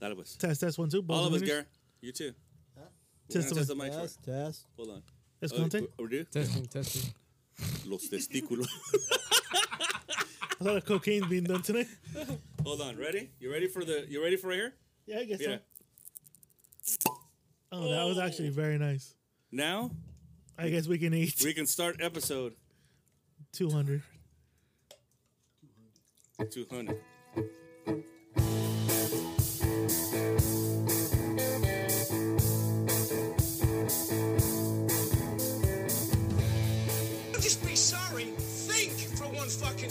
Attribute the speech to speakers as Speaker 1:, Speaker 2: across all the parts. Speaker 1: None of us.
Speaker 2: Test, test, one, two.
Speaker 1: All
Speaker 2: balls
Speaker 1: of us,
Speaker 2: and wieners.
Speaker 1: Gary. You too. We're
Speaker 2: Test
Speaker 1: gonna
Speaker 2: the
Speaker 1: test the
Speaker 2: mic.
Speaker 1: mic
Speaker 3: Test,
Speaker 1: first.
Speaker 3: test.
Speaker 1: Hold on.
Speaker 2: Let's
Speaker 1: Oh,
Speaker 2: content.
Speaker 1: we do?
Speaker 4: Testing, testing.
Speaker 1: Los testículos.
Speaker 2: A lot of cocaine's being done tonight.
Speaker 1: Hold on. Ready? You ready for the? You ready for right here?
Speaker 2: Yeah, I guess
Speaker 1: Yeah.
Speaker 2: so. Oh, that was actually very nice.
Speaker 1: Now
Speaker 2: I guess we can eat
Speaker 1: we can start episode
Speaker 2: 200.
Speaker 1: 200.
Speaker 5: Just be sorry. Think for one fucking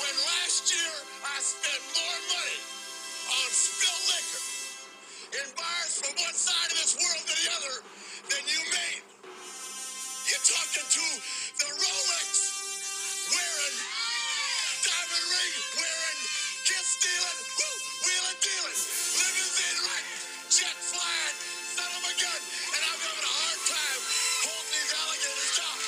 Speaker 5: When last year I spent more money on spilled liquor in bars from one side of this world to the other than you made. You're talking to the Rolex wearing, diamond ring wearing, kiss stealing, woo, wheeling dealing, limousine riding, jet flying, son of a gun, and I'm having a hard time holding these alligators down.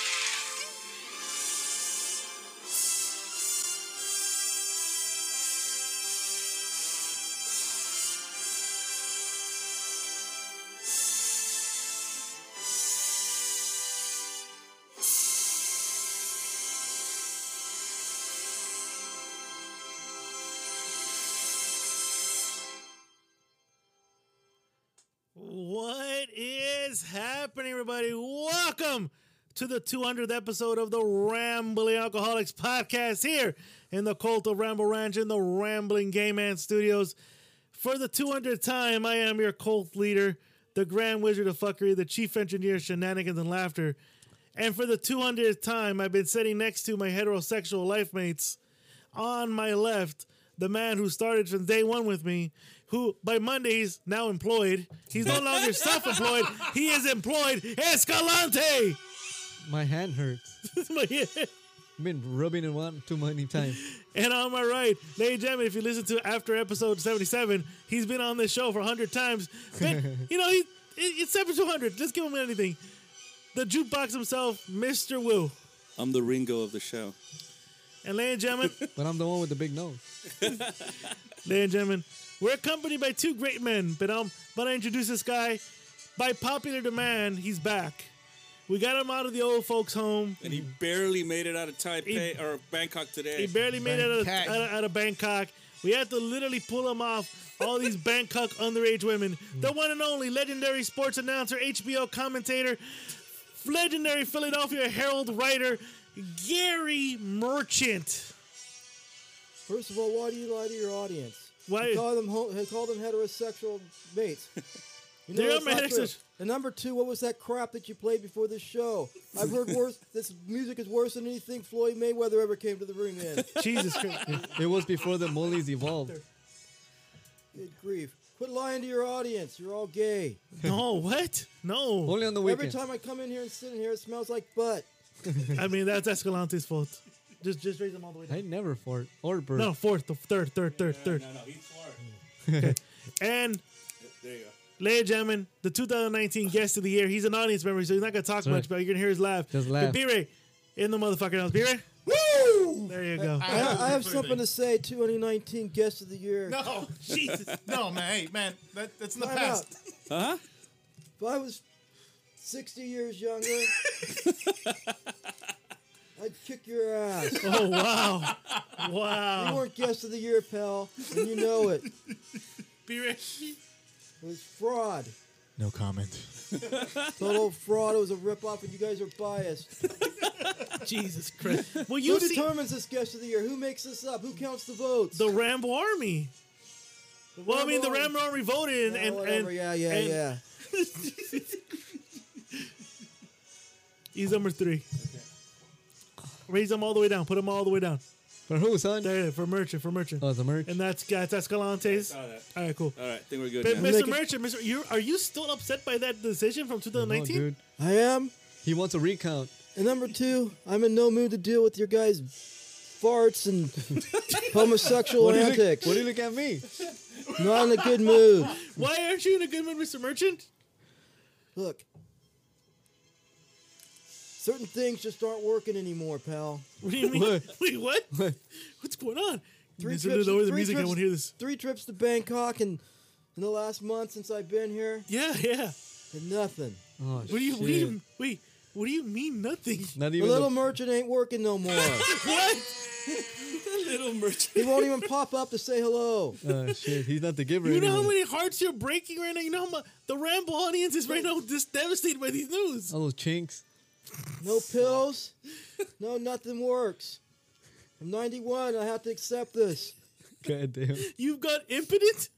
Speaker 2: What is happening, everybody? Welcome to the 200th episode of the Rambling Alcoholics podcast here in the cult of Ramble Ranch in the Rambling Gay Man Studios. For the 200th time, I am your cult leader, the Grand Wizard of Fuckery, the Chief Engineer of Shenanigans and Laughter. And for the 200th time, I've been sitting next to my heterosexual life mates on my left, the man who started from day one with me, who by Mondays now employed. He's no longer self-employed. He is employed. Escalante.
Speaker 3: My hand hurts. I've been rubbing it one too many times.
Speaker 2: and on my right, ladies and gentlemen, if you listen to after episode seventy-seven, he's been on this show for hundred times. But you know, he, it, it's episode hundred. Let's give him anything. The jukebox himself, Mr. Wu.
Speaker 1: I'm the Ringo of the show.
Speaker 2: And ladies and gentlemen,
Speaker 3: But I'm the one with the big nose.
Speaker 2: ladies and gentlemen, we're accompanied by two great men, but um, but I introduce this guy by popular demand. He's back. We got him out of the old folks' home.
Speaker 1: And he barely made it out of Taipei or Bangkok today.
Speaker 2: He barely made it out of,
Speaker 4: Bangkok.
Speaker 2: out, of, out of Bangkok. We had to literally pull him off. All these Bangkok underage women. The one and only legendary sports announcer, HBO commentator, legendary Philadelphia Herald writer, Gary Merchant.
Speaker 6: First of all, why do you lie to your audience?
Speaker 2: Why-
Speaker 6: You call them ho- you call them heterosexual mates. You
Speaker 2: They're
Speaker 6: that's not
Speaker 2: heterosexual.
Speaker 6: true. And number two, what was that crap that you played before this show? I've heard worse. this music is worse than anything Floyd Mayweather ever came to the ring in.
Speaker 2: Jesus Christ.
Speaker 3: It was before the mollies evolved.
Speaker 6: Good grief! Quit lying to your audience. You're all gay.
Speaker 2: No, what? No.
Speaker 3: Only on the
Speaker 6: Every
Speaker 3: weekend.
Speaker 6: time I come in here and sit in here, it smells like butt.
Speaker 2: I mean, that's Escalante's fault. Just just raise them all the way down.
Speaker 3: I never fart or burp.
Speaker 2: No, fourth, the third, third, third, third.
Speaker 1: No, no, he's smart.
Speaker 2: And
Speaker 1: There you go.
Speaker 2: Ladies and gentlemen, the 2019 guest of the year. He's an audience member, so he's not gonna talk
Speaker 3: Sorry.
Speaker 2: much, but you're gonna hear his laugh.
Speaker 3: Just laugh.
Speaker 2: But B-Ray in the motherfucking house. B-Ray,
Speaker 6: Woo!
Speaker 2: there you go.
Speaker 6: I, I have something to say. 2019 guest of the year.
Speaker 7: No,
Speaker 2: Jesus,
Speaker 7: no, man, hey, man, that, that's in the
Speaker 6: Time out.
Speaker 7: past.
Speaker 1: Huh?
Speaker 6: If I was 60 years younger, I'd kick your ass.
Speaker 2: oh wow,
Speaker 6: You
Speaker 2: wow.
Speaker 6: weren't guest of the year, pal, and you know it.
Speaker 2: B-Ray,
Speaker 6: It was fraud.
Speaker 8: No comment.
Speaker 6: Total fraud. It was a ripoff, and you guys are biased.
Speaker 2: Jesus Christ. Well,
Speaker 6: Who
Speaker 2: you see
Speaker 6: determines this guest of the year? Who makes this up? Who counts the votes?
Speaker 2: the Rambo Army. Well, I mean, the Rambo
Speaker 6: Rambo-
Speaker 2: Army voted,
Speaker 6: Yeah,
Speaker 2: and, and,
Speaker 6: Oh, whatever.
Speaker 2: and
Speaker 6: yeah, yeah,
Speaker 2: and-
Speaker 6: yeah.
Speaker 2: he's number three. Raise them all the way down. Put them all the way down.
Speaker 3: For who, son?
Speaker 2: There, for Merchant, for Merchant.
Speaker 6: Uh,
Speaker 3: Oh, the merch.
Speaker 2: and that's that's Escalante's.
Speaker 1: Saw that.
Speaker 2: All right, cool.
Speaker 1: All right, I think we're good.
Speaker 2: But
Speaker 1: now.
Speaker 2: Mr.
Speaker 6: Make it-
Speaker 2: Merchant, Mr. You are you still upset by that decision from
Speaker 3: Oh,
Speaker 2: 2019?
Speaker 3: dude.
Speaker 6: I am.
Speaker 3: He wants a recount.
Speaker 6: And number two, I'm in no mood to deal with your guys' farts and homosexual
Speaker 3: What do, you look,
Speaker 6: antics.
Speaker 3: what do you look at me?
Speaker 6: Not in a good mood.
Speaker 2: Why aren't you in a good mood, Mr. Merchant?
Speaker 6: Look, certain things just aren't working anymore, pal.
Speaker 2: What do you mean?
Speaker 3: What?
Speaker 2: Wait, what? What's going on?
Speaker 6: Three
Speaker 2: Mr.
Speaker 6: trips-
Speaker 2: Lower the
Speaker 6: three
Speaker 2: music. I
Speaker 6: trips-
Speaker 2: won't hear this.
Speaker 6: Three trips to Bangkok and in the last month since I've been here,
Speaker 2: Yeah, yeah.
Speaker 6: and nothing.
Speaker 3: Oh,
Speaker 2: What do you,
Speaker 3: shit.
Speaker 2: what do you wait? What do you mean nothing?
Speaker 3: Not
Speaker 6: The
Speaker 3: even
Speaker 6: little
Speaker 3: the,
Speaker 6: merchant ain't working no more.
Speaker 2: What?
Speaker 1: little
Speaker 6: he
Speaker 1: merchant.
Speaker 6: won't even pop up to say hello.
Speaker 3: Oh, shit. He's not the giver
Speaker 2: You know
Speaker 3: anymore.
Speaker 2: how many hearts you're breaking right now. You know how much the ramble audience is right now just devastated by these news.
Speaker 3: All those chinks.
Speaker 6: No pills. No, nothing works. I'm 91. I have to accept this.
Speaker 3: God damn.
Speaker 2: You've got impotent.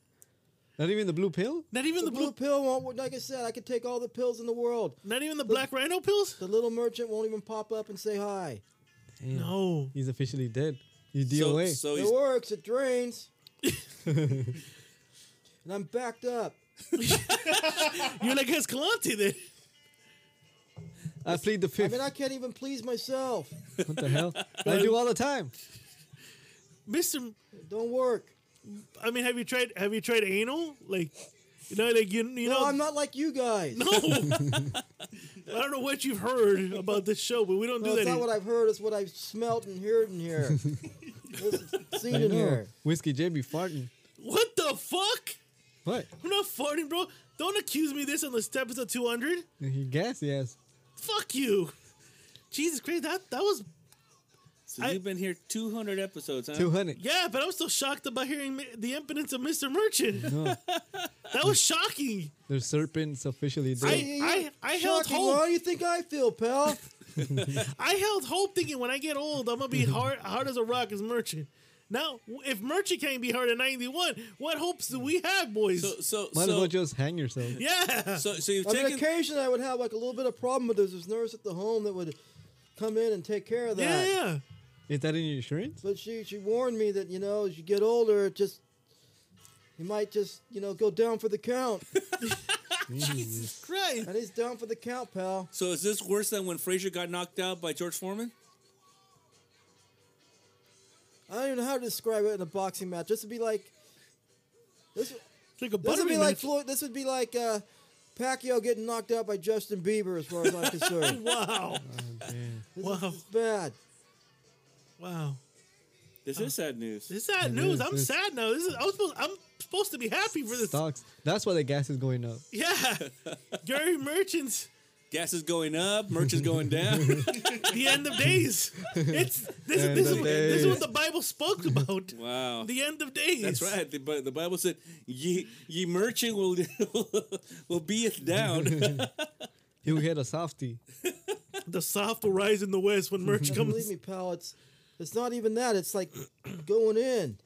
Speaker 3: Not even the blue pill?
Speaker 2: Not even
Speaker 6: The
Speaker 2: the, blue.
Speaker 6: blue pill won't work. Like I said, I could take all the pills in the world.
Speaker 2: Not even the black rhino pills.
Speaker 6: The little merchant won't even pop up and say hi.
Speaker 3: Damn.
Speaker 2: No.
Speaker 3: He's officially dead. You
Speaker 1: So,
Speaker 3: DOA.
Speaker 2: Oh,
Speaker 1: so
Speaker 6: It
Speaker 1: he's
Speaker 6: works. It drains. and I'm backed up.
Speaker 2: You're like Escalante then.
Speaker 3: I plead the
Speaker 6: I
Speaker 3: fifth.
Speaker 6: mean, I can't even please myself.
Speaker 3: what the hell? I do all the time.
Speaker 2: Mr.
Speaker 6: It don't work.
Speaker 2: I mean, have you tried? Have you tried anal? Like, you know, like you, you
Speaker 6: No,
Speaker 2: know.
Speaker 6: I'm not like you guys.
Speaker 2: No. I don't know what you've heard about this show, but we don't
Speaker 6: No,
Speaker 2: do
Speaker 6: it's
Speaker 2: that.
Speaker 6: not
Speaker 2: here.
Speaker 6: what I've heard. It's what I've smelt and heard in here. This is seen
Speaker 3: I
Speaker 6: in
Speaker 3: know.
Speaker 6: here.
Speaker 3: Whiskey J be farting.
Speaker 2: what the fuck?
Speaker 3: What?
Speaker 2: I'm not farting, bro. Don't accuse me of this on the steps of 200.
Speaker 3: He gassy ass.
Speaker 2: Fuck you. Jesus Christ, that that was
Speaker 1: so
Speaker 2: I-
Speaker 1: you've been here 200 episodes, huh?
Speaker 3: 200.
Speaker 2: yeah, but I was still shocked about hearing mi- the impotence of Mr. Merchant. That was shocking.
Speaker 3: The serpent's officially dead.
Speaker 2: I- I held
Speaker 6: Shocking.
Speaker 2: hope.
Speaker 6: How do you think I feel, pal?
Speaker 2: I held hope, thinking when I get old, I'm gonna be hard hard as a rock as Merchant. Now, w- if Merchant can't be hard at 91, what hopes do we have, boys?
Speaker 1: So, so,
Speaker 3: Might as
Speaker 1: so,
Speaker 3: well just hang yourself.
Speaker 2: yeah.
Speaker 1: so, so you've
Speaker 6: I mean,
Speaker 1: taken.
Speaker 6: occasionally I would have like a little bit of problem, but there's this nurse at the home that would come in and take care of that.
Speaker 2: yeah, yeah.
Speaker 3: Is that in your insurance?
Speaker 6: But she she warned me that you know as you get older, it just you might just you know go down for the count,
Speaker 2: Jesus Christ.
Speaker 6: and he's down for the count, pal.
Speaker 1: So is this worse than when Frazier got knocked out by George Foreman?
Speaker 6: I don't even know how to describe it in a boxing match. This would be like this.
Speaker 2: It's like a
Speaker 6: This would be
Speaker 2: butterbean
Speaker 6: like
Speaker 2: match.
Speaker 6: Floyd. This would be like uh, Pacquiao getting knocked out by Justin Bieber, as far as I'm concerned.
Speaker 2: wow.
Speaker 6: This
Speaker 2: Wow.
Speaker 6: is it's bad.
Speaker 2: Wow.
Speaker 1: This
Speaker 2: Uh-huh.
Speaker 1: is sad news.
Speaker 2: This is sad
Speaker 3: It
Speaker 2: news.
Speaker 3: is,
Speaker 2: I'm
Speaker 3: it's-
Speaker 2: sad now. This is I'm supposed I'm supposed to be happy for this.
Speaker 3: Stocks. That's why the gas is going up.
Speaker 2: Yeah. Gary Merchants,
Speaker 1: Gas is going up, merch is going down.
Speaker 2: the end of days. It's this
Speaker 3: End
Speaker 2: this,
Speaker 3: of
Speaker 2: is, this is
Speaker 3: days.
Speaker 2: what the Bible spoke about.
Speaker 1: wow.
Speaker 2: The end of days.
Speaker 1: That's right. The, Bi- the Bible said, "Ye, ye merchant will will beeth down."
Speaker 3: He will get a softie.
Speaker 2: The soft will rise in the west when merch
Speaker 6: Now, believe
Speaker 2: comes.
Speaker 6: me, pal. It's it's not even that. It's like going in.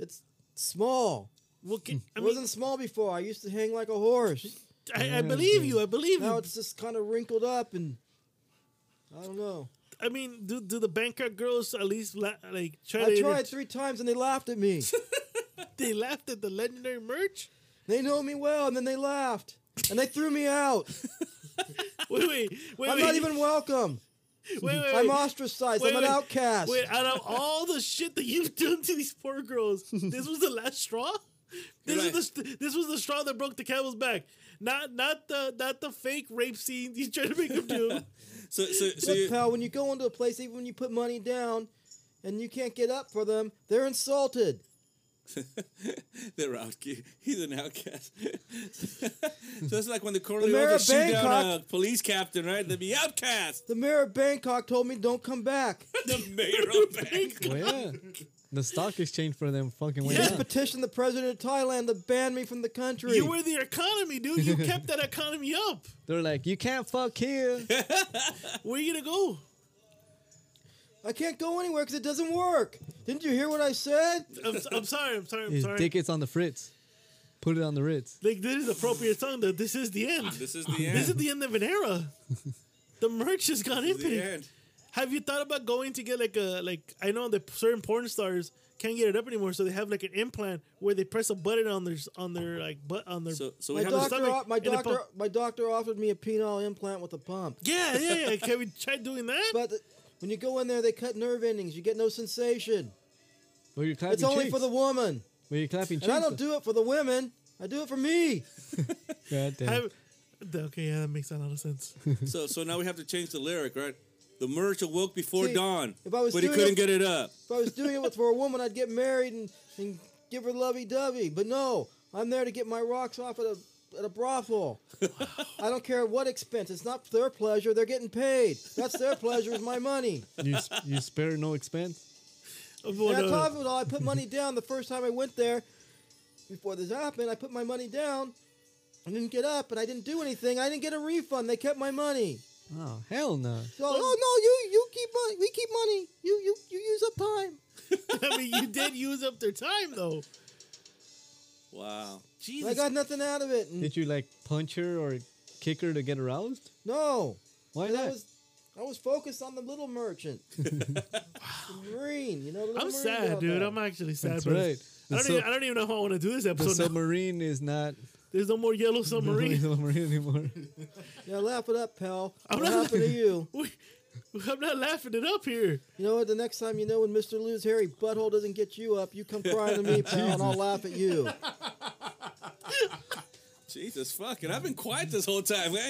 Speaker 6: It's small.
Speaker 2: Well, can- I
Speaker 6: It
Speaker 2: mean,
Speaker 6: wasn't small before. I used to hang like a horse.
Speaker 2: I, I believe you. I believe
Speaker 6: Now
Speaker 2: you.
Speaker 6: it's just kind of wrinkled up, and I don't know.
Speaker 2: I mean, do do the Bangkok girls at least la- like try
Speaker 6: I
Speaker 2: to?
Speaker 6: tried three times and they laughed at me.
Speaker 2: They laughed at the legendary merch.
Speaker 6: they know me well, and then they laughed and they threw me out.
Speaker 2: Wait, wait, wait.
Speaker 6: I'm
Speaker 2: wait,
Speaker 6: not even welcome.
Speaker 2: Wait, wait, wait.
Speaker 6: I'm ostracized.
Speaker 2: Wait,
Speaker 6: I'm an
Speaker 2: wait.
Speaker 6: outcast.
Speaker 2: Wait, out of all the shit that you've done to these poor girls, this was the last straw. This
Speaker 1: You're
Speaker 2: was the this was the straw that broke the camel's back. Not not the not the fake rape scene you tried to make them do.
Speaker 1: so, so, so,
Speaker 6: Look,
Speaker 1: you,
Speaker 6: pal, when you go into a place, even when you put money down, and you can't get up for them, they're insulted.
Speaker 1: they're out. He's an outcast. so it's like when the
Speaker 6: mayor
Speaker 1: Corleones
Speaker 6: of
Speaker 1: shoot down a
Speaker 6: Bangkok-
Speaker 1: police captain, right? They'd be outcast.
Speaker 6: The mayor of Bangkok told me don't come back.
Speaker 1: The mayor of Bangkok.
Speaker 3: Well, yeah. the stock exchange for them fucking went
Speaker 2: Yeah.
Speaker 3: up.
Speaker 6: petitioned the president of Thailand to ban me from the country.
Speaker 2: You were the economy, dude. You kept that economy up.
Speaker 3: They're like, you can't fuck here.
Speaker 2: Where you gonna go?
Speaker 6: I can't go anywhere because it doesn't work. Didn't you hear what I said?
Speaker 2: I'm, I'm sorry. I'm sorry. I'm
Speaker 3: His
Speaker 2: sorry.
Speaker 3: dick is on the fritz. Put it on the ritz.
Speaker 2: Like this is appropriate song. That this is the end.
Speaker 1: This is the end.
Speaker 2: This is the end of an era. The merch has gone
Speaker 1: This is the
Speaker 2: infinite.
Speaker 1: end.
Speaker 2: Have you thought about going to get like a like? I know that certain porn stars can't get it up anymore, so they have like an implant where they press a button on their on their like butt on their.
Speaker 1: So, so we
Speaker 6: My
Speaker 1: have a
Speaker 6: doctor,
Speaker 2: stomach
Speaker 6: o- my
Speaker 2: and a
Speaker 6: doctor,
Speaker 2: pump.
Speaker 6: my doctor offered me a penile implant with a pump.
Speaker 2: yeah, yeah, yeah. Can we try doing that?
Speaker 6: But the- when you go in there, they cut nerve endings. You get no sensation.
Speaker 3: Well, you're clapping
Speaker 6: It's only
Speaker 3: cheeks.
Speaker 6: for the woman.
Speaker 3: Well, you're clapping
Speaker 6: And I don't
Speaker 3: cheeks.
Speaker 6: do it for the women. I do it for me.
Speaker 3: God damn.
Speaker 2: Have- okay, yeah, that makes a lot of sense.
Speaker 1: So so now we have to change the lyric, right? The merch awoke before
Speaker 6: See,
Speaker 1: dawn,
Speaker 6: if I was
Speaker 1: but he
Speaker 6: doing
Speaker 1: couldn't
Speaker 6: it-
Speaker 1: get it up.
Speaker 6: If I was doing it with, for a woman, I'd get married and, and give her lovey dovey. But no, I'm there to get my rocks off at a at a brothel. I don't care what expense. It's not their pleasure. They're getting paid. That's their pleasure. Is my money.
Speaker 3: you, s- you spare no expense.
Speaker 2: I'm
Speaker 6: And
Speaker 2: going
Speaker 6: on
Speaker 2: to-
Speaker 6: top of it all, I put money down the first time I went there. Before this happened, I put my money down. I didn't get up, and I didn't do anything. I didn't get a refund. They kept my money.
Speaker 3: Oh hell no!
Speaker 6: So, oh no, you you keep money. We keep money. You you you use up time.
Speaker 2: I mean, you did use up their time though.
Speaker 1: Wow.
Speaker 2: Jesus,
Speaker 6: I got nothing out of it. And
Speaker 3: Did you like punch her or kick her to get aroused?
Speaker 6: no,
Speaker 3: Why
Speaker 6: I
Speaker 3: not?
Speaker 6: was I was focused on the little merchant. The Marine, you know. The little
Speaker 2: I'm
Speaker 6: Marine
Speaker 2: sad,
Speaker 6: down
Speaker 2: dude.
Speaker 6: there.
Speaker 2: I'm actually sad.
Speaker 3: That's
Speaker 2: bro.
Speaker 3: right.
Speaker 2: I
Speaker 3: The,
Speaker 2: don't,
Speaker 3: sub-
Speaker 2: even, I don't even know how I want to do this
Speaker 3: the
Speaker 2: episode. now.
Speaker 3: submarine is not
Speaker 2: There's no more yellow
Speaker 3: submarine.
Speaker 2: submarine.
Speaker 3: submarine anymore.
Speaker 6: Yeah, laugh it up, pal.
Speaker 2: I'm
Speaker 6: what
Speaker 2: not-
Speaker 6: happened to you?
Speaker 2: We- I'm not laughing it up here.
Speaker 6: You know what? The next time you know when Mister Lou's hairy butthole doesn't get you up, you come crying to me, pal, and I'll laugh at you.
Speaker 1: Jesus fucking! I've been quiet this whole time.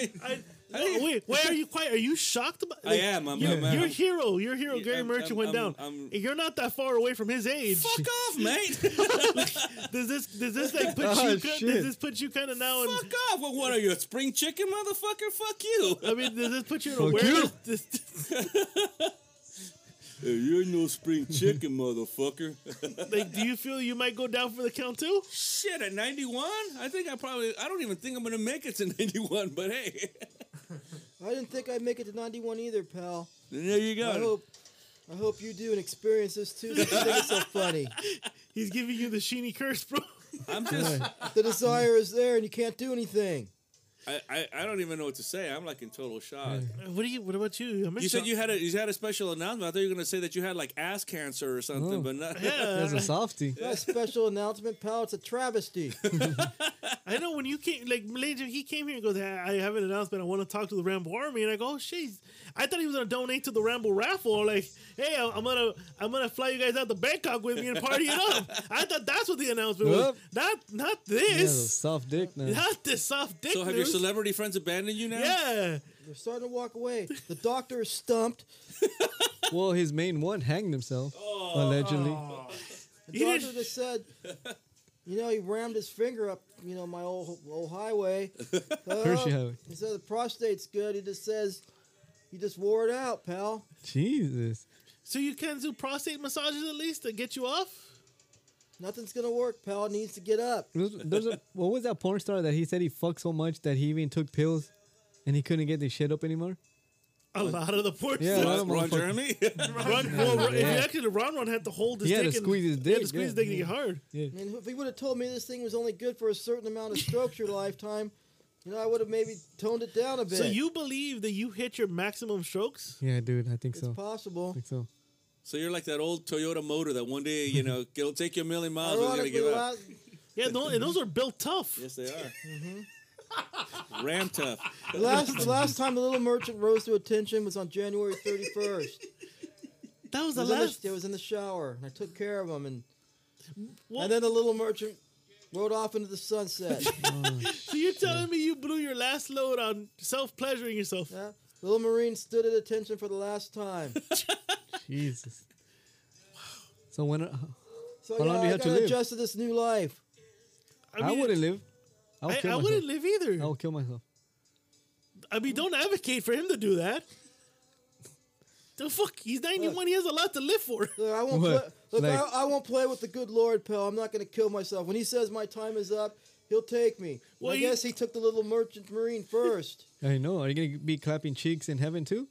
Speaker 1: Hey,
Speaker 2: I, no, wait, why are you quiet? Are you shocked about?
Speaker 1: I am, I'm-
Speaker 2: your,
Speaker 1: I'm- I'm-
Speaker 2: your hero, your hero,
Speaker 1: Yeah,
Speaker 2: Gary
Speaker 1: I'm-
Speaker 2: Merchant
Speaker 1: I'm-
Speaker 2: went
Speaker 1: I'm-
Speaker 2: down.
Speaker 1: I'm-
Speaker 2: And you're not that far away from his age.
Speaker 1: fuck off, mate! fuck
Speaker 2: Does this does this like put
Speaker 3: Oh,
Speaker 2: you? ki-
Speaker 3: shit.
Speaker 2: Does this put you kind of now? In,
Speaker 1: off! What, what are you, a spring chicken, motherfucker? Fuck you!
Speaker 2: I mean, does this put you in
Speaker 3: Fuck
Speaker 2: awareness?
Speaker 3: you.
Speaker 2: This,
Speaker 1: Hey, you're no spring chicken, motherfucker.
Speaker 2: like, do you feel you might go down for the count too?
Speaker 1: Shit, at 91? I think I probably, I don't even think I'm gonna make it to 91, but hey.
Speaker 6: I didn't think I'd make it to 91 either, pal.
Speaker 1: there you
Speaker 6: I
Speaker 1: go.
Speaker 6: hope, I hope you do and experience this too. Don't you think it's so funny?
Speaker 2: He's giving you the sheeny curse, bro.
Speaker 1: I'm just,
Speaker 6: The desire is there and you can't do anything.
Speaker 1: I, I, I don't even know what to say. I'm like in total shock.
Speaker 2: What do you? What about you? I'm in
Speaker 1: You
Speaker 2: shock.
Speaker 1: said you had a you had a special announcement. I thought you were gonna say that you had like ass cancer or something,
Speaker 3: Oh.
Speaker 1: but not.
Speaker 3: That's
Speaker 2: Yeah,
Speaker 3: a softie.
Speaker 6: Not a special announcement, pal. It's a travesty.
Speaker 2: I know when you came, like Malaysia, he came here and goes, "Hey, I have an announcement. I want to talk to the Rambo Army." And I go, "Oh shit!" he's- I thought he was gonna donate to the Rambo raffle. Or like, hey, I'm I'm gonna I'm gonna fly you guys out to Bangkok with me and party it up. I thought that's what the announcement was.
Speaker 3: Nope.
Speaker 2: Not not
Speaker 3: Yeah, the
Speaker 2: this.
Speaker 3: soft dick now.
Speaker 2: Not this soft dick.
Speaker 1: So have your
Speaker 2: news.
Speaker 1: celebrity friends abandoned you now?
Speaker 2: Yeah,
Speaker 6: They're starting to walk away. The doctor is stumped.
Speaker 3: Well, his main one hanged himself
Speaker 6: Oh.
Speaker 3: allegedly.
Speaker 6: The
Speaker 2: You
Speaker 6: doctor
Speaker 2: didn't-
Speaker 6: just said, you know, he rammed his finger up, you know, my old old highway. Uh,
Speaker 3: Hershey Highway.
Speaker 6: He said the prostate's good. He just says, you just wore it out, pal.
Speaker 3: Jesus.
Speaker 2: so you can do prostate massages at least to get you off.
Speaker 6: Nothing's gonna work, pal. It needs to get up.
Speaker 3: There's, there's a, what was that porn star that he said he fucked so much that he even took pills and he couldn't get the shit up anymore?
Speaker 2: A lot of the poor
Speaker 3: Yeah,
Speaker 2: stuff.
Speaker 3: a lot
Speaker 1: Ron,
Speaker 3: of
Speaker 1: Ron
Speaker 3: motherfuckers.
Speaker 1: Jeremy.
Speaker 2: Ron, well, Ron- if you
Speaker 3: Yeah.
Speaker 2: actually, Ron Ron had to hold his
Speaker 3: He had
Speaker 2: dick
Speaker 3: to
Speaker 2: and-
Speaker 3: squeeze his
Speaker 2: he had to
Speaker 3: dick,
Speaker 2: squeeze
Speaker 3: yeah.
Speaker 2: his dick to get hard.
Speaker 6: And if he would have told me this thing was only good for a certain amount of strokes your lifetime, you know, I would have maybe toned it down a bit.
Speaker 2: So you believe that you hit your maximum strokes?
Speaker 3: Yeah, dude, I think
Speaker 6: it's
Speaker 3: so. I
Speaker 6: possible.
Speaker 3: think so.
Speaker 1: so you're like that old Toyota motor that one day you know it'll take you a million miles. but it's gonna
Speaker 6: Ironically,
Speaker 1: give
Speaker 6: the
Speaker 1: up.
Speaker 6: last,
Speaker 2: Yeah, no, and those are built tough.
Speaker 1: Yes, they are. Ram tough.
Speaker 6: the last, the last time the little merchant rose to attention was on January 31st.
Speaker 2: That was
Speaker 6: It
Speaker 2: the
Speaker 6: was, in
Speaker 2: last.
Speaker 6: the, it was in the shower, and I took care of him, and
Speaker 2: Well,
Speaker 6: and then the little merchant rode off into the sunset.
Speaker 2: so you're telling me you blew your last load on self pleasuring yourself?
Speaker 6: yeah? Little Marine stood at attention for the last time.
Speaker 3: Jesus. So when
Speaker 6: So
Speaker 3: How
Speaker 6: you
Speaker 3: long
Speaker 6: know,
Speaker 3: do you
Speaker 6: I
Speaker 3: have to
Speaker 6: got
Speaker 3: live?
Speaker 6: adjust to this new life.
Speaker 3: I, wouldn't live, I'll
Speaker 2: I,
Speaker 3: kill
Speaker 2: I
Speaker 3: myself.
Speaker 2: wouldn't live either.
Speaker 3: I'll kill myself.
Speaker 2: I mean, don't advocate for him to do that. the fuck? He's 91. He has a lot to live for.
Speaker 6: Look, I won't play,
Speaker 3: What?
Speaker 6: look
Speaker 3: Like-
Speaker 6: I, I won't play with the good Lord, pal. I'm not going to kill myself. When he says my time is up, he'll take me.
Speaker 2: Well,
Speaker 6: I
Speaker 2: you-
Speaker 6: guess he took the little merchant marine first.
Speaker 3: I know. Are you gonna be clapping cheeks in heaven too?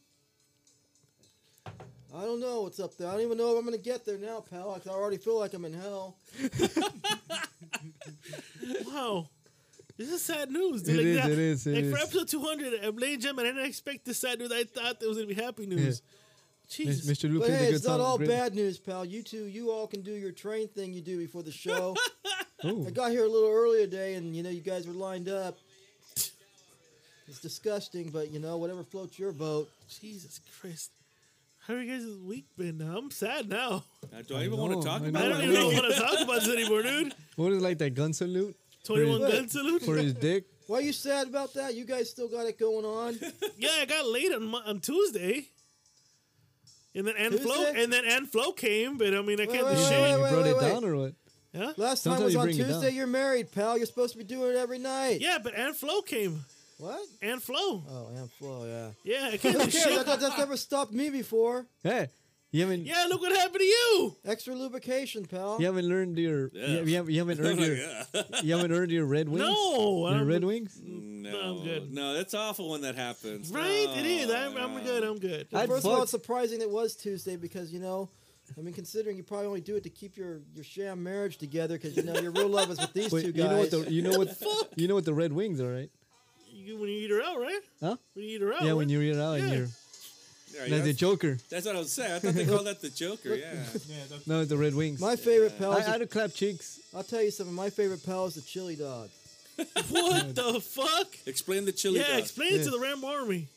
Speaker 6: I don't know what's up there. I don't even know if I'm going to get there now, pal. 'cause I already feel like I'm in hell.
Speaker 2: Wow. This is sad news.
Speaker 3: It
Speaker 2: Dude.
Speaker 3: is,
Speaker 2: like, that-
Speaker 3: it is, it
Speaker 2: like
Speaker 3: is.
Speaker 2: for episode 200, I'm laying gem, and I didn't expect this sad news. I thought it was going to be happy news. Jesus.
Speaker 3: Mr. Luke
Speaker 6: But
Speaker 3: played
Speaker 6: hey,
Speaker 3: a good
Speaker 6: it's not
Speaker 3: song.
Speaker 6: all
Speaker 3: Great-
Speaker 6: bad news, pal. You two, you all can do your train thing you do before the show.
Speaker 3: Oh,
Speaker 6: I got here a little earlier today, and you know you guys were lined up. It's disgusting, but you know whatever floats your boat.
Speaker 2: Jesus Christ. How are you guys' week been now? I'm sad now.
Speaker 1: Uh, do I even want
Speaker 3: know,
Speaker 1: to talk
Speaker 3: I
Speaker 2: I
Speaker 1: about
Speaker 2: don't
Speaker 3: I
Speaker 2: even
Speaker 1: it?
Speaker 3: know.
Speaker 2: want to talk about this anymore, dude.
Speaker 3: what is like that gun salute
Speaker 2: 21
Speaker 6: Really?
Speaker 2: gun salute.
Speaker 3: for his dick?
Speaker 6: Why are you sad about that? You guys still got it going on.
Speaker 2: Yeah, I got late on, Mon- on Tuesday. And then Ann Flo
Speaker 6: Tuesday?
Speaker 2: and then Ann Flo came, but I mean I can't
Speaker 6: Wait,
Speaker 2: do
Speaker 6: wait,
Speaker 2: shit.
Speaker 6: wait,
Speaker 3: you
Speaker 6: wait,
Speaker 3: brought
Speaker 6: wait,
Speaker 3: it
Speaker 6: wait.
Speaker 3: down or what?
Speaker 2: Yeah?
Speaker 6: Last time
Speaker 3: Sometimes
Speaker 6: was
Speaker 3: you
Speaker 6: on
Speaker 3: bring it
Speaker 6: Tuesday.
Speaker 3: down.
Speaker 6: You're married, pal. You're supposed to be doing it every night.
Speaker 2: yeah, but Ann Flo came.
Speaker 6: What?
Speaker 2: Ann Flo.
Speaker 6: Oh, I am flow. Yeah.
Speaker 2: Yeah, I can't
Speaker 6: Who
Speaker 2: do
Speaker 6: cares?
Speaker 2: shit.
Speaker 6: That, that- that's never stopped me before.
Speaker 3: Hey, you haven't
Speaker 2: Yeah, look what happened to you.
Speaker 6: Extra lubrication, pal.
Speaker 3: you haven't learned your you,
Speaker 1: Yeah.
Speaker 3: you haven't, you haven't earned your you haven't earned your red wings.
Speaker 2: No, I
Speaker 3: your
Speaker 2: don't-
Speaker 3: red wings.
Speaker 1: No,
Speaker 2: I'm good.
Speaker 1: no, that's awful when that happens.
Speaker 2: Right?
Speaker 1: No,
Speaker 2: it is. I'm,
Speaker 1: no.
Speaker 2: I'm good. I'm good.
Speaker 3: I'd
Speaker 6: First of all,
Speaker 3: fuck-
Speaker 6: it's surprising it was Tuesday because you know, I mean, considering you probably only do it to keep your your sham marriage together because you know your real love is with these
Speaker 3: Wait,
Speaker 6: two
Speaker 3: you
Speaker 6: guys.
Speaker 3: know what the you know what you know what the red wings are, right?
Speaker 2: You, when you eat her out, right?
Speaker 3: Huh?
Speaker 2: When you eat
Speaker 6: Oh,
Speaker 2: her out.
Speaker 3: yeah,
Speaker 2: what-
Speaker 3: when you're it out
Speaker 2: yeah.
Speaker 3: and you're
Speaker 1: Yeah,
Speaker 3: like the
Speaker 1: that's,
Speaker 3: Joker.
Speaker 1: that's what I was saying. I thought they called that the Joker. Yeah.
Speaker 7: Yeah, that's
Speaker 3: No, it's the red wings.
Speaker 6: my favorite pal.
Speaker 3: I,
Speaker 6: Is
Speaker 3: I
Speaker 6: I,
Speaker 3: had to clap cheeks.
Speaker 6: will tell you something. My favorite pal is the chili dog.
Speaker 2: What the fuck?
Speaker 1: Explain the chili.
Speaker 2: Yeah,
Speaker 1: dog.
Speaker 2: explain it to
Speaker 3: Yeah.
Speaker 2: the Ram Army.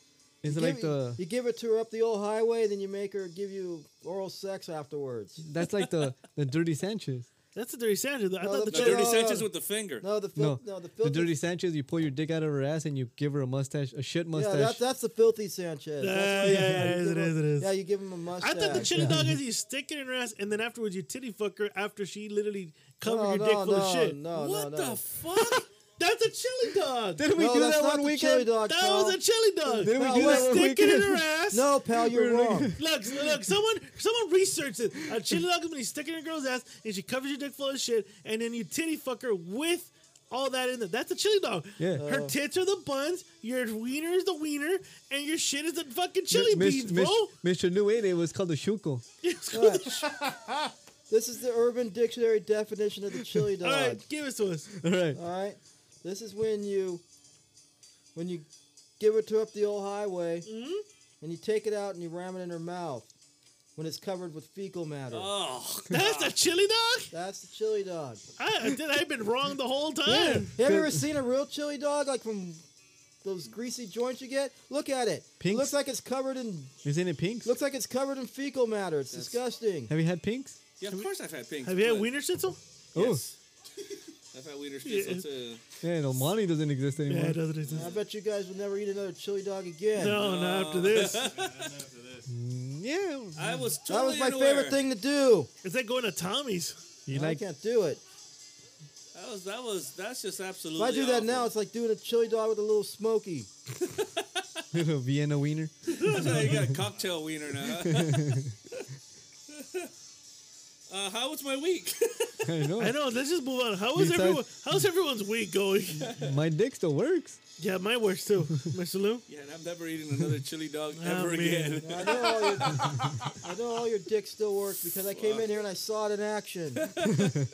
Speaker 3: It's
Speaker 6: You
Speaker 3: like
Speaker 6: give-
Speaker 3: the
Speaker 6: you give it to her up the old highway, then you make her give you oral sex afterwards.
Speaker 3: that's like the the dirty Sanchez.
Speaker 2: That's a dirty Sandra. though. I
Speaker 6: No,
Speaker 2: thought the
Speaker 6: the
Speaker 1: the
Speaker 2: chili
Speaker 1: dirty
Speaker 6: dog.
Speaker 1: Sanchez with the finger.
Speaker 6: No, the
Speaker 3: No,
Speaker 6: fil- no,
Speaker 3: the
Speaker 6: the filthy.
Speaker 3: dirty Sanchez. You pull your dick out of her ass and you give her a mustache, a shit
Speaker 6: yeah,
Speaker 3: mustache.
Speaker 6: that, that's the filthy Sanchez.
Speaker 2: Yeah,
Speaker 6: That's what-
Speaker 2: yeah, yeah,
Speaker 6: you
Speaker 2: it is,
Speaker 6: give
Speaker 2: it is,
Speaker 6: him-
Speaker 2: it is.
Speaker 6: Yeah, you give him a mustache.
Speaker 2: I thought the chili dog is you stick it in her ass, and then afterwards you titty fuck her after she literally covered
Speaker 6: No,
Speaker 2: your
Speaker 6: no,
Speaker 2: dick full
Speaker 6: no,
Speaker 2: of shit.
Speaker 6: no, no,
Speaker 2: what
Speaker 6: no.
Speaker 2: the fuck? That's a chili dog.
Speaker 3: Didn't we
Speaker 6: no,
Speaker 3: do
Speaker 6: that's
Speaker 3: that
Speaker 6: not
Speaker 3: one
Speaker 6: the
Speaker 3: weekend?
Speaker 6: chili dog.
Speaker 2: That
Speaker 6: pal.
Speaker 2: was a chili dog.
Speaker 3: Didn't we
Speaker 6: No,
Speaker 3: do
Speaker 6: let's
Speaker 3: that one
Speaker 2: Stick it in
Speaker 3: weekend?
Speaker 2: her ass.
Speaker 6: No, pal, you're wrong.
Speaker 2: Look, look, someone someone researched it. A chili dog is when you stick it in a girl's ass and she covers your dick full of shit and then you titty fuck her with all that in there. That's a chili dog.
Speaker 3: Yeah.
Speaker 2: Her
Speaker 6: Uh.
Speaker 2: tits are the buns, your wiener is the wiener, and your shit is the fucking chili
Speaker 3: Mis-
Speaker 2: beans,
Speaker 3: mis-
Speaker 2: bro.
Speaker 3: Mr. New Eight, it was called the Shuko.
Speaker 6: This is the Urban Dictionary definition of the chili dog.
Speaker 2: all right, give it to us.
Speaker 3: All right.
Speaker 6: All right. This is when you when you give it to up the old highway and you take it out and you ram it in her mouth when it's covered with fecal matter.
Speaker 1: Oh,
Speaker 2: That's a chili dog?
Speaker 6: That's the chili dog.
Speaker 2: I, did, I've been wrong the whole
Speaker 6: Have
Speaker 2: time.
Speaker 6: you ever seen a real chili dog like from those greasy joints you get? Look at it. It
Speaker 3: Pinks?
Speaker 6: looks like it's covered in
Speaker 3: Isn't it pinks?
Speaker 6: looks like it's covered in fecal matter. It's disgusting.
Speaker 3: Have you had pinks?
Speaker 1: yeah. Of course, I've had pink.
Speaker 2: Have you had wiener schnitzel?
Speaker 1: Yes. I've had wiener schnitzel too.
Speaker 3: Oh, yeah, no, money doesn't exist
Speaker 2: Yeah,
Speaker 3: anymore.
Speaker 2: it doesn't
Speaker 6: I
Speaker 2: exist.
Speaker 6: bet you guys would never eat another chili dog again.
Speaker 2: No, not after this.
Speaker 7: after this.
Speaker 3: Mm, yeah.
Speaker 1: I was
Speaker 6: That
Speaker 1: totally
Speaker 6: was my
Speaker 1: unaware.
Speaker 6: favorite thing to do.
Speaker 2: It's like going to Tommy's.
Speaker 3: You
Speaker 6: I
Speaker 3: like
Speaker 6: can't do it.
Speaker 1: That was that was that's just
Speaker 6: If
Speaker 1: absolutely.
Speaker 6: I do that
Speaker 1: awful.
Speaker 6: now, it's like doing a chili dog with a little smoky.
Speaker 3: little Vienna wiener?
Speaker 1: That's how you got a cocktail wiener now. uh, how was my week?
Speaker 3: I know.
Speaker 2: I know. Let's just move on. How is
Speaker 3: Besides-
Speaker 2: everyone? How's everyone's week going?
Speaker 3: My dick still works.
Speaker 2: yeah, mine works too, Mr. Lou.
Speaker 1: yeah, and I'm never eating another chili dog
Speaker 2: Ah,
Speaker 6: Oh,
Speaker 1: ever
Speaker 2: man.
Speaker 1: again.
Speaker 6: I know all your, I know all your dick still works because I came in here and I saw it in action.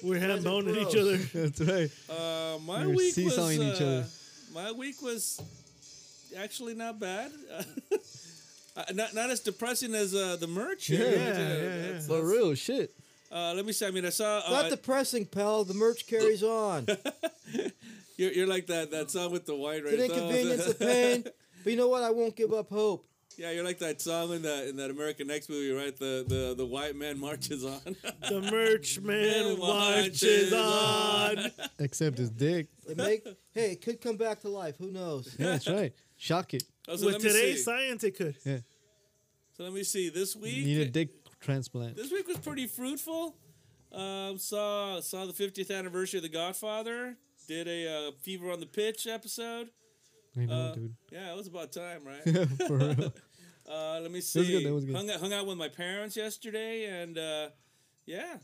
Speaker 2: We're hand boning
Speaker 6: gross.
Speaker 2: each other.
Speaker 3: That's right.
Speaker 1: Uh, my
Speaker 3: You're
Speaker 1: week was
Speaker 3: seesawing
Speaker 1: uh,
Speaker 3: each other.
Speaker 1: my week was actually not bad. Uh, not not as depressing as uh, the merch. here.
Speaker 3: Yeah,
Speaker 1: That's, uh,
Speaker 2: yeah, yeah.
Speaker 1: that's-
Speaker 3: For real shit.
Speaker 1: Uh, let me see. I mean, I saw. Uh,
Speaker 6: Not depressing, pal. The merch carries on.
Speaker 1: you're, you're like that that song with the white right
Speaker 6: An inconvenience of pain. But you know what? I won't give up hope.
Speaker 1: Yeah, you're like that song in that in that American Next movie, right? The the the white man marches on.
Speaker 2: The merch man
Speaker 1: Man watches
Speaker 2: watches on.
Speaker 3: Except his dick.
Speaker 6: It make, hey, it could come back to life. Who knows?
Speaker 3: Yeah, that's right. Shock it.
Speaker 1: Oh, so
Speaker 2: With
Speaker 1: let me see.
Speaker 2: today's science, it could.
Speaker 3: Yeah.
Speaker 1: So let me see. This week,
Speaker 3: Need a dick transplant.
Speaker 1: this week was pretty fruitful. Um, saw saw the 50th anniversary of The Godfather. Did a uh, Fever on the Pitch episode.
Speaker 3: I know,
Speaker 1: Uh,
Speaker 3: dude.
Speaker 1: Yeah, it was about time, right?
Speaker 3: For real.
Speaker 1: Uh, let me see.
Speaker 3: was good, that was good.
Speaker 1: Hung, out- hung out with my parents yesterday, and uh, yeah,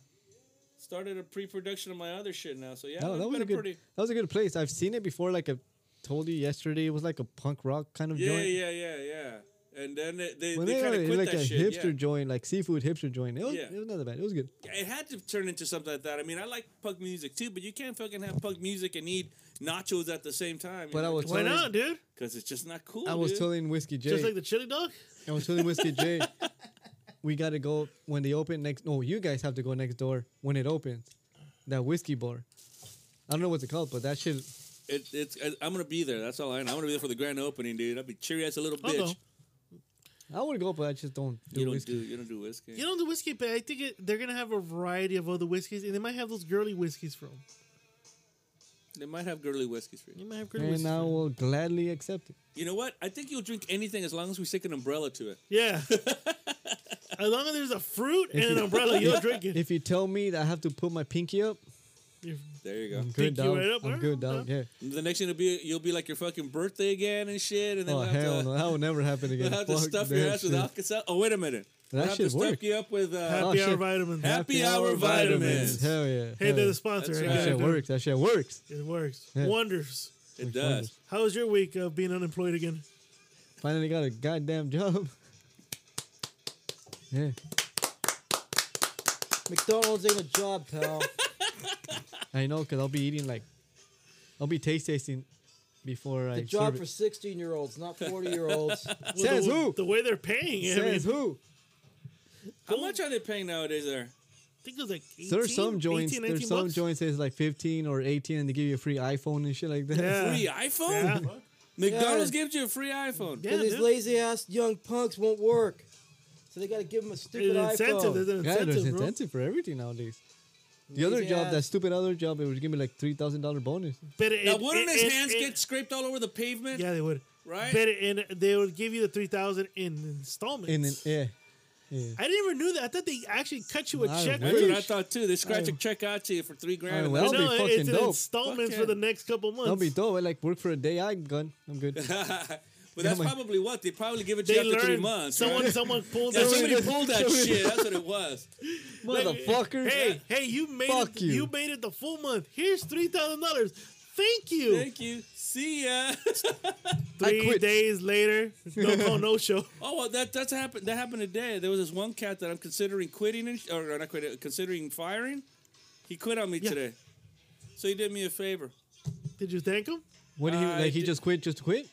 Speaker 1: started a pre-production of my other shit now. So yeah,
Speaker 3: Oh, That,
Speaker 1: it's
Speaker 3: that was
Speaker 1: been
Speaker 3: a good.
Speaker 1: pretty.
Speaker 3: That was a good place. I've seen it before. Like I told you yesterday, it was like a punk rock kind of
Speaker 1: Yeah,
Speaker 3: joint.
Speaker 1: yeah, yeah, yeah. And then they, they,
Speaker 3: When
Speaker 1: they
Speaker 3: they
Speaker 1: kind
Speaker 3: were
Speaker 1: of quit
Speaker 3: like
Speaker 1: that
Speaker 3: a
Speaker 1: shit.
Speaker 3: hipster
Speaker 1: yeah.
Speaker 3: joint, like seafood hipster joint. It was,
Speaker 1: Yeah.
Speaker 3: it was not that bad. It was good.
Speaker 1: it had to turn into something like that. I mean, I like punk music too, but you can't fucking have punk music and eat nachos at the same time.
Speaker 3: But I was
Speaker 2: Why
Speaker 3: telling,
Speaker 2: not, dude?
Speaker 1: because it's just not cool.
Speaker 3: I was
Speaker 1: dude.
Speaker 3: telling Whiskey J.
Speaker 2: Just like the chili dog.
Speaker 3: I was telling Whiskey J. We gotta go when they open next. No, you guys have to go next door when it opens. That whiskey bar. I don't know what's it called, but that shit.
Speaker 1: It, it's I- I'm gonna be there. That's all I know. I'm gonna be there for the grand opening, dude. I'll be cheery as a little
Speaker 2: I'll
Speaker 1: bitch.
Speaker 2: go.
Speaker 3: I would go, but I just don't do
Speaker 1: You don't
Speaker 3: whiskey.
Speaker 1: do you don't do whiskey.
Speaker 2: You know the whiskey, but I think it, they're gonna have a variety of other whiskeys, and they might have those girly whiskeys from.
Speaker 1: they might have girly whiskeys for you.
Speaker 2: You might have girly whiskeys.
Speaker 3: and I
Speaker 2: for 'em.
Speaker 3: will gladly accept it.
Speaker 1: You know what? I think you'll drink anything as long as we stick an umbrella to it.
Speaker 2: Yeah. as long as there's a fruit and an
Speaker 3: you-
Speaker 2: umbrella, you'll drink it.
Speaker 3: If you tell me that I have to put my pinky up,
Speaker 2: If-
Speaker 1: There you go.
Speaker 3: I'm good
Speaker 2: Pinky
Speaker 3: dog.
Speaker 2: right up,
Speaker 3: I'm
Speaker 2: huh?
Speaker 3: good dog. Yeah.
Speaker 1: The next thing will be you'll be like your fucking birthday again and shit, and then
Speaker 3: Oh
Speaker 1: we'll have
Speaker 3: hell
Speaker 1: to,
Speaker 3: no, that will never happen again.
Speaker 1: we'll have to
Speaker 3: Fuck
Speaker 1: stuff
Speaker 3: that
Speaker 1: your ass with
Speaker 3: shit.
Speaker 1: Alka-Seltzer. Oh wait a minute.
Speaker 3: That
Speaker 1: we'll have to
Speaker 3: should work.
Speaker 1: stuff you up with uh,
Speaker 2: happy
Speaker 3: Oh, shit.
Speaker 2: hour vitamins.
Speaker 1: Happy hour vitamins.
Speaker 3: Hell yeah.
Speaker 2: Hey,
Speaker 3: hell
Speaker 2: they're
Speaker 3: yeah.
Speaker 2: the sponsor.
Speaker 1: That's
Speaker 2: I
Speaker 1: right.
Speaker 2: get
Speaker 3: That
Speaker 2: it,
Speaker 3: shit
Speaker 2: dude.
Speaker 3: works. That shit works.
Speaker 2: It works.
Speaker 3: Yeah.
Speaker 2: Wonders.
Speaker 1: It does.
Speaker 2: How was your week of being unemployed again?
Speaker 3: Finally got a goddamn job. Yeah.
Speaker 6: McDonald's ain't a job, pal.
Speaker 3: I know, cause I'll be eating like, I'll be taste tasting before I
Speaker 6: The job
Speaker 3: serve
Speaker 6: for
Speaker 3: it.
Speaker 6: 16 year olds, not 40 year olds.
Speaker 3: Says
Speaker 2: the,
Speaker 3: who?
Speaker 2: The way they're paying it.
Speaker 3: Says
Speaker 2: I, mean,
Speaker 3: who?
Speaker 1: How much are they paying nowadays? There.
Speaker 2: I think it was like 18,
Speaker 3: There's some joints.
Speaker 2: 18, 19
Speaker 3: there's some
Speaker 2: bucks.
Speaker 3: joints that's like 15 or 18, and they give you a free iPhone and shit like that.
Speaker 2: Yeah.
Speaker 1: Free iPhone?
Speaker 2: Yeah.
Speaker 1: McDonald's gives you a free iPhone.
Speaker 2: Yeah,
Speaker 6: And these
Speaker 2: dude.
Speaker 6: lazy ass young punks won't work. So they gotta give them a
Speaker 2: There's
Speaker 6: stupid
Speaker 2: an incentive.
Speaker 6: iPhone.
Speaker 2: There's an
Speaker 3: Yeah,
Speaker 2: incentive,
Speaker 3: there's
Speaker 2: bro.
Speaker 3: incentive for everything nowadays. The other
Speaker 6: Lazy
Speaker 3: job, that
Speaker 6: ass.
Speaker 3: stupid other job, it would give me like three thousand dollar bonus.
Speaker 2: But it,
Speaker 1: Now, wouldn't
Speaker 2: it-
Speaker 1: his
Speaker 2: it-
Speaker 1: hands
Speaker 2: it-
Speaker 1: get scraped all over the pavement?
Speaker 2: Yeah, they would.
Speaker 1: Right?
Speaker 2: But it, and they would give you the three thousand in installments.
Speaker 3: In an, yeah, yeah.
Speaker 2: I never knew that. I thought they actually cut you a
Speaker 3: I
Speaker 2: check.
Speaker 3: wish.
Speaker 1: That's what I
Speaker 2: first.
Speaker 1: thought too. They scratch a check out to you for three grand. and
Speaker 3: well,
Speaker 1: that's
Speaker 3: That'll be
Speaker 2: no,
Speaker 3: fucking
Speaker 2: it's an
Speaker 3: dope.
Speaker 2: installments
Speaker 1: Fuck
Speaker 2: for
Speaker 1: yeah.
Speaker 2: the next couple months.
Speaker 3: That'll be dope. I like work for a day. I'm gone. I'm good.
Speaker 1: But that's
Speaker 3: Yeah, my-
Speaker 1: probably what they probably give it to
Speaker 2: They
Speaker 1: you after three
Speaker 2: learned
Speaker 1: months.
Speaker 2: someone
Speaker 1: right?
Speaker 2: someone pulled
Speaker 1: Yeah,
Speaker 2: that
Speaker 1: somebody
Speaker 2: shit.
Speaker 1: pulled that
Speaker 3: somebody-
Speaker 1: shit. That's what it was.
Speaker 3: Motherfucker.
Speaker 2: Hey, hey, you made
Speaker 3: Fuck
Speaker 2: it.
Speaker 3: you.
Speaker 2: made it the full month. Here's three thousand dollars. Thank you.
Speaker 1: Thank you. See ya.
Speaker 2: Three
Speaker 3: quit.
Speaker 2: days later, no call, no show.
Speaker 1: Oh, well, that that's happened. That happened today. There was this one cat that I'm considering quitting and, or not quitting, considering firing. He quit on me
Speaker 2: Yeah.
Speaker 1: today, so he did me a favor.
Speaker 2: Did you thank him?
Speaker 3: What do you
Speaker 1: I
Speaker 3: like? He
Speaker 1: did-
Speaker 3: just quit. Just quit.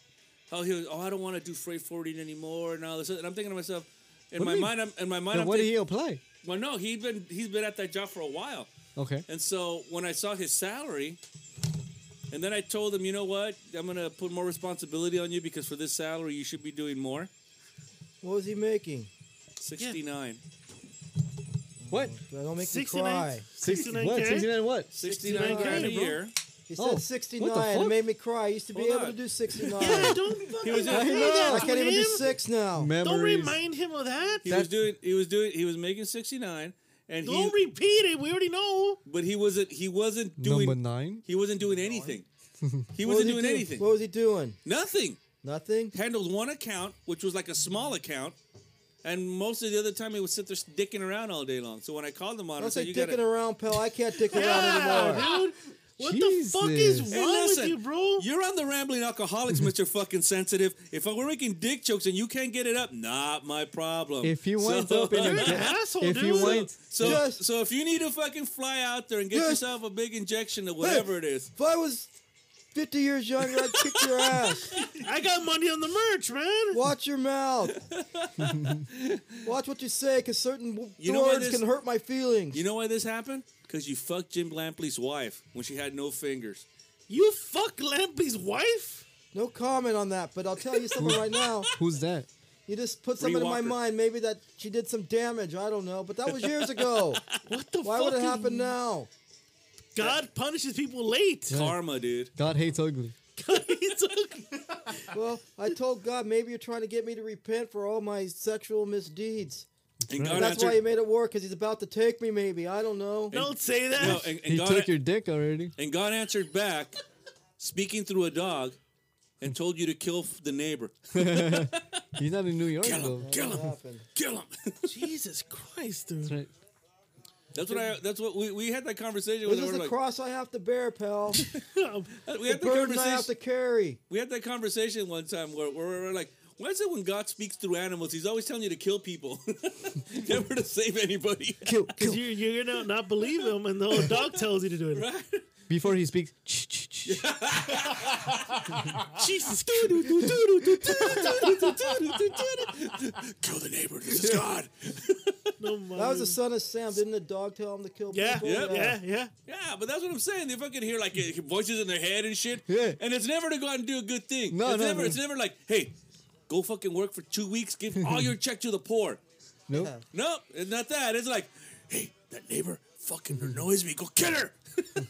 Speaker 1: Oh, he was, oh, I don't want to do freight forwarding anymore and all this. And I'm thinking to myself, in
Speaker 3: What do
Speaker 1: my
Speaker 3: you
Speaker 1: mind, I'm in my mind.
Speaker 3: Then
Speaker 1: I'm
Speaker 3: what did
Speaker 1: thinking,
Speaker 3: he apply?
Speaker 1: well, no, he'd been he's been at that job for a while,
Speaker 3: Okay.
Speaker 1: and so when I saw his salary, and then I told him, you know what, I'm gonna put more responsibility on you because for this salary you should be doing more.
Speaker 6: What was he making?
Speaker 1: Sixty nine.
Speaker 3: What?
Speaker 6: Don't make me
Speaker 2: 69,
Speaker 6: cry.
Speaker 2: 69
Speaker 3: What?
Speaker 2: K?
Speaker 3: 69 what?
Speaker 1: 69
Speaker 2: 69K,
Speaker 1: grand a
Speaker 2: bro.
Speaker 1: year.
Speaker 6: He
Speaker 3: Oh, what
Speaker 6: said
Speaker 3: the
Speaker 6: 69.
Speaker 3: fuck?
Speaker 6: It made me cry. I used to be
Speaker 1: Hold
Speaker 6: able
Speaker 1: on.
Speaker 6: to do 69.
Speaker 2: Yeah, don't
Speaker 1: He
Speaker 2: fucking
Speaker 1: was
Speaker 2: say
Speaker 1: just-
Speaker 6: I know.
Speaker 2: that
Speaker 6: I
Speaker 2: to
Speaker 6: can't even do
Speaker 2: him.
Speaker 6: six now.
Speaker 2: Don't
Speaker 3: Memories.
Speaker 2: remind him of that.
Speaker 1: He was doing he was doing he was making 69 and he,
Speaker 2: Don't repeat it. We already know.
Speaker 1: but he wasn't he wasn't
Speaker 3: Number
Speaker 1: doing
Speaker 3: nine.
Speaker 1: he wasn't doing anything. He
Speaker 6: What was
Speaker 1: wasn't
Speaker 6: he
Speaker 1: doing
Speaker 6: do-
Speaker 1: anything.
Speaker 6: What was he doing?
Speaker 1: Nothing.
Speaker 6: Nothing?
Speaker 1: handled one account, which was like a small account, and most of the other time he would sit there dicking around all day long. So when I called him on, it, I
Speaker 6: Don't
Speaker 1: said,
Speaker 6: say
Speaker 1: "You
Speaker 6: dicking
Speaker 1: gotta,
Speaker 6: around, pal. I can't dick around anymore.
Speaker 2: Yeah, dude. What the fuck is wrong
Speaker 3: Jesus.
Speaker 1: Hey,
Speaker 2: with
Speaker 1: listen,
Speaker 2: you, bro?
Speaker 1: You're on the rambling alcoholics, Mister Fucking Sensitive. If we're making dick jokes and you can't get it up, not my problem.
Speaker 3: If he
Speaker 1: So-
Speaker 3: winds up in
Speaker 2: You're
Speaker 3: a
Speaker 2: an
Speaker 3: ga-
Speaker 2: asshole,
Speaker 3: if
Speaker 2: dude.
Speaker 3: you wind
Speaker 1: So,
Speaker 6: Yes.
Speaker 1: so if you need to fucking fly out there and get
Speaker 6: Yes.
Speaker 1: yourself a big injection of whatever it is,
Speaker 6: If I was 50 years younger, I'd kick your ass.
Speaker 2: I got money on the merch, man.
Speaker 6: Watch your mouth. Watch what you say, because certain w-
Speaker 1: You know why
Speaker 6: words
Speaker 1: this-
Speaker 6: can hurt my feelings.
Speaker 1: you know why this happened? Because you fucked Jim Lampley's wife when she had no fingers.
Speaker 2: You fuck Lampley's wife?
Speaker 6: No comment on that, but I'll tell you something right now.
Speaker 3: who's that?
Speaker 6: You just put something in my
Speaker 1: Walker.
Speaker 6: mind. Maybe that she did some damage. I don't know, but that was years ago.
Speaker 2: What the
Speaker 6: Why
Speaker 2: fuck?
Speaker 6: would it
Speaker 2: is-
Speaker 6: happen now?
Speaker 2: God punishes people late.
Speaker 1: Karma, dude.
Speaker 3: God hates ugly.
Speaker 2: He took-
Speaker 6: Well, I told God maybe you're trying to get me to repent for all my sexual misdeeds.
Speaker 1: And God
Speaker 6: That's
Speaker 1: answered,
Speaker 6: why he made it work, because he's about to take me. Maybe I don't know.
Speaker 2: Don't say that.
Speaker 1: no, and, and
Speaker 3: He
Speaker 1: God
Speaker 3: took your dick already.
Speaker 1: And God answered back, speaking through a dog, and told you to kill f- the neighbor.
Speaker 3: He's not in New York
Speaker 1: Kill
Speaker 3: though.
Speaker 1: him! Kill
Speaker 6: What
Speaker 1: him!
Speaker 6: happened?
Speaker 1: Kill him!
Speaker 2: Jesus Christ, dude.
Speaker 1: That's
Speaker 3: That's right.
Speaker 1: what I. That's what we, we had that conversation.
Speaker 6: This
Speaker 1: with
Speaker 6: is
Speaker 1: him.
Speaker 6: the
Speaker 1: We're like,
Speaker 6: cross I have to bear, pal.
Speaker 1: we
Speaker 6: The
Speaker 1: had the
Speaker 6: burden I
Speaker 1: conversation.
Speaker 6: have to carry.
Speaker 1: We had that conversation one time where, where we were like, why is it when God speaks through animals, He's always telling you to kill people, never to save anybody?
Speaker 3: Kill,
Speaker 2: Because
Speaker 3: kill.
Speaker 2: you, you're gonna not believe him, and the old dog tells you to do it.
Speaker 1: Right?
Speaker 3: Before he speaks, "Shh, shh, shh."
Speaker 2: Jesus,
Speaker 1: kill the neighbor. This is God.
Speaker 2: no
Speaker 6: That was the son of Sam. Didn't the dog tell him to kill
Speaker 2: yeah,
Speaker 6: people?
Speaker 2: yeah,
Speaker 1: Mm. Yeah.
Speaker 2: yeah, yeah.
Speaker 1: Yeah, but that's what I'm saying. They fucking hear like uh, voices in their head and shit.
Speaker 3: Yeah.
Speaker 1: And it's never to go out and do a good thing.
Speaker 3: No,
Speaker 1: it's
Speaker 3: no,
Speaker 1: never,
Speaker 3: no.
Speaker 1: It's never like, hey, go fucking work for two weeks, give all your check to the poor.
Speaker 3: Nope.
Speaker 1: Nope, it's not that. It's like, hey, that neighbor fucking annoys me. Go kill her.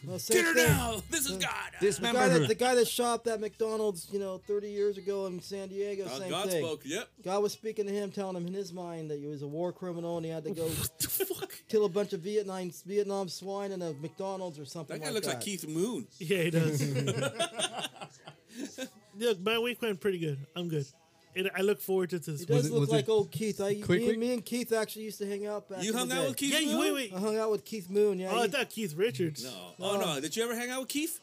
Speaker 6: No, same
Speaker 1: Get her
Speaker 6: thing.
Speaker 1: now. This is God.
Speaker 6: The guy, that, the guy that shot that McDonald's, you know, 30 years ago in San Diego,
Speaker 1: Uh,
Speaker 6: same
Speaker 1: God
Speaker 6: thing.
Speaker 1: spoke. Yep.
Speaker 6: God was speaking to him, telling him in his mind that he was a war criminal and he had to go
Speaker 1: The fuck?
Speaker 6: kill a bunch of Vietnam Vietnam swine in a McDonald's or something
Speaker 1: That guy
Speaker 6: like
Speaker 1: looks
Speaker 6: that.
Speaker 1: like Keith Moon.
Speaker 2: Yeah, he does. Look, my week went pretty good. I'm good. And I look forward to this.
Speaker 6: He
Speaker 2: week.
Speaker 6: does
Speaker 3: it-
Speaker 6: look
Speaker 3: was it
Speaker 6: like old Keith. I,
Speaker 3: Quick
Speaker 6: me,
Speaker 3: Wick?
Speaker 6: me and Keith actually used to hang out back.
Speaker 1: You
Speaker 6: in
Speaker 1: hung
Speaker 6: the
Speaker 1: out
Speaker 6: day.
Speaker 1: with Keith
Speaker 2: Yeah, you,
Speaker 1: Moon?
Speaker 2: wait, wait.
Speaker 6: I hung out with Keith Moon. Yeah,
Speaker 2: Oh, I
Speaker 6: he-
Speaker 2: thought Keith Richards.
Speaker 1: No. Oh, no. Did you ever hang out with Keith?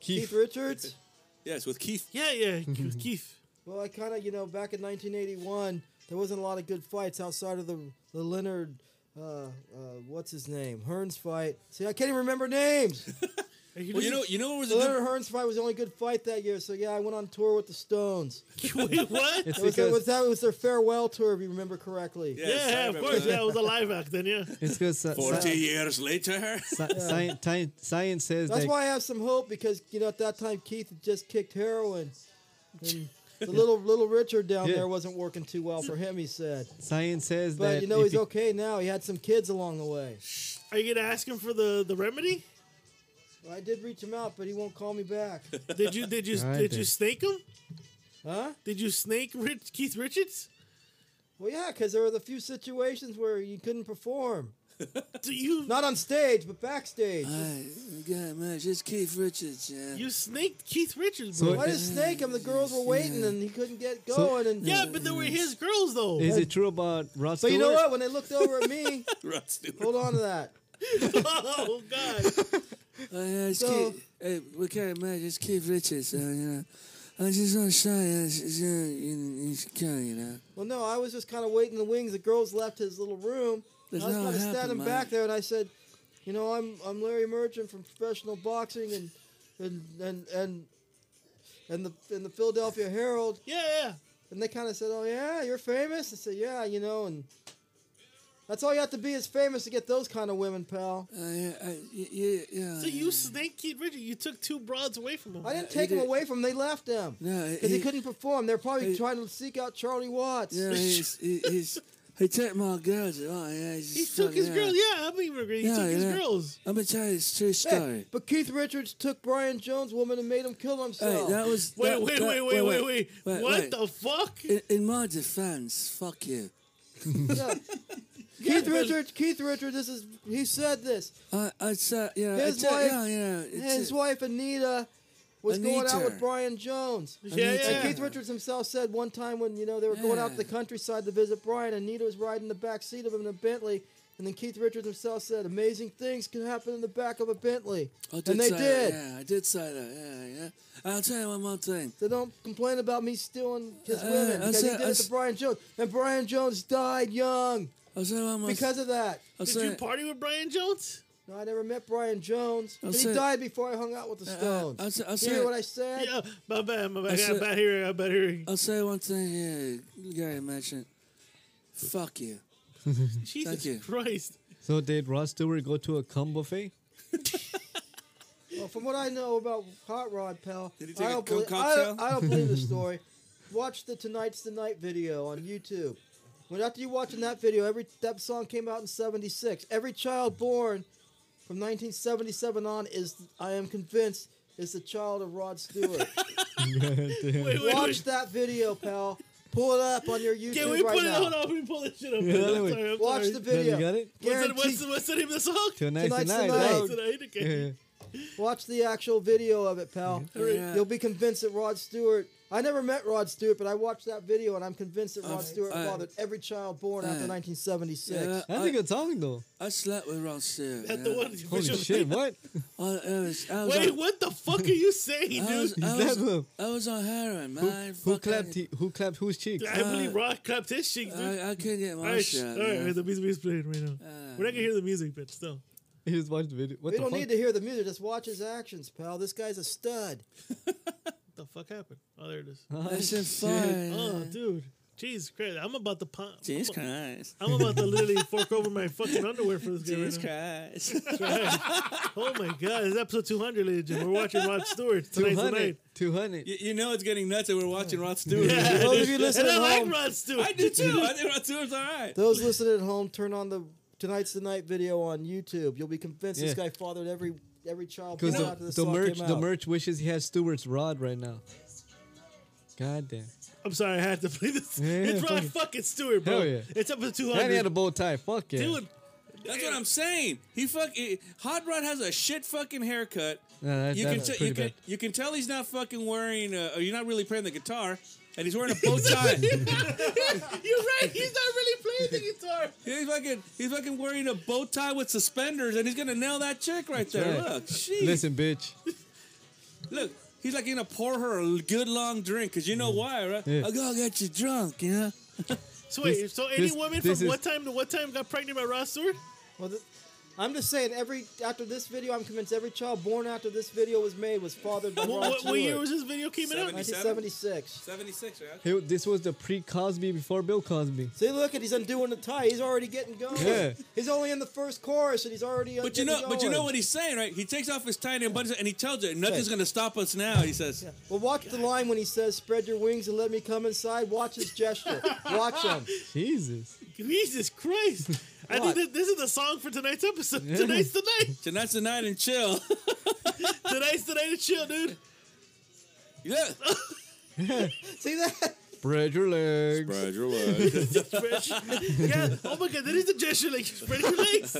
Speaker 6: Keith Richards.
Speaker 1: Yes, with Keith.
Speaker 2: Yeah, yeah, Keith- Keith.
Speaker 6: Well, I kind of, you know, back in 1981, there wasn't a lot of good fights outside of the the Leonard, uh, uh, what's his name, Hearns fight. See, I can't even remember names.
Speaker 2: Are you
Speaker 1: Well, you
Speaker 2: doing-
Speaker 1: know, you know what was a
Speaker 6: the
Speaker 1: good.
Speaker 6: Leonard Hearns fight was the only good fight that year. So yeah, I went on tour with the Stones.
Speaker 2: Wait, what?
Speaker 3: It's
Speaker 6: It was, it was-
Speaker 3: because
Speaker 6: that was their farewell tour, if you remember correctly.
Speaker 1: Yes, I
Speaker 2: yeah, of
Speaker 1: remember
Speaker 2: course.
Speaker 1: that.
Speaker 2: Yeah, it was alive back then. Yeah.
Speaker 3: it's because uh,
Speaker 1: Forty
Speaker 3: sci-
Speaker 1: years later.
Speaker 3: sci- science, science says
Speaker 6: That's
Speaker 3: that
Speaker 6: why I have some hope because you know at that time Keith had just kicked heroin. And the little little Richard down
Speaker 3: Yeah.
Speaker 6: there wasn't working too well for him, he said.
Speaker 3: science says
Speaker 6: But
Speaker 3: that
Speaker 6: you know
Speaker 3: if
Speaker 6: he's okay now. He had some kids along the way.
Speaker 2: Are you gonna ask him for the the remedy?
Speaker 6: I did reach him out, but he won't call me back.
Speaker 2: Did you did you
Speaker 3: I
Speaker 2: did you
Speaker 3: did.
Speaker 2: snake him?
Speaker 6: Huh?
Speaker 2: Did you snake Rich, Keith Richards?
Speaker 6: Well, yeah, because there were the few situations where you couldn't perform.
Speaker 2: Do you
Speaker 6: Not on stage, but backstage.
Speaker 1: God, man, just Keith Richards. Yeah.
Speaker 2: you snaked Keith Richards?
Speaker 3: So-
Speaker 2: Bro?
Speaker 6: Why did Snake him? The girls were waiting and he couldn't get going. and
Speaker 2: yeah, but they were his girls though.
Speaker 3: Is it true about Rod
Speaker 6: But
Speaker 3: Stewart?
Speaker 6: you know what? When they looked over at me,
Speaker 1: Rod Stewart.
Speaker 6: hold on to that.
Speaker 2: oh God!
Speaker 9: Uh, yeah, it's
Speaker 6: So-
Speaker 9: Keith. Hey, we can't imagine. It's Keith Richards. Uh, you know, I just want to show you. It's, it's, uh, in, in Chicago, you know.
Speaker 6: Well, no, I was just kind of waiting in the wings. The girls left his little room.
Speaker 9: There's
Speaker 6: I was
Speaker 9: no
Speaker 6: kind of
Speaker 9: happen,
Speaker 6: standing
Speaker 9: man.
Speaker 6: back there, and I said, "You know, I'm I'm Larry Merchant from professional boxing, and and and and and the and the Philadelphia Herald."
Speaker 2: Yeah, yeah.
Speaker 6: And they kind of said, "Oh yeah, you're famous." I said, "Yeah, you know," and that's all you have to be is famous to get those kind of women, pal.
Speaker 9: Uh, yeah, I, yeah, yeah.
Speaker 2: So you snaked Keith Richards. You took two broads away from him.
Speaker 6: I didn't
Speaker 9: he
Speaker 6: take them
Speaker 9: did-
Speaker 6: away from. them. They left them
Speaker 9: No,
Speaker 6: because he, couldn't perform. They're probably
Speaker 9: he-
Speaker 6: trying to seek out Charlie Watts.
Speaker 9: Yeah, he's, he, he's he took my girls. Right? Yeah, he's
Speaker 2: He
Speaker 9: just
Speaker 2: took
Speaker 9: fucking,
Speaker 2: his
Speaker 9: yeah.
Speaker 2: girls. Yeah, I'm even agreeing. He
Speaker 9: Yeah,
Speaker 2: took his
Speaker 9: yeah.
Speaker 2: girls.
Speaker 9: I'm gonna tell you this true
Speaker 6: Yeah,
Speaker 9: story.
Speaker 6: but Keith Richards took Brian Jones' woman and made him kill
Speaker 9: Hey,
Speaker 6: himself.
Speaker 9: that was
Speaker 2: Wait,
Speaker 9: that,
Speaker 2: wait,
Speaker 9: that,
Speaker 2: wait, wait, wait, wait,
Speaker 9: wait,
Speaker 2: What
Speaker 9: wait.
Speaker 2: the fuck?
Speaker 9: In, in my defense, fuck you.
Speaker 6: Yeah. Keith Richards, Keith Richards, this is he said this.
Speaker 9: I, I said, yeah,
Speaker 6: His
Speaker 9: I
Speaker 6: wife-
Speaker 9: said, yeah, yeah. It's,
Speaker 6: His wife Anita was going out
Speaker 9: Anita.
Speaker 6: with Brian Jones.
Speaker 2: Yeah,
Speaker 9: need to-
Speaker 6: And
Speaker 2: yeah.
Speaker 6: Keith Richards himself said one time when you know they were going out to the
Speaker 9: Yeah.
Speaker 6: countryside to visit Brian, Anita was riding in the back seat of him in a Bentley, and then Keith Richards himself said, "Amazing things can happen in the back of a Bentley,"
Speaker 9: I did
Speaker 6: and they
Speaker 9: say
Speaker 6: did.
Speaker 9: That, Oh, yeah, I did say that. Yeah, yeah. I'll tell you one more thing.
Speaker 6: So don't complain about me stealing his
Speaker 9: Uh,
Speaker 6: women
Speaker 9: I
Speaker 6: because he
Speaker 9: said-
Speaker 6: did
Speaker 9: I
Speaker 6: it to
Speaker 9: s-
Speaker 6: Brian Jones, and Brian Jones died young
Speaker 9: I'll tell you one more.
Speaker 6: because of that.
Speaker 9: I'll
Speaker 2: Did
Speaker 9: tell
Speaker 2: you
Speaker 9: you-
Speaker 2: party with Brian Jones?
Speaker 6: No, I never met Brian Jones, but he
Speaker 9: said-
Speaker 6: died before I hung out with the
Speaker 9: Uh,
Speaker 6: Stones.
Speaker 9: I'll, say- I'll,
Speaker 6: You
Speaker 9: say,
Speaker 6: hear what I said?
Speaker 2: Yeah, my bad, my bad. I
Speaker 9: I
Speaker 2: got
Speaker 9: said-
Speaker 2: bad hearing. I got bad hearing.
Speaker 9: I'll say one thing here, Gary mentioned. Fuck you.
Speaker 2: Jesus
Speaker 9: you.
Speaker 2: Christ!
Speaker 3: So did Rod Stewart go to a cum buffet?
Speaker 6: Well, from what I know about Hot Rod, pal,
Speaker 1: Did he take
Speaker 6: I,
Speaker 1: a
Speaker 6: don't
Speaker 1: Coke
Speaker 6: belie- I, don't,
Speaker 1: cocktail?
Speaker 6: I don't believe the story. Watch the Tonight's the Night video on YouTube. When after you watching that video, every that song came out in '76. Every child born from 1977 on is, I am convinced, is the child of Rod Stewart.
Speaker 2: Wait, wait, wait.
Speaker 6: Watch that video, pal. Pull it up on your YouTube
Speaker 2: Can we
Speaker 6: right
Speaker 2: put it?
Speaker 6: now.
Speaker 2: Hold on, we pull this shit up.
Speaker 3: Yeah,
Speaker 2: I'm
Speaker 3: wait.
Speaker 2: sorry, I'm
Speaker 6: Watch
Speaker 2: sorry.
Speaker 6: the
Speaker 3: Then
Speaker 6: video.
Speaker 3: You got it?
Speaker 2: What's the,
Speaker 6: Guarantee-
Speaker 2: what's, the, what's the name of the song?
Speaker 3: Tonight's the
Speaker 6: Tonight's the
Speaker 3: night.
Speaker 6: night.
Speaker 3: right?
Speaker 2: Tonight, okay.
Speaker 3: Yeah.
Speaker 6: Watch the actual video of it, pal.
Speaker 9: Yeah.
Speaker 6: You'll be convinced that Rod Stewart. I never met Rod Stewart, but I watched that video and I'm convinced that Rod Stewart
Speaker 9: uh,
Speaker 6: fathered every child born after
Speaker 9: uh,
Speaker 6: 1976.
Speaker 9: Yeah,
Speaker 3: That's a good song though.
Speaker 9: I slept with Rod Stewart.
Speaker 2: That's
Speaker 9: yeah.
Speaker 2: the one.
Speaker 3: Holy
Speaker 2: visual-
Speaker 3: shit! What?
Speaker 9: I, I was, I was
Speaker 2: Wait,
Speaker 9: on,
Speaker 2: what the fuck are you saying,
Speaker 9: I was,
Speaker 2: dude?
Speaker 9: I,
Speaker 3: That's
Speaker 9: was,
Speaker 3: a-
Speaker 9: I was on heroin, man.
Speaker 3: Who,
Speaker 9: I
Speaker 3: who
Speaker 9: fucking-
Speaker 3: clapped? He, who clapped whose cheeks?
Speaker 2: I believe Rod clapped his cheek, dude.
Speaker 9: I, I couldn't get uh, my
Speaker 2: all right, sh-
Speaker 9: shit.
Speaker 2: all
Speaker 9: out,
Speaker 2: right,
Speaker 9: man. Uh,
Speaker 2: the music's playing right now. We're not gonna hear the music, but still.
Speaker 3: He just watched the video. What
Speaker 6: We
Speaker 3: the
Speaker 6: don't
Speaker 3: fuck?
Speaker 6: need to hear the music. Just watch his actions, pal. This guy's a stud.
Speaker 2: What the fuck happened? Oh, there it is.
Speaker 9: I said, fine.
Speaker 2: Oh, dude. Jeez, Christ. I'm about to pump.
Speaker 1: Jesus Christ.
Speaker 2: I'm about to literally fork over my fucking underwear for this guy.
Speaker 1: Jesus
Speaker 2: Right now.
Speaker 1: Christ.
Speaker 3: Mm.
Speaker 2: Oh my god, this is episode 200, ladies and gentlemen. We're watching Rod Stewart tonight's the
Speaker 3: 200.
Speaker 2: night.
Speaker 3: 200.
Speaker 1: you, you know it's getting nuts that we're watching Rod Stewart.
Speaker 2: Yeah,
Speaker 6: Those of you
Speaker 2: and
Speaker 6: listening
Speaker 2: I
Speaker 6: at
Speaker 2: like
Speaker 6: home,
Speaker 2: Rod Stewart.
Speaker 1: I do too. I think Rod Stewart's all right.
Speaker 6: those listening at home, turn on the tonight's the night video on YouTube. You'll be convinced
Speaker 3: Yeah.
Speaker 6: this guy fathered every every child born
Speaker 3: Because
Speaker 6: after
Speaker 3: the,
Speaker 6: this
Speaker 3: the
Speaker 6: song
Speaker 3: merch,
Speaker 6: came
Speaker 3: the
Speaker 6: out.
Speaker 3: merch wishes he had Stewart's rod right now. God damn.
Speaker 2: I'm sorry, I had to play this.
Speaker 3: Yeah,
Speaker 2: it's
Speaker 3: fuck
Speaker 2: Rod
Speaker 3: it.
Speaker 2: fucking Stewart, bro.
Speaker 3: Hell yeah.
Speaker 2: It's up to 200.
Speaker 3: And he had a bow tie. Fuck yeah.
Speaker 2: Dude,
Speaker 1: That's what I'm saying. He fuck he- Hot Rod has a shit fucking haircut.
Speaker 3: Nah, that-
Speaker 1: you can
Speaker 3: that's
Speaker 1: te-
Speaker 3: pretty
Speaker 1: you can
Speaker 3: bad.
Speaker 1: you can tell he's not fucking wearing. Uh, or you're not really playing the guitar, and he's wearing a bow tie.
Speaker 2: you're right. He's not really playing the guitar.
Speaker 1: he's fucking he's fucking wearing a bow tie with suspenders, and he's gonna nail that chick right there.
Speaker 3: right.
Speaker 1: Look, she
Speaker 3: Listen, bitch.
Speaker 1: look. He's like gonna pour her a good long drink, cause you know why, right?
Speaker 3: Mm. Yeah.
Speaker 1: I'll go get you drunk, you know.
Speaker 2: So wait,
Speaker 3: This-
Speaker 2: so any
Speaker 3: this-
Speaker 2: woman
Speaker 3: this
Speaker 2: from
Speaker 3: is-
Speaker 2: what time to what time got pregnant by Rod Stewart?
Speaker 6: Well, th- I'm just saying, every after this video, I'm convinced every child born after this video was made was fathered by
Speaker 2: What,
Speaker 6: Rod
Speaker 2: what, what year
Speaker 6: Stewart.
Speaker 2: was this video came out?
Speaker 6: 1976.
Speaker 1: 76, right?
Speaker 3: He, this was the pre Cosby before Bill Cosby.
Speaker 6: See, look at he's undoing the tie. He's already getting going.
Speaker 3: Yeah.
Speaker 6: He's only in the first chorus, and he's already.
Speaker 1: But you
Speaker 6: getting
Speaker 1: know, but you know
Speaker 6: going.
Speaker 1: what he's saying, right? He takes off his tie and buttons, and he tells her, "Nothing's gonna stop us now." He says,
Speaker 6: Well, watch the line when he says, "Spread your wings and let me come inside." Watch his gesture. watch him.
Speaker 3: Jesus.
Speaker 2: Jesus Christ. I think
Speaker 6: What?
Speaker 2: that this is the song for tonight's episode. Tonight's the night.
Speaker 1: "Tonight's the night and chill."
Speaker 2: Tonight's the night to chill, dude.
Speaker 1: yeah.
Speaker 6: See that?
Speaker 3: Spread your legs.
Speaker 2: yeah. Oh my god, that is the gesture like you spread your legs.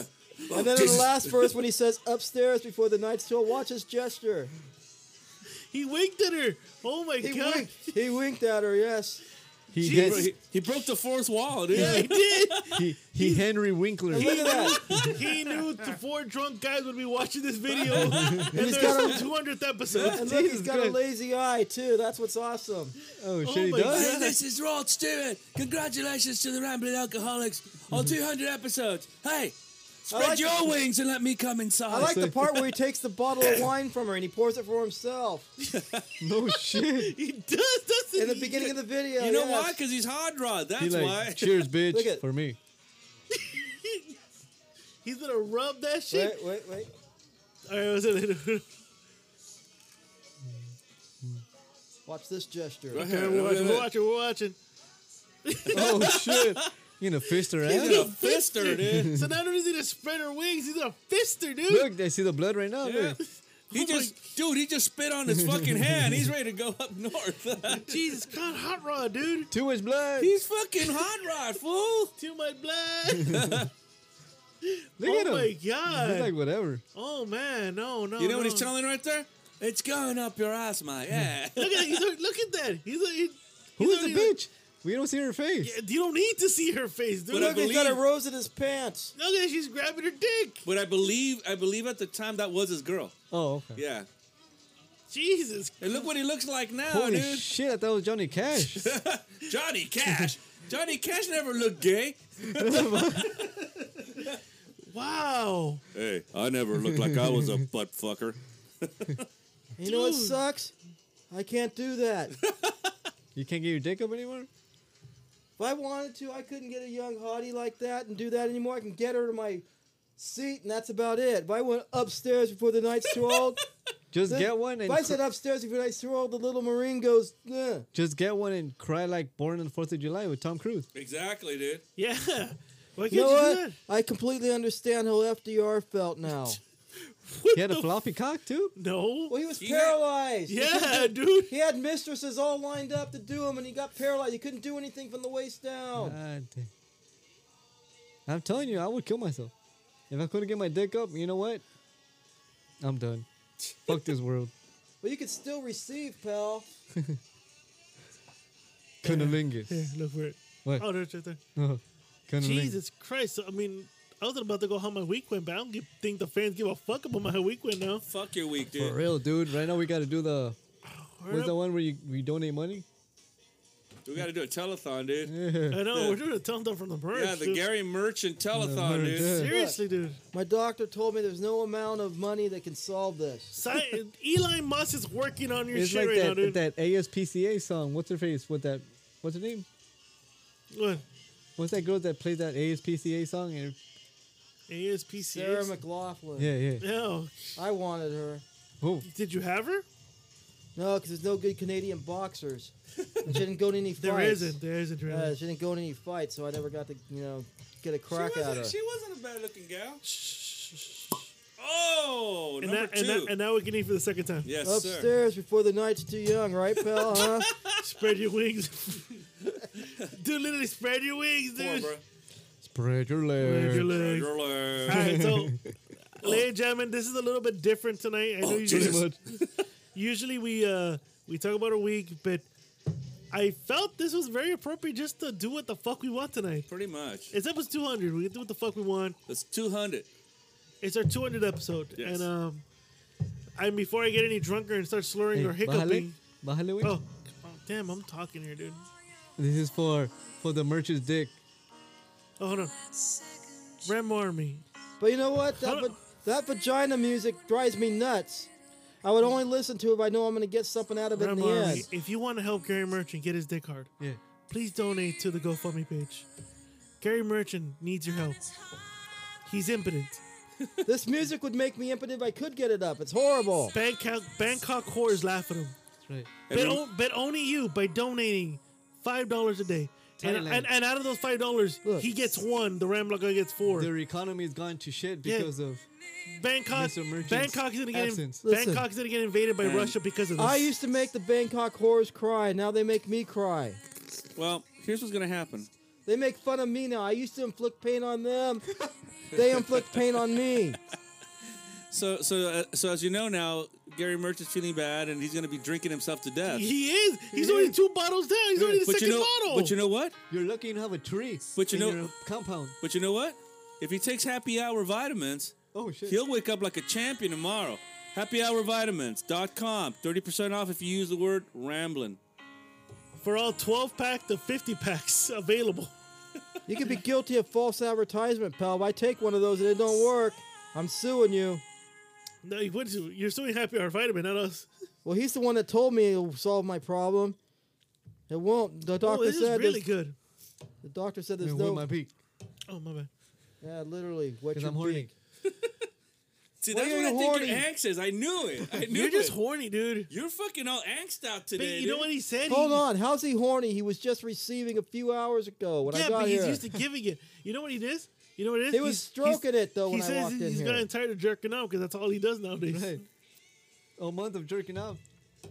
Speaker 6: And then in the last verse, when he says upstairs before the night's till, watch his gesture.
Speaker 2: He winked at her. Oh my
Speaker 6: He
Speaker 2: god.
Speaker 6: winked. He winked at her. Yes.
Speaker 3: He,
Speaker 2: Jesus.
Speaker 3: gets,
Speaker 1: He, he broke the fourth wall, dude.
Speaker 2: Yeah, he did.
Speaker 3: he, he Henry Winkler.
Speaker 6: Look at that.
Speaker 2: He knew the four drunk guys would be watching this video. and there's
Speaker 6: got
Speaker 2: the 200th episode.
Speaker 6: And look, he's
Speaker 3: Jesus
Speaker 6: got a
Speaker 3: Christ.
Speaker 6: lazy eye too. That's what's awesome.
Speaker 3: Oh,
Speaker 2: Oh
Speaker 3: shit, he
Speaker 2: my
Speaker 3: does?
Speaker 2: God.
Speaker 1: Hey, this is Rod Stewart. Congratulations to the Rambling Alcoholics on 200 episodes. Hey, spread
Speaker 6: like
Speaker 1: your wings and let me come inside.
Speaker 6: I like the part where he takes the bottle of wine from her and he pours it for himself
Speaker 3: No shit.
Speaker 2: He does, doesn't
Speaker 6: in the
Speaker 2: he?
Speaker 6: beginning of the video.
Speaker 1: you know
Speaker 6: yes.
Speaker 1: why? Because he's hard rod. That's
Speaker 3: He like,
Speaker 1: why.
Speaker 3: cheers, bitch,
Speaker 6: Look at-
Speaker 3: for me.
Speaker 2: He's gonna rub that shit.
Speaker 6: Wait, wait, wait.
Speaker 2: All right, what's it?
Speaker 6: Watch this gesture.
Speaker 2: Okay, we're watching. We're watching. We're watching.
Speaker 3: Oh, shit. You gonna fist her
Speaker 1: He's
Speaker 3: ass?
Speaker 1: gonna fist her, dude.
Speaker 2: So not only is he gonna spread her wings, he's gonna fist her, dude.
Speaker 3: Look, they see the blood right now.
Speaker 1: Yeah.
Speaker 3: Look.
Speaker 1: He just, dude, he just spit on his fucking hand. He's ready to go up north.
Speaker 2: Jesus, God, hot rod, dude.
Speaker 3: Too much blood.
Speaker 1: he's fucking hot rod, fool.
Speaker 2: To my blood.
Speaker 3: Look
Speaker 2: oh
Speaker 3: at him.
Speaker 2: my
Speaker 3: He's
Speaker 2: god.
Speaker 3: like, whatever.
Speaker 2: oh man, no, no.
Speaker 1: You know what
Speaker 2: Oh, no.
Speaker 1: he's telling right there? It's going up your ass, mate. Yeah.
Speaker 2: Look at that. He's like, look at that. He's like, he,
Speaker 3: Who
Speaker 2: he's
Speaker 3: is the
Speaker 2: already like-
Speaker 3: bitch? We don't see her face.
Speaker 2: Yeah, you don't need to see her face, dude.
Speaker 1: But I
Speaker 6: Look, he's got a
Speaker 1: believe-
Speaker 6: rose in his pants.
Speaker 2: Look at she's grabbing her dick.
Speaker 1: but I believe, I believe at the time that was his girl.
Speaker 3: Oh, okay.
Speaker 1: Yeah.
Speaker 2: Jesus.
Speaker 1: And look what he looks like now,
Speaker 3: Holy
Speaker 1: dude.
Speaker 3: shit, I thought it was Johnny Cash.
Speaker 1: Johnny Cash. Johnny Cash never looked gay.
Speaker 2: Wow.
Speaker 1: Hey, I never looked like I was a butt fucker.
Speaker 6: You know what sucks? I can't do that. if
Speaker 3: you can't get your dick up anymore?
Speaker 6: I wanted to, I couldn't get a young hottie like that and do that anymore. I can get her to my seat, and that's about it. If I went upstairs before the night's too old,
Speaker 3: Just
Speaker 6: then-
Speaker 3: get one
Speaker 6: If
Speaker 3: and
Speaker 6: I
Speaker 3: cr-
Speaker 6: said upstairs before the night's too old, the little marine goes. "Eh." "Ugh."
Speaker 3: just get one and cry like Born on the Fourth of July with Tom Cruise.
Speaker 1: Exactly, dude.
Speaker 2: Yeah. Why can't
Speaker 6: You
Speaker 2: you,
Speaker 6: know
Speaker 2: do
Speaker 6: what?
Speaker 2: that?
Speaker 6: I completely understand how FDR felt now.
Speaker 3: He had a floppy cock too.
Speaker 2: No.
Speaker 6: Well, he was
Speaker 1: He had-
Speaker 6: paralyzed. He
Speaker 2: Yeah,
Speaker 6: couldn't do-
Speaker 2: dude.
Speaker 6: He had mistresses all lined up to do him, and he got paralyzed. He couldn't do anything from the waist down.
Speaker 3: God damn. I'm telling you, I would kill myself if I couldn't get my dick up. You know what? I'm done. Fuck this world.
Speaker 6: But you can still receive, pal.
Speaker 3: Cunnilingus.
Speaker 2: Yeah, look for it.
Speaker 3: What?
Speaker 2: Oh, there's right there.
Speaker 3: Cunnilingus.
Speaker 2: Jesus Christ. I mean, I was about to go how my week went, but I don't give, think the fans give a fuck about my week went now.
Speaker 1: Fuck your week,
Speaker 3: For
Speaker 1: dude.
Speaker 3: real, dude. Right now we gotta do the.
Speaker 2: We're
Speaker 3: What's
Speaker 2: up-
Speaker 3: the one where you we donate money?
Speaker 1: We got to do a telethon, dude.
Speaker 2: I know, we're doing a ton from the birds.
Speaker 1: Yeah, the Gary Merchant telethon, dude.
Speaker 2: Seriously, dude.
Speaker 6: My doctor told me there's no amount of money that can solve this.
Speaker 2: Si- Elon Musk is working on your
Speaker 3: It's
Speaker 2: shit
Speaker 3: like
Speaker 2: right now,
Speaker 3: that
Speaker 2: dude.
Speaker 3: that ASPCA song. What's her face? What that? What's her name?
Speaker 2: What?
Speaker 3: What's that girl that plays that ASPCA song? And
Speaker 6: Sarah
Speaker 2: ASPCA.
Speaker 6: McLaughlin.
Speaker 3: yeah, yeah.
Speaker 2: No.
Speaker 6: I wanted her.
Speaker 3: Oh,
Speaker 2: Did you have her?
Speaker 6: No, because there's no good Canadian boxers. And she didn't go to any fights.
Speaker 2: There not There isn't really.
Speaker 6: Uh, she didn't go to any fights, so I never got to, you know, get a crack
Speaker 1: she
Speaker 6: at
Speaker 1: wasn't,
Speaker 6: her.
Speaker 1: She wasn't a bad looking gal. Oh,
Speaker 2: and,
Speaker 1: number
Speaker 2: that,
Speaker 1: two.
Speaker 2: and, that, and now we can eat for the second time.
Speaker 1: yes, sir.
Speaker 6: Upstairs before the night's too young, right, pal? Huh?
Speaker 2: Spread your wings. dude, literally spread your wings,
Speaker 1: Come on,
Speaker 2: dude.
Speaker 1: bro.
Speaker 3: spread your
Speaker 2: Spread your legs.
Speaker 3: legs.
Speaker 1: Your leg.
Speaker 2: All right, so, ladies and gentlemen, this is a little bit different tonight. I know you
Speaker 1: Jesus.
Speaker 2: guys- usually we uh we talk about a week, but I felt this was very appropriate just to do what the fuck we want tonight.
Speaker 1: Pretty much.
Speaker 2: It's episode 200. We can do what the fuck we want.
Speaker 1: That's 200.
Speaker 2: It's our 200 episode,
Speaker 1: Yes.
Speaker 2: and um, and before I get any drunker and start slurring
Speaker 3: Hey,
Speaker 2: or
Speaker 3: bájale,
Speaker 2: hiccuping,
Speaker 3: bájale, güey.
Speaker 2: oh, damn, I'm talking here, dude.
Speaker 3: This is for for the merchant's dick.
Speaker 2: Oh, hold on, Rambo Army.
Speaker 6: but you know what? That,
Speaker 2: Hold on.
Speaker 6: va- that vagina music drives me nuts. I would only listen to it if I know I'm going to get something out of it in
Speaker 2: Rambo
Speaker 6: the
Speaker 2: Army.
Speaker 6: end.
Speaker 2: If you want to help Gary Merchant get his dick hard,
Speaker 3: Yeah.
Speaker 2: please donate to the GoFundMe page. Gary Merchant needs your help. He's impotent.
Speaker 6: This music would make me impotent if I could get it up. It's horrible.
Speaker 2: Bangkok Bangkok whores laugh at him.
Speaker 3: That's right.
Speaker 1: And
Speaker 2: But,
Speaker 1: then-
Speaker 2: on, but only you by donating five dollars a day. And,
Speaker 3: Thailand.
Speaker 2: and, and out of those five dollars,
Speaker 6: Look.
Speaker 2: he gets one. The Ramlock guy gets four.
Speaker 3: Their economy has gone to shit
Speaker 2: Yeah.
Speaker 3: because of
Speaker 2: Bangkok,
Speaker 3: Mr. Merchant's
Speaker 2: Bangkok's gonna get in,
Speaker 3: absence.
Speaker 6: Listen.
Speaker 2: Bangkok's gonna get invaded by
Speaker 1: And
Speaker 2: Russia because of this.
Speaker 6: I used to make the Bangkok whores cry. Now they make me cry.
Speaker 1: well, here's what's going to happen.
Speaker 6: They make fun of me now. I used to inflict pain on them. they inflict pain on me.
Speaker 1: So, so, uh, so as you know now, Gary Merchant's feeling bad, and he's going to be drinking himself to death.
Speaker 2: he is. He's only two bottles down. He's only the
Speaker 1: but
Speaker 2: second
Speaker 1: you know,
Speaker 2: bottle.
Speaker 1: but you know what?
Speaker 3: you're lucky you don't have a tree.
Speaker 1: But you
Speaker 3: in
Speaker 1: know-
Speaker 3: your compound.
Speaker 1: But you know what? If he takes happy hour vitamins,
Speaker 3: Oh shit.
Speaker 1: he'll wake up like a champion tomorrow. Happyhourvitamins.com. 30% off if you use the word rambling.
Speaker 2: For all twelve pack to fifty packs available.
Speaker 6: You could be guilty of false advertisement, pal. If I take one of those and it don't work, I'm suing you.
Speaker 2: No, you would. You're so happy our vitamin, not us.
Speaker 6: Well, he's the one that told me it'll solve my problem. It won't. The
Speaker 2: Oh,
Speaker 6: doctor
Speaker 2: this is
Speaker 6: said
Speaker 2: really
Speaker 6: there's-
Speaker 2: good.
Speaker 6: the doctor said there's
Speaker 3: Man,
Speaker 6: no.
Speaker 3: wet my beak
Speaker 2: Oh my bad.
Speaker 6: yeah, literally. What
Speaker 3: because
Speaker 6: you
Speaker 3: I'm horny.
Speaker 1: See,
Speaker 6: Why
Speaker 1: that's
Speaker 6: are
Speaker 1: what I
Speaker 6: you
Speaker 1: think
Speaker 6: horny?
Speaker 1: your angst is. I knew it. I knew
Speaker 2: You're
Speaker 1: it.
Speaker 2: just horny, dude.
Speaker 1: You're fucking all angst out
Speaker 2: But
Speaker 1: today.
Speaker 2: you know
Speaker 1: dude.
Speaker 2: what he said?
Speaker 6: Hold
Speaker 2: He-
Speaker 6: on. How's he horny? He was just receiving a few hours ago when
Speaker 2: yeah,
Speaker 6: I got
Speaker 2: but
Speaker 6: here.
Speaker 2: he's used to giving it. You know what he does? You know what it is?
Speaker 6: He was
Speaker 2: He's-
Speaker 6: stroking
Speaker 2: he's-
Speaker 6: it, though,
Speaker 2: He
Speaker 6: when I
Speaker 2: says
Speaker 6: walked
Speaker 2: he's,
Speaker 6: in
Speaker 2: he's
Speaker 6: here.
Speaker 2: gotten tired of jerking off because that's all he does nowadays.
Speaker 3: Right. A month of jerking out. I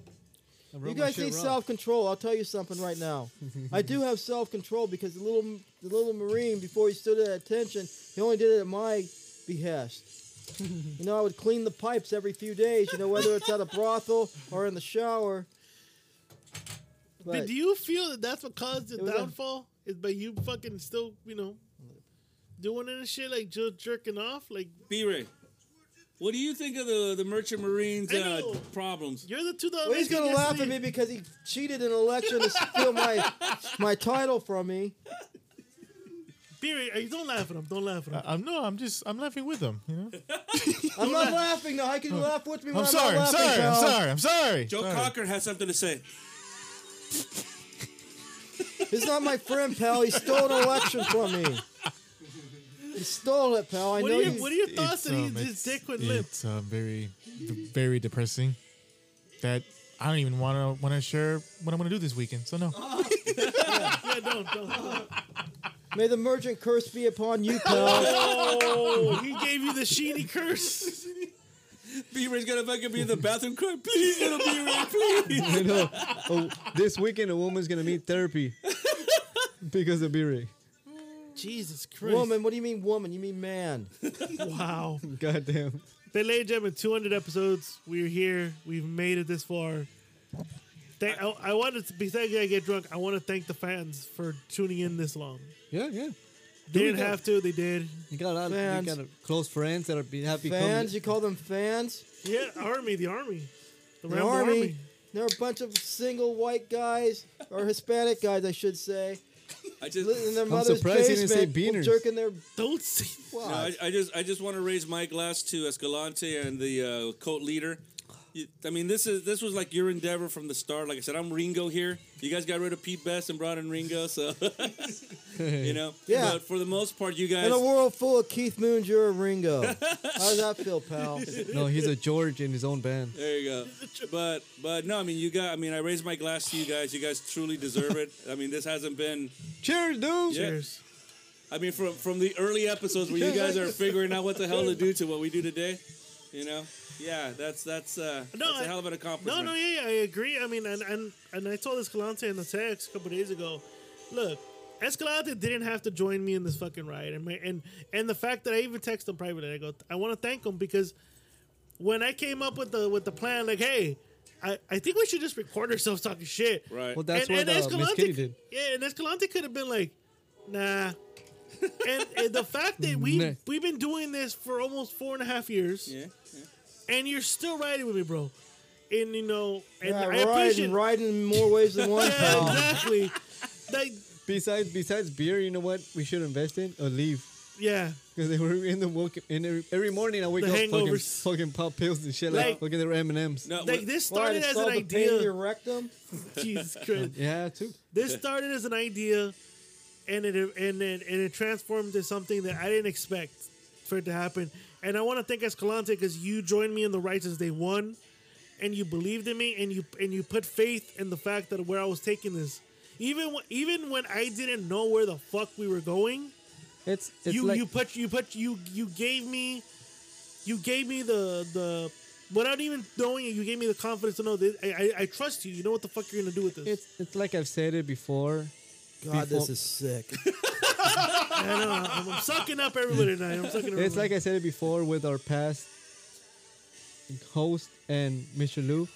Speaker 6: You
Speaker 3: wrote my
Speaker 6: guys
Speaker 3: shit
Speaker 6: need
Speaker 3: wrong.
Speaker 6: self control. I'll tell you something right now. I do have self control because the little the little marine before he stood at attention, he only did it at my behest. you know, I would clean the pipes every few days. You know, whether it's at a brothel or in the shower.
Speaker 2: But,
Speaker 6: But
Speaker 2: do you feel that that's what caused the
Speaker 6: It was a-
Speaker 2: downfall? Is by you fucking still, you know, doing it and shit like just jerking off? Like
Speaker 1: B-Ray, what do you think of the, the Merchant Marines
Speaker 2: I
Speaker 1: uh,
Speaker 2: know.
Speaker 1: problems?
Speaker 2: you're the two dollars.
Speaker 6: well, he's gonna laugh at me because he cheated in an election to steal my my title from me.
Speaker 2: Beery, don't laugh at him. Don't laugh at him.
Speaker 7: I, am no, I'm just I'm laughing with them. You know.
Speaker 6: I'm not laughing though. How can you laugh with me
Speaker 7: I'm
Speaker 6: when I'm,
Speaker 7: sorry. I'm
Speaker 6: not laughing?
Speaker 7: sorry. I'm
Speaker 6: pal?
Speaker 7: sorry. I'm sorry.
Speaker 1: Joe
Speaker 7: sorry.
Speaker 1: Cocker has something to say.
Speaker 6: He's not my friend, pal. He stole an election from me. He stole it, pal. I
Speaker 2: what,
Speaker 6: know
Speaker 2: are your,
Speaker 6: you.
Speaker 2: what are your
Speaker 7: It's,
Speaker 2: thoughts that he,
Speaker 7: um,
Speaker 2: his
Speaker 7: it's-
Speaker 2: dick would lip?
Speaker 7: It's uh, very, very depressing. That I don't even want to want to share what I'm gonna do this weekend. So no.
Speaker 2: Yeah, don't, don't. don't.
Speaker 6: May the merchant curse be upon you, pal.
Speaker 2: Oh, he gave you the sheeny curse.
Speaker 1: B-Ray's gonna fucking be in the bathroom crying, please, little B-Ray, please.
Speaker 3: I know. Oh, this weekend a woman's gonna need therapy because of B-Ray.
Speaker 2: Jesus Christ.
Speaker 6: woman, what do you mean woman? You mean man.
Speaker 2: Wow.
Speaker 3: Goddamn.
Speaker 2: Then, ladies and gentlemen, 200 episodes. We're here. We've made it this far. Thank, I, I wanted to, besides I get drunk, I want to thank the fans for tuning in this long.
Speaker 3: Yeah, yeah.
Speaker 2: They
Speaker 3: we
Speaker 2: didn't
Speaker 3: got-
Speaker 2: have to, they did.
Speaker 3: You got a lot
Speaker 6: Fans.
Speaker 3: you got a close friends that are be, have become
Speaker 6: Fans, you call them fans?
Speaker 2: Yeah, Army, the Army. The,
Speaker 6: The
Speaker 2: Rambo
Speaker 6: army.
Speaker 2: Army.
Speaker 6: They're a bunch of single white guys or Hispanic guys, I should say,
Speaker 1: I just
Speaker 6: living in their
Speaker 3: I'm
Speaker 6: mother's
Speaker 3: surprised he didn't say
Speaker 6: basement,
Speaker 3: beaners.
Speaker 6: jerking their.
Speaker 2: Don't say
Speaker 1: No, I, I just I just want to raise my glass to Escalante and the uh, cult leader. You- I mean, this is this was like your endeavor from the start. Like I said, I'm Ringo here. You guys got rid of Pete Best and brought in Ringo, so you know.
Speaker 6: Yeah.
Speaker 1: But for the most part, you guys.
Speaker 6: In a world full of Keith Moon, you're a Ringo. How does that feel, pal?
Speaker 3: No, he's a George in his own band.
Speaker 1: There you go. But but no, I mean, you got. I mean, I raise my glass to you guys. You guys truly deserve it. I mean, this hasn't been.
Speaker 3: Cheers, dude.
Speaker 1: Yeah.
Speaker 2: Cheers.
Speaker 1: I mean, from from the early episodes where you guys are figuring out what the hell to do to what we do today, you know. Yeah, that's that's uh,
Speaker 2: No,
Speaker 1: that's a
Speaker 2: I-
Speaker 1: hell of an
Speaker 2: No,
Speaker 1: accomplishment.
Speaker 2: no, yeah, yeah, I agree. I mean, and and, and I told Escalante in the text a couple days ago. Look, Escalante didn't have to join me in this fucking ride, and my, and and the fact that I even text him privately, I go, I want to thank him because when I came up with the with the plan, like, hey, I, I think we should just record ourselves talking shit.
Speaker 1: Right.
Speaker 3: Well, that's what uh, Miss Kitty did.
Speaker 2: Yeah, and Escalante could have been like, nah. and, and the fact that we
Speaker 3: Nah.
Speaker 2: we've been doing this for almost four and a half years,
Speaker 1: Yeah. yeah.
Speaker 2: and you're still riding with me, bro. And you know, and
Speaker 6: Yeah,
Speaker 2: I appreciate
Speaker 6: riding, riding in more ways than one,
Speaker 2: yeah,
Speaker 6: pal.
Speaker 2: exactly. like,
Speaker 3: Besides, besides beer, you know what we should invest in? A leaf.
Speaker 2: yeah,
Speaker 3: Because they were in the woke, in every, every morning I wake
Speaker 2: The
Speaker 3: up fucking,
Speaker 2: hangovers.
Speaker 3: fucking pop pills and shit like,
Speaker 2: Like-
Speaker 3: look at their M and M's.
Speaker 1: No,
Speaker 2: like
Speaker 1: what-
Speaker 2: this
Speaker 6: Why,
Speaker 2: started
Speaker 6: to
Speaker 2: as an
Speaker 6: solve the pain in
Speaker 2: idea.
Speaker 6: your rectum?
Speaker 2: Jesus Christ,
Speaker 3: Yeah, too.
Speaker 2: this started as an idea, and it and then and it transformed to something that I didn't expect for it to happen. And I want to thank Escalante because you joined me in the right since day one, and you believed in me, and you and you put faith in the fact that where I was taking this, even wh- even when I didn't know where the fuck we were going.
Speaker 3: It's it's
Speaker 2: you
Speaker 3: like
Speaker 2: you put you put you you gave me you gave me the the without even knowing it you gave me the confidence to know that I, I, I trust you you know what the fuck you're gonna do with this
Speaker 3: it's it's like I've said it before.
Speaker 6: God, this
Speaker 3: Before-
Speaker 6: is sick.
Speaker 2: I know, I'm, I'm sucking up everybody tonight I'm sucking up
Speaker 3: It's like
Speaker 2: everybody.
Speaker 3: I said it before with our past host and Mr. Lou.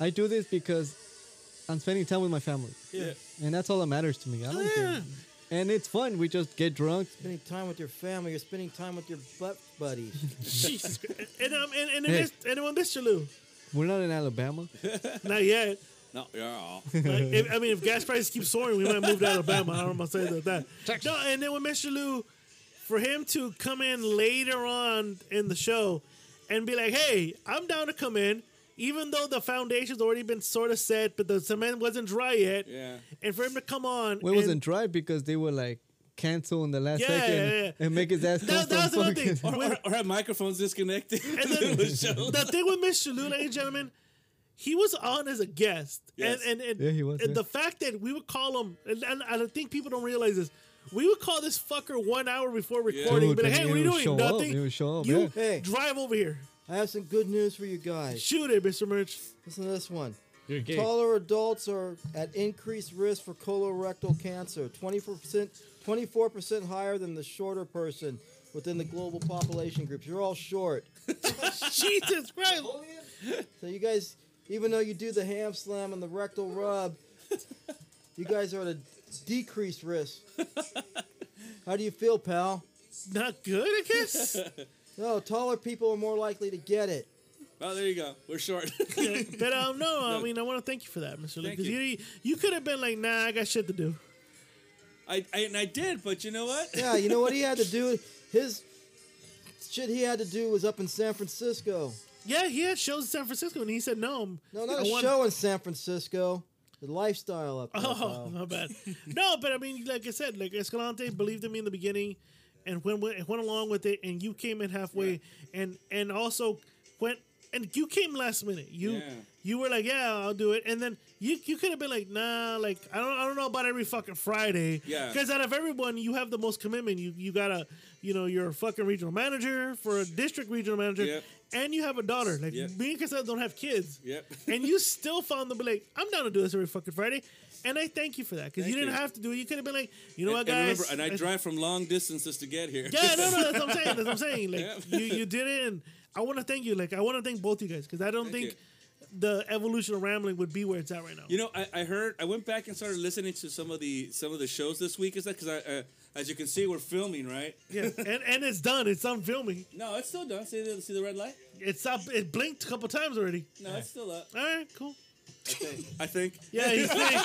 Speaker 3: I do this because I'm spending time with my family,
Speaker 2: yeah
Speaker 3: and that's all that matters to me. I don't
Speaker 2: Oh,
Speaker 3: care. And it's fun. We just get drunk.
Speaker 6: spending time with your family. You're spending time with your butt buddies.
Speaker 2: Jesus Christ. and um and and,
Speaker 3: Hey.
Speaker 2: and, and, and Mr. Lou
Speaker 3: We're not in Alabama.
Speaker 2: not yet
Speaker 1: no, yeah.
Speaker 2: Like, if, I mean, if gas prices keep soaring, we might move to Alabama. I don't know say about that. No, and then with Mr. Lou, for him to come in later on in the show and be like, "Hey, I'm down to come in," even though the foundation's already been sort of set, but the cement wasn't dry yet.
Speaker 1: Yeah.
Speaker 2: And for him to come on,
Speaker 3: Well,
Speaker 2: and-
Speaker 3: it wasn't dry because they were like cancel in the last
Speaker 2: Yeah,
Speaker 3: second
Speaker 2: yeah, yeah.
Speaker 3: and make his ass come
Speaker 2: That, that was
Speaker 3: from
Speaker 2: another thing.
Speaker 3: fucking-
Speaker 1: Or, or, or have microphones disconnected.
Speaker 2: And then the thing with Mr. Lou, ladies and gentlemen, he was on as a guest.
Speaker 1: Yes.
Speaker 2: And, and, and,
Speaker 3: Yeah, he was,
Speaker 2: and
Speaker 3: yeah.
Speaker 2: the fact that we would call him, and, and I think people don't realize this, we would call this fucker one hour before recording.
Speaker 3: Dude,
Speaker 2: but
Speaker 3: but
Speaker 2: hey,
Speaker 3: he
Speaker 2: what are you
Speaker 3: would
Speaker 2: doing?
Speaker 3: show up.
Speaker 2: Nothing.
Speaker 3: He would show up,
Speaker 2: you
Speaker 3: yeah.
Speaker 6: Hey.
Speaker 2: drive over here.
Speaker 6: I have some good news for you guys.
Speaker 2: Shoot it, Mr. Merch.
Speaker 6: Listen to this one.
Speaker 3: You're gay.
Speaker 6: Taller adults are at increased risk for colorectal cancer, 24%, 24% higher than the shorter person within the global population groups. You're all short.
Speaker 2: Jesus Christ.
Speaker 6: So you guys, even though you do the ham slam and the rectal rub, you guys are at a decreased risk. How do you feel, pal?
Speaker 2: Not good, I guess.
Speaker 6: No, taller people are more likely to get it.
Speaker 1: oh, there you go. We're short.
Speaker 2: but um, no, I mean, I want to thank you for that, Mr. Lou.
Speaker 1: Thank
Speaker 2: Because you,
Speaker 1: you.
Speaker 2: you, could have been like, nah, I got shit to do.
Speaker 1: I, I and I did, but you know what?
Speaker 6: Yeah, you know what he had to do? His shit he had to do was up in San Francisco.
Speaker 2: Yeah, he had shows in San Francisco, and he said no.
Speaker 6: No, not
Speaker 2: I
Speaker 6: a
Speaker 2: want-
Speaker 6: show in San Francisco. The lifestyle up there.
Speaker 2: Oh,
Speaker 6: pal.
Speaker 2: my bad. No, but I mean, like I said, like Escalante believed in me in the beginning, and went went, went along with it, and you came in halfway, and and also went and you came last minute. You
Speaker 1: Yeah.
Speaker 2: you were like, yeah, I'll do it, and then you you could have been like, nah, like I don't I don't know about every fucking Friday,
Speaker 1: Yeah.
Speaker 2: Because out of everyone, you have the most commitment. You you gotta you know you're a fucking regional manager for a district regional manager.
Speaker 1: Yep.
Speaker 2: And you have a daughter. Like
Speaker 1: Yep.
Speaker 2: me and Cassandra don't have kids
Speaker 1: Yep.
Speaker 2: and you still found the like, I'm down to do this every fucking Friday. And I thank you for that because you
Speaker 1: Thank
Speaker 2: didn't
Speaker 1: you.
Speaker 2: have to do it. You could have been like, you know
Speaker 1: And-
Speaker 2: what,
Speaker 1: and
Speaker 2: guys?
Speaker 1: remember, and I drive from long distances to get here.
Speaker 2: Yeah, no, no, that's what I'm saying. That's what I'm saying. Like, you, you did it, and I want to thank you. Like I want to thank both you guys because I don't
Speaker 1: Thank
Speaker 2: think the evolution of rambling would be where it's at right now.
Speaker 1: You know, I, I heard I went back and started listening to some of the some of the shows this week. Is that because I, uh, as you can see, we're filming, right?
Speaker 2: yeah, and and it's done. It's done filming.
Speaker 1: No, it's still done. See the see the red light?
Speaker 2: It's up. It blinked a couple times already.
Speaker 1: No, it's still up.
Speaker 2: All right, cool.
Speaker 1: I think. I think.
Speaker 2: Yeah, he's saying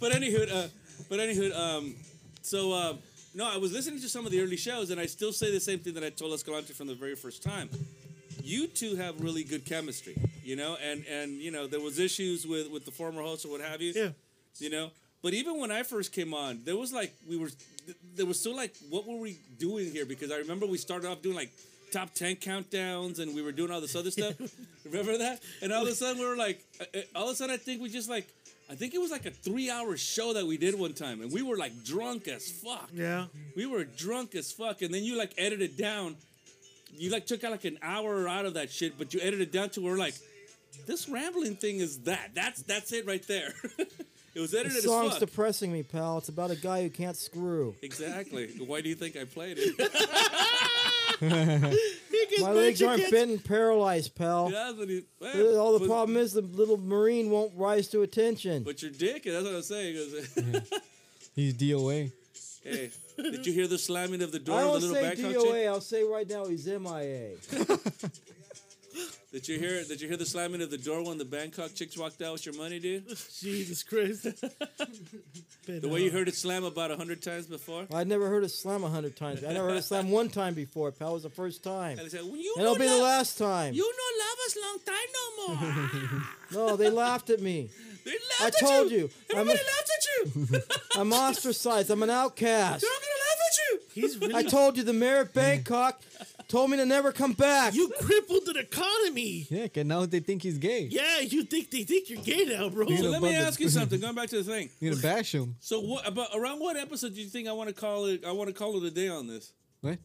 Speaker 1: But anywho, uh, but anywho, um, so uh, no, I was listening to some of the early shows, and I still say the same thing that I told Escalante from the very first time. You two have really good chemistry, you know, and and you know there was issues with with the former host or what have you,
Speaker 2: Yeah.
Speaker 1: you know. But even when I first came on, there was like we were, th- there was still like, what were we doing here? Because I remember we started off doing like top ten countdowns, and we were doing all this other stuff. remember that? And all of a sudden we were like, uh, uh, all of a sudden I think we just like, I think it was like a three-hour show that we did one time, and we were like drunk as fuck.
Speaker 2: yeah.
Speaker 1: We were drunk as fuck, and then you like edited down. You like took out like an hour out of that shit, but you edited down to where like this rambling thing is that. That's that's it right there. it was edited
Speaker 6: This
Speaker 1: as
Speaker 6: song's
Speaker 1: fuck.
Speaker 6: depressing me, pal. It's about a guy who can't screw.
Speaker 1: exactly. Why do you think I played it?
Speaker 6: My legs aren't bent and paralyzed, pal.
Speaker 1: That's what he- e-, well,
Speaker 6: All the
Speaker 1: but-
Speaker 6: problem is the little marine won't rise to attention.
Speaker 1: But your dick. That's what I'm saying. It was-
Speaker 3: He's DOA.
Speaker 1: hey, did you hear the slamming of the door
Speaker 6: I
Speaker 1: of
Speaker 6: won't
Speaker 1: the little
Speaker 6: say
Speaker 1: backhoe chick?
Speaker 6: DOA. I'll say right now he's MIA.
Speaker 1: Did you hear? Did you hear the slamming of the door when the Bangkok chicks walked out with your money, dude?
Speaker 2: Jesus Christ. uh,
Speaker 1: The way you heard it slam about hundred times before.
Speaker 6: I'd never heard it slam a hundred times. I never heard it slam one time before, pal. It was the first time.
Speaker 1: And they said, well, you
Speaker 6: And it'll
Speaker 1: no
Speaker 6: be the
Speaker 1: love-
Speaker 6: last time.
Speaker 1: You no love us long time no more. Ah,
Speaker 6: No, they laughed at me.
Speaker 1: they laughed
Speaker 6: I
Speaker 1: at
Speaker 6: told
Speaker 1: you.
Speaker 6: you. I'm
Speaker 1: Everybody laughed at you. They're all gonna
Speaker 6: I'm ostracized. I'm an
Speaker 1: laugh
Speaker 6: outcast.
Speaker 1: at you.
Speaker 2: He's
Speaker 6: I
Speaker 2: really.
Speaker 6: told you the mayor of Bangkok told me to never come back.
Speaker 2: you crippled the economy.
Speaker 3: Yeah, and now they think he's gay.
Speaker 2: Yeah, you think they think you're gay now, bro?
Speaker 3: Yeah.
Speaker 1: So let me
Speaker 3: abundant.
Speaker 1: ask you something. Going back to the thing.
Speaker 3: You need to bash him.
Speaker 1: So what about around what episode do you think I want to call it? I want to call it a day on this.
Speaker 3: What?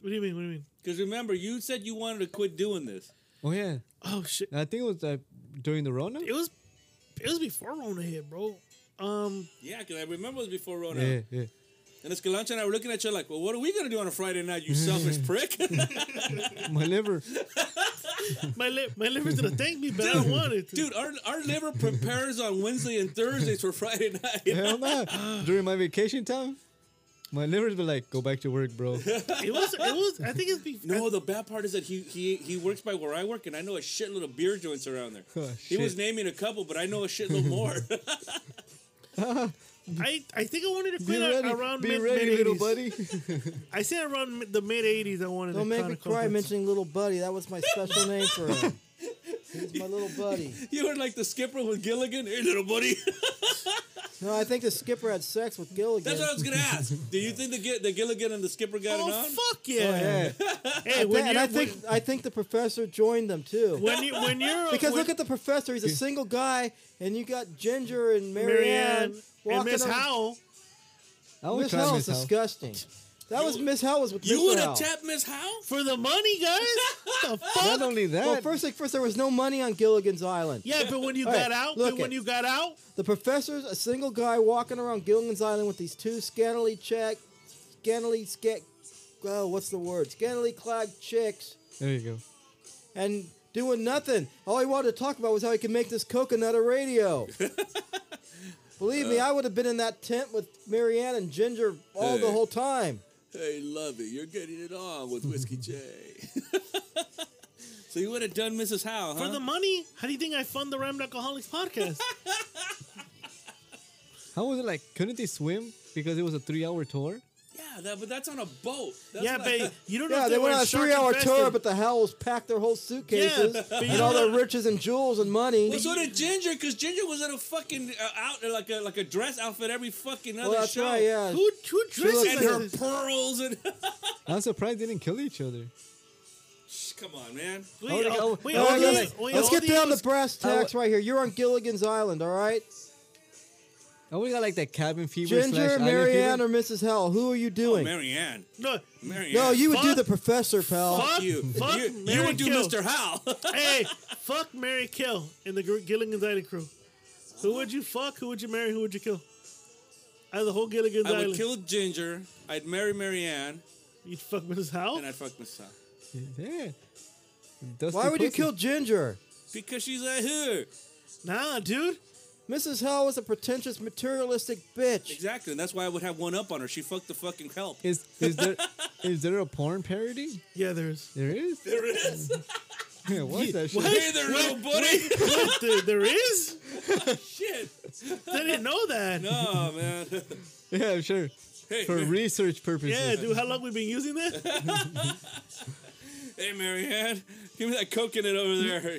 Speaker 2: What do you mean? What do you mean?
Speaker 1: Because remember, you said you wanted to quit doing this.
Speaker 3: Oh yeah,
Speaker 2: Oh shit!
Speaker 3: I think it was uh, during the Rona.
Speaker 2: It was, it was before Rona hit, bro. Um,
Speaker 1: Yeah, because I remember it was before Rona.
Speaker 3: Yeah, yeah.
Speaker 1: And Escalante and I were looking at you like, well, what are we going to do on a Friday night, you selfish prick?
Speaker 3: My liver.
Speaker 2: my li- my liver's gonna thank me, but I don't want it. To.
Speaker 1: Dude, our, our liver prepares on Wednesday and Thursdays for Friday night.
Speaker 3: Hell no. During my vacation time, my liver's been like, go back to work, bro. Oh,
Speaker 2: it was, it was. I think it's before.
Speaker 1: No, the bad part is that he, he he works by where I work, and I know a shitload of beer joints around there.
Speaker 3: Oh,
Speaker 1: He was
Speaker 3: shit.
Speaker 1: naming a couple, but I know a shitload more.
Speaker 2: I, I think I wanted to
Speaker 3: Be
Speaker 2: quit
Speaker 3: ready,
Speaker 2: around
Speaker 3: be
Speaker 2: mid
Speaker 3: ready,
Speaker 2: mid
Speaker 3: little
Speaker 2: eighties.
Speaker 3: buddy.
Speaker 2: I said around mid- the mid eighties. I wanted.
Speaker 6: Don't
Speaker 2: to
Speaker 6: make
Speaker 2: kinda
Speaker 6: me cry
Speaker 2: come-
Speaker 6: mentioning little buddy. That was my special name for him. He's my little buddy.
Speaker 1: you were like the skipper with Gilligan. Hey, little buddy.
Speaker 6: No, I think the skipper had sex with Gilligan.
Speaker 1: That's what I was gonna ask. Do you think the Gi- the Gilligan and the skipper got it
Speaker 2: Oh
Speaker 1: on?
Speaker 2: fuck yeah!
Speaker 3: Yeah.
Speaker 2: Hey, when you're
Speaker 6: Yeah, and I think I think the professor joined them too.
Speaker 2: when you when you're
Speaker 6: Because
Speaker 2: when,
Speaker 6: look at the professor. He's a single guy, and you got Ginger and Marianne,
Speaker 2: Marianne and
Speaker 6: walking
Speaker 2: Miss
Speaker 6: up-
Speaker 2: Howell.
Speaker 3: I would
Speaker 6: Miss
Speaker 3: try
Speaker 6: Howell's
Speaker 3: Miss Howell.
Speaker 6: disgusting. That was Miss Howell was with
Speaker 1: you
Speaker 6: Mr.
Speaker 1: would
Speaker 6: Howell.
Speaker 1: have tapped Miss Howe.
Speaker 2: for the money, guys. the
Speaker 3: Not
Speaker 2: fuck?
Speaker 3: only that,
Speaker 6: Well, Oh, first thing first, there was no money on Gilligan's Island.
Speaker 2: Yeah, but when you
Speaker 6: All
Speaker 2: got
Speaker 6: right,
Speaker 2: out,
Speaker 6: look
Speaker 2: but when
Speaker 6: it.
Speaker 2: you got out,
Speaker 6: The professor's a single guy walking around Gilligan's Island with these two scantily checked, scantily scat, oh, what's the word? Scantily clad chicks,
Speaker 3: there you go.
Speaker 6: and doing nothing. All he wanted to talk about was how he could make this coconut a radio. Believe me, I would have been in that tent with Marianne and Ginger all the
Speaker 1: Hey.
Speaker 6: whole time.
Speaker 1: Hey, lovey, you're getting it on with Whiskey J. so you would have done Mrs. Howe, huh?
Speaker 2: for the money, how do you think I fund the Rammed Alcoholics podcast?
Speaker 3: How was it like? Couldn't they swim because it was a three-hour tour?
Speaker 1: yeah, that, but that's on a boat. That's
Speaker 2: yeah,
Speaker 1: not-
Speaker 2: but you don't know
Speaker 6: Yeah,
Speaker 2: if
Speaker 6: they went on a three-hour tour, but the Howells packed their whole suitcases
Speaker 2: Yeah, but you
Speaker 6: and all
Speaker 2: know-
Speaker 6: their riches and jewels and money.
Speaker 1: Well, so did Ginger, because Ginger was in a fucking uh, out like a like a dress outfit every fucking other
Speaker 6: Well, that's
Speaker 1: show.
Speaker 6: right, yeah.
Speaker 2: who who dresses
Speaker 1: And her
Speaker 2: like this?
Speaker 1: pearls and
Speaker 3: I'm surprised they didn't kill each other.
Speaker 1: come on, man.
Speaker 2: Wait,
Speaker 3: Oh,
Speaker 2: oh,
Speaker 3: oh,
Speaker 2: wait,
Speaker 3: oh,
Speaker 2: all
Speaker 6: All right,
Speaker 2: these-
Speaker 6: let's
Speaker 2: wait,
Speaker 6: let's
Speaker 2: all
Speaker 6: get
Speaker 2: these-
Speaker 6: down to brass tacks
Speaker 3: I
Speaker 6: right here. You're on Gilligan's Island, all right?
Speaker 3: I always got like that cabin fever
Speaker 6: Ginger,
Speaker 3: slash
Speaker 6: Marianne,
Speaker 3: Marianne
Speaker 6: or Mrs. Hell, who are you doing?
Speaker 1: Marianne.
Speaker 2: No,
Speaker 1: Marianne.
Speaker 6: no, you would do
Speaker 2: Oh, Fuck.
Speaker 6: the professor, pal.
Speaker 2: fuck
Speaker 1: you.
Speaker 2: Fuck
Speaker 1: you,
Speaker 2: Mary
Speaker 1: you would do
Speaker 2: Kill.
Speaker 1: Mr. Howe.
Speaker 2: hey, fuck Mary Kill in the Gr- Gilligan's Island crew. Who would you fuck? Who would you marry? Who would you kill? Out of the whole Gilligan's
Speaker 1: I
Speaker 2: Island,
Speaker 1: would kill Ginger. I'd marry Marianne,
Speaker 2: you'd fuck Mrs. Howell.
Speaker 1: and I'd fuck Mrs. Howe.
Speaker 3: yeah. Dusty
Speaker 6: Why would you
Speaker 3: pussy.
Speaker 6: kill Ginger?
Speaker 1: Because she's a hood.
Speaker 2: Nah, dude.
Speaker 6: Mrs. Hell was a pretentious, materialistic bitch.
Speaker 1: Exactly. And that's why I would have one up on her. She fucked the fucking help.
Speaker 3: Is is there is there a porn parody?
Speaker 2: Yeah, there's.
Speaker 3: There is.
Speaker 1: There it is.
Speaker 3: Yeah, what's that shit?
Speaker 1: Hey there, little buddy.
Speaker 2: What the, there is?
Speaker 1: Shit.
Speaker 2: I didn't know that.
Speaker 1: No, man.
Speaker 3: Yeah, sure.
Speaker 1: Hey,
Speaker 3: For
Speaker 1: Mar-
Speaker 3: research purposes.
Speaker 2: Yeah, dude. How long we been using that?
Speaker 1: hey, Mary Ann. Give me that coconut over there.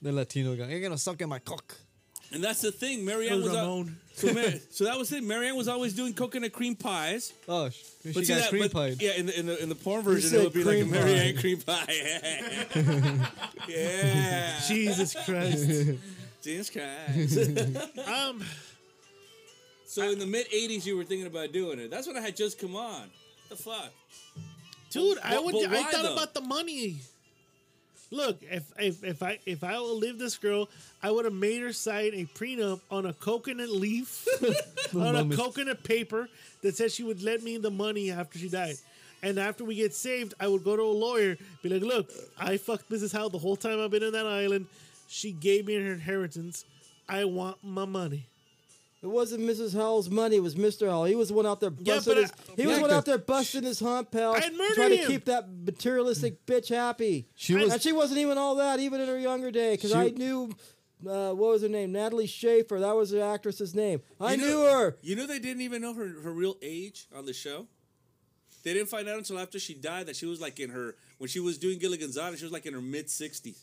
Speaker 3: The Latino guy. You're gonna suck at my cock.
Speaker 1: and that's the thing. Mary Ann was uh, al-
Speaker 2: Ramon.
Speaker 1: so, Mar- so that was it. Marianne was always doing coconut cream pies.
Speaker 3: Oh, sh- she
Speaker 1: see
Speaker 3: got
Speaker 1: that-
Speaker 3: cream
Speaker 1: but-
Speaker 3: pie.
Speaker 1: Yeah, in the, in the in the porn version,
Speaker 6: said
Speaker 1: it would be like a Mary
Speaker 6: cream pie.
Speaker 1: Ann cream pie. yeah.
Speaker 2: Jesus Christ.
Speaker 1: Jesus Christ.
Speaker 2: Um,
Speaker 1: so in the mid '80s, you were thinking about doing it. That's when I had just come on. The fuck.
Speaker 2: dude, I
Speaker 1: But-
Speaker 2: would.
Speaker 1: but
Speaker 2: I
Speaker 1: why,
Speaker 2: thought
Speaker 1: though?
Speaker 2: about the money. Look, if if if I if I would live this girl, I would have made her sign a prenup on a coconut leaf, on a
Speaker 3: mama's-
Speaker 2: coconut paper that said she would let me the money after she died. And after we get saved, I would go to a lawyer, be like, "Look, I fucked Mrs. Howe the whole time I've been on that island. She gave me her inheritance. I want my money."
Speaker 6: It wasn't Mrs. Howell's money, it was Mr. Howell. He was the one out there
Speaker 2: Yeah,
Speaker 6: busting
Speaker 2: but
Speaker 6: his
Speaker 2: I-
Speaker 6: He was
Speaker 3: Yeah,
Speaker 6: the one
Speaker 3: the-
Speaker 6: out there busting his hump, pal.
Speaker 2: I'd murder
Speaker 6: trying
Speaker 2: him.
Speaker 6: to keep that materialistic bitch happy.
Speaker 3: She
Speaker 2: I-
Speaker 3: was
Speaker 6: And she wasn't even all that, even in her younger day, because
Speaker 3: She-
Speaker 6: I knew uh, what was her name? Natalie Schaefer. That was the actress's name. I
Speaker 1: You know-
Speaker 6: knew her.
Speaker 1: You know they didn't even know her, her real age on the show. They didn't find out until after she died that she was like in her when she was doing Gilligan's Island. She was like in her mid sixties.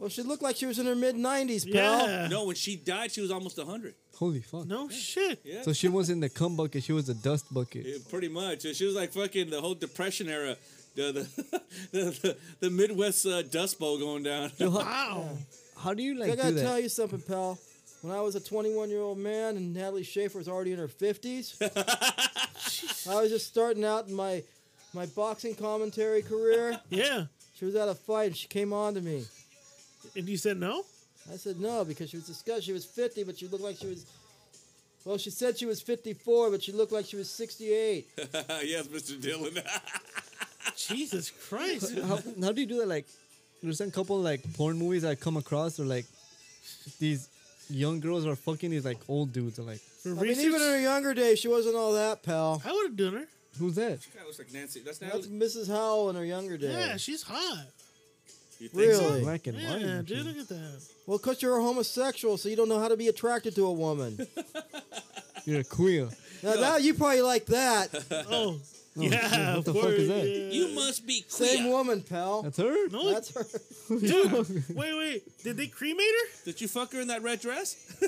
Speaker 6: Well, she looked like she was in her mid nineties, pal.
Speaker 2: Yeah.
Speaker 1: No, when she died, she was almost hundred.
Speaker 3: holy fuck.
Speaker 2: No shit.
Speaker 1: Yeah,
Speaker 3: So she was in the cum bucket. She was the dust bucket.
Speaker 1: Yeah, pretty much. She was like fucking the whole Depression era, the the the, the, the Midwest uh, Dust Bowl going down.
Speaker 3: Yo, how,
Speaker 2: Wow.
Speaker 3: how do you
Speaker 6: I
Speaker 3: like do
Speaker 6: gotta
Speaker 3: that?
Speaker 6: tell you something, pal. When I was a 21 year old man and Natalie Schaefer was already in her 50s, I was just starting out in my my boxing commentary career.
Speaker 2: Yeah.
Speaker 6: She was at a fight and she came on to me.
Speaker 2: And you said no?
Speaker 6: I said no because she was disgusted. She was 50, but she looked like she was. Well, she said she was 54, but she looked like she was 68.
Speaker 1: yes, Mr. Dillon.
Speaker 2: Jesus Christ.
Speaker 3: how, how do you do that? Like, there's some couple like porn movies I come across, or like these young girls are fucking these like old dudes. Are like,
Speaker 2: For
Speaker 6: I mean,
Speaker 2: research,
Speaker 6: even in her younger days, she wasn't all that, pal.
Speaker 2: I would have done her.
Speaker 3: who's that?
Speaker 1: That looks like Nancy. That's
Speaker 6: That's
Speaker 1: Natalie.
Speaker 6: Mrs. Howell in her younger days.
Speaker 2: Yeah, she's hot.
Speaker 1: You think so?
Speaker 6: really?
Speaker 3: Black and
Speaker 2: Yeah,
Speaker 3: white.
Speaker 2: dude,
Speaker 3: actually.
Speaker 2: look at that.
Speaker 6: Well, because you're a homosexual, so you don't know how to be attracted to a woman.
Speaker 3: You're a queer.
Speaker 6: now, that, you probably like that.
Speaker 2: Oh, yeah,
Speaker 3: what
Speaker 2: of
Speaker 3: the
Speaker 2: course.
Speaker 3: fuck is that?
Speaker 2: yeah.
Speaker 1: You must be
Speaker 6: Same
Speaker 1: queer.
Speaker 6: woman, pal.
Speaker 3: That's her.
Speaker 2: No,
Speaker 6: That's her.
Speaker 2: dude. wait, wait. Did they cremate her?
Speaker 1: Did you fuck her in that red dress?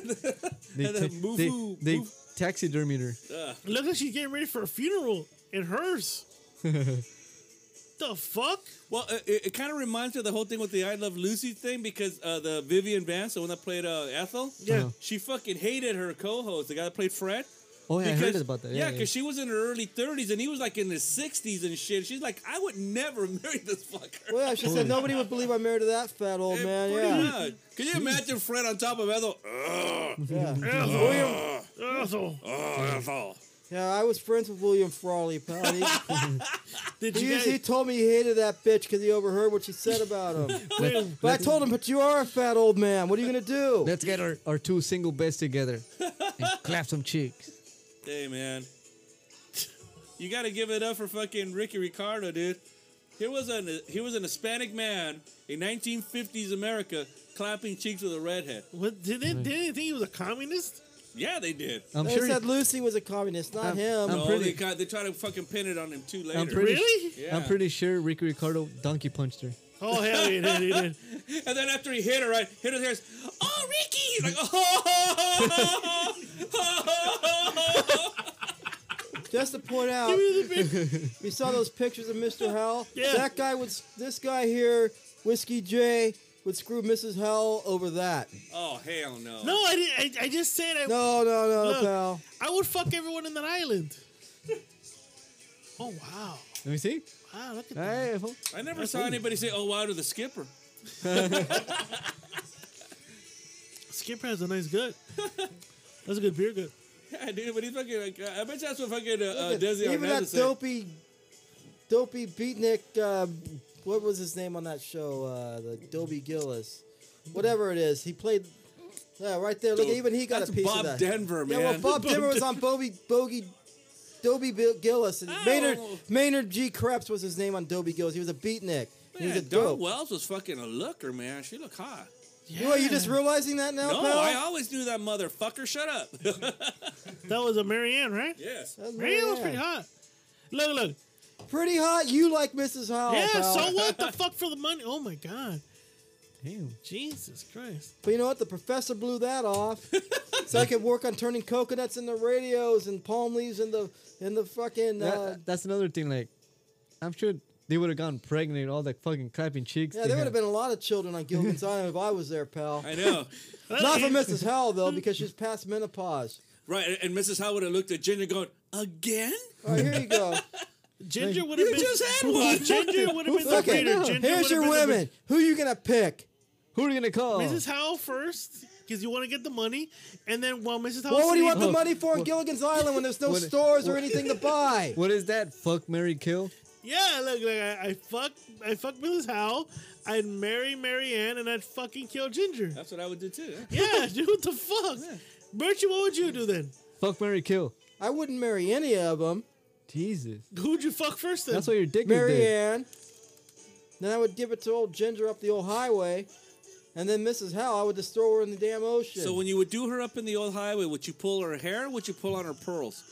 Speaker 3: They,
Speaker 1: And
Speaker 3: ta-
Speaker 1: then move-
Speaker 3: they,
Speaker 1: move-
Speaker 3: they
Speaker 1: move.
Speaker 3: taxidermied her.
Speaker 2: Look like she's getting ready for a funeral in hers. the fuck?
Speaker 1: Well, uh, it, it kind of reminds me of the whole thing with the I Love Lucy thing because uh, the Vivian Vance, the one that played uh, Ethel,
Speaker 2: Yeah.
Speaker 3: Uh-huh.
Speaker 1: she fucking hated her co-host, the guy that played Fred.
Speaker 3: Oh yeah, I heard
Speaker 1: because-
Speaker 3: about that.
Speaker 1: Yeah,
Speaker 3: Yeah,
Speaker 1: because she was in her early 30s and he was like in his 60s and shit. She's like, I would never marry this fucker.
Speaker 6: Well, yeah, she said nobody would believe I'm married to that fat old man. Yeah.
Speaker 1: Can you imagine Fred on top of Ethel? Ugh,
Speaker 6: yeah.
Speaker 2: Ethel. Ethel.
Speaker 1: oh, Ethel.
Speaker 6: Yeah, I was friends with William Frawley, pal. He,
Speaker 2: Did
Speaker 6: he,
Speaker 2: you
Speaker 6: used- he
Speaker 2: guys?
Speaker 6: told me he hated that bitch because he overheard what she said about him.
Speaker 2: Wait,
Speaker 6: But I told him, but you are a fat old man. What are you going to do?
Speaker 3: Let's get our, our two single beds together and clap some cheeks.
Speaker 1: Hey, man. You got to give it up for fucking Ricky Ricardo, dude. Here was an here was an Hispanic man in 1950s America clapping cheeks with a redhead.
Speaker 2: what, did they? Did they think he was a communist?
Speaker 1: Yeah, they did.
Speaker 3: I'm
Speaker 6: they
Speaker 3: sure.
Speaker 6: said Lucy was a communist, not
Speaker 3: I'm-
Speaker 6: him.
Speaker 3: I'm-
Speaker 1: no,
Speaker 3: pretty-
Speaker 1: they got, they try to fucking pin it on him too later.
Speaker 3: pretty-
Speaker 2: Really?
Speaker 1: Yeah.
Speaker 3: I'm pretty sure Ricky Ricardo donkey punched her.
Speaker 2: Oh hell, he did. He did.
Speaker 1: And then after he hit her, right, hit her hairs. Oh, Ricky! Like, oh,
Speaker 6: Just to point out, we saw those pictures of Mr. Howell.
Speaker 2: Yeah.
Speaker 6: That guy would, s- this guy here, Whiskey J, would screw Mrs. Howell over that.
Speaker 1: oh, hell no.
Speaker 2: No, I didn't. I, I just said I.
Speaker 6: No, no, no,
Speaker 2: Look.
Speaker 6: pal.
Speaker 2: I would fuck everyone in that island. Oh wow!
Speaker 3: Let me see.
Speaker 2: Wow, Ah, look at that.
Speaker 3: Hey, fool.
Speaker 1: I never saw anybody say, "Oh, wow," to the skipper.
Speaker 2: Skipper has a nice gut. That's a good beer gut.
Speaker 1: Yeah, dude, but he's fucking. Like, I bet you that's what fucking uh, uh,
Speaker 6: Look at-
Speaker 1: Desi
Speaker 6: even
Speaker 1: Arnaz
Speaker 6: that
Speaker 1: is saying.
Speaker 6: dopey, dopey beatnik uh, what was his name on that show? Uh, the Dobie Gillis, whatever it is. He played. Yeah, right there. Look,
Speaker 1: Dude,
Speaker 6: even he got
Speaker 1: that's
Speaker 6: a piece
Speaker 1: Bob
Speaker 6: of that.
Speaker 1: Denver,
Speaker 6: Yeah, well,
Speaker 1: man.
Speaker 6: Bob Denver was on Bobby Bogey. Dobie Bill Gillis and
Speaker 1: I
Speaker 6: Maynard
Speaker 1: don't-
Speaker 6: Maynard G. Krebs was his name on Dobie Gillis. He was a beatnik. he was a
Speaker 1: Man, Dawn
Speaker 6: dope.
Speaker 1: Wells was fucking a looker, man. She looked hot.
Speaker 6: You are you just realizing that now,
Speaker 1: No,
Speaker 6: pal?
Speaker 1: I always knew that motherfucker. Shut up.
Speaker 2: That was a Marianne, right?
Speaker 1: yes.
Speaker 6: That's
Speaker 2: Marianne was
Speaker 6: yeah.
Speaker 2: pretty hot. Look, look.
Speaker 6: Pretty hot. You like Mrs. Howell?
Speaker 2: yeah,
Speaker 6: Oh, pal.
Speaker 2: so what the fuck for the money? Oh my god.
Speaker 3: Damn.
Speaker 2: Jesus Christ.
Speaker 6: But you know what? The professor blew that off, so I could work on turning coconuts into radios and palm leaves in the in the fucking.
Speaker 3: That-
Speaker 6: Uh,
Speaker 3: that's another thing. Like, I'm sure they would have gotten pregnant. All that fucking clapping cheeks.
Speaker 6: yeah,
Speaker 3: they
Speaker 6: there would
Speaker 3: had.
Speaker 6: have been a lot of children on Gilligan's Island if I was there, pal.
Speaker 1: I know.
Speaker 6: Not for Mrs. Howell though, because she's past menopause.
Speaker 1: Right. and- And Mrs. Howard had looked at Ginger going, again?
Speaker 6: All right, here you go.
Speaker 2: Ginger would have
Speaker 1: You
Speaker 2: been
Speaker 1: just had one.
Speaker 2: Ginger would have been the
Speaker 6: Look at
Speaker 2: breeder. Ginger
Speaker 6: Here's
Speaker 2: would've
Speaker 6: your
Speaker 2: been the
Speaker 6: women. Who you gonna pick?
Speaker 3: Who are you gonna call?
Speaker 2: breeder. Mrs. Howell first, because you want to get the money, and then while Mrs. Howell,
Speaker 6: Well, what do you want the
Speaker 3: Oh,
Speaker 6: money for in Gilligan's Island when there's no
Speaker 3: what-
Speaker 6: stores or anything to buy?
Speaker 3: What is that? Fuck Mary Kill.
Speaker 2: Yeah, look, like I, I fuck, I fuck Mrs. Howell, I'd marry Marianne, and I'd fucking kill Ginger.
Speaker 1: That's what I would do too. yeah.
Speaker 2: Yeah, dude, what the fuck? Bertie, what would you do then?
Speaker 3: Fuck Mary Kill.
Speaker 6: I wouldn't marry any of them.
Speaker 3: Jesus.
Speaker 2: Who'd you fuck first then?
Speaker 3: That's what your dick is.
Speaker 6: Mary
Speaker 3: there.
Speaker 6: Ann. Then I would give it to old Ginger up the old highway. And then Mrs. Howell, I would just throw her in the damn ocean.
Speaker 1: So when you would do her up in the old highway, would you pull her hair? Or would you pull on her pearls?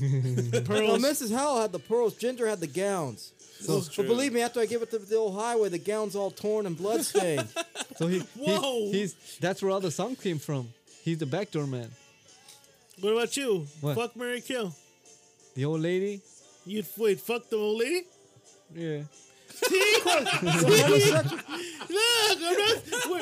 Speaker 6: well,
Speaker 2: Pearls.
Speaker 6: Mrs. Howell had the pearls, Ginger had the gowns.
Speaker 1: So,
Speaker 6: But believe me, after I give it to the old highway, the gown's all torn and bloodstained.
Speaker 3: So he,
Speaker 2: Whoa.
Speaker 3: Whoa. he's that's where all the song came from. He's the backdoor man.
Speaker 2: what about you?
Speaker 3: What?
Speaker 2: Fuck Mary Kill.
Speaker 3: The old lady.
Speaker 2: You'd wait, fuck the old lady?
Speaker 3: Yeah.
Speaker 2: Look, I'm not, we're,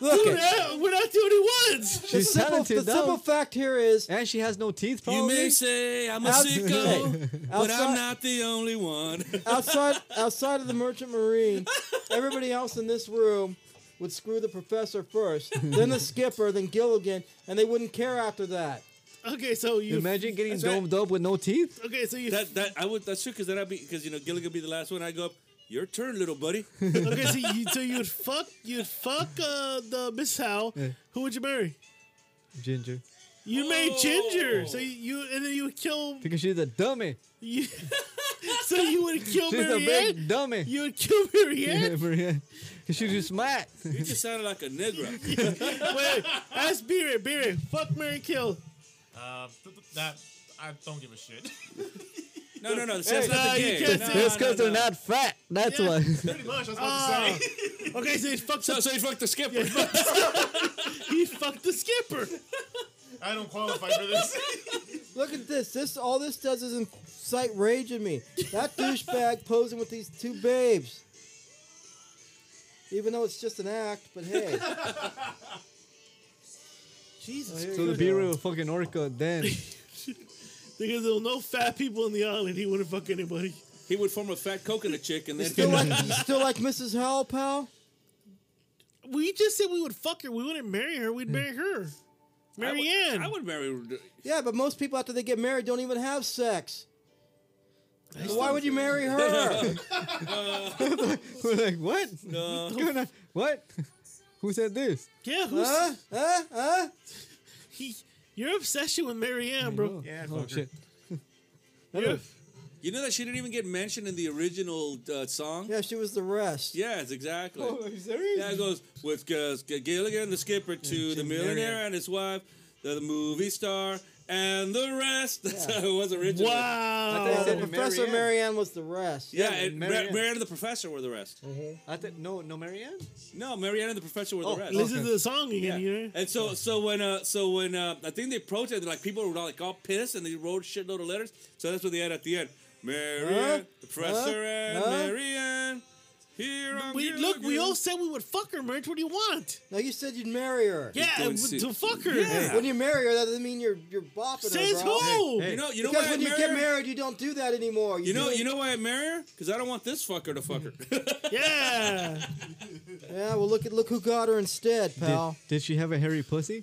Speaker 6: Look,
Speaker 2: we're
Speaker 6: it,
Speaker 2: not, we're not the only ones.
Speaker 6: the,
Speaker 3: She's
Speaker 6: simple,
Speaker 3: talented
Speaker 6: the
Speaker 3: though.
Speaker 6: simple fact here is
Speaker 3: and she has no teeth.
Speaker 1: you
Speaker 3: Probably.
Speaker 1: may say I'm a
Speaker 6: Outs-
Speaker 1: sicko, but I'm
Speaker 6: outside-
Speaker 1: not the only one.
Speaker 6: outside outside of the Merchant Marine, everybody else in this room would screw the professor first, then the skipper, then Gilligan, and they wouldn't care after that.
Speaker 2: Okay, so you
Speaker 3: Imagine getting
Speaker 1: right.
Speaker 3: domed up with no teeth.
Speaker 2: Okay, so you.
Speaker 1: that that I would that's true because then I'd be because you know Gilligan would be the last one. I go up. Your turn, little buddy.
Speaker 2: okay, so you so you'd fuck you'd fuck uh, the Miss Howe.
Speaker 3: Yeah.
Speaker 2: Who would you marry?
Speaker 3: Ginger.
Speaker 2: You made Ginger.
Speaker 1: Oh.
Speaker 2: So you and then you would kill.
Speaker 3: Because she's a dummy.
Speaker 2: You, so you would kill
Speaker 3: She's a big
Speaker 2: Marianne.
Speaker 3: dummy.
Speaker 2: You would kill Marianne.
Speaker 3: Marianne. 'Cause she's just smart.
Speaker 1: You just sounded like a negra.
Speaker 2: Wait, ask Beery. Beery, fuck Mary, kill.
Speaker 7: Uh, th- th- that I don't give a shit.
Speaker 1: No, no, no. That's not
Speaker 2: Nah,
Speaker 1: the
Speaker 2: you
Speaker 1: game.
Speaker 2: can't
Speaker 1: No,
Speaker 2: say-
Speaker 3: That's
Speaker 1: no,
Speaker 3: because
Speaker 1: no.
Speaker 3: they're not fat. That's
Speaker 2: Yeah.
Speaker 3: why.
Speaker 7: Pretty much, that's what
Speaker 2: Ah. Okay, so he fucked
Speaker 1: So,
Speaker 2: the,
Speaker 1: so you fucked the skipper.
Speaker 2: he fucked the skipper.
Speaker 7: I don't qualify for this.
Speaker 6: Look at this. This all this does is incite rage in me. That douchebag posing with these two babes. Even though it's just an act, but hey.
Speaker 2: Jesus,
Speaker 3: So the B real fucking orca then.
Speaker 2: because there were no fat people in the island. He wouldn't fuck anybody.
Speaker 1: He would form a fat coconut chick and then
Speaker 6: You still like you still like Mrs. Howell, pal?
Speaker 2: We just said we would fuck her. We wouldn't marry her. We'd marry her.
Speaker 1: I would-
Speaker 2: Marianne.
Speaker 1: I would marry.
Speaker 6: Yeah, but most people after they get married don't even have sex. So why would you marry her?
Speaker 3: We're like, what?
Speaker 1: No.
Speaker 3: What's going on? What? Who said this?
Speaker 2: Yeah, who's
Speaker 6: huh? Huh? Huh?
Speaker 2: he? Your obsession with Marianne, bro.
Speaker 7: Yeah,
Speaker 3: Oh
Speaker 7: fucker.
Speaker 3: shit.
Speaker 2: Your-
Speaker 1: You know that she didn't even get mentioned in the original uh, song.
Speaker 6: Yeah, she was the rest.
Speaker 1: Yes, exactly.
Speaker 3: Are you serious?
Speaker 1: Yeah, it goes with uh, Gilligan, the skipper, to the millionaire and his wife, the, the movie star, and the rest. That's how it was originally.
Speaker 2: Wow.
Speaker 3: I
Speaker 6: Uh,
Speaker 3: thought
Speaker 6: the
Speaker 3: you said
Speaker 6: Professor
Speaker 3: Marianne.
Speaker 6: Marianne was the rest.
Speaker 1: Yeah,
Speaker 3: Yeah,
Speaker 1: and
Speaker 3: Marianne.
Speaker 1: Mar- Marianne and the Professor were the rest.
Speaker 3: I thought no, no Marianne.
Speaker 1: No, Marianne and the Professor were
Speaker 3: Oh,
Speaker 1: the rest.
Speaker 2: Listen
Speaker 3: Okay.
Speaker 2: to the song again.
Speaker 1: Yeah.
Speaker 2: You know?
Speaker 1: And so so when uh so when uh I think they protested like people were like all pissed and they wrote shitload of letters. So that's what they had at the end. Marianne,
Speaker 6: Huh?
Speaker 1: the professor and
Speaker 6: Huh?
Speaker 1: Marianne. Here I'm
Speaker 2: We,
Speaker 1: here
Speaker 2: look, we
Speaker 1: again.
Speaker 2: all said we would fuck her, Merch. What do you want?
Speaker 6: Now you said you'd marry her.
Speaker 2: Yeah,
Speaker 1: going
Speaker 2: w-
Speaker 1: to-
Speaker 2: to fuck her.
Speaker 1: Yeah.
Speaker 6: When you marry her, that doesn't mean you're you're bopping
Speaker 2: Says
Speaker 6: her, bro.
Speaker 2: who?
Speaker 1: You know you know
Speaker 6: Because
Speaker 1: why I
Speaker 6: when you
Speaker 1: marry
Speaker 6: get
Speaker 1: her?
Speaker 6: married, you don't do that anymore.
Speaker 1: You know
Speaker 6: do it-
Speaker 1: you know why I marry her? Because I don't want this fucker to fuck her.
Speaker 2: Yeah.
Speaker 6: Yeah, well look at look who got her instead, pal.
Speaker 3: Did, did she have a hairy pussy?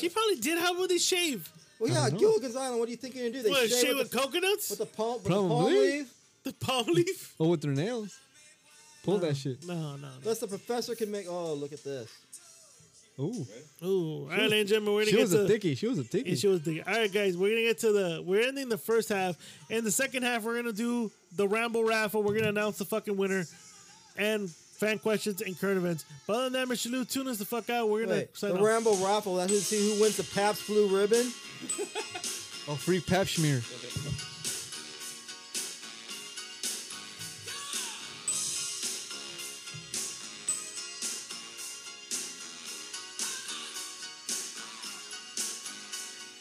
Speaker 2: she probably did. How would they shave?
Speaker 6: well, yeah, Gilligan's Island. What do you think you're gonna do? They
Speaker 2: What,
Speaker 6: shave
Speaker 2: shave with
Speaker 6: with, the,
Speaker 2: coconuts?
Speaker 6: with the palm with the palm
Speaker 3: Probably.
Speaker 6: leaf.
Speaker 2: the palm leaf?
Speaker 3: Oh, with her nails. Pull that shit.
Speaker 2: No, no.
Speaker 6: Unless the professor can make. Oh, look at this.
Speaker 3: Ooh.
Speaker 2: no. Ooh. All right, ladies and gentlemen, we're gonna
Speaker 3: She
Speaker 2: get
Speaker 3: was
Speaker 2: to
Speaker 3: a dickie. She was a dickie.
Speaker 2: and she was the all right guys we're gonna get to the we're ending the first half in the second half we're gonna do the ramble raffle we're gonna announce the fucking winner and fan questions and current events but other than that mr lou tune us the fuck out we're gonna
Speaker 6: Wait,
Speaker 2: sign
Speaker 6: the
Speaker 2: off.
Speaker 6: Rambo raffle. That's to see who wins the Pabst Blue Ribbon.
Speaker 3: oh, free pap smear.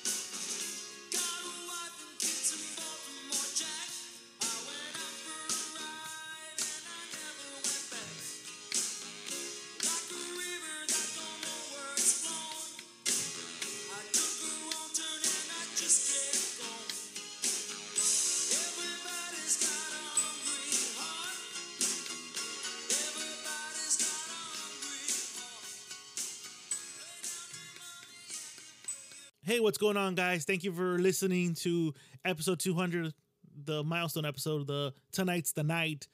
Speaker 5: Got a wife and kids in Baltimore, Jack. I went out for a ride and I never went back. Like a river that don't know where it's flowing. I took a wrong turn and I just kept going. Everybody's got a hungry heart. Everybody's got a hungry heart.
Speaker 2: Hey, what's going on, guys? Thank you for listening to episode 200, the milestone episode. The tonight's the night.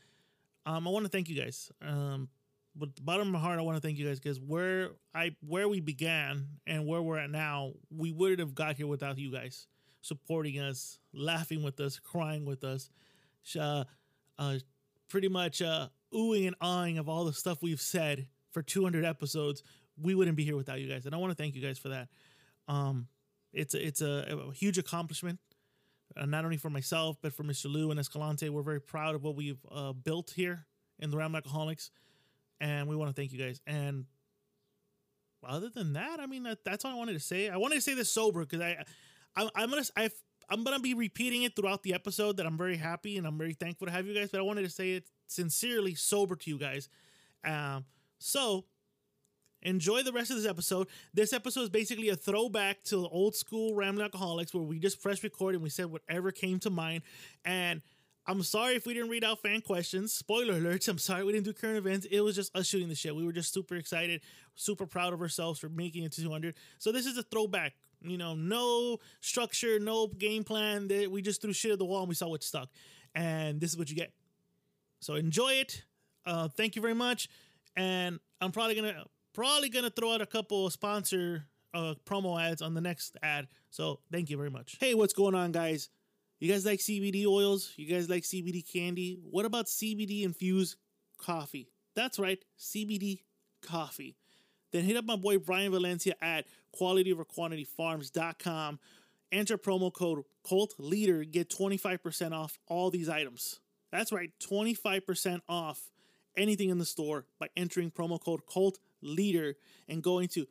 Speaker 2: Um, I want to thank you guys. Um, with the bottom of my heart, I want to thank you guys because where I where we began and where we're at now, we wouldn't have got here without you guys supporting us, laughing with us, crying with us, sh- uh, uh, pretty much uh, oohing and awing of all the stuff we've said for 200 episodes. We wouldn't be here without you guys, and I want to thank you guys for that. Um, it's a, it's a, a huge accomplishment, uh, not only for myself but for Mr. Lou and Escalante. We're very proud of what we've uh, built here in the Ram Alcoholics, and we want to thank you guys. And other than that, I mean, that, that's all I wanted to say. I wanted to say this sober because I, I, I'm gonna I. I'm gonna be repeating it throughout the episode that I'm very happy and I'm very thankful to have you guys, but I wanted to say it sincerely, sober to you guys. Um, so enjoy the rest of this episode. This episode is basically a throwback to the old school Rambling Alcoholics where we just press record and we said whatever came to mind. And I'm sorry if we didn't read out fan questions. Spoiler alerts. I'm sorry we didn't do current events. It was just us shooting the shit. We were just super excited, super proud of ourselves for making it to 200. So this is a throwback. You know, no structure, no game plan. That We just threw shit at the wall and we saw what stuck. And this is what you get. So enjoy it. Uh, thank you very much. And I'm probably gonna probably gonna throw out a couple of sponsor uh, promo ads on the next ad. So thank you very much. Hey, what's going on, guys? You guys like CBD oils? You guys like CBD candy? What about CBD infused coffee? That's right, CBD coffee. Then hit up my boy Brian Valencia at qualityoverquantityfarms.com. Enter promo code Cult Leader. Get 25% off all these items. That's right, 25% off anything in the store by entering promo code Cult Leader and going to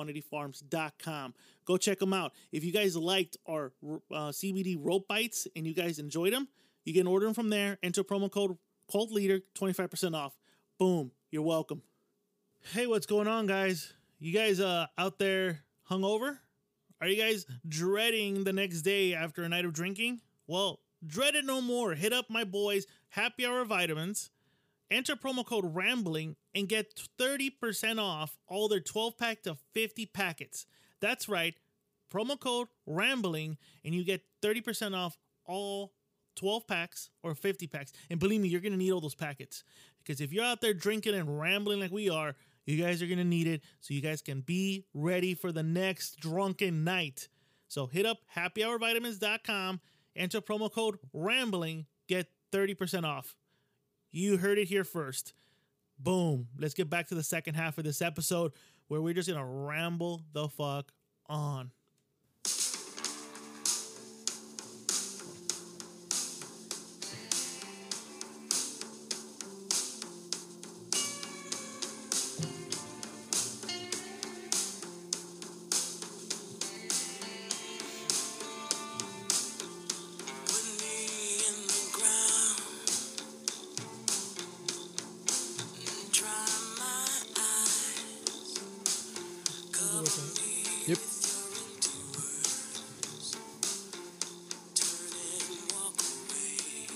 Speaker 2: qualityoverquantityfarms.com. Go check them out. If you guys liked our uh, CBD rope bites and you guys enjoyed them, you can order them from there. Enter promo code Cult Leader, 25% off. Boom, you're welcome. Hey, what's going on, guys? You guys uh, out there hungover? Are you guys dreading the next day after a night of drinking? Well, dread it no more. Hit up my boys, Happy Hour Vitamins. Enter promo code RAMBLING and get 30% off all their 12 pack to 50 packets. That's right, promo code RAMBLING and you get 30% off all 12 packs or 50 packs. And believe me, you're going to need all those packets because if you're out there drinking and rambling like we are, you guys are going to need it so you guys can be ready for the next drunken night. So hit up happyhourvitamins.com, enter promo code RAMBLING, get 30% off. You heard it here first. Boom. Let's get back to the second half of this episode where we're just going to ramble the fuck on.
Speaker 5: Put me in the ground and dry my eyes. Cover me
Speaker 3: Yep.
Speaker 5: with your empty words. Turn and walk away.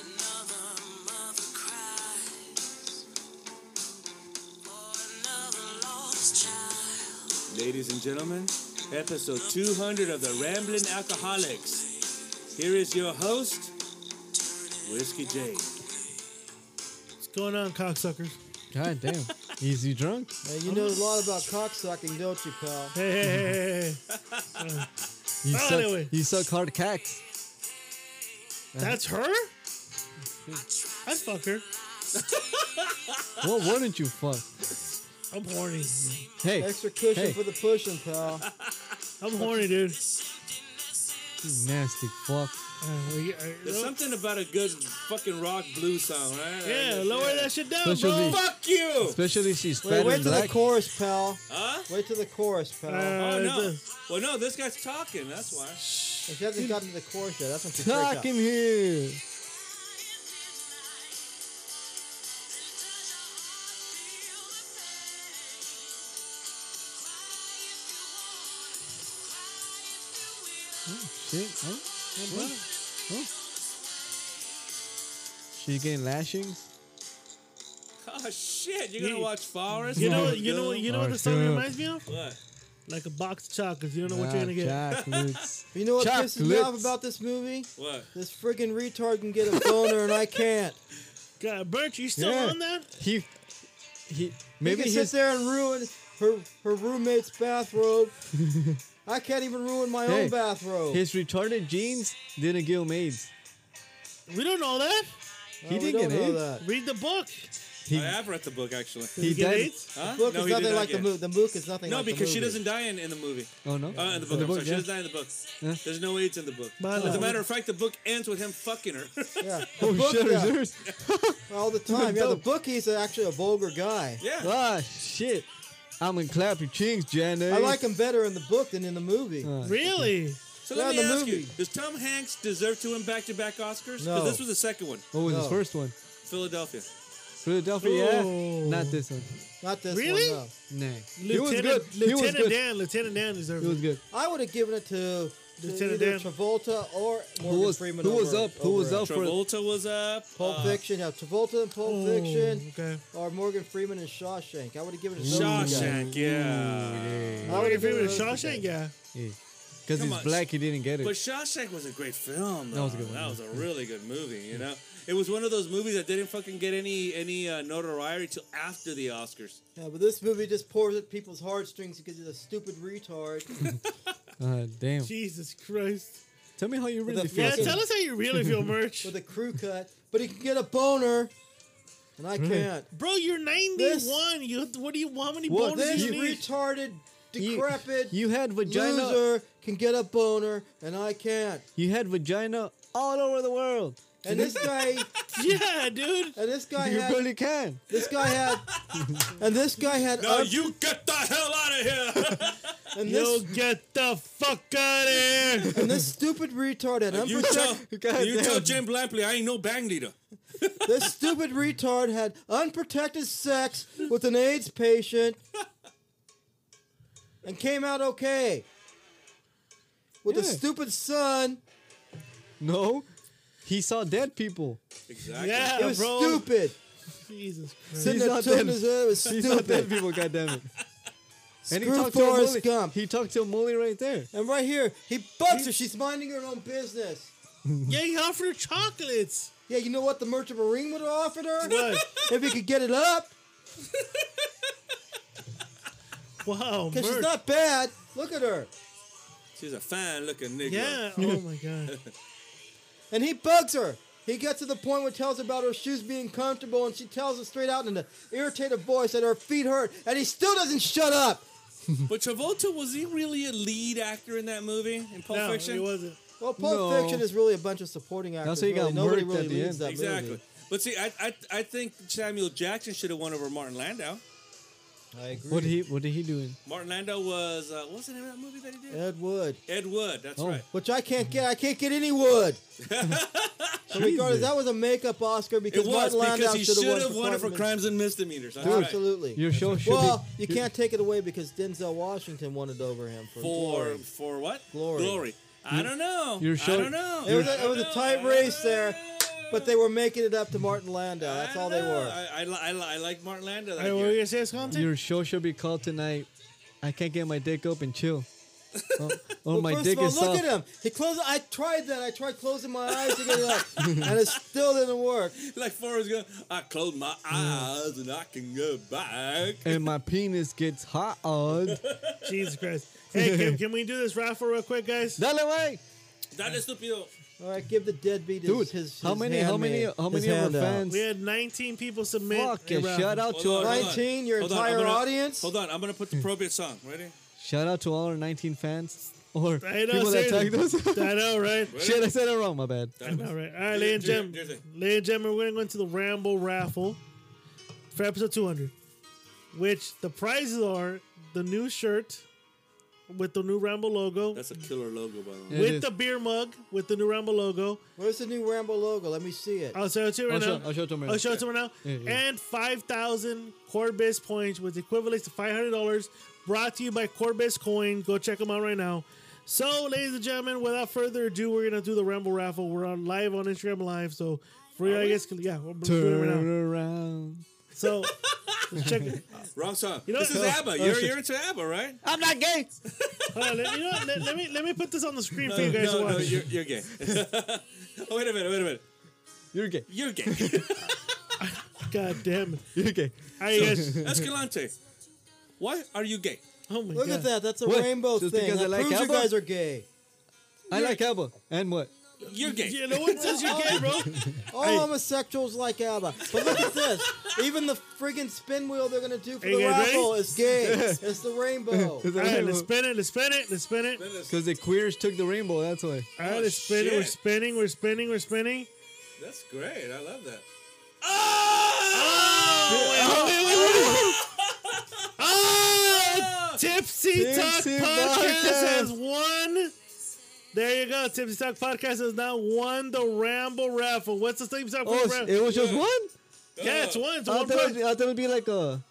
Speaker 5: Another mother cries for another lost child.
Speaker 1: Ladies and gentlemen, episode 200 of the Ramblin' Alcoholics. Here is your host, Whiskey J.
Speaker 2: What's going on, cocksuckers?
Speaker 3: God damn. Is he drunk?
Speaker 6: Hey, you know a lot about cocksucking, don't you, pal?
Speaker 2: Hey, hey, hey, hey, hey.
Speaker 3: You
Speaker 2: Oh,
Speaker 3: suck,
Speaker 2: anyway.
Speaker 3: you suck hard cacks.
Speaker 2: that's her? I'd fuck her.
Speaker 3: What wouldn't you fuck?
Speaker 2: I'm horny.
Speaker 3: Hey,
Speaker 6: Extra cushion
Speaker 3: Hey.
Speaker 6: for the pushing, pal.
Speaker 2: I'm horny, dude.
Speaker 3: you nasty fuck.
Speaker 2: Uh, we- uh,
Speaker 1: There's something about a good fucking rock blues song, right?
Speaker 2: yeah,
Speaker 1: Like,
Speaker 2: lower
Speaker 1: yeah.
Speaker 2: that shit down,
Speaker 3: Special
Speaker 2: bro.
Speaker 3: D.
Speaker 1: Fuck you!
Speaker 3: Especially if she's
Speaker 6: Wait,
Speaker 3: fat
Speaker 6: wait
Speaker 3: and
Speaker 6: till the
Speaker 3: black.
Speaker 6: chorus, pal.
Speaker 1: Huh?
Speaker 6: Wait till the chorus, pal.
Speaker 2: Uh,
Speaker 1: Oh no!
Speaker 2: the-
Speaker 1: Well, no, this guy's talking. That's why.
Speaker 6: if you haven't gotten to the chorus yet, that's when she freak out.
Speaker 3: Talk him here. Oh, Shit, huh? Huh? Huh? She getting lashings?
Speaker 1: Oh shit! You're gonna
Speaker 2: Yeah.
Speaker 1: watch Forest?
Speaker 2: You know, you know, you know what the song
Speaker 3: Alright, shut
Speaker 2: reminds me of?
Speaker 1: What?
Speaker 2: Like a box of chocolates. You don't know what you're gonna get.
Speaker 3: Ah, chocolates.
Speaker 6: You know what pisses me off
Speaker 3: Chocolates.
Speaker 6: about this movie?
Speaker 1: What?
Speaker 6: This friggin' retard can get a boner and I can't.
Speaker 2: God, Birch, you still
Speaker 3: Yeah.
Speaker 2: on that?
Speaker 3: he, he,
Speaker 6: Maybe
Speaker 3: maybe
Speaker 6: he can
Speaker 3: his
Speaker 6: sit there and ruin her her roommate's bathrobe. I can't even ruin my
Speaker 3: Hey,
Speaker 6: own bathrobe.
Speaker 3: His retarded genes didn't give him AIDS.
Speaker 2: We don't know that.
Speaker 6: Well,
Speaker 3: he
Speaker 6: Oh, we
Speaker 3: didn't
Speaker 6: don't
Speaker 3: get
Speaker 6: know
Speaker 3: AIDS.
Speaker 6: that.
Speaker 2: Read the book.
Speaker 3: He,
Speaker 1: I have read the book actually.
Speaker 2: Did
Speaker 3: he
Speaker 2: he get
Speaker 3: died.
Speaker 2: AIDS?
Speaker 1: Huh?
Speaker 6: The book
Speaker 1: No,
Speaker 6: is
Speaker 1: he did
Speaker 6: nothing
Speaker 1: not
Speaker 6: like the
Speaker 1: get-
Speaker 6: movie. The book is nothing
Speaker 1: No,
Speaker 6: like the
Speaker 1: because she
Speaker 6: movie.
Speaker 1: doesn't die in, in the movie.
Speaker 3: Oh no.
Speaker 1: Uh, in the book, I'm sorry.
Speaker 3: yeah.
Speaker 1: She doesn't die in the book.
Speaker 3: Yeah.
Speaker 1: There's no AIDS in the book.
Speaker 2: But,
Speaker 1: As
Speaker 2: uh,
Speaker 1: a matter of fact, the book ends with him fucking her.
Speaker 6: Yeah. The
Speaker 3: Oh
Speaker 6: book,
Speaker 3: shit,
Speaker 6: yeah,
Speaker 3: is yours?
Speaker 6: all the time. Yeah, the
Speaker 3: Dope.
Speaker 6: book he's actually a vulgar guy.
Speaker 1: yeah.
Speaker 3: Ah shit. I'm gonna clap your cheeks, Janet.
Speaker 6: I like him better in the book than in the movie.
Speaker 3: Uh,
Speaker 2: Really?
Speaker 1: So let
Speaker 6: Yeah,
Speaker 1: me
Speaker 6: the
Speaker 1: ask you:
Speaker 6: movie.
Speaker 1: Does Tom Hanks deserve to win back-to-back Oscars?
Speaker 6: No.
Speaker 1: this was the second one,
Speaker 3: What was his
Speaker 6: No.
Speaker 3: first one?
Speaker 1: Philadelphia.
Speaker 3: Philadelphia. yeah?
Speaker 2: Ooh.
Speaker 3: Not this one.
Speaker 6: Not this
Speaker 2: Really?
Speaker 6: one.
Speaker 3: Nah. He was good.
Speaker 2: Lieutenant,
Speaker 3: He was
Speaker 2: Lieutenant
Speaker 3: good.
Speaker 2: Dan. Lieutenant Dan is
Speaker 3: He was
Speaker 2: there.
Speaker 3: good.
Speaker 6: No. I would have given it to, to
Speaker 2: Lieutenant
Speaker 6: either
Speaker 2: Dan.
Speaker 6: Travolta or
Speaker 3: Who
Speaker 6: Morgan
Speaker 3: was
Speaker 6: Freeman.
Speaker 3: who was
Speaker 6: over-
Speaker 3: up? Who was
Speaker 1: uh,
Speaker 6: over
Speaker 3: up Oh, for?
Speaker 1: Travolta was up.
Speaker 6: Pulp
Speaker 1: uh,
Speaker 6: Fiction. Yeah, Travolta and
Speaker 3: Oh,
Speaker 6: Pulp Fiction.
Speaker 2: Oh, Okay.
Speaker 6: Or Morgan Freeman and Shawshank. I would have given it to those two guys.
Speaker 1: Shawshank. Yeah.
Speaker 6: I
Speaker 2: What are your
Speaker 6: would have given
Speaker 2: favorite
Speaker 6: it to those two
Speaker 2: Shawshank
Speaker 6: guys.
Speaker 2: guy?
Speaker 3: Because
Speaker 1: Come
Speaker 3: he's
Speaker 1: on.
Speaker 3: black, he didn't get it.
Speaker 1: But Shawshank was a great film. Though.
Speaker 3: That was a good one,
Speaker 1: That
Speaker 3: yeah.
Speaker 1: was a really good movie. You know, it was one of those movies that didn't fucking get any any uh, notoriety till after the Oscars.
Speaker 6: Yeah, Uh, but this movie just pours at people's heartstrings because he's a stupid retard.
Speaker 3: Ah, damn.
Speaker 2: Jesus Christ.
Speaker 3: Tell me how you really
Speaker 6: the
Speaker 3: feel.
Speaker 2: Yeah,
Speaker 6: Fucking-
Speaker 2: tell us how you really feel, Merch.
Speaker 6: with a crew cut, but he can get a boner, and
Speaker 1: Hmm.
Speaker 6: I can't.
Speaker 2: Bro, you're 91.
Speaker 6: This-
Speaker 2: you what do you how many
Speaker 3: What
Speaker 2: boners
Speaker 6: This
Speaker 2: do you need?
Speaker 6: retarded, decrepit
Speaker 3: You had vagina.
Speaker 6: loser can get a boner, and I can't.
Speaker 3: You had vagina all over the world.
Speaker 6: And this guy,
Speaker 2: yeah, dude.
Speaker 6: and this guy
Speaker 3: You
Speaker 6: had,
Speaker 3: really can.
Speaker 6: this guy had, and this guy had,
Speaker 1: No,
Speaker 6: un-
Speaker 1: Uh, you get the hell out of here.
Speaker 6: and
Speaker 2: Yo,
Speaker 6: this,
Speaker 2: get the fuck out of here.
Speaker 6: and this stupid retard had
Speaker 1: you
Speaker 6: unprotected.
Speaker 1: tell,
Speaker 3: God
Speaker 1: you tell
Speaker 3: damn.
Speaker 1: Jim Lampley I ain't no bang leader.
Speaker 6: This stupid retard had unprotected sex with an AIDS patient and came out okay. With a
Speaker 3: Yeah.
Speaker 6: stupid son.
Speaker 3: No, he saw dead people.
Speaker 1: Exactly.
Speaker 2: Yeah,
Speaker 6: It was
Speaker 2: bro.
Speaker 6: stupid.
Speaker 2: Jesus Christ.
Speaker 6: Sitting
Speaker 3: He's
Speaker 6: there
Speaker 3: not
Speaker 6: tilting
Speaker 3: dead.
Speaker 6: his head. It was
Speaker 3: He saw dead
Speaker 6: stupid.
Speaker 3: people. Goddamn it. And he
Speaker 6: Screw
Speaker 3: talked to a
Speaker 6: Forrest
Speaker 3: Mully.
Speaker 6: Gump.
Speaker 3: He talked to a Mully right there.
Speaker 6: And right here, he butts her. She's minding her own business.
Speaker 2: Yeah, he offered her chocolates.
Speaker 6: Yeah, you know what the Merchant Marine would have offered her?
Speaker 2: What?
Speaker 6: If he could get it up.
Speaker 2: Wow,
Speaker 6: Because she's
Speaker 2: Merch.
Speaker 6: not bad. Look at her.
Speaker 1: She's a fine looking nigga.
Speaker 2: yeah. Oh my god.
Speaker 6: And he bugs her. He gets to the point where he tells her about her shoes being comfortable, and she tells him straight out in an irritated voice that her feet hurt, and he still doesn't shut up.
Speaker 1: But Travolta was he really a lead actor in that movie in Pulp
Speaker 2: No,
Speaker 1: Fiction?
Speaker 2: it wasn't.
Speaker 6: Well, Pulp
Speaker 3: No.
Speaker 6: Fiction is really a bunch of supporting actors.
Speaker 3: how you got
Speaker 6: really. Nobody
Speaker 3: murked
Speaker 6: really
Speaker 3: at the
Speaker 6: leads
Speaker 3: end.
Speaker 6: that
Speaker 1: exactly. But see, I, I I think Samuel Jackson should have won over Martin Landau.
Speaker 6: movie. I agree.
Speaker 3: What did he? What did he doing?
Speaker 1: Martin Landau was uh, what was the name of that movie that he did?
Speaker 6: Ed Wood,
Speaker 1: Ed Wood. That's
Speaker 3: Oh.
Speaker 1: right.
Speaker 6: which I can't get. I can't get any Wood. so regardless, that was a makeup Oscar
Speaker 1: It
Speaker 6: because
Speaker 1: was
Speaker 6: Martin Landau
Speaker 1: because he
Speaker 6: should have won,
Speaker 1: won it for
Speaker 6: Crime-
Speaker 1: crimes and misdemeanors. That's right.
Speaker 6: Absolutely.
Speaker 3: Your show should
Speaker 6: Well,
Speaker 3: be.
Speaker 6: you can't take it away because Denzel Washington won it over him for.
Speaker 1: For
Speaker 6: glory.
Speaker 1: for what?
Speaker 6: Glory.
Speaker 1: Glory. I don't know.
Speaker 3: you're
Speaker 1: I
Speaker 3: sure-
Speaker 1: don't know.
Speaker 6: It was,
Speaker 1: I
Speaker 6: a, it was a
Speaker 1: don't
Speaker 6: tight
Speaker 1: know.
Speaker 6: race there, but they were making it up to Martin Landau. That's
Speaker 1: I
Speaker 6: all they
Speaker 1: don't know.
Speaker 6: were.
Speaker 1: I, I, li- I, li- I like Martin Landau. That
Speaker 2: Hey, what were you
Speaker 1: year.
Speaker 2: gonna say, Wisconsin?
Speaker 3: Your show should be called tonight. I can't get my dick up and chill. Oh, oh, my
Speaker 6: first
Speaker 3: dick
Speaker 6: of all,
Speaker 3: is
Speaker 6: look
Speaker 3: soft.
Speaker 6: at him. He closed. I tried that. I tried closing my eyes to get it up, and it still didn't work.
Speaker 1: like Forrest Gump. I close my eyes and I can go back.
Speaker 3: And my penis gets hot. uh, Dale,
Speaker 2: Jesus Christ. Hey, can, can we do this raffle real quick, guys?
Speaker 3: way.
Speaker 1: Dale estúpido.
Speaker 6: All right, give the deadbeat his,
Speaker 3: Dude,
Speaker 6: his, his
Speaker 3: how many, how many,
Speaker 6: handmaid,
Speaker 3: how
Speaker 6: his
Speaker 3: many of
Speaker 6: hand
Speaker 3: our
Speaker 6: out.
Speaker 3: fans?
Speaker 2: We had 19 people submit.
Speaker 3: Fucking
Speaker 2: a raffle.
Speaker 3: shout out to
Speaker 1: Hold
Speaker 3: our,
Speaker 1: on.
Speaker 6: 19, your
Speaker 1: Hold on, I'm
Speaker 6: entire
Speaker 1: gonna-
Speaker 6: audience. Hmm.
Speaker 1: Hold on, I'm gonna put the appropriate song. Ready?
Speaker 3: shout out to all our 19 fans or
Speaker 2: I know,
Speaker 3: people that tagged
Speaker 2: seriously.
Speaker 3: us.
Speaker 2: I know, right?
Speaker 3: Shit, I said it wrong. My bad.
Speaker 2: I know, right? All right, ladies and
Speaker 1: Jer-
Speaker 2: gentlemen.
Speaker 1: Jersey.
Speaker 2: Ladies and gentlemen, we're going to go into the Ramble Raffle for episode 200, which the prizes are the new shirt with the new Ramble logo,
Speaker 1: That's a killer logo, by the way.
Speaker 3: Yeah, it
Speaker 2: with
Speaker 3: is.
Speaker 2: the beer mug with the new Ramble logo.
Speaker 6: Where's the new Rambo logo? Let me see it.
Speaker 2: I'll show it to you right
Speaker 3: I'll show-
Speaker 2: now.
Speaker 3: I'll show it to him right now.
Speaker 2: I'll show it to him right now.
Speaker 3: Yeah, yeah.
Speaker 2: And 5,000 Corbis points, which equivalents to $500, brought to you by Corbis Coin. Go check them out right now. So, ladies and gentlemen, without further ado, we're going to do the Ramble Raffle. We're on live on Instagram Live, so free, I guess. Yeah, we're doing it right now.
Speaker 3: Turn around.
Speaker 2: So, let's check it.
Speaker 1: Wrong song.
Speaker 2: know-
Speaker 1: this is
Speaker 2: Oh,
Speaker 1: ABBA.
Speaker 3: oh,
Speaker 1: You're,
Speaker 3: shit.
Speaker 1: you're into ABBA, right?
Speaker 3: I'm not gay.
Speaker 2: Hold on, let, you know, what? let, let me, let me put this on the screen for you guys
Speaker 1: no,
Speaker 2: to
Speaker 1: no,
Speaker 2: watch.
Speaker 1: you're, you're gay. oh, wait a minute, wait a minute.
Speaker 3: You're gay.
Speaker 1: You're gay.
Speaker 2: God damn it.
Speaker 3: You're gay.
Speaker 2: All right, guys.
Speaker 1: Escalante, why are you gay?
Speaker 2: Oh, my
Speaker 6: Look
Speaker 2: God.
Speaker 6: at that. That's a
Speaker 3: What?
Speaker 6: rainbow
Speaker 3: Just
Speaker 6: thing.
Speaker 3: because I
Speaker 6: That
Speaker 3: like
Speaker 6: proves you
Speaker 3: Alba?
Speaker 6: guys are gay.
Speaker 3: I like ABBA. And what?
Speaker 1: You're gay.
Speaker 2: Yeah, no one says you're gay, bro.
Speaker 6: All homosexuals like ABBA. But look at this. Even the friggin' spin wheel they're gonna do for
Speaker 2: Hey,
Speaker 6: the
Speaker 2: guys,
Speaker 6: raffle is gay. It's the
Speaker 3: Oh.
Speaker 6: rainbow.
Speaker 2: All right, let's spin it. Let's spin it. Let's spin it.
Speaker 3: Because the queers took the rainbow. That's why.
Speaker 2: All right,
Speaker 1: Oh,
Speaker 2: let's spin it. We're
Speaker 1: shit.
Speaker 2: spinning. We're spinning. We're spinning.
Speaker 1: That's great. I love that.
Speaker 2: Oh, Tipsy, Talk
Speaker 3: Ah! Tipsy
Speaker 2: Podcast
Speaker 3: Podcast.
Speaker 2: has won. There you go. Tipsy Talk Podcast has now won the Ramble Raffle. What's the Tipsy Talk
Speaker 3: Oh,
Speaker 2: Raffle?
Speaker 3: it was just
Speaker 1: Yeah.
Speaker 3: one?
Speaker 2: yeah, it's one. It's
Speaker 3: I
Speaker 2: one
Speaker 3: thought,
Speaker 2: prize.
Speaker 3: it, I thought it would be like a.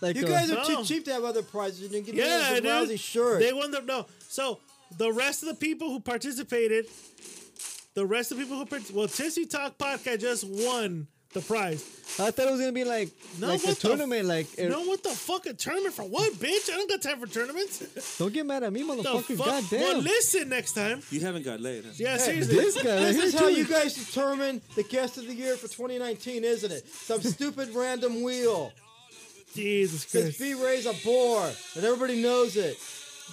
Speaker 3: Like
Speaker 6: You
Speaker 3: a,
Speaker 6: guys are
Speaker 2: No.
Speaker 6: too cheap to have other prizes. You didn't get
Speaker 2: Yeah,
Speaker 6: yeah,
Speaker 2: dude.
Speaker 6: the lousy shirt.
Speaker 2: They won the no. So the rest of the people who participated, the rest of the people who part- well, Tipsy Talk Podcast just won the prize.
Speaker 3: I thought it was gonna be like
Speaker 2: No,
Speaker 3: like
Speaker 2: what
Speaker 3: a
Speaker 2: the f-
Speaker 3: tournament. like er-
Speaker 2: No, what the fuck? A tournament for what, bitch? I don't got time for tournaments.
Speaker 3: don't get mad at me,
Speaker 2: The
Speaker 3: motherfuckers.
Speaker 2: fuck?
Speaker 3: Goddamn.
Speaker 2: Well, listen next time.
Speaker 1: You haven't got laid. Huh?
Speaker 2: Yeah, seriously.
Speaker 3: this guy. right
Speaker 6: This
Speaker 3: here
Speaker 6: is how
Speaker 3: too.
Speaker 6: you guys determine the guest of the year for 2019, isn't it? Some stupid random wheel.
Speaker 2: Jesus
Speaker 6: Because
Speaker 2: Christ.
Speaker 6: B Ray's a bore, and everybody knows it.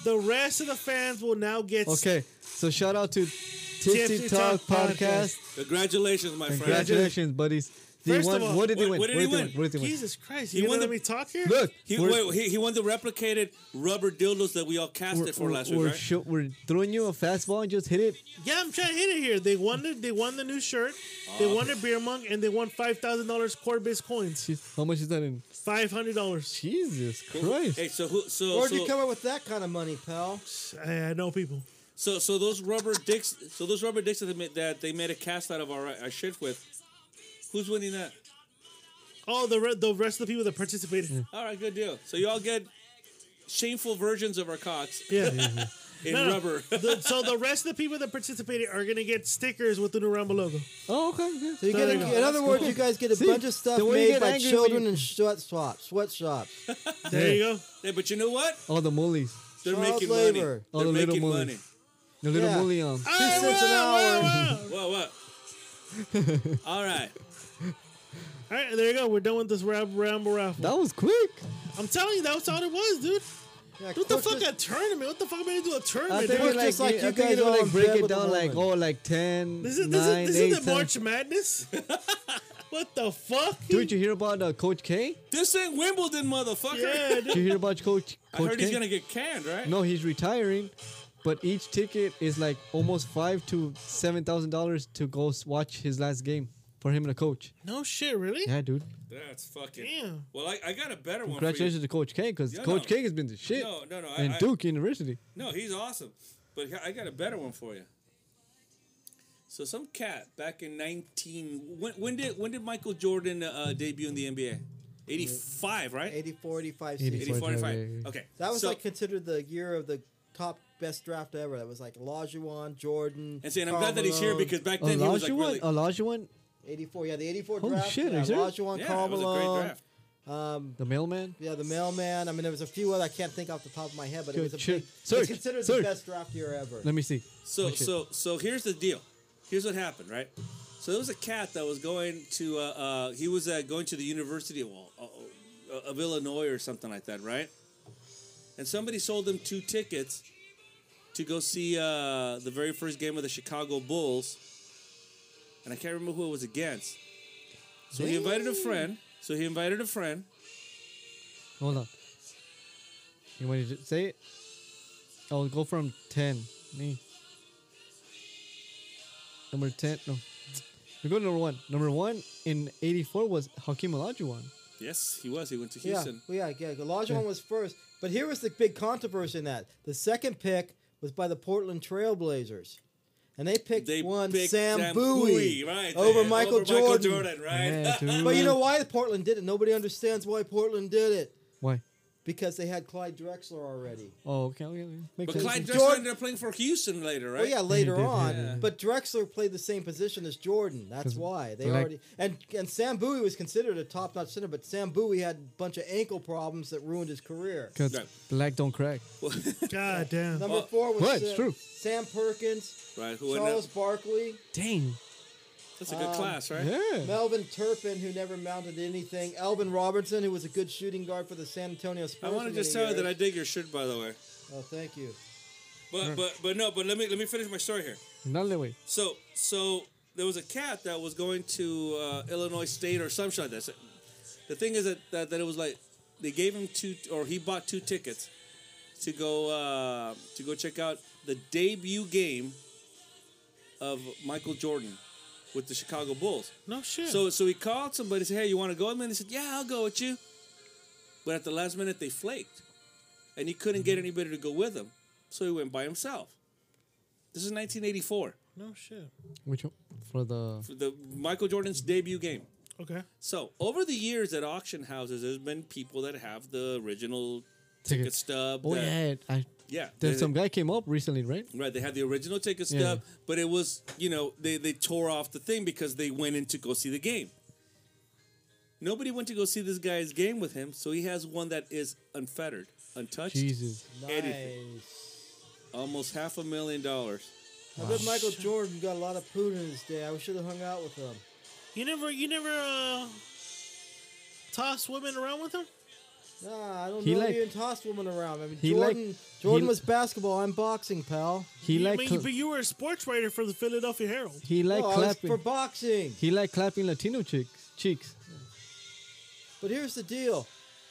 Speaker 2: The rest of the fans will now get.
Speaker 3: Okay, so shout out to Tipsy,
Speaker 2: Tipsy
Speaker 3: Talk,
Speaker 2: Talk
Speaker 3: Podcast.
Speaker 1: Congratulations, my friend.
Speaker 3: Congratulations, buddies. They
Speaker 2: First of
Speaker 3: won.
Speaker 2: all,
Speaker 3: what did they
Speaker 1: what-
Speaker 3: win?
Speaker 1: what did he
Speaker 3: they
Speaker 1: win?
Speaker 3: What did they win?
Speaker 2: Jesus Christ!
Speaker 1: He
Speaker 2: You
Speaker 1: won
Speaker 2: want to
Speaker 1: the-
Speaker 2: let me talk here?
Speaker 3: Look,
Speaker 1: He,
Speaker 3: we're,
Speaker 1: wait, he, he won the replicated rubber dildos that we all casted
Speaker 3: we're,
Speaker 1: for last
Speaker 3: we're,
Speaker 1: week, right?
Speaker 3: sho- we're throwing you a fastball and just hit it.
Speaker 2: Yeah, I'm trying to hit it here. They won the they won the new shirt, they won the beer mug, and they won five thousand dollars Corbis coins.
Speaker 3: Jeez, How much is that in?
Speaker 2: Five hundred dollars.
Speaker 3: Jesus Christ!
Speaker 1: Hey, so who, so
Speaker 6: Where'd
Speaker 1: so,
Speaker 6: you come up with that kind of money, pal?
Speaker 2: I, I know people.
Speaker 1: so so those rubber dicks, so those rubber dicks that they made, that they made a cast out of our, our shit with. Who's winning that?
Speaker 2: Oh, the re- the rest of the people that participated.
Speaker 1: All right, good deal. So you all get shameful versions of our cocks
Speaker 2: Yeah.
Speaker 1: in
Speaker 2: No, no.
Speaker 1: rubber.
Speaker 2: The- so the rest of the people that participated are gonna get stickers with the new Rumble logo.
Speaker 3: Oh, okay. yeah.
Speaker 6: So you
Speaker 2: No,
Speaker 6: get
Speaker 2: no,
Speaker 6: a,
Speaker 2: no,
Speaker 6: in other words, you guys get a
Speaker 3: See,
Speaker 6: bunch of stuff
Speaker 3: the way you
Speaker 6: made
Speaker 3: get
Speaker 6: by
Speaker 3: angry when
Speaker 6: children
Speaker 3: you-
Speaker 6: in sweat shops. Sweatshops.
Speaker 2: There you go.
Speaker 1: Hey, but you know what?
Speaker 3: All the mullies,
Speaker 1: They're
Speaker 6: Child
Speaker 1: making money.
Speaker 6: labor.
Speaker 3: All
Speaker 1: They're
Speaker 3: the little
Speaker 1: making
Speaker 3: money.
Speaker 1: money.
Speaker 3: the little um.
Speaker 6: Yeah.
Speaker 3: mully on.
Speaker 2: All right,
Speaker 6: cents an
Speaker 2: wow,
Speaker 6: hour.
Speaker 2: wow, wow.
Speaker 1: What what? all right.
Speaker 2: All right, there you go. We're done with this ramble ramble raffle.
Speaker 3: That was quick.
Speaker 2: I'm telling you, that was all it was, dude.
Speaker 6: Yeah,
Speaker 2: What the
Speaker 6: quick,
Speaker 2: fuck
Speaker 6: just-
Speaker 2: a tournament? What the fuck made you do a
Speaker 3: I
Speaker 2: tournament?
Speaker 3: think
Speaker 6: it
Speaker 2: dude?
Speaker 3: you
Speaker 6: was
Speaker 3: like,
Speaker 6: just like
Speaker 3: you,
Speaker 6: you
Speaker 3: I think you
Speaker 6: guys
Speaker 3: know,
Speaker 6: all
Speaker 3: like
Speaker 6: in
Speaker 3: break
Speaker 6: bed
Speaker 3: it
Speaker 6: with a
Speaker 3: down like oh
Speaker 6: woman.
Speaker 3: like ten,
Speaker 2: This is this
Speaker 3: nine,
Speaker 2: is this
Speaker 3: eight,
Speaker 2: is the
Speaker 3: seven.
Speaker 2: March Madness. what the fuck?
Speaker 3: Dude, you hear about uh, Coach K?
Speaker 1: This ain't Wimbledon, motherfucker.
Speaker 2: yeah, dude.
Speaker 3: Did you hear about Coach
Speaker 1: I
Speaker 3: Coach
Speaker 1: heard
Speaker 3: K?
Speaker 1: he's gonna get canned, right?
Speaker 3: No, he's retiring, but each ticket is like almost five to seven thousand dollars to go s- watch his last game for him and the coach.
Speaker 2: No shit, really?
Speaker 3: Yeah, dude.
Speaker 1: That's fucking.
Speaker 2: Damn.
Speaker 1: Well, I, I got a better one.
Speaker 3: Congratulations to Coach K because
Speaker 1: Yeah,
Speaker 3: Coach
Speaker 1: no.
Speaker 3: K has been the
Speaker 1: For you.
Speaker 3: shit.
Speaker 1: No, no, no. I,
Speaker 3: and
Speaker 1: I,
Speaker 3: Duke University.
Speaker 1: No, he's awesome. But he- I got a better one for you. So some cat back in nineteen. When, when did when did Michael Jordan uh, debut in the NBA? Eighty five, right?
Speaker 6: 84, 85
Speaker 3: 80.
Speaker 1: Eighty
Speaker 6: 80.
Speaker 1: four, eighty five.
Speaker 3: Yeah, yeah, yeah.
Speaker 1: Okay.
Speaker 6: That was
Speaker 1: so,
Speaker 6: like considered the year of the top best draft ever. That was like Lajuan, Jordan.
Speaker 1: And saying I'm
Speaker 6: Karl
Speaker 1: glad that he's here
Speaker 6: Malone.
Speaker 1: because back then he was like
Speaker 3: Olajuwon, Oh,
Speaker 1: really.
Speaker 3: Olajuwon,
Speaker 6: 84, yeah, the 84
Speaker 3: Holy
Speaker 6: draft.
Speaker 3: shit, are
Speaker 6: yeah,
Speaker 3: you serious?
Speaker 6: Olajuwon,
Speaker 1: yeah,
Speaker 6: Karl
Speaker 1: it was a
Speaker 6: Malone.
Speaker 1: great draft.
Speaker 6: Um,
Speaker 3: The mailman?
Speaker 6: yeah, the mailman. I mean, there was a few other I can't think off the top of my head, but it
Speaker 3: Good
Speaker 6: was a
Speaker 3: shit.
Speaker 6: big.
Speaker 3: Search,
Speaker 6: it's considered
Speaker 3: search.
Speaker 6: the best draft year ever.
Speaker 3: Let me see.
Speaker 1: So
Speaker 3: Which is-
Speaker 1: so so here's the deal. Here's what happened, right? So there was a cat that was going to uh, uh, he was uh, going to the University of uh, of Illinois or something like that, right? And somebody sold him two tickets to go see uh, the very first game of the Chicago Bulls, and I can't remember who it was against. So he invited a friend. So he invited a friend.
Speaker 3: Hold on. You want to say it? I'll go from 10. Me. Number 10. No. We go to number one. Number one in 84 was Hakeem Olajuwon.
Speaker 1: Yes, he was. He went to
Speaker 6: Yeah,
Speaker 1: Houston.
Speaker 6: well, yeah, yeah. Olajuwon was first, but here was the big controversy in that. The second pick was by the Portland Trailblazers, and they picked
Speaker 1: They
Speaker 6: one
Speaker 1: picked
Speaker 6: Sam, Bowie,
Speaker 1: Bowie, right
Speaker 6: over,
Speaker 1: there,
Speaker 6: Michael,
Speaker 1: over
Speaker 6: Jordan.
Speaker 1: Michael Jordan, right?
Speaker 3: Yeah, dude.
Speaker 6: But you know why Portland did it? Nobody understands why Portland did it
Speaker 3: Why?
Speaker 6: because they had Clyde Drexler already.
Speaker 3: Oh, okay. okay, okay. Makes
Speaker 1: But Clyde Drexler
Speaker 6: Jordan-
Speaker 1: ended up playing for Houston later, right?
Speaker 6: Well, yeah, later
Speaker 3: did, yeah,
Speaker 6: on.
Speaker 3: yeah.
Speaker 6: But Drexler played the same position as Jordan. That's
Speaker 3: 'Cause
Speaker 6: why they
Speaker 3: black-
Speaker 6: already and and Sam Bowie was considered a top-notch center, but Sam Bowie had a bunch of ankle problems that ruined his career.
Speaker 3: Because
Speaker 1: No.
Speaker 3: black don't crack.
Speaker 2: God damn.
Speaker 6: Number
Speaker 1: Well,
Speaker 6: four was
Speaker 3: well, it's
Speaker 6: uh,
Speaker 3: true.
Speaker 6: Sam Perkins,
Speaker 1: Right. Who ended up,
Speaker 6: Charles Barkley,
Speaker 3: Dang.
Speaker 1: that's a good class, right?
Speaker 3: Yeah.
Speaker 6: Melvin Turpin, who never mounted anything, Alvin Robertson, who was a good shooting guard for the San Antonio
Speaker 1: I
Speaker 6: Spurs.
Speaker 1: want to
Speaker 6: for
Speaker 1: just tell
Speaker 6: many
Speaker 1: you that I
Speaker 6: years.
Speaker 1: dig your shirt, by the way.
Speaker 6: Oh, thank you.
Speaker 1: But but but no. But let me let me finish my story here.
Speaker 3: Not that way.
Speaker 1: So so there was a cat that was going to uh, Illinois State or some shit like that. So the thing is that, that that it was like they gave him two or he bought two tickets to go uh, to go check out the debut game of Michael Jordan with the Chicago Bulls.
Speaker 2: No
Speaker 3: Hmm.
Speaker 2: shit.
Speaker 1: So so he called somebody and said, Hey, you want to go? And they said, Yeah, I'll go with you. But at the last minute, they flaked. And he couldn't
Speaker 3: Mm-hmm.
Speaker 1: get anybody to go with him. So he went by himself. This is 1984,
Speaker 2: no shit.
Speaker 3: Which one? For the.
Speaker 1: for the Michael Jordan's debut game.
Speaker 2: Okay.
Speaker 1: So over the years at auction houses, there's been people that have the original
Speaker 3: Ticket.
Speaker 1: ticket stub.
Speaker 3: Oh,
Speaker 1: that-
Speaker 3: yeah. I,
Speaker 1: yeah.
Speaker 3: there's
Speaker 1: They-
Speaker 3: some guy came up recently, right?
Speaker 1: Right, they had the original ticket
Speaker 3: Yeah.
Speaker 1: stub, but it was you know they they tore off the thing because they went in to go see the game. Nobody went to go see this guy's game with him, so he has one that is unfettered, untouched,
Speaker 3: Jesus.
Speaker 1: Anything.
Speaker 6: Nice.
Speaker 1: almost half a million dollars.
Speaker 6: I bet Michael Jordan got a lot of poon in his day. I should have hung out with him.
Speaker 2: You never, you never uh, toss women around with him.
Speaker 6: Nah, I don't
Speaker 3: He
Speaker 6: know
Speaker 3: like-
Speaker 6: if you and tossed women around. I mean,
Speaker 3: he like-
Speaker 6: Jordan, Jordan
Speaker 3: he-
Speaker 6: was basketball. I'm boxing, pal.
Speaker 3: He
Speaker 2: You- I
Speaker 3: like
Speaker 2: mean,
Speaker 3: cl-
Speaker 2: but you were a sports writer for the Philadelphia Herald.
Speaker 3: he like
Speaker 6: no, I was
Speaker 3: clapping.
Speaker 6: Oh, for boxing.
Speaker 3: He like clapping Latino chicks. Cheeks.
Speaker 6: But here's the deal.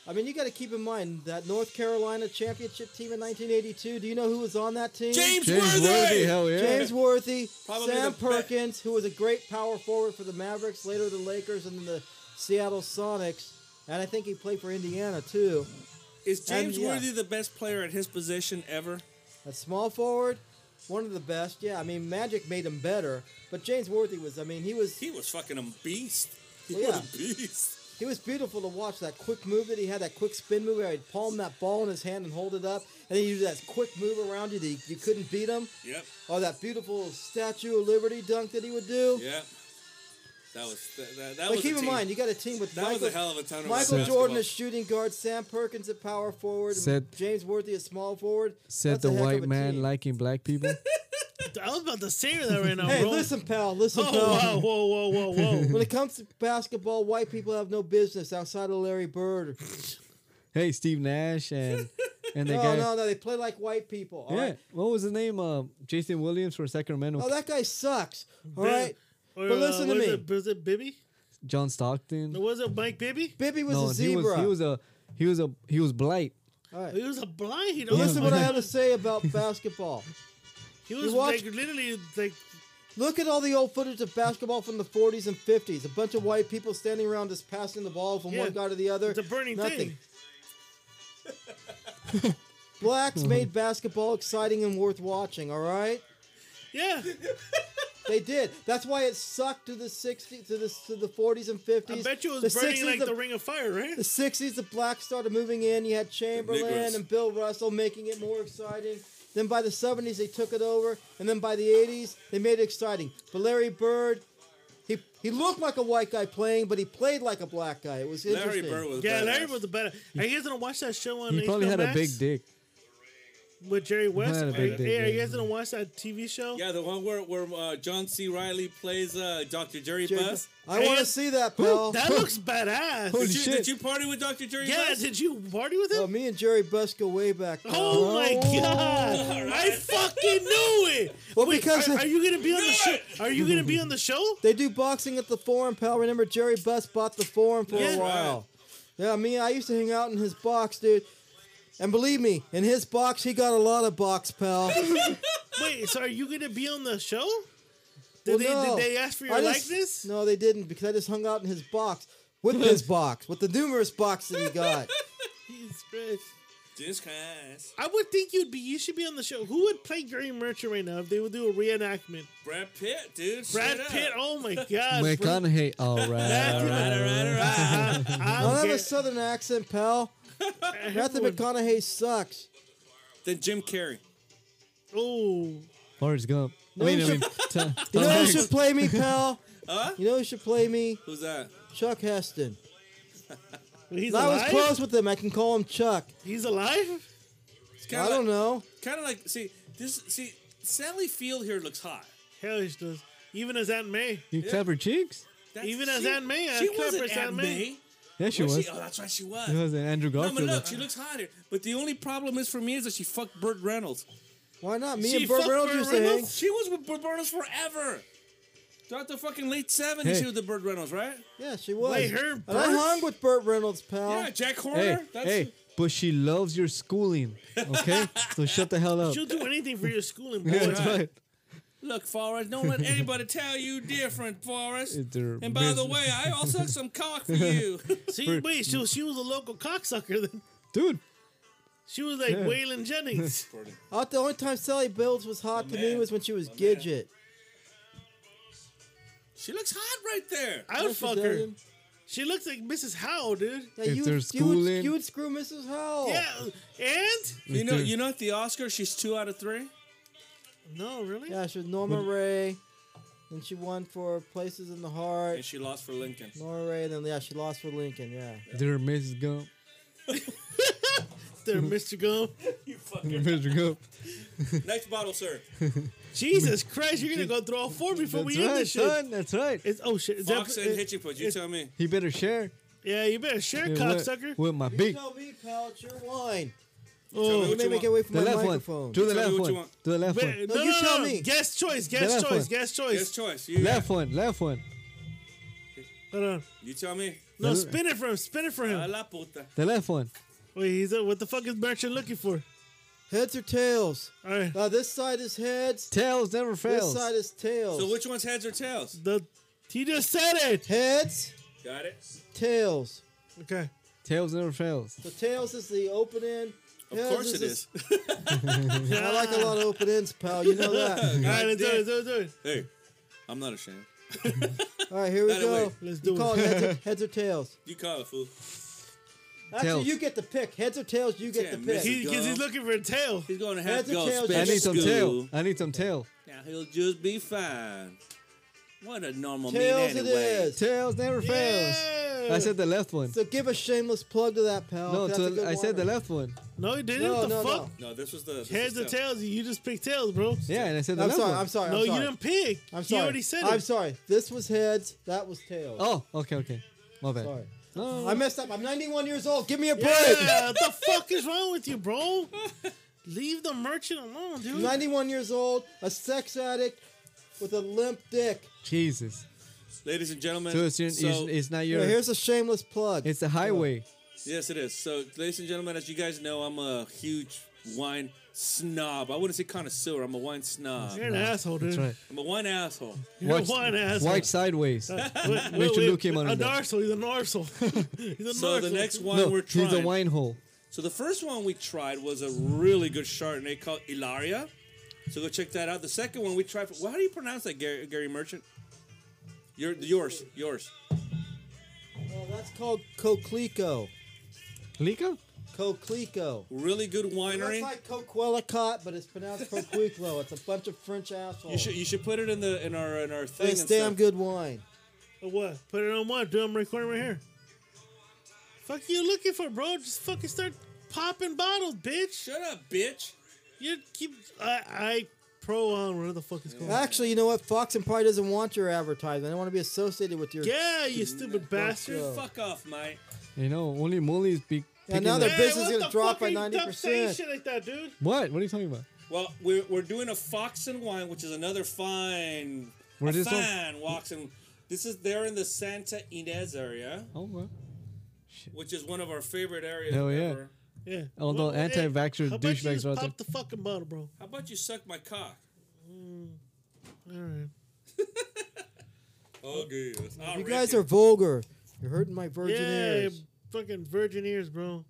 Speaker 6: I mean, you got to keep in mind that North Carolina championship team in 1982. Do you know who was on that team?
Speaker 1: James,
Speaker 3: James
Speaker 1: Worthy,
Speaker 3: Worthy, hell yeah.
Speaker 6: James Worthy,
Speaker 1: Probably
Speaker 6: Sam
Speaker 1: the be-
Speaker 6: Perkins, who was a great power forward for the Mavericks, later the Lakers, and then the Seattle Sonics. And I think he played for Indiana too.
Speaker 1: is James
Speaker 6: And, yeah.
Speaker 1: Worthy the best player at his position ever?
Speaker 6: A small forward, one of the best. Yeah, I mean, Magic made him better, but James Worthy was. I mean, he was
Speaker 1: He was fucking a beast. He
Speaker 6: Oh, Yeah.
Speaker 1: was a beast.
Speaker 6: He was beautiful to watch. That quick move that he had, that quick spin move, where he'd palm that ball in his hand and hold it up, and then you do that quick move around you that you, you couldn't beat him.
Speaker 1: Yep,
Speaker 6: Or that beautiful Statue of Liberty dunk that he would do.
Speaker 1: yep. That was that. that, that
Speaker 6: but
Speaker 1: was a
Speaker 6: keep in
Speaker 1: team.
Speaker 6: mind, you got a team with
Speaker 1: that was
Speaker 6: Michael,
Speaker 1: a hell of a time.
Speaker 6: Michael Jordan as shooting guard, Sam Perkins at power forward, and
Speaker 3: Said-
Speaker 6: James Worthy at small forward.
Speaker 3: Said
Speaker 6: That's a
Speaker 3: the
Speaker 6: heck of
Speaker 3: white
Speaker 6: a
Speaker 3: man
Speaker 6: team.
Speaker 3: liking black people.
Speaker 2: I was about to say that right now,
Speaker 6: Hey,
Speaker 2: bro.
Speaker 6: listen, pal, listen,
Speaker 2: Oh,
Speaker 6: pal.
Speaker 2: wow, whoa, whoa, whoa, whoa.
Speaker 6: When it comes to basketball, white people have no business outside of Larry Bird.
Speaker 3: hey, Steve Nash and and the
Speaker 6: Oh, No,
Speaker 3: guy.
Speaker 6: no, no, they play like white people. all
Speaker 3: yeah,
Speaker 6: right?
Speaker 3: what was his name? Uh, Jason Williams for Sacramento.
Speaker 6: Oh, that guy sucks. All
Speaker 2: Ben-
Speaker 6: right.
Speaker 2: Or, uh,
Speaker 6: But listen to
Speaker 2: was
Speaker 6: me.
Speaker 2: It, was it Bibby?
Speaker 3: John Stockton.
Speaker 2: Was it Mike Bibby?
Speaker 6: Bibby was
Speaker 3: No,
Speaker 6: a
Speaker 3: he
Speaker 6: zebra.
Speaker 3: was he was a he was a he was blight.
Speaker 6: All right.
Speaker 2: He was a blind. He
Speaker 6: Listen to
Speaker 2: was,
Speaker 6: what I have to say about basketball.
Speaker 2: he was
Speaker 6: you watch-
Speaker 2: like literally like
Speaker 6: Look at all the old footage of basketball from the 40s and 50s. A bunch of white people standing around just passing the ball from
Speaker 2: Yeah.
Speaker 6: one guy to the other.
Speaker 2: it's a burning
Speaker 6: Nothing.
Speaker 2: thing.
Speaker 6: Blacks made basketball exciting and worth watching, all right?
Speaker 2: Yeah,
Speaker 6: They did. That's why it sucked to the 60s to the to the 40s and 50s.
Speaker 2: I bet you it was burning
Speaker 6: 60s,
Speaker 2: like the,
Speaker 6: the-
Speaker 2: Ring of Fire, right?
Speaker 6: The 60s, the blacks started moving in. You had Chamberlain
Speaker 1: Negroes.
Speaker 6: and Bill Russell making it more exciting. Then by the 70s, they took it over. And then by the 80s, they made it exciting. But Larry Bird, He he looked like a white guy playing, but he played like a black guy. It was
Speaker 1: Larry
Speaker 6: interesting.
Speaker 1: Bird was
Speaker 2: Yeah,
Speaker 1: badass.
Speaker 2: Larry was the better. Are you guys gonna watch that show on
Speaker 3: He
Speaker 2: HBO
Speaker 3: probably had a
Speaker 2: Max
Speaker 3: big dick.
Speaker 2: with Jerry West?
Speaker 3: had a
Speaker 2: Are-
Speaker 3: big dick,
Speaker 2: hey, are you
Speaker 3: yeah.
Speaker 2: guys gonna watch that TV show?
Speaker 1: Yeah, the one where where uh, John C. Riley plays uh, Dr. Jerry,
Speaker 6: Jerry
Speaker 1: Buss.
Speaker 6: I want to
Speaker 2: And-
Speaker 6: see that, pal.
Speaker 2: That looks badass.
Speaker 1: Did
Speaker 3: Holy
Speaker 1: you,
Speaker 3: shit.
Speaker 1: did you party with Dr. Jerry
Speaker 2: yeah,
Speaker 1: Buss?
Speaker 2: did you party with
Speaker 6: Well,
Speaker 2: him?
Speaker 6: Uh, me and Jerry Buss go way back. pal.
Speaker 2: Oh my god! I
Speaker 1: Alright.
Speaker 2: fucking knew it.
Speaker 6: Well,
Speaker 2: Wait,
Speaker 6: because
Speaker 2: are,
Speaker 6: they-
Speaker 2: are you gonna be on the
Speaker 1: Knew
Speaker 2: show?
Speaker 1: it!
Speaker 2: Are you gonna be on the show?
Speaker 6: They do boxing at the Forum, pal. Remember Jerry Buss bought the Forum for
Speaker 2: Yeah.
Speaker 6: a while. Yeah, me, I used to hang out in his box, dude. And believe me, in his box, he got a lot of box, pal.
Speaker 2: Wait, so are you gonna be on the show?
Speaker 6: Well,
Speaker 2: Did, they,
Speaker 6: no.
Speaker 2: did they ask for your
Speaker 6: I just-
Speaker 2: likeness?
Speaker 6: No, they didn't because I just hung out in his box with his box, with the numerous box that he got.
Speaker 2: Jesus Christ.
Speaker 1: This class.
Speaker 2: I would think you'd be. You should be on the show. Who would play Gary Merchant right now if they would do a reenactment?
Speaker 1: Brad Pitt, dude.
Speaker 2: Brad
Speaker 1: straight
Speaker 2: Pitt.
Speaker 1: up.
Speaker 2: Oh my God. Brad-
Speaker 3: McConaughey. All right.
Speaker 2: Matthew- I- I'm
Speaker 6: I don't have
Speaker 2: Gar-
Speaker 6: a southern accent, pal. Matthew McConaughey sucks.
Speaker 1: Then Jim Carrey.
Speaker 2: Oh,
Speaker 3: Forrest Gump. I mean, I mean, Tom-
Speaker 6: You
Speaker 3: Tom
Speaker 6: know who
Speaker 3: Hanks.
Speaker 6: should play me, pal?
Speaker 1: Huh?
Speaker 6: You know who should play me?
Speaker 1: Who's that?
Speaker 6: Chuck Heston.
Speaker 2: he's
Speaker 6: I was
Speaker 2: alive.
Speaker 6: close with him. I can call him Chuck.
Speaker 2: He's alive.
Speaker 1: It's
Speaker 6: I don't know.
Speaker 1: Kind of like see this. See Sally Field here looks hot.
Speaker 2: Hell, he does. Even as Aunt May.
Speaker 3: You clap her cheeks?
Speaker 1: That's-
Speaker 2: Even as Aunt May, I
Speaker 1: she
Speaker 2: clap
Speaker 1: wasn't
Speaker 2: as
Speaker 1: Aunt,
Speaker 2: Aunt May.
Speaker 1: May.
Speaker 3: Yeah, she
Speaker 1: Was
Speaker 3: was.
Speaker 1: she?
Speaker 6: uh,
Speaker 1: Oh, that's right, she was.
Speaker 3: It was an Andrew
Speaker 1: no, but
Speaker 3: Garfield.
Speaker 1: look, she looks hot here. But the only problem is for me is that she fucked Burt Reynolds.
Speaker 6: Why not? Me
Speaker 2: She
Speaker 6: and Burt
Speaker 2: fucked
Speaker 6: Reynolds
Speaker 2: Burt
Speaker 6: used to hang.
Speaker 2: Reynolds?
Speaker 1: She was with Burt Reynolds forever. Throughout the fucking late '70s,
Speaker 3: Hey.
Speaker 1: she was with Burt Reynolds, right?
Speaker 6: Yeah, she was.
Speaker 2: Wait, her
Speaker 6: and I
Speaker 2: birth-
Speaker 6: hung with Burt Reynolds, pal.
Speaker 1: Yeah, Jack Horner.
Speaker 3: hey,
Speaker 1: that's
Speaker 3: hey, but she loves your schooling. Okay? so shut the hell up.
Speaker 2: She'll do anything for your schooling, boy.
Speaker 3: Yeah, that's right.
Speaker 1: Look, Forrest, don't let anybody tell you different, Forrest.
Speaker 3: It's her
Speaker 1: And by the
Speaker 3: business.
Speaker 1: way, I also have some cock for you.
Speaker 2: See, wait, she was, she was a local cocksucker then.
Speaker 3: Dude,
Speaker 2: She was like
Speaker 3: Yeah.
Speaker 2: Waylon Jennings.
Speaker 6: Uh, the only time Sally Builds was hot to me
Speaker 1: man.
Speaker 6: was when she was
Speaker 1: My man.
Speaker 6: Gidget.
Speaker 1: she looks hot right there.
Speaker 2: I would
Speaker 6: Yes, she
Speaker 2: fuck her.
Speaker 6: doesn't.
Speaker 2: She looks like Mrs. Howe, dude.
Speaker 6: Yeah,
Speaker 3: If they're
Speaker 6: you, would, you, would,
Speaker 3: schooling-
Speaker 6: you would screw Mrs. Howell.
Speaker 2: Yeah, and
Speaker 1: You know,
Speaker 3: Mr.
Speaker 1: you know, at the Oscar, she's two out of three.
Speaker 2: no, really.
Speaker 6: Yeah, she was Norma Ray. Then she won for Places in the
Speaker 1: And
Speaker 6: Heart.
Speaker 1: she lost for Lincoln.
Speaker 6: Norma Ray, and then, yeah, she lost for Lincoln, yeah.
Speaker 3: dear Mrs. Gump.
Speaker 6: Mm.
Speaker 2: There, Mr. Gum.
Speaker 1: You fucker.
Speaker 3: Mr. Gump.
Speaker 1: Next bottle, sir.
Speaker 2: Jesus Christ, you're gonna go through all four before
Speaker 3: That's
Speaker 2: we end
Speaker 3: right,
Speaker 2: this shit.
Speaker 3: son. That's right.
Speaker 2: It's oh shit. Is that-
Speaker 1: Fox and Hitchin Push. You
Speaker 2: it-
Speaker 1: tell me.
Speaker 3: He better share.
Speaker 2: yeah, you better share,
Speaker 3: Yeah, with-
Speaker 2: cocksucker. Oh,
Speaker 3: With my
Speaker 6: You
Speaker 3: big.
Speaker 6: know me, pal. It's your wine.
Speaker 1: Tell me
Speaker 6: You
Speaker 1: what
Speaker 6: made
Speaker 1: you
Speaker 6: me
Speaker 1: want.
Speaker 6: get away from
Speaker 3: The
Speaker 6: my
Speaker 3: left
Speaker 6: microphone.
Speaker 3: one. Do the
Speaker 1: Tell me
Speaker 3: left
Speaker 1: what you
Speaker 3: one.
Speaker 1: want.
Speaker 3: Do the left
Speaker 2: But-
Speaker 3: one.
Speaker 2: no, no,
Speaker 6: you
Speaker 2: no,
Speaker 6: tell
Speaker 2: no.
Speaker 6: me.
Speaker 2: Guess choice. Guess
Speaker 3: left
Speaker 2: choice.
Speaker 3: one.
Speaker 1: Best
Speaker 2: Guess choice.
Speaker 1: choice. You,
Speaker 3: Left one. Left one.
Speaker 2: Hold on.
Speaker 1: you tell me.
Speaker 2: No,
Speaker 3: The-
Speaker 2: spin it for him. Spin it for
Speaker 1: A
Speaker 2: him.
Speaker 1: la puta.
Speaker 3: The left one.
Speaker 2: Wait, he's uh, what the fuck is merchant looking for?
Speaker 6: Heads or tails?
Speaker 2: All right.
Speaker 6: Now, this side is heads.
Speaker 3: Tails never
Speaker 6: This
Speaker 3: fails.
Speaker 6: side is tails.
Speaker 1: So which one's heads or tails?
Speaker 2: The he just said it.
Speaker 6: heads,
Speaker 1: Got it.
Speaker 6: tails.
Speaker 2: Okay.
Speaker 3: Tails never fails.
Speaker 6: So tails is the open end.
Speaker 1: Of
Speaker 6: heads
Speaker 1: course it
Speaker 6: the-
Speaker 1: is.
Speaker 6: I like a lot of open ends, pal. You know that.
Speaker 2: All right, let's do
Speaker 1: Yeah.
Speaker 2: it. Let's do it. do it.
Speaker 1: hey, I'm not ashamed.
Speaker 6: All right, here we
Speaker 1: Gotta
Speaker 6: go.
Speaker 1: wait.
Speaker 2: Let's
Speaker 6: You
Speaker 2: do
Speaker 6: call
Speaker 2: it.
Speaker 6: it heads or, heads or tails.
Speaker 1: You call it fool.
Speaker 6: Actually,
Speaker 3: Tails.
Speaker 6: you get the pick. Heads or tails, you get
Speaker 1: Damn,
Speaker 6: the pick.
Speaker 1: Mrs.
Speaker 2: He, cause he's looking for a tail.
Speaker 1: He's going to have
Speaker 6: Heads
Speaker 1: to
Speaker 6: or
Speaker 1: go
Speaker 6: tails?
Speaker 3: I
Speaker 1: special
Speaker 3: need some
Speaker 1: school.
Speaker 3: tail. I need some tail.
Speaker 1: Now he'll just be fine. What a normal
Speaker 6: Tails
Speaker 1: mean
Speaker 6: it
Speaker 1: anyway.
Speaker 6: is.
Speaker 3: Tails never fails. I said the left one.
Speaker 6: So give a shameless plug to that, pal.
Speaker 3: No,
Speaker 6: That's a
Speaker 3: to,
Speaker 6: good
Speaker 3: I said the
Speaker 6: warmer.
Speaker 3: left one.
Speaker 2: No, he didn't.
Speaker 6: No,
Speaker 2: what the
Speaker 6: no,
Speaker 2: fuck?
Speaker 1: No, this was the this
Speaker 2: Heads
Speaker 1: was
Speaker 2: or tails? You just picked tails, bro.
Speaker 3: Yeah, and I said the
Speaker 6: I'm
Speaker 3: left
Speaker 6: sorry,
Speaker 3: one.
Speaker 6: I'm sorry. I'm
Speaker 2: No, you
Speaker 6: sorry.
Speaker 2: didn't pick.
Speaker 6: I'm sorry.
Speaker 2: You already said
Speaker 6: I'm
Speaker 2: it.
Speaker 6: sorry. This was heads. That was tails.
Speaker 3: Oh, okay, okay. My bad.
Speaker 6: Sorry.
Speaker 3: No,
Speaker 6: I messed up. I'm 91 years old. Give me a break.
Speaker 2: Yeah, what the fuck is wrong with you, bro? Leave the merchant alone, dude.
Speaker 6: 91 years old, a sex addict with a limp dick.
Speaker 3: Jesus.
Speaker 1: Ladies and gentlemen,
Speaker 3: So it's, your, it's, it's not
Speaker 6: Yeah,
Speaker 3: your.
Speaker 6: here's a shameless plug.
Speaker 3: it's the highway.
Speaker 1: Yes, it is. So, ladies and gentlemen, as you guys know, I'm a huge wine snob. I wouldn't say connoisseur. I'm a wine snob.
Speaker 2: You're an asshole, dude.
Speaker 3: That's right.
Speaker 1: I'm a wine asshole.
Speaker 2: You're
Speaker 3: Watch-
Speaker 2: one asshole.
Speaker 3: Watch sideways.
Speaker 2: Wait,
Speaker 3: Mr. Luke came on
Speaker 2: A
Speaker 3: in there.
Speaker 2: narsal. He's a narsal. he's a
Speaker 1: So
Speaker 2: narsal.
Speaker 1: the next wine
Speaker 3: no,
Speaker 1: we're trying.
Speaker 3: he's the wine hole.
Speaker 1: So the first one we tried was a really good Chardonnay called Ilaria. So go check that out. The second one we tried. For, well, how do you pronounce that, Gary, Gary Merchant? Your, yours, yours.
Speaker 6: Oh, that's called Coquelicot.
Speaker 3: Lico?
Speaker 6: Coquelicot.
Speaker 1: Really good
Speaker 6: That's
Speaker 1: winery.
Speaker 6: like Coquelicot, but it's pronounced Coquelicot. It's a bunch of French assholes.
Speaker 1: You should you should put it in the in our in our thing.
Speaker 6: it's
Speaker 1: and
Speaker 6: damn
Speaker 1: stuff.
Speaker 6: good wine.
Speaker 2: Or what? Put it on what? Do I'm recording right here. Fuck you looking for, bro? Just fucking start popping bottles, bitch.
Speaker 1: Shut up, bitch.
Speaker 2: You keep. I, I pro on whatever the fuck it's called.
Speaker 6: Actually, you know what? Fox and probably doesn't want your advertisement. They don't want to be associated with
Speaker 3: Ah,
Speaker 6: your.
Speaker 2: Yeah, you stupid bastard.
Speaker 6: Yeah.
Speaker 1: Fuck off, mate.
Speaker 3: You know, only Molly's be.
Speaker 6: Yeah,
Speaker 3: picking
Speaker 6: now
Speaker 3: the-
Speaker 6: they're- business
Speaker 2: what
Speaker 6: is gonna
Speaker 2: the
Speaker 6: drop
Speaker 2: fuck
Speaker 6: by
Speaker 2: are you- stop saying
Speaker 6: 90%.
Speaker 2: Shit like that, dude.
Speaker 3: what? What are you talking about?
Speaker 1: Well, we're, we're doing a Fox and Wine, which is another fine,
Speaker 3: Where
Speaker 1: a
Speaker 3: this all-
Speaker 1: fine Fox and this is they're in the Santa Inez area,
Speaker 3: Oh, well.
Speaker 1: which is one of our favorite areas.
Speaker 3: Hell yeah.
Speaker 1: ever.
Speaker 2: Yeah.
Speaker 3: Although
Speaker 2: hey,
Speaker 3: anti-vaxxer
Speaker 2: how about you
Speaker 3: douchebags
Speaker 2: just
Speaker 3: are out there.
Speaker 2: Pop the fucking bottle, bro.
Speaker 1: How about you suck my cock?
Speaker 2: All right.
Speaker 1: Oh, good.
Speaker 6: You guys are vulgar. You're hurting my
Speaker 2: Yeah,
Speaker 6: virgin ears.
Speaker 2: fucking virgin ears, bro.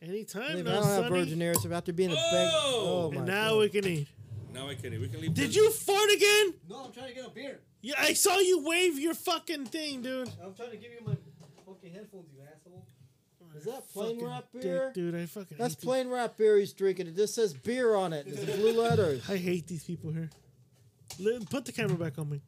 Speaker 6: I
Speaker 2: Anytime
Speaker 6: don't
Speaker 2: now,
Speaker 6: have
Speaker 2: sonny.
Speaker 6: virgin ears after being a
Speaker 1: Oh!
Speaker 6: bank. Oh
Speaker 1: And
Speaker 6: my
Speaker 2: and now
Speaker 6: God.
Speaker 2: we can eat.
Speaker 1: No, I kidding. We can leave.
Speaker 2: Did you fart again?
Speaker 3: No, I'm trying to get a beer.
Speaker 2: Yeah, I saw you wave your fucking thing, dude.
Speaker 3: I'm trying to give you my fucking headphones, you asshole.
Speaker 6: Is that plain
Speaker 2: Fucking
Speaker 6: rap
Speaker 2: dick,
Speaker 6: beer?
Speaker 2: dude. I fucking.
Speaker 6: That's
Speaker 2: hate these-
Speaker 6: plain rap beer he's drinking. It just says beer on it. It's in blue letters.
Speaker 2: I hate these people here. Li- Put the camera back on me.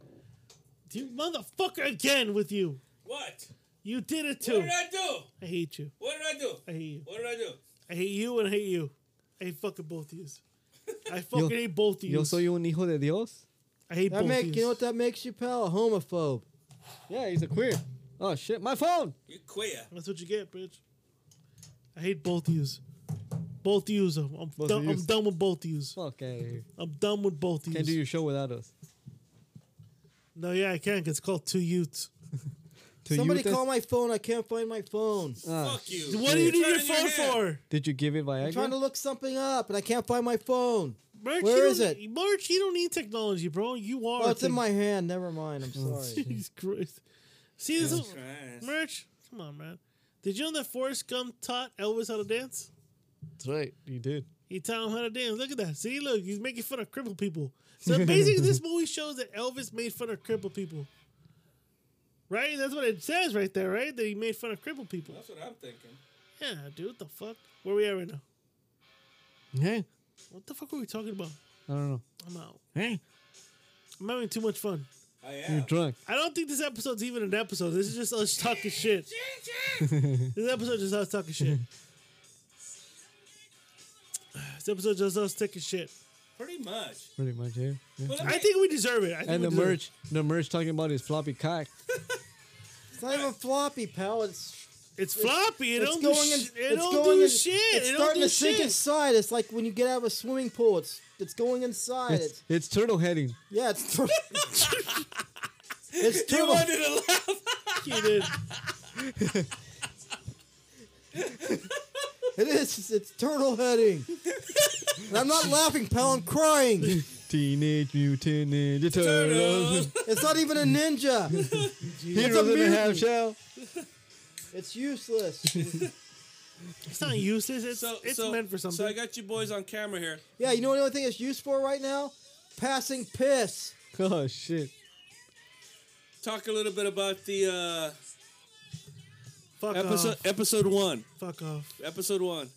Speaker 2: You motherfucker again with you.
Speaker 1: What?
Speaker 2: You did it
Speaker 1: What
Speaker 2: too.
Speaker 1: did I do?
Speaker 2: I hate you.
Speaker 1: What did I do?
Speaker 2: I hate you.
Speaker 1: What did I do?
Speaker 2: I hate you and I hate you. I hate fucking both of you. I fucking
Speaker 3: Yo-
Speaker 2: hate both of you.
Speaker 3: Yo soy un hijo de Dios?
Speaker 2: I hate
Speaker 6: That
Speaker 2: both
Speaker 6: make
Speaker 2: of
Speaker 6: you know what that makes you, pal? A homophobe.
Speaker 3: Yeah, he's a queer. Oh, shit, my phone!
Speaker 1: You queer.
Speaker 2: That's what you get, bitch. I hate both of yous. Both of yous. I'm, I'm,
Speaker 3: of
Speaker 2: done, I'm
Speaker 3: yous.
Speaker 2: done with both of yous.
Speaker 3: Fuck out here.
Speaker 2: I'm done with both of
Speaker 3: Can't do
Speaker 2: yous.
Speaker 3: your show without us.
Speaker 2: No, yeah, I can 'cause it's called two youths.
Speaker 3: To
Speaker 6: Somebody
Speaker 3: you, that's-
Speaker 6: call my phone. I can't find my phone.
Speaker 3: Ah,
Speaker 1: Fuck you.
Speaker 2: What do you need
Speaker 1: Turn
Speaker 2: your
Speaker 1: in
Speaker 2: phone
Speaker 1: hand.
Speaker 2: for?
Speaker 3: Did you give it Viagra?
Speaker 6: I'm trying to look something up and I can't find my phone.
Speaker 2: March,
Speaker 6: Where
Speaker 2: you
Speaker 6: is
Speaker 2: don't-
Speaker 6: it?
Speaker 2: March, you don't need technology, bro. You are.
Speaker 6: Oh, it's in
Speaker 2: tech-
Speaker 6: my hand. Never mind. I'm
Speaker 3: Oh,
Speaker 6: sorry.
Speaker 2: Jesus Christ. See, this is.
Speaker 1: Christ.
Speaker 2: Merch, come on, man. Did you know that Forrest Gump taught Elvis how to dance?
Speaker 3: That's right, you did.
Speaker 2: He taught him how to dance. Look at that. See, look, he's making fun of crippled people. So basically, this movie shows that Elvis made fun of crippled people. Right? That's what it says right there, right? That he made fun of crippled people.
Speaker 1: That's what I'm thinking.
Speaker 2: Yeah, dude, what the fuck? Where we at right now?
Speaker 3: Hey,
Speaker 2: What the fuck are we talking about?
Speaker 3: I don't know.
Speaker 2: I'm out.
Speaker 3: Hey,
Speaker 2: I'm having too much fun.
Speaker 1: I
Speaker 3: you're
Speaker 1: am.
Speaker 3: drunk.
Speaker 2: I don't think this episode's even an episode. This is just us talking shit. this episode just us talking shit. this episode just us taking shit.
Speaker 1: Pretty much.
Speaker 3: Pretty much, yeah. yeah.
Speaker 1: Well,
Speaker 2: I think we deserve it. I think
Speaker 3: And
Speaker 2: we
Speaker 3: the
Speaker 2: deserve
Speaker 3: merch, the merch talking about his floppy cock.
Speaker 6: It's not even floppy, pal. It's
Speaker 2: It. It's floppy. It
Speaker 6: it's
Speaker 2: don't
Speaker 6: going
Speaker 2: do
Speaker 6: in.
Speaker 2: sh- It
Speaker 6: it's
Speaker 2: don't
Speaker 6: going
Speaker 2: do
Speaker 6: in,
Speaker 2: shit.
Speaker 6: It's
Speaker 2: It don't
Speaker 6: starting
Speaker 2: do
Speaker 6: to sink
Speaker 2: shit.
Speaker 6: inside. It's like when you get out of a swimming pool. It's it's going inside.
Speaker 3: It's,
Speaker 6: It's,
Speaker 3: it's turtle heading.
Speaker 6: yeah. It's tur- it's
Speaker 1: You
Speaker 6: turtle.
Speaker 1: wanted to laugh.
Speaker 2: You did.
Speaker 6: It is. It's turtle heading. and I'm not laughing, pal. I'm crying.
Speaker 3: Teenage Mutant Ninja
Speaker 1: Turtles.
Speaker 3: Turtles.
Speaker 6: It's not even a ninja.
Speaker 3: Heroes in
Speaker 6: mutant.
Speaker 3: a half shell.
Speaker 6: It's useless.
Speaker 2: It's not useless. It's
Speaker 1: So
Speaker 2: it's
Speaker 1: so-
Speaker 2: meant for something.
Speaker 1: So I got you boys on camera here.
Speaker 6: Yeah. You know what the only thing it's used for right now? Passing piss.
Speaker 3: Oh shit.
Speaker 1: Talk a little bit about the
Speaker 2: fuck
Speaker 1: uh, episode
Speaker 2: off.
Speaker 1: episode one.
Speaker 2: Fuck off.
Speaker 1: Episode one.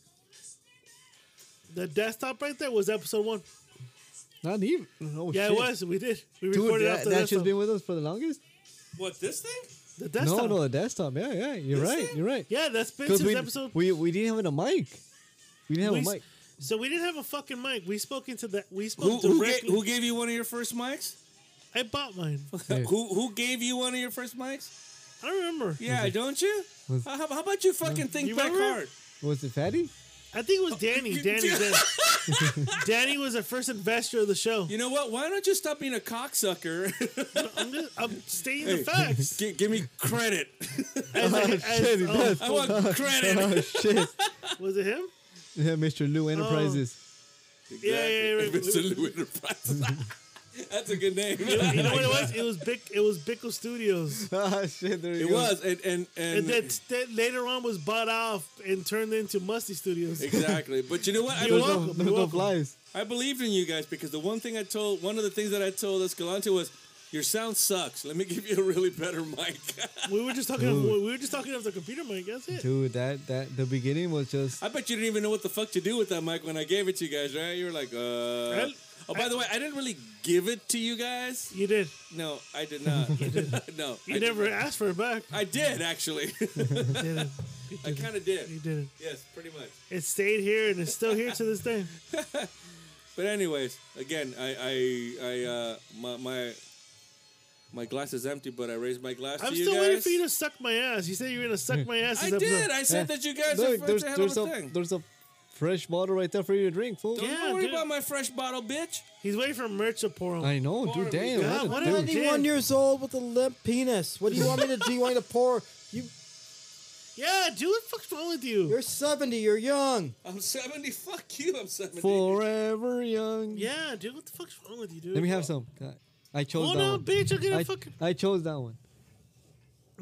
Speaker 2: The desktop right there was episode one.
Speaker 3: Not even. Oh
Speaker 2: Yeah,
Speaker 3: shit.
Speaker 2: it was. We did. We
Speaker 3: Dude,
Speaker 2: recorded
Speaker 3: that,
Speaker 2: after
Speaker 3: that
Speaker 2: that.
Speaker 3: shit's been with us for the longest.
Speaker 1: What this thing?
Speaker 2: The desktop.
Speaker 3: No, no, the desktop. Yeah, yeah. You're
Speaker 1: This
Speaker 3: right.
Speaker 1: thing?
Speaker 3: You're right.
Speaker 2: Yeah, that's been
Speaker 3: Because
Speaker 2: since
Speaker 3: we,
Speaker 2: episode.
Speaker 3: we we didn't have it a mic. We didn't have
Speaker 2: We
Speaker 3: a
Speaker 2: s-
Speaker 3: mic.
Speaker 2: So we didn't have a fucking mic. We spoke into that. We
Speaker 1: Who, who,
Speaker 2: spoke
Speaker 1: ga-
Speaker 2: Oh, directly.
Speaker 1: who gave you one of your first mics?
Speaker 2: I bought mine.
Speaker 3: Yeah.
Speaker 1: Who who gave you one of your first mics?
Speaker 2: I don't remember.
Speaker 1: Yeah, don't you?
Speaker 3: Was-
Speaker 1: How, how about you fucking think
Speaker 2: You
Speaker 1: back
Speaker 2: remember?
Speaker 1: hard?
Speaker 3: Was it Fatty?
Speaker 2: I think it was Danny. Danny. Danny. Danny was our first investor of the show.
Speaker 1: You know what? Why don't you stop being a cocksucker?
Speaker 2: I'm, just, I'm stating the facts.
Speaker 1: G- give me credit.
Speaker 2: As- as-
Speaker 3: shit, he
Speaker 2: oh,
Speaker 3: does.
Speaker 1: I want credit.
Speaker 3: Oh shit.
Speaker 2: was it him?
Speaker 3: Yeah, Mr.
Speaker 2: Oh.
Speaker 3: Lou Enterprises.
Speaker 2: Yeah, yeah, yeah,
Speaker 1: Exactly.
Speaker 2: right.
Speaker 1: Mr. Lou Enterprises. That's a good name.
Speaker 2: You know what it was? It was Bic. It was Bickle Studios.
Speaker 3: Ah shit. There you
Speaker 1: It
Speaker 3: go.
Speaker 1: was, and and, and,
Speaker 2: And that, that later on was bought off and turned into Musty Studios.
Speaker 1: exactly. But you know what? I,
Speaker 2: You
Speaker 3: There's
Speaker 1: believe,
Speaker 3: no,
Speaker 2: welcome,
Speaker 3: there's
Speaker 2: you're
Speaker 3: no
Speaker 2: welcome.
Speaker 3: flies.
Speaker 1: I believed in you guys because the one thing I told, one of the things that I told Escalante was, Your sound sucks. Let me give you a really better mic.
Speaker 2: We were just talking. Of, we were just talking of the computer mic. That's it.
Speaker 3: Dude, that that the beginning was just
Speaker 1: I bet you didn't even know what the fuck to do with that mic when I gave it to you guys, right? You were like, uh.
Speaker 2: Well,
Speaker 1: Oh, by the way, I didn't really give it to you guys.
Speaker 2: You did.
Speaker 1: No, I did not. no,
Speaker 2: You
Speaker 1: I
Speaker 2: never
Speaker 1: Did.
Speaker 2: asked for it back.
Speaker 1: I did actually.
Speaker 2: You did it.
Speaker 1: I kind of did.
Speaker 2: You did it.
Speaker 1: Yes, pretty much.
Speaker 2: It stayed here and it's still here to this day.
Speaker 1: But anyways, again, I I, I uh, my my my glass is empty, but I raised my glass
Speaker 2: I'm
Speaker 1: to you
Speaker 2: still
Speaker 1: guys.
Speaker 2: waiting for you to suck my ass. You said you were gonna suck my ass.
Speaker 1: I
Speaker 2: this episode.
Speaker 1: did. I said that you guys are
Speaker 3: look.
Speaker 1: fucking
Speaker 3: There's
Speaker 1: hell
Speaker 3: there's
Speaker 1: of
Speaker 3: a
Speaker 1: a thing.
Speaker 3: there's a fresh bottle right there for you to drink, fool.
Speaker 1: Don't
Speaker 2: Yeah,
Speaker 1: worry
Speaker 2: dude.
Speaker 1: about my fresh bottle, bitch.
Speaker 2: He's waiting for merch to pour on.
Speaker 3: I know, dude. Damn,
Speaker 2: God,
Speaker 3: what a
Speaker 2: what
Speaker 3: dude.
Speaker 2: am I doing?
Speaker 6: 91 years old with a limp penis. What do you want me to do? You want me to pour? You,
Speaker 2: Yeah, dude, what the fuck's wrong with you?
Speaker 6: you're 70. You're young.
Speaker 1: I'm 70. Fuck you. I'm 70.
Speaker 3: Forever young.
Speaker 2: Yeah, dude, what the fuck's wrong with you, dude?
Speaker 3: Let me have some. God, I chose
Speaker 2: Oh
Speaker 3: that
Speaker 2: no,
Speaker 3: one.
Speaker 2: bitch! I'm gonna
Speaker 3: I,
Speaker 2: fucking.
Speaker 3: I chose that one.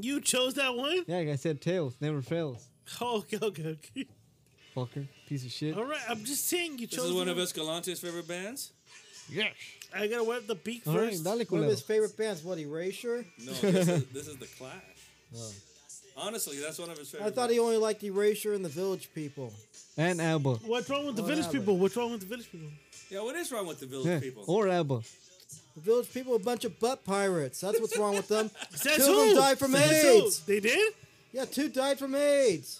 Speaker 2: You chose that one.
Speaker 3: Yeah, I said tails never fails.
Speaker 2: Oh, okay, okay, okay.
Speaker 3: Fucker, piece of shit.
Speaker 2: All right, I'm just saying you
Speaker 1: This
Speaker 2: chose.
Speaker 1: is
Speaker 2: the
Speaker 1: one of Escalante's favorite bands.
Speaker 2: I gotta wipe the beak
Speaker 3: All right,
Speaker 2: first.
Speaker 3: dale
Speaker 6: One of
Speaker 3: culero.
Speaker 6: his favorite bands. What, Erasure?
Speaker 1: No, this is, this is the Clash. Honestly, that's one of his favorite.
Speaker 6: I thought he only liked Erasure and the Village People.
Speaker 3: And Abba.
Speaker 2: What's wrong with the village
Speaker 6: happened?
Speaker 2: people? What's wrong with the village people?
Speaker 1: Yeah, what is wrong with the village
Speaker 3: Yeah.
Speaker 1: people?
Speaker 3: Or Abba.
Speaker 6: The Village People, a bunch of butt pirates. That's what's wrong with them.
Speaker 2: Says
Speaker 6: Two of them
Speaker 2: who?
Speaker 6: died from
Speaker 2: Says who?
Speaker 6: AIDS.
Speaker 2: They did.
Speaker 6: Yeah, two died from AIDS.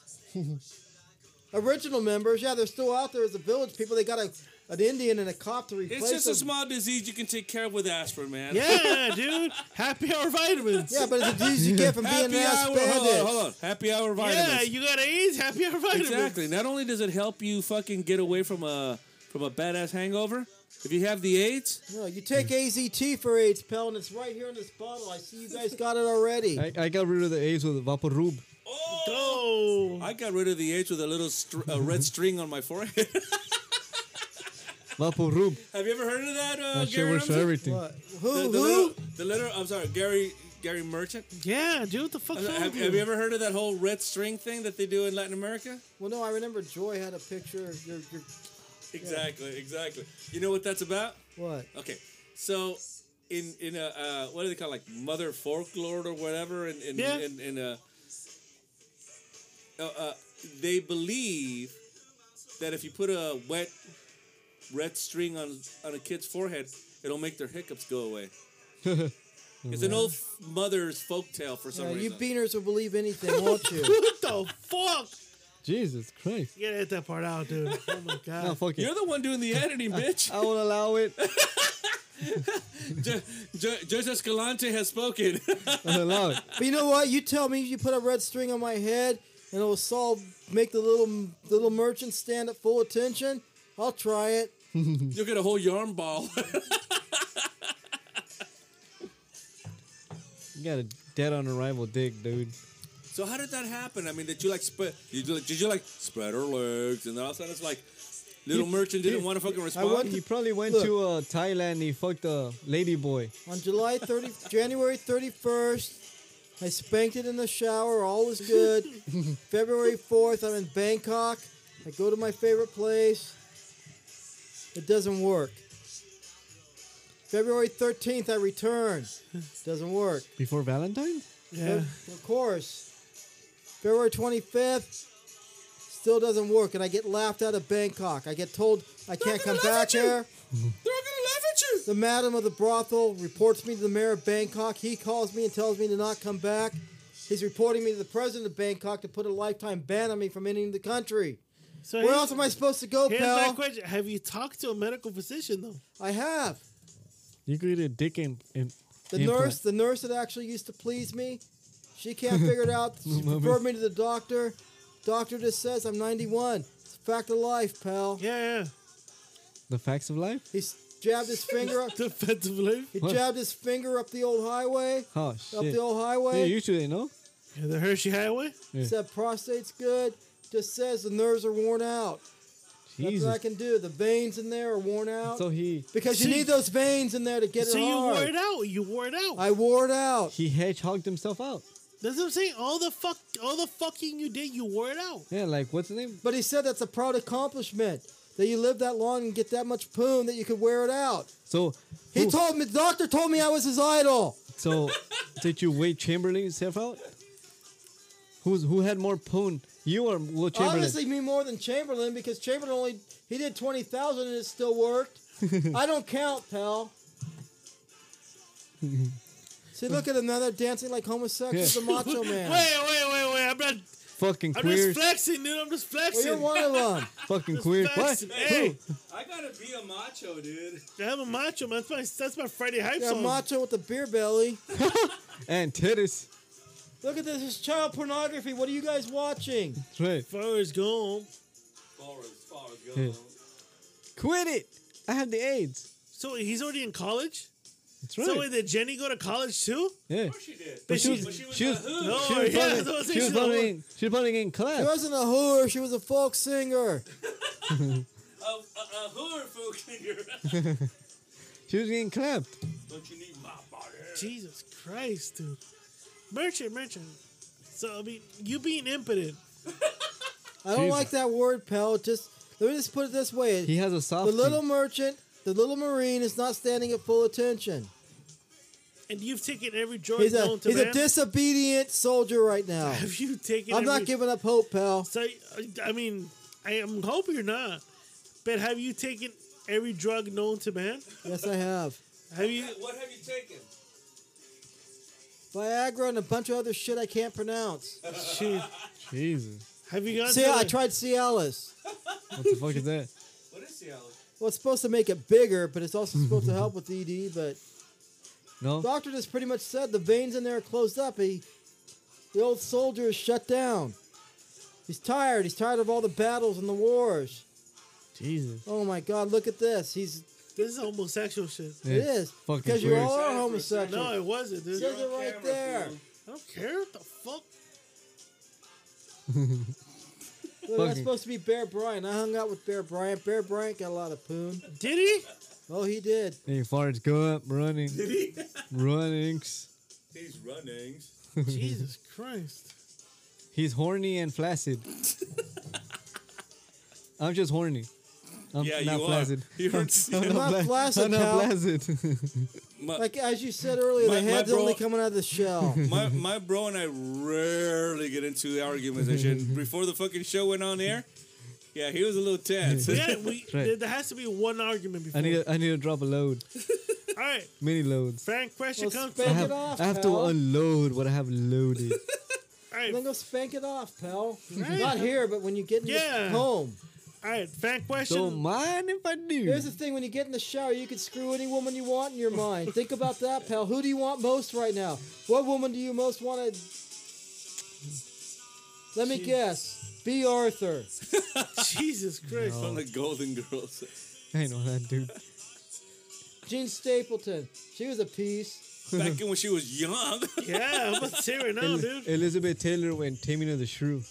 Speaker 6: Original members, yeah, they're still out there as the Village People. They got a, an Indian and a cop to replace
Speaker 1: it's just
Speaker 6: them.
Speaker 1: a small disease you can take care of with aspirin, man.
Speaker 2: Yeah, dude. Happy hour vitamins.
Speaker 6: yeah, but it's a disease you get from being
Speaker 1: Happy
Speaker 6: mass
Speaker 1: hour. Hold on,
Speaker 6: bandits.
Speaker 1: hold on. Happy hour vitamins.
Speaker 2: Yeah, you got AIDS. Happy hour vitamins.
Speaker 1: Exactly. Not only does it help you fucking get away from a from a badass hangover, if you have the AIDS,
Speaker 6: No, you take AZT for AIDS, pal, and it's right here in this bottle. I see you guys got it already. Uh,
Speaker 3: I, I got rid of the A's with Vaporub.
Speaker 2: Oh,
Speaker 1: I got rid of the AIDS with a little str- a red string on my forehead.
Speaker 3: Vaporub.
Speaker 1: have you ever heard of that? Uh,
Speaker 3: That shit
Speaker 1: Gary
Speaker 3: works for
Speaker 1: Ramsey?
Speaker 3: everything.
Speaker 6: What? Who?
Speaker 1: The, the,
Speaker 6: who?
Speaker 1: little, the little. I'm sorry, Gary Gary Merchant.
Speaker 2: yeah, dude. What the fuck's wrong
Speaker 1: Have,
Speaker 2: with
Speaker 1: have you ever heard of that whole red string thing that they do in Latin America?
Speaker 6: Well, no, I remember Joy had a picture. Of your, your
Speaker 1: Exactly, exactly. You know what that's about?
Speaker 6: what?
Speaker 1: Okay, so in in a uh, what do they call it, like mother folklore or whatever, and in,
Speaker 2: Yeah.
Speaker 1: in, in a uh, uh, they believe that if you put a wet red string on on a kid's forehead, it'll make their hiccups go away. it's an old f- mother's folktale for some
Speaker 6: Yeah, you
Speaker 1: reason.
Speaker 6: beaners will believe anything, won't you?
Speaker 2: What the fuck?
Speaker 3: Jesus Christ.
Speaker 2: You gotta edit that part out, dude. Oh my god.
Speaker 3: No, fuck it.
Speaker 1: You're the one doing the editing, bitch.
Speaker 3: I won't allow it.
Speaker 1: Ju- Ju- Judge Escalante has spoken.
Speaker 3: I'll allow it.
Speaker 6: But you know what? You tell me you put a red string on my head and it'll solve, make the little the little merchant stand at full attention. I'll try it.
Speaker 1: You'll get a whole yarn ball.
Speaker 3: You got a dead on arrival dick, dude.
Speaker 1: So how did that happen? I mean, did you like spread? You, did you like spread her legs? And all of a sudden, it's like little merchant didn't want to fucking respond.
Speaker 6: went
Speaker 3: He probably went
Speaker 6: Look.
Speaker 3: to uh, Thailand. He fucked a lady boy.
Speaker 6: On July 30, January 31st, I spanked it in the shower. All was good. February 4th, I'm in Bangkok. I go to my favorite place. It doesn't work. February 13th, I return. Doesn't work.
Speaker 3: Before Valentine's?
Speaker 2: yeah.
Speaker 6: Of course. February 25th, still doesn't work, and I get laughed out of Bangkok. I get told I can't come
Speaker 1: gonna laugh
Speaker 6: back
Speaker 1: at you.
Speaker 6: here.
Speaker 1: They're all gonna laugh at you.
Speaker 6: The madam of the brothel reports me to the mayor of Bangkok. He calls me and tells me to not come back. He's reporting me to the president of Bangkok to put a lifetime ban on me from entering the country.
Speaker 2: So
Speaker 6: Where
Speaker 2: here's-
Speaker 6: else am I supposed to go,
Speaker 2: Here's my
Speaker 6: pal?
Speaker 2: question: Have you talked to a medical physician though?
Speaker 6: I have.
Speaker 3: You could get a dick in. in
Speaker 6: The
Speaker 3: implant.
Speaker 6: nurse, the nurse that actually used to please me, she can't figure it out. She referred me to the doctor. Doctor just says I'm 91. It's a fact of life, pal.
Speaker 2: Yeah, yeah.
Speaker 3: The facts of life?
Speaker 6: He s- jabbed his finger up.
Speaker 2: Defensive life.
Speaker 6: He
Speaker 3: What?
Speaker 6: jabbed his finger up the old highway.
Speaker 3: Oh,
Speaker 6: Up
Speaker 3: shit.
Speaker 6: the old
Speaker 3: Yeah,
Speaker 6: highway.
Speaker 3: you should know.
Speaker 2: Yeah, the Hershey Highway.
Speaker 3: Yeah.
Speaker 6: Said prostate's good. Just says the nerves are worn out. That's what I
Speaker 3: Jesus.
Speaker 6: can do. The veins in there are worn out.
Speaker 3: So he
Speaker 6: because you
Speaker 2: See-
Speaker 6: need those veins in there to get
Speaker 2: so
Speaker 6: it
Speaker 2: you
Speaker 6: hard.
Speaker 2: wore it out. You wore it out.
Speaker 6: I wore it out.
Speaker 3: he hedgehogged himself out.
Speaker 2: That's what I'm saying. All the fuck, all the fucking you did, you wore it out.
Speaker 3: Yeah, like what's the name?
Speaker 6: But he said that's a proud accomplishment. that you live that long and get that much poon that you could wear it out.
Speaker 3: So
Speaker 6: He
Speaker 3: who-
Speaker 6: told me, the doctor told me I was his idol.
Speaker 3: So, did you wait Chamberlain yourself out? Who's who had more poon? You or Will Chamberlain?
Speaker 6: Honestly, me more than Chamberlain because Chamberlain only he did twenty thousand and it still worked. I don't count, pal. See, look at another dancing like homosexual, the macho man.
Speaker 2: Wait, wait, wait, wait. I'm not.
Speaker 3: fucking
Speaker 2: I'm
Speaker 3: queers,
Speaker 2: just flexing, dude. I'm just
Speaker 6: Well, you're
Speaker 2: flexing.
Speaker 6: one of them.
Speaker 3: fucking
Speaker 2: just
Speaker 3: queers. What?
Speaker 2: flexing. Hey,
Speaker 1: I gotta be a macho, dude.
Speaker 2: I'm a macho man. That's my that's my Friday hype
Speaker 6: You're a
Speaker 2: song.
Speaker 6: macho with a beer belly.
Speaker 3: Who? And titties.
Speaker 6: Look at this. This is child pornography. What are you guys watching?
Speaker 3: That's right.
Speaker 2: Forrest Gump.
Speaker 1: Forrest, Forrest, go.
Speaker 3: Yeah. Quit it. I have the AIDS.
Speaker 2: So he's already in college.
Speaker 3: That's
Speaker 2: So
Speaker 3: right.
Speaker 2: wait, did Jenny go to college too?
Speaker 3: yeah.
Speaker 1: Of course she did.
Speaker 3: But she
Speaker 1: But
Speaker 3: was
Speaker 1: she was
Speaker 3: she was
Speaker 1: a hoot.
Speaker 2: No,
Speaker 3: she was
Speaker 2: yeah,
Speaker 3: probably-
Speaker 2: that's what I was saying, she
Speaker 3: she was
Speaker 2: was a
Speaker 3: probably
Speaker 2: hoot.
Speaker 3: in- she was probably getting
Speaker 6: She
Speaker 3: clapped.
Speaker 6: wasn't a whore. She was a folk singer.
Speaker 1: A, a, a hooer folk singer.
Speaker 3: She was getting clapped.
Speaker 1: Don't you need my body?
Speaker 2: Jesus Christ, dude. Merchant, merchant. So I mean, you being impotent.
Speaker 6: I don't
Speaker 3: Jesus.
Speaker 6: like that word, pal. Just let me just put it this way.
Speaker 3: He has a soft.
Speaker 6: the little merchant, the little marine, is not standing at full attention.
Speaker 2: And you've taken every joy
Speaker 6: He's a
Speaker 2: known to
Speaker 6: he's
Speaker 2: man.
Speaker 6: a disobedient soldier right now.
Speaker 2: Have you taken?
Speaker 6: I'm
Speaker 2: every-
Speaker 6: not giving up hope, pal.
Speaker 2: So I mean, I am hoping you're not. But have you taken every drug known to man?
Speaker 6: Yes, I have
Speaker 2: Have you?
Speaker 1: What have you taken?
Speaker 6: Viagra and a bunch of other shit I can't pronounce.
Speaker 2: Shit.
Speaker 3: Jesus.
Speaker 2: Have you gone?
Speaker 6: See,
Speaker 2: to
Speaker 6: I
Speaker 2: the-
Speaker 6: tried Cialis.
Speaker 3: What the fuck is that?
Speaker 1: What is Seattle?
Speaker 6: Well, it's supposed to make it bigger, but it's also supposed to help with ED. But
Speaker 3: No.
Speaker 6: doctor just pretty much said the veins in there are closed up. He, the old soldier is shut down. He's tired. He's tired of all the battles and the wars.
Speaker 3: Jesus.
Speaker 6: Oh my God! Look at this. He's
Speaker 2: This is homosexual shit.
Speaker 3: Yeah.
Speaker 6: it is
Speaker 3: Fucking
Speaker 6: because you
Speaker 3: queers.
Speaker 6: all are
Speaker 1: Sorry for
Speaker 6: homosexual.
Speaker 2: No, it wasn't, dude.
Speaker 6: It says it right there.
Speaker 2: I don't care what the fuck.
Speaker 6: Look, that's
Speaker 3: Fucking-
Speaker 6: supposed to be Bear Bryant. I hung out with Bear Bryant. Bear Bryant got a lot of poon.
Speaker 2: Did he?
Speaker 6: Oh, he did.
Speaker 3: Hey, farts go up, running, running.
Speaker 1: He's running.
Speaker 2: Jesus Christ.
Speaker 3: He's horny and flaccid. I'm just horny. I'm
Speaker 1: Yeah,
Speaker 3: not
Speaker 1: you
Speaker 3: flaccid.
Speaker 1: are. You heard
Speaker 3: I'm
Speaker 6: not
Speaker 3: fla-
Speaker 6: flaccid,
Speaker 3: I'm not
Speaker 6: pal.
Speaker 3: flaccid.
Speaker 1: my,
Speaker 6: Like as you said earlier,
Speaker 1: My-
Speaker 6: the
Speaker 1: my
Speaker 6: head's
Speaker 1: bro-
Speaker 6: only coming out of the shell.
Speaker 1: my my bro and I rarely get into arguments and shit. Before the fucking show went on air, yeah, he was a little tense.
Speaker 2: Yeah, we,
Speaker 3: right.
Speaker 2: there, there has to be one argument before.
Speaker 3: I need. A, I need to drop a load.
Speaker 2: All right,
Speaker 3: Many loads.
Speaker 2: Frank, question
Speaker 6: Well,
Speaker 2: comes
Speaker 3: I
Speaker 6: spank
Speaker 2: from.
Speaker 3: have,
Speaker 6: it off,
Speaker 3: I have to
Speaker 6: pal.
Speaker 3: unload what I have loaded.
Speaker 2: All right,
Speaker 6: then go spank it off, pal. Not here, but when you get in
Speaker 2: Yeah.
Speaker 6: the home.
Speaker 2: all right, Frank, question.
Speaker 3: Don't mind if I
Speaker 6: Here's
Speaker 3: do.
Speaker 6: the thing: when you get in the shower, you can screw any woman you want in your mind. Think about that, pal. Who do you want most right now? What woman do you most want to? Let me guess. B. Arthur.
Speaker 2: Jesus Christ.
Speaker 1: From the Golden Girls.
Speaker 3: I know that dude.
Speaker 6: Jean Stapleton. She was a piece.
Speaker 1: Back in when she was young.
Speaker 2: Yeah, I'm gonna say right now,
Speaker 3: El-
Speaker 2: dude.
Speaker 3: Elizabeth Taylor went Taming of the Shrew.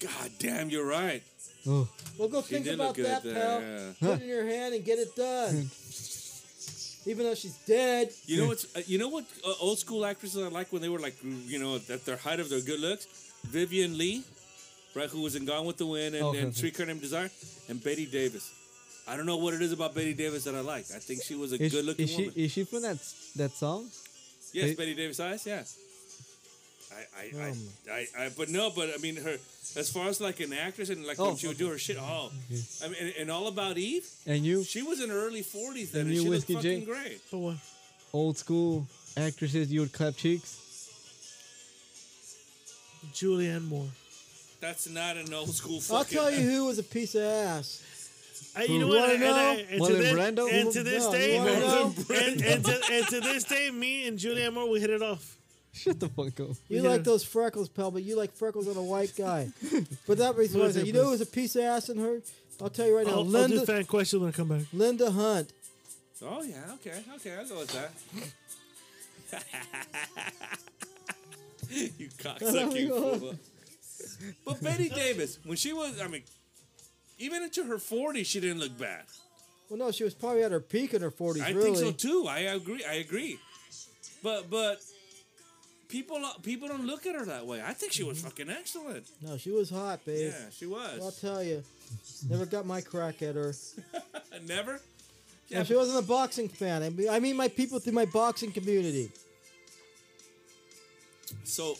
Speaker 1: God damn, you're right.
Speaker 3: Oh,
Speaker 6: Well, go
Speaker 1: She
Speaker 6: think
Speaker 1: did
Speaker 6: about
Speaker 1: look good
Speaker 6: that,
Speaker 1: there,
Speaker 6: pal.
Speaker 1: yeah.
Speaker 6: Put it in your hand and get it done. Even though she's dead,
Speaker 1: You know what's uh, you know what uh, old school actresses I like when they were like mm, you know at their height of their good looks, Vivian Lee, right, who was in Gone with the Wind and,
Speaker 3: Okay.
Speaker 1: and Three Car Named Desire, and Betty Davis. I don't know what it is about Betty Davis that I like. I think she was a
Speaker 3: is,
Speaker 1: good looking
Speaker 3: is she
Speaker 1: woman.
Speaker 3: is she from that that song?
Speaker 1: yes,
Speaker 3: eh?
Speaker 1: Betty Davis eyes. Yeah. I
Speaker 3: Um.
Speaker 1: I, I, I I but no, but I mean her as far as like an actress and like
Speaker 3: Oh.
Speaker 1: when she would do her shit. Oh, I mean, and, and all about Eve.
Speaker 3: And you
Speaker 1: She was in her early forties then,
Speaker 3: And
Speaker 1: and,
Speaker 3: you,
Speaker 1: she looked
Speaker 3: Whiskey J?
Speaker 1: fucking great.
Speaker 2: But what?
Speaker 3: old school actresses, you would clap cheeks.
Speaker 2: Julianne Moore.
Speaker 1: That's not an old school.
Speaker 6: I'll
Speaker 1: Fucking
Speaker 6: tell you who was a piece of ass.
Speaker 2: I, you know
Speaker 3: Who?
Speaker 2: what?
Speaker 3: Wanna
Speaker 2: And, I, and, I, and, to
Speaker 3: Marlon
Speaker 2: this,
Speaker 3: Brando?
Speaker 2: and to this
Speaker 6: No, you
Speaker 2: day,
Speaker 6: wanna know?
Speaker 2: and, and, to, and to this day, me and Julianne Moore, we hit it off.
Speaker 3: Shut the fuck up.
Speaker 6: You
Speaker 2: Yeah.
Speaker 6: like those freckles, pal, but you like freckles on a white guy. but that reason
Speaker 2: What
Speaker 6: why I
Speaker 2: is
Speaker 6: said,
Speaker 2: it,
Speaker 6: you know who
Speaker 2: please?
Speaker 6: was a piece of ass in her? I'll tell you right now,
Speaker 2: I'll, I'll do
Speaker 6: Linda
Speaker 2: fan questions when I come back.
Speaker 6: Linda Hunt.
Speaker 1: Oh yeah, okay, okay, I'll go with that. you cocksucking fool. But Betty Davis, when she was, I mean, even into her 40s, she didn't look bad.
Speaker 6: Well, no, she was probably at her peak in her forties,
Speaker 1: I
Speaker 6: really.
Speaker 1: think so too. I agree. I agree. But but people people don't look at her that way. I think she was fucking excellent.
Speaker 6: No, she was hot, babe.
Speaker 1: Yeah, she
Speaker 6: I'll
Speaker 1: was.
Speaker 6: tell you. Never got my crack at her.
Speaker 1: Uh, Never.
Speaker 6: No, she wasn't a boxing fan. I mean, I mean my people through my boxing community.
Speaker 1: So,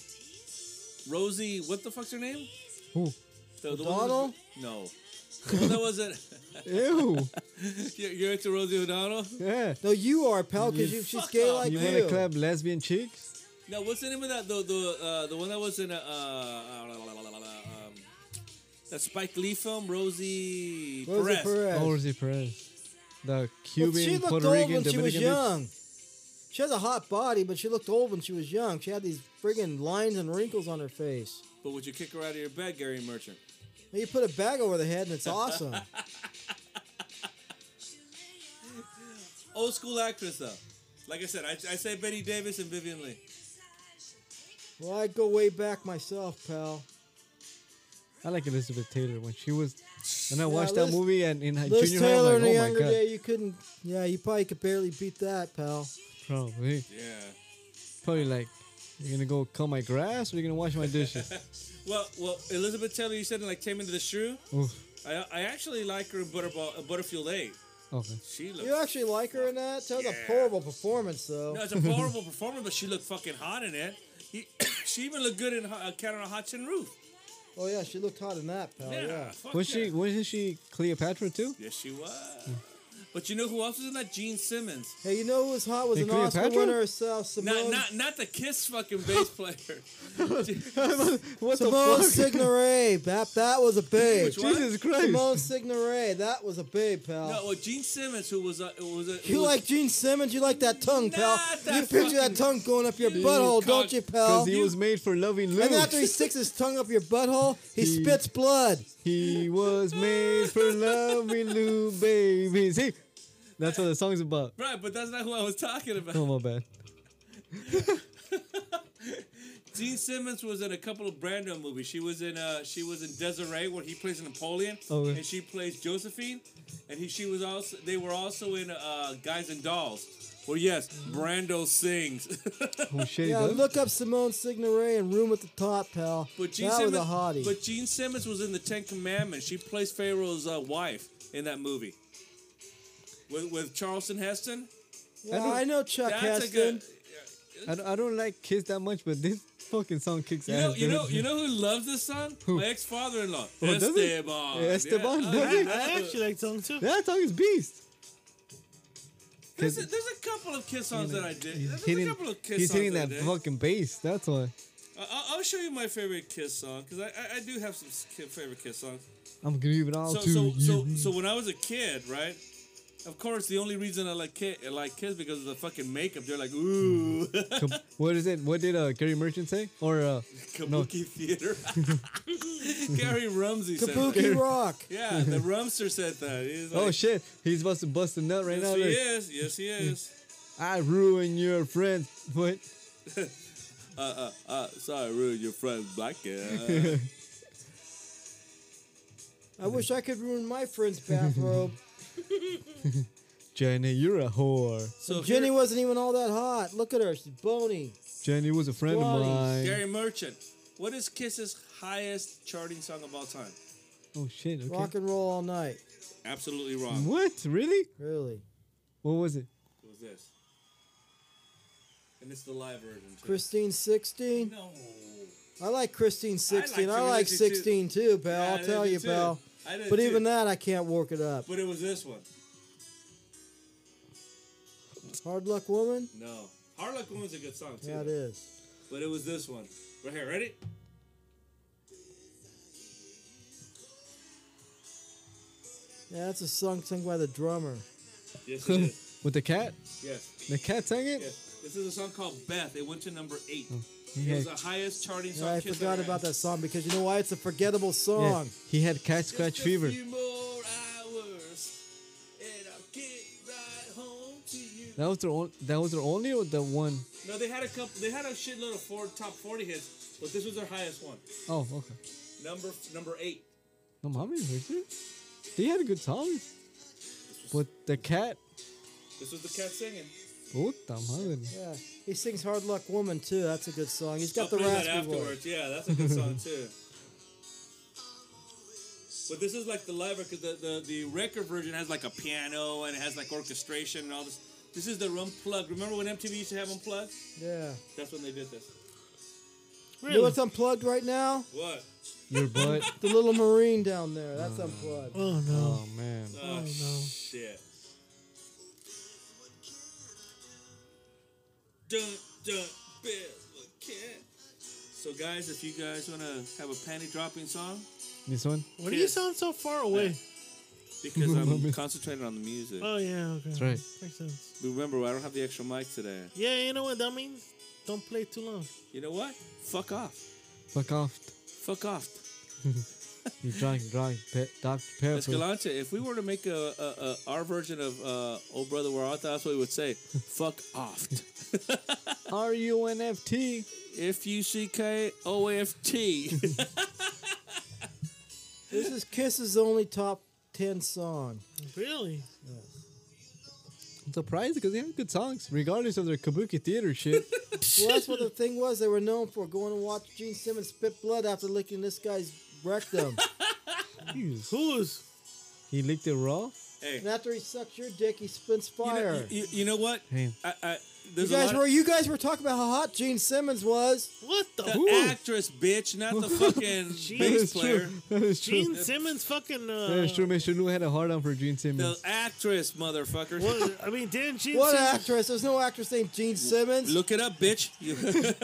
Speaker 1: Rosie, what the fuck's her name?
Speaker 3: Who?
Speaker 1: The, the
Speaker 6: O'Donnell?
Speaker 1: One that- no. that wasn't.
Speaker 3: Ew.
Speaker 1: You're, you're into Rosie O'Donnell?
Speaker 3: Yeah.
Speaker 6: No, you are, pal, because you, she's gay like
Speaker 3: You
Speaker 6: you.
Speaker 3: want to clap lesbian cheeks?
Speaker 1: No, what's the name of that? The the uh, the one that was in a, uh, uh, um, that Spike Lee film, Rosie,
Speaker 6: Rosie
Speaker 1: Perez.
Speaker 6: Perez.
Speaker 3: Oh, Rosie Perez. The
Speaker 6: Well,
Speaker 3: Cuban,
Speaker 6: she looked
Speaker 3: Puerto
Speaker 6: old
Speaker 3: Rican,
Speaker 6: when she
Speaker 3: Dominican.
Speaker 6: was
Speaker 3: bitch.
Speaker 6: young. She has a hot body, but she looked old when she was young. She had these friggin' lines and wrinkles on her face.
Speaker 1: But would you kick her out of your bed, Gary Merchant?
Speaker 6: And you put a bag over the head, and it's awesome.
Speaker 1: Old school actress though. Like I said, I, I say Betty Davis and Vivian Lee.
Speaker 6: well, I'd go way back myself, pal.
Speaker 3: I like Elizabeth Taylor when she was. And I watched
Speaker 6: Liz-
Speaker 3: that movie and in high
Speaker 6: Liz
Speaker 3: junior high,
Speaker 6: Taylor
Speaker 3: I'm
Speaker 6: in a
Speaker 3: like, oh my
Speaker 6: younger
Speaker 3: god,
Speaker 6: day, you couldn't. Yeah, you probably could barely beat that, pal.
Speaker 3: probably,
Speaker 1: Yeah.
Speaker 3: probably like, you're gonna go cut my grass or you're gonna wash my dishes.
Speaker 1: Well, well, Elizabeth Taylor, you said in like Taming of the Shrew.
Speaker 3: Oof.
Speaker 1: I, I actually like her in Butterball, uh, Butterfield Eight.
Speaker 3: Okay.
Speaker 1: She
Speaker 6: You
Speaker 1: looked.
Speaker 6: actually like her in that? That was
Speaker 1: Yeah.
Speaker 6: a horrible performance, though.
Speaker 1: No, it's a vulnerable performance, but she looked fucking hot in it. He, she even looked good in Ho- uh, Cat on a Hot Tin Roof.
Speaker 6: Oh yeah, she looked hot in that, pal.
Speaker 1: yeah.
Speaker 6: Oh, Yeah.
Speaker 1: fuck
Speaker 3: Was
Speaker 1: yeah.
Speaker 3: she? Wasn't she Cleopatra too?
Speaker 1: Yes, she was. But you know who else was in that? Gene Simmons.
Speaker 6: Hey, you know who was hot was
Speaker 3: Hey,
Speaker 6: an Oscar
Speaker 3: Cleopatra?
Speaker 6: winner herself,
Speaker 1: Not,
Speaker 6: Simone.
Speaker 1: not, not the Kiss fucking bass player.
Speaker 3: What
Speaker 6: Simone Signoret. That that was a babe.
Speaker 1: Which one?
Speaker 3: Jesus Christ!
Speaker 6: Simone Signoret. That was a babe, pal.
Speaker 1: No, well, Gene Simmons, who was a, who was a, who
Speaker 6: you
Speaker 1: was-
Speaker 6: like Gene Simmons? You like that tongue, pal?
Speaker 1: Not
Speaker 6: you
Speaker 1: that
Speaker 6: picture that
Speaker 1: fucking-
Speaker 6: tongue going up your
Speaker 1: You
Speaker 6: butthole,
Speaker 1: cock-
Speaker 6: don't you, pal?
Speaker 3: Because he was made for loving Lou.
Speaker 6: and after he sticks his tongue up your butthole, he
Speaker 3: He-
Speaker 6: spits blood.
Speaker 3: He was made for loving Lou, baby. See, that's what the song's about.
Speaker 1: right? But that's not who I was talking about.
Speaker 3: Oh my bad.
Speaker 1: Gene Simmons was in a couple of Brando movies. She was in uh, she was in Desiree, where he plays Napoleon,
Speaker 3: Oh, yeah.
Speaker 1: and she plays Josephine, and he she was also they were also in uh, Guys and Dolls. Well, yes, Brando sings.
Speaker 3: Oh shit,
Speaker 6: Yeah,
Speaker 3: though.
Speaker 6: look up Simone Signoret and Room at the Top, pal.
Speaker 1: But Gene
Speaker 6: that
Speaker 1: Simmons,
Speaker 6: was a hottie.
Speaker 1: But Gene Simmons was in the Ten Commandments. She plays Pharaoh's uh, wife in that movie with, with Charleston Heston.
Speaker 6: Yeah,
Speaker 3: don't-
Speaker 6: I, know Chuck Heston.
Speaker 3: I, don't- I don't like Kiss that much, but this fucking song kicks
Speaker 1: You know,
Speaker 3: ass.
Speaker 1: you know,
Speaker 3: dude.
Speaker 1: you know who loves this song?
Speaker 3: Who?
Speaker 1: My ex father-in-law,
Speaker 3: Oh, does he?
Speaker 1: Esteban.
Speaker 3: Yeah, Esteban,
Speaker 1: I-
Speaker 3: does
Speaker 1: I-
Speaker 3: he?
Speaker 2: I
Speaker 1: I-
Speaker 2: actually like song too.
Speaker 3: that song is beast.
Speaker 1: There's a, there's a couple of Kiss songs that I did. There's
Speaker 3: He's
Speaker 1: a
Speaker 3: hitting,
Speaker 1: couple of Kiss
Speaker 3: he's
Speaker 1: songs
Speaker 3: hitting
Speaker 1: that,
Speaker 3: that
Speaker 1: I did.
Speaker 3: fucking bass. That's why
Speaker 1: I- I'll- I'll show you my favorite Kiss song because I, I, I do have some s- favorite Kiss songs.
Speaker 3: I'm gonna give it all
Speaker 1: so,
Speaker 3: to
Speaker 1: so,
Speaker 3: you.
Speaker 1: so, so when I was a kid, right? Of course, the only reason I like ki- I like kids because of the fucking makeup. They're like, ooh,
Speaker 3: Com- what is it? What did uh, Gary Merchant say? Or uh,
Speaker 1: kabuki theater. Gary Rumsey said that.
Speaker 6: Kabuki Rock.
Speaker 1: Yeah, the Rumster said that. He's like,
Speaker 3: oh shit, he's about to bust a nut right
Speaker 1: yes,
Speaker 3: now.
Speaker 1: he
Speaker 3: Look.
Speaker 1: is. Yes, he is.
Speaker 3: I ruin your friend. What?
Speaker 1: Uh, sorry, I ruined your friend's black hair.
Speaker 6: I wish I could ruin my friend's bathrobe.
Speaker 3: Jenny, you're a whore.
Speaker 1: so
Speaker 6: Jenny
Speaker 1: here-
Speaker 6: wasn't even all that hot. Look at her, she's bony.
Speaker 3: Jenny was a friend of
Speaker 6: Why?
Speaker 3: mine.
Speaker 1: Gary Merchant. What is Kiss's highest charting song of all time?
Speaker 3: Oh shit. Okay.
Speaker 6: Rock and roll all night.
Speaker 1: Absolutely wrong.
Speaker 3: What? Really?
Speaker 6: Really.
Speaker 3: What was it?
Speaker 1: What was this? And it's the live version. Too.
Speaker 6: Christine 16?
Speaker 1: no.
Speaker 6: I like Christine 16. I
Speaker 1: Timothy
Speaker 6: like
Speaker 1: too.
Speaker 6: 16 too, pal.
Speaker 1: Yeah, I
Speaker 6: I'll
Speaker 1: did
Speaker 6: tell you,
Speaker 1: too.
Speaker 6: pal.
Speaker 1: I did
Speaker 6: But
Speaker 1: too.
Speaker 6: even that, I can't work it up.
Speaker 1: But it was this one.
Speaker 6: Hard Luck Woman?
Speaker 1: No. Hard Luck Woman's a good song too.
Speaker 6: Yeah, it is.
Speaker 1: But it was this one. Right here, ready?
Speaker 6: Yeah, that's a song sung by the drummer.
Speaker 1: Yes, it is.
Speaker 3: With the cat?
Speaker 1: Yes.
Speaker 3: The cat sang it?
Speaker 1: Yes. This is a song called Beth. It went to number eight. It
Speaker 3: He
Speaker 1: was
Speaker 3: had,
Speaker 1: the highest charting song.
Speaker 6: Mm. Yeah, I
Speaker 1: Kiss
Speaker 6: forgot
Speaker 1: ever
Speaker 6: about
Speaker 1: had.
Speaker 6: that song because you know why? It's a forgettable
Speaker 3: yeah,
Speaker 6: song.
Speaker 3: he had cat
Speaker 1: Just
Speaker 3: scratch
Speaker 1: a
Speaker 3: fever.
Speaker 1: few more hours, and I'll get right home to you.
Speaker 3: That was their on, that was their only or the one?
Speaker 1: No, they had a couple. They had a shitload of four, top forty hits, but this was their highest one.
Speaker 3: Oh, okay.
Speaker 1: Number number eight.
Speaker 3: No mommy heard it. They had a good song. But the cat
Speaker 1: This was the cat singing.
Speaker 3: Puta madre.
Speaker 6: Yeah. He sings Hard Luck Woman, too. That's a good song. He's got
Speaker 1: I'll
Speaker 6: the
Speaker 1: play that
Speaker 6: raspy voice.
Speaker 1: afterwards. Yeah, that's a good song too. But this is like the live record. The, the the record version has like a piano and it has like orchestration and all this. This is the unplugged. Remember when MTV used to have unplugged?
Speaker 6: Yeah.
Speaker 1: That's when they did this.
Speaker 6: You know what's unplugged right now?
Speaker 1: What?
Speaker 3: Your butt.
Speaker 6: The little Marine down there. That's unplugged.
Speaker 2: Oh no.
Speaker 3: Oh man.
Speaker 1: Oh,
Speaker 2: no.
Speaker 1: shit. Dun dun Bill cat. So guys, if you guys wanna have a panty dropping song,
Speaker 3: This one.
Speaker 2: Why do you sound so far away?
Speaker 1: because I'm concentrated on the music.
Speaker 2: Oh yeah, okay. That's
Speaker 3: right.
Speaker 2: Makes sense.
Speaker 1: Remember, I don't have the extra mic today.
Speaker 2: Yeah, you know what that means? Don't play too long.
Speaker 1: You know what? Fuck off.
Speaker 3: Fuck off.
Speaker 1: Fuck off.
Speaker 3: You drunk, drunk, pe- Dr. Pepper.
Speaker 1: Escalante, if we were to make a, a, a our version of uh, "Oh Brother Where Art Thou," that's what we would say. Fuck off.
Speaker 3: R U N F T.
Speaker 1: F U C K O F T.
Speaker 6: This is Kiss's only top 10 song.
Speaker 2: Really?
Speaker 3: I'm surprised because they have good songs, regardless of their kabuki theater shit.
Speaker 6: Well, that's what the thing was they were known for going and watch Gene Simmons spit blood after licking this guy's rectum.
Speaker 3: Jesus.
Speaker 2: Who's?
Speaker 3: He licked it raw.
Speaker 1: Hey,
Speaker 6: and after he sucks your dick, he spits
Speaker 1: you know,
Speaker 6: fire. You,
Speaker 1: you, you know what?
Speaker 3: Hey.
Speaker 1: I, I, there's a
Speaker 6: guys
Speaker 1: lot
Speaker 6: were
Speaker 1: of,
Speaker 6: you guys were talking about how hot Gene Simmons was.
Speaker 2: What the?
Speaker 1: the actress, bitch, not the fucking bass
Speaker 3: That's
Speaker 1: player.
Speaker 3: true. That is true.
Speaker 2: Gene Simmons fucking. Uh,
Speaker 3: That is true. Mr. New had a hard on for Gene
Speaker 1: The
Speaker 3: Simmons.
Speaker 1: actress, motherfucker.
Speaker 2: Well, I mean, didn't Gene
Speaker 6: What
Speaker 2: Simmons?
Speaker 6: actress? There's no actress named Gene Simmons.
Speaker 1: Look it up, bitch. You-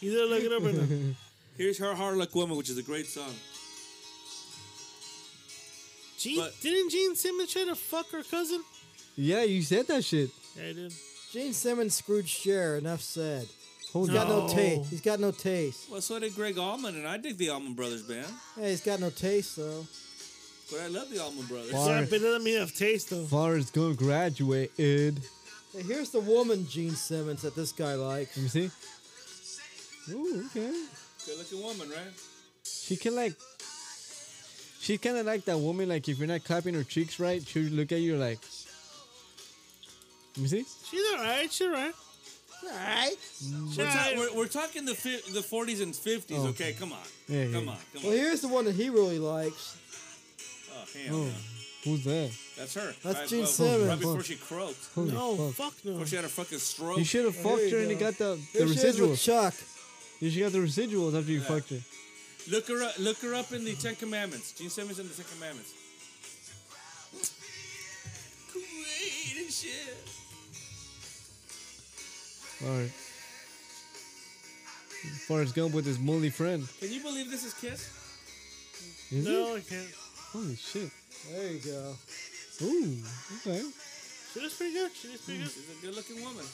Speaker 2: You didn't look it up right now.
Speaker 1: Here's her Harlock Woman, which is a great song.
Speaker 2: Gene,
Speaker 1: But-
Speaker 2: didn't Gene Simmons try to fuck her cousin?
Speaker 3: Yeah, you said that shit.
Speaker 2: Yeah, I did.
Speaker 6: Gene Simmons screwed Cher. Enough said.
Speaker 3: Hold
Speaker 6: He's
Speaker 3: on.
Speaker 6: got no
Speaker 2: No.
Speaker 6: taste. He's got no taste.
Speaker 1: Well, so did Greg Allman, and I dig the Allman Brothers band,
Speaker 6: Hey, he's got no taste though.
Speaker 1: but I love the Allman Brothers.
Speaker 3: Wow.
Speaker 2: Yeah,
Speaker 3: Sorry.
Speaker 2: but it doesn't mean I have taste though.
Speaker 3: Forrest gonna graduate, Ed.
Speaker 6: Hey, here's the woman Gene Simmons that this guy likes.
Speaker 3: Let me see. Ooh, okay.
Speaker 1: Good looking woman, right?
Speaker 3: She can like. She's kind of like that woman. Like if you're not clapping her cheeks right, she'll look at you like. Let me see.
Speaker 2: She's alright. She's alright.
Speaker 6: All right.
Speaker 1: We're, ta-
Speaker 2: Right.
Speaker 1: we're, we're talking the fi- the 40s and 50s,
Speaker 3: Oh.
Speaker 1: okay? Come on.
Speaker 3: Yeah,
Speaker 1: come
Speaker 3: yeah.
Speaker 1: on. Come
Speaker 6: Well,
Speaker 1: on.
Speaker 6: here's the one that he really likes.
Speaker 1: Oh, hell
Speaker 3: Oh,
Speaker 1: no.
Speaker 3: who's that?
Speaker 1: That's her.
Speaker 6: That's
Speaker 1: Right-
Speaker 6: Gene
Speaker 1: well,
Speaker 6: Simmons.
Speaker 1: Right before she croaked.
Speaker 3: Holy
Speaker 2: No,
Speaker 3: fuck.
Speaker 2: fuck, no.
Speaker 1: Before she had a fucking stroke.
Speaker 3: You should have
Speaker 6: There
Speaker 3: fucked
Speaker 6: you
Speaker 3: her and you
Speaker 6: go.
Speaker 3: got the, the
Speaker 6: Here she is with
Speaker 3: residuals.
Speaker 6: Chuck.
Speaker 3: You should got the residuals after you fucked her.
Speaker 1: look her up. Look her up in the Ten Commandments. Gene Simmons in the Ten Commandments. Great and shit.
Speaker 3: Alright. Forrest Gump with his molly friend.
Speaker 1: Can you believe this is Kiss?
Speaker 3: Is it?
Speaker 2: No, I can't.
Speaker 3: Holy shit.
Speaker 6: There you go.
Speaker 3: Ooh, okay.
Speaker 2: She looks pretty good. She looks pretty good.
Speaker 1: She's a good looking woman.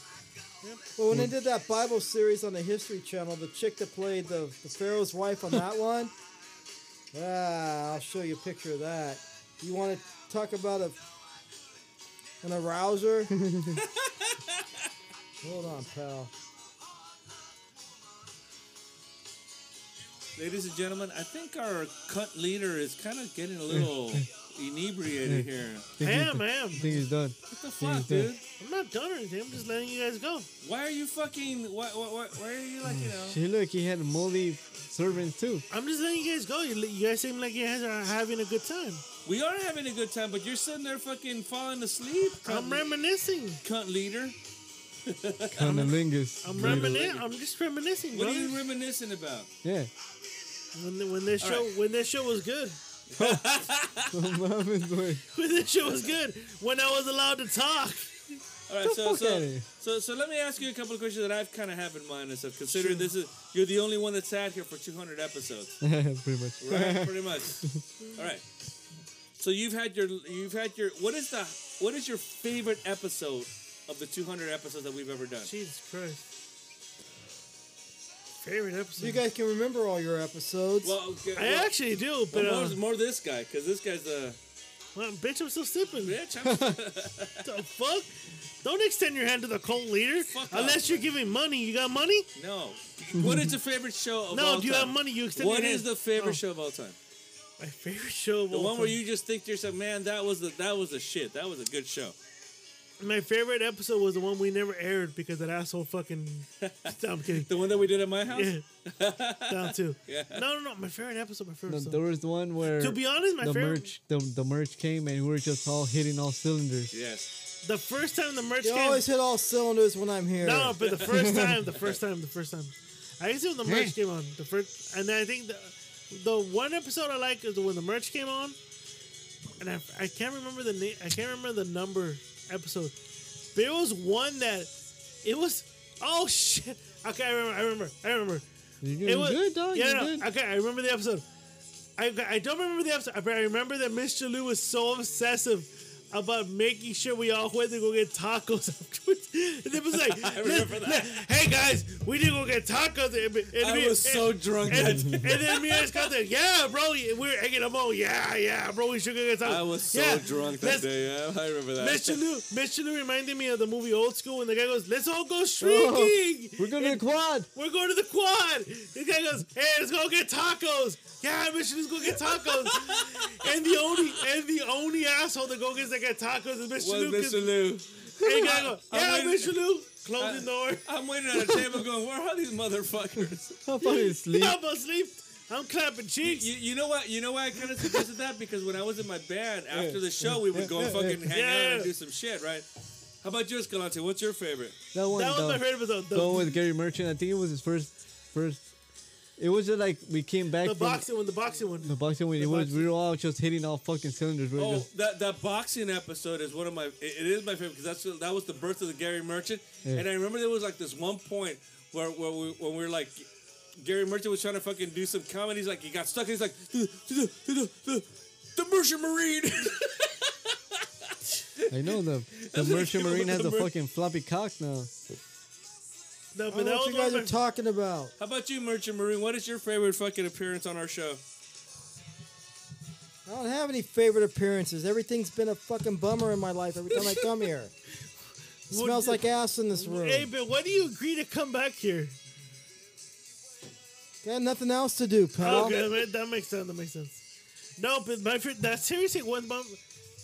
Speaker 6: Well, when they did that Bible series on the History Channel, the chick that played the, the Pharaoh's wife on that one, ah, I'll show you a picture of that. You want to talk about a an arouser? Hold on, pal.
Speaker 1: Ladies and gentlemen, I think our cut leader is kind of getting a little inebriated here.
Speaker 2: I
Speaker 3: Think he's-
Speaker 2: am, I am.
Speaker 3: think he's done.
Speaker 1: What the fuck,
Speaker 3: Yeah.
Speaker 1: dude?
Speaker 2: I'm not done or anything. I'm just letting you guys go.
Speaker 1: Why are you fucking? Why, why, why, why are you like you know?
Speaker 3: See, look, he had molly servants too.
Speaker 2: I'm just letting you guys go. You, you guys seem like you guys are having a good time.
Speaker 1: We are having a good time, but you're sitting there fucking falling asleep. Cunt,
Speaker 2: I'm reminiscing.
Speaker 1: cunt leader.
Speaker 3: Cunnilingus.
Speaker 2: I'm reminiscing. I'm just reminiscing.
Speaker 1: What are
Speaker 2: brothers.
Speaker 1: you reminiscing about?
Speaker 3: Yeah.
Speaker 2: when the, when this show
Speaker 1: right.
Speaker 2: when this show was good.
Speaker 3: What happened to it?
Speaker 2: When this show was good. When I was allowed to talk.
Speaker 1: All right, so
Speaker 3: fuck outta
Speaker 1: so,
Speaker 3: here.
Speaker 1: so so let me ask you a couple of questions that I've kind of have in mind and stuff. Considering this is you're the only one that's sat here for 200 episodes,
Speaker 3: Pretty much.
Speaker 1: right? Pretty much. All right. So you've had your you've had your what is the what is your favorite episode of the 200 episodes that we've ever done?
Speaker 2: Jesus Christ. Favorite episode.
Speaker 6: You guys can remember all your episodes.
Speaker 1: Well, okay,
Speaker 2: I
Speaker 1: well,
Speaker 2: actually do, but
Speaker 1: well,
Speaker 2: uh,
Speaker 1: more, more this guy because this guy's a
Speaker 2: well, bitch, I'm still sipping. What
Speaker 1: bitch. I'm
Speaker 2: the fuck? Don't extend your hand to the cult leader
Speaker 1: Fuck off.
Speaker 2: unless you're giving money. You got money?
Speaker 1: No. What is your favorite show of all
Speaker 2: No,
Speaker 1: time?
Speaker 2: do you have money? You extend
Speaker 1: What
Speaker 2: your
Speaker 1: is
Speaker 2: hand.
Speaker 1: the favorite
Speaker 2: Oh.
Speaker 1: show of all time?
Speaker 2: My favorite show of
Speaker 1: The
Speaker 2: all
Speaker 1: one where
Speaker 2: time.
Speaker 1: you just think to yourself, man, that was the that was the shit. That was a good show.
Speaker 2: My favorite episode was the one we never aired because that asshole fucking. No, I'm kidding.
Speaker 1: The one that we did at my house?
Speaker 2: Yeah. Down too. No, no, no. My favorite episode. My favorite.
Speaker 3: No,
Speaker 2: episode.
Speaker 3: there was one where
Speaker 2: To be honest, my
Speaker 3: the
Speaker 2: favorite-
Speaker 3: merch the, the merch came and we were just all hitting all cylinders.
Speaker 1: Yes.
Speaker 2: The first time the merch
Speaker 6: You
Speaker 2: came.
Speaker 6: always hit all cylinders when I'm here.
Speaker 2: No, but the first time, the first time, the first time. I used to when the merch came on. The first, and I think the the one episode I like is when the merch came on, and I, I can't remember the name. I can't remember the number episode. But it was one that it was. Oh shit! Okay, I remember. I remember. I remember.
Speaker 3: You're
Speaker 2: It
Speaker 3: doing
Speaker 2: was
Speaker 3: good, dog.
Speaker 2: Yeah,
Speaker 3: You're
Speaker 2: no,
Speaker 3: good.
Speaker 2: okay. I remember the episode. I, I don't remember the episode, but I remember that Mr. Lou was so obsessive about making sure we all went to go get tacos afterwards. And it was like,
Speaker 1: remember
Speaker 2: "Let-
Speaker 1: that.
Speaker 2: let- hey guys, we did go get tacos. And, and
Speaker 1: I
Speaker 2: me-
Speaker 1: was so drunk
Speaker 2: And,
Speaker 1: that
Speaker 2: and then me and Scott said, yeah, bro, we were egging them on. Yeah, yeah, bro, we should go get tacos.
Speaker 1: I was so
Speaker 2: Yeah,
Speaker 1: drunk
Speaker 2: let's-
Speaker 1: that day. Yeah, I remember that.
Speaker 2: Mr. Lou, Mr. Lou reminded me of the movie Old School when the guy goes, let's all
Speaker 1: Oh,
Speaker 2: go shrieking.
Speaker 3: We're gonna quad.
Speaker 2: We're going to the quad. This guy goes, "Hey, let's go get tacos." Yeah, Mission, let's go get tacos. and the only and the only asshole that go gets that get tacos is Mr.
Speaker 1: was
Speaker 2: Luke.
Speaker 1: Mr. Lou.
Speaker 2: Hey, guy goes,
Speaker 1: I- I
Speaker 2: "Yeah,
Speaker 1: went-
Speaker 2: Mr. Luke." Closing
Speaker 6: Uh,
Speaker 2: the door.
Speaker 1: I'm waiting at a table going, where are these motherfuckers?
Speaker 3: How fucking sleep.
Speaker 2: I'm asleep. I'm clapping cheeks.
Speaker 1: You, you know what? You know why I kind of suggested that because when I was in my band after the show, we would go and fucking hang out
Speaker 2: Yeah.
Speaker 1: and do some shit, right? How about you, Escalante? What's your favorite?
Speaker 3: That one.
Speaker 2: that was
Speaker 3: dog.
Speaker 2: my favorite episode. The,
Speaker 3: The one with Gary Merchant. I think it was his first first. It was just like we came back
Speaker 2: the
Speaker 3: from
Speaker 2: boxing one. The boxing one.
Speaker 3: the boxing when
Speaker 2: The
Speaker 3: it was
Speaker 2: boxing.
Speaker 3: we were all just hitting all fucking cylinders. We were
Speaker 1: Oh,
Speaker 3: just,
Speaker 1: that, that boxing episode is one of my. It, it is my favorite because that's that was the birth of the Gary Merchant,
Speaker 3: Yeah.
Speaker 1: and I remember there was like this one point where where we when we were like. Gary Merchant was trying to fucking do some comedy. He's like, he got stuck. He's like, the, the, the, the, the Merchant Marine.
Speaker 2: Oh.
Speaker 3: I know the the
Speaker 1: what he
Speaker 3: Merchant
Speaker 1: came up
Speaker 3: Marine
Speaker 1: with
Speaker 3: has
Speaker 1: the
Speaker 3: a
Speaker 1: mer-
Speaker 3: fucking floppy cock now.
Speaker 2: No,
Speaker 6: I don't
Speaker 2: but that
Speaker 6: know what
Speaker 2: was
Speaker 6: you
Speaker 2: one of
Speaker 6: guys
Speaker 2: my.
Speaker 6: are talking about.
Speaker 1: How about you, Merchant Marine? What is your favorite fucking appearance on our show?
Speaker 6: I don't have any favorite appearances. Everything's been a fucking bummer in my life every time I come here. It
Speaker 2: Well,
Speaker 6: smells like ass in this room.
Speaker 2: hey, but why do you agree to come back here?
Speaker 6: Got nothing else to do, pal.
Speaker 2: Okay, that- Oh, that makes sense. That makes sense. No, but my favorite. That seriously one. bum-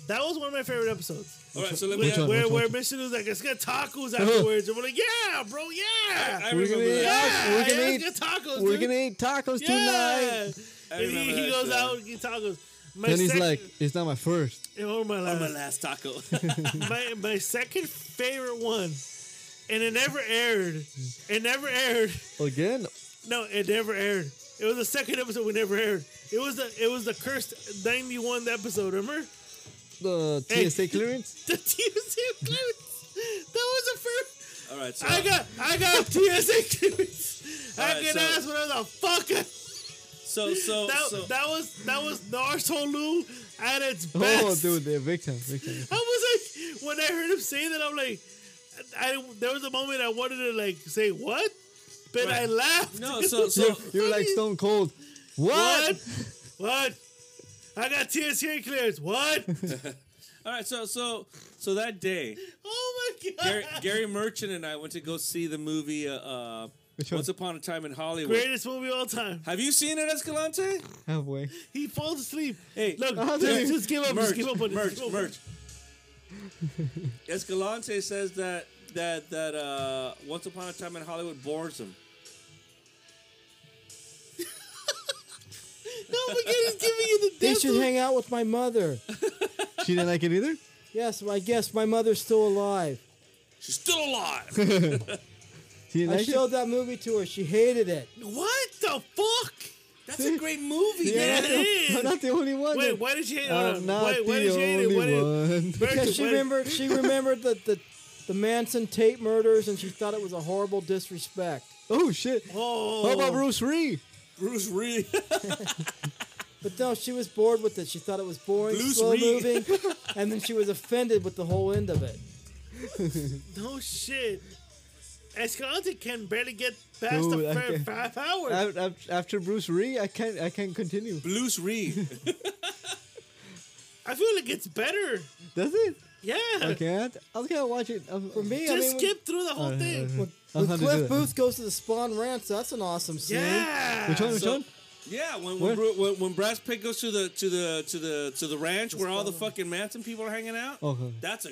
Speaker 2: That was one of my favorite episodes.
Speaker 1: All right, so let me.
Speaker 2: Where,
Speaker 3: Which one?
Speaker 2: where,
Speaker 3: Which
Speaker 2: where
Speaker 3: one?
Speaker 2: Mission was like, let's get tacos afterwards. And we're like, yeah, bro, yeah.
Speaker 1: I
Speaker 3: We're gonna
Speaker 1: remember that.
Speaker 3: eat
Speaker 2: yeah,
Speaker 3: we're gonna
Speaker 2: yeah,
Speaker 3: eat-
Speaker 2: let's get tacos.
Speaker 3: We're
Speaker 2: dude.
Speaker 3: gonna eat tacos
Speaker 2: yeah.
Speaker 3: tonight.
Speaker 1: I
Speaker 2: And he,
Speaker 1: remember
Speaker 2: he
Speaker 1: that
Speaker 2: goes
Speaker 1: shit.
Speaker 2: out and get tacos. My
Speaker 3: Then he's
Speaker 2: sec-
Speaker 3: like, "It's not my first.
Speaker 2: oh my
Speaker 1: I'm my
Speaker 2: last.
Speaker 1: last taco.
Speaker 2: my, my second favorite one, and it never aired. It never aired.
Speaker 3: Again,
Speaker 2: No, it never aired. It was the second episode we never aired. It was the it was the cursed ninety one episode. Remember?
Speaker 3: the
Speaker 2: Hey.
Speaker 3: TSA clearance.
Speaker 2: The TSA clearance. That was the first.
Speaker 1: All right, so
Speaker 2: I got I got TSA clearance. I
Speaker 1: Alright,
Speaker 2: can
Speaker 1: so-
Speaker 2: ask whatever the fuck. I,
Speaker 1: so so
Speaker 2: that,
Speaker 1: so.
Speaker 2: that was that was Naruto Lou at its best.
Speaker 3: Oh, dude, the big time, big time.
Speaker 2: I was like, when I heard him say that, I'm like, I there was a moment I wanted to like say what, but I
Speaker 1: Right.
Speaker 2: laughed.
Speaker 1: no, so so
Speaker 3: You're like Stone Cold. What?
Speaker 2: what? What? I got TSA clearance. What?
Speaker 1: all right, so so so that day,
Speaker 2: oh my god!
Speaker 1: Gary, Gary Merchant and I went to go see the movie uh, uh,
Speaker 3: Which one?
Speaker 1: Once Upon a Time in Hollywood.
Speaker 2: Greatest movie of all time.
Speaker 1: Have you seen it, Escalante?
Speaker 3: Halfway.
Speaker 2: He falls asleep.
Speaker 1: Hey,
Speaker 2: Look,
Speaker 3: I'll
Speaker 2: just,
Speaker 3: do-
Speaker 2: just give up.
Speaker 1: merch,
Speaker 2: just give up on it.
Speaker 1: merch,
Speaker 2: Just give up on it.
Speaker 1: merch. Escalante says that that that uh, Once Upon a Time in Hollywood bores him.
Speaker 2: No, but he's giving you the
Speaker 6: They
Speaker 2: death
Speaker 6: should hang out with my mother.
Speaker 3: She didn't like it either.
Speaker 6: Yes, I guess my mother's still alive.
Speaker 1: She's still alive.
Speaker 3: She didn't
Speaker 6: I
Speaker 3: like
Speaker 6: showed that movie to her. She hated it.
Speaker 2: What the fuck?
Speaker 1: That's a great movie.
Speaker 2: Yeah,
Speaker 1: man.
Speaker 2: it
Speaker 3: it. I'm
Speaker 2: is.
Speaker 3: not the only one.
Speaker 2: Wait,
Speaker 3: then.
Speaker 2: why did you hate? Hold
Speaker 3: I'm
Speaker 2: on.
Speaker 3: not
Speaker 2: Why, why
Speaker 3: the
Speaker 2: did you hate it?
Speaker 3: only
Speaker 2: Why did-
Speaker 3: one.
Speaker 2: Merch,
Speaker 6: Because she
Speaker 2: why-
Speaker 6: remembered she remembered the, the the Manson Tate murders and she thought it was a horrible disrespect.
Speaker 3: Oh shit.
Speaker 2: Oh,
Speaker 3: How about Bruce Lee?
Speaker 1: Bruce Lee.
Speaker 6: But no, she was bored with it. She thought it was boring,
Speaker 1: Blues
Speaker 6: slow
Speaker 1: Reed.
Speaker 6: moving, and then she was offended with the whole end of it.
Speaker 2: No shit. Escalante can barely get past
Speaker 3: Dude,
Speaker 2: the
Speaker 3: I
Speaker 2: first
Speaker 3: can't-
Speaker 2: five hours.
Speaker 3: Af- af- After Bruce Lee, I can't. I can't continue.
Speaker 1: Bruce Lee.
Speaker 2: I feel like it's better.
Speaker 3: Does it?
Speaker 2: Yeah.
Speaker 3: I can't. I was gonna watch it. Um,
Speaker 6: For me, I
Speaker 2: Just
Speaker 6: mean, Uh, Uh-huh, when-
Speaker 2: skip through the whole
Speaker 3: Alright,
Speaker 2: thing.
Speaker 3: alright.
Speaker 6: when,
Speaker 3: I'll
Speaker 6: when
Speaker 3: have to do
Speaker 6: Cliff
Speaker 3: that.
Speaker 6: Booth goes to the Spawn Ranch, that's an awesome scene.
Speaker 2: Yeah.
Speaker 3: Which one? Which
Speaker 1: So-
Speaker 3: one?
Speaker 1: Yeah, when when,
Speaker 3: Where?
Speaker 1: Bru- when when Brass Pig
Speaker 2: Oh.
Speaker 1: goes to the to the to the to the ranch where all the fucking Manson people are hanging out,
Speaker 3: Okay.
Speaker 1: that's a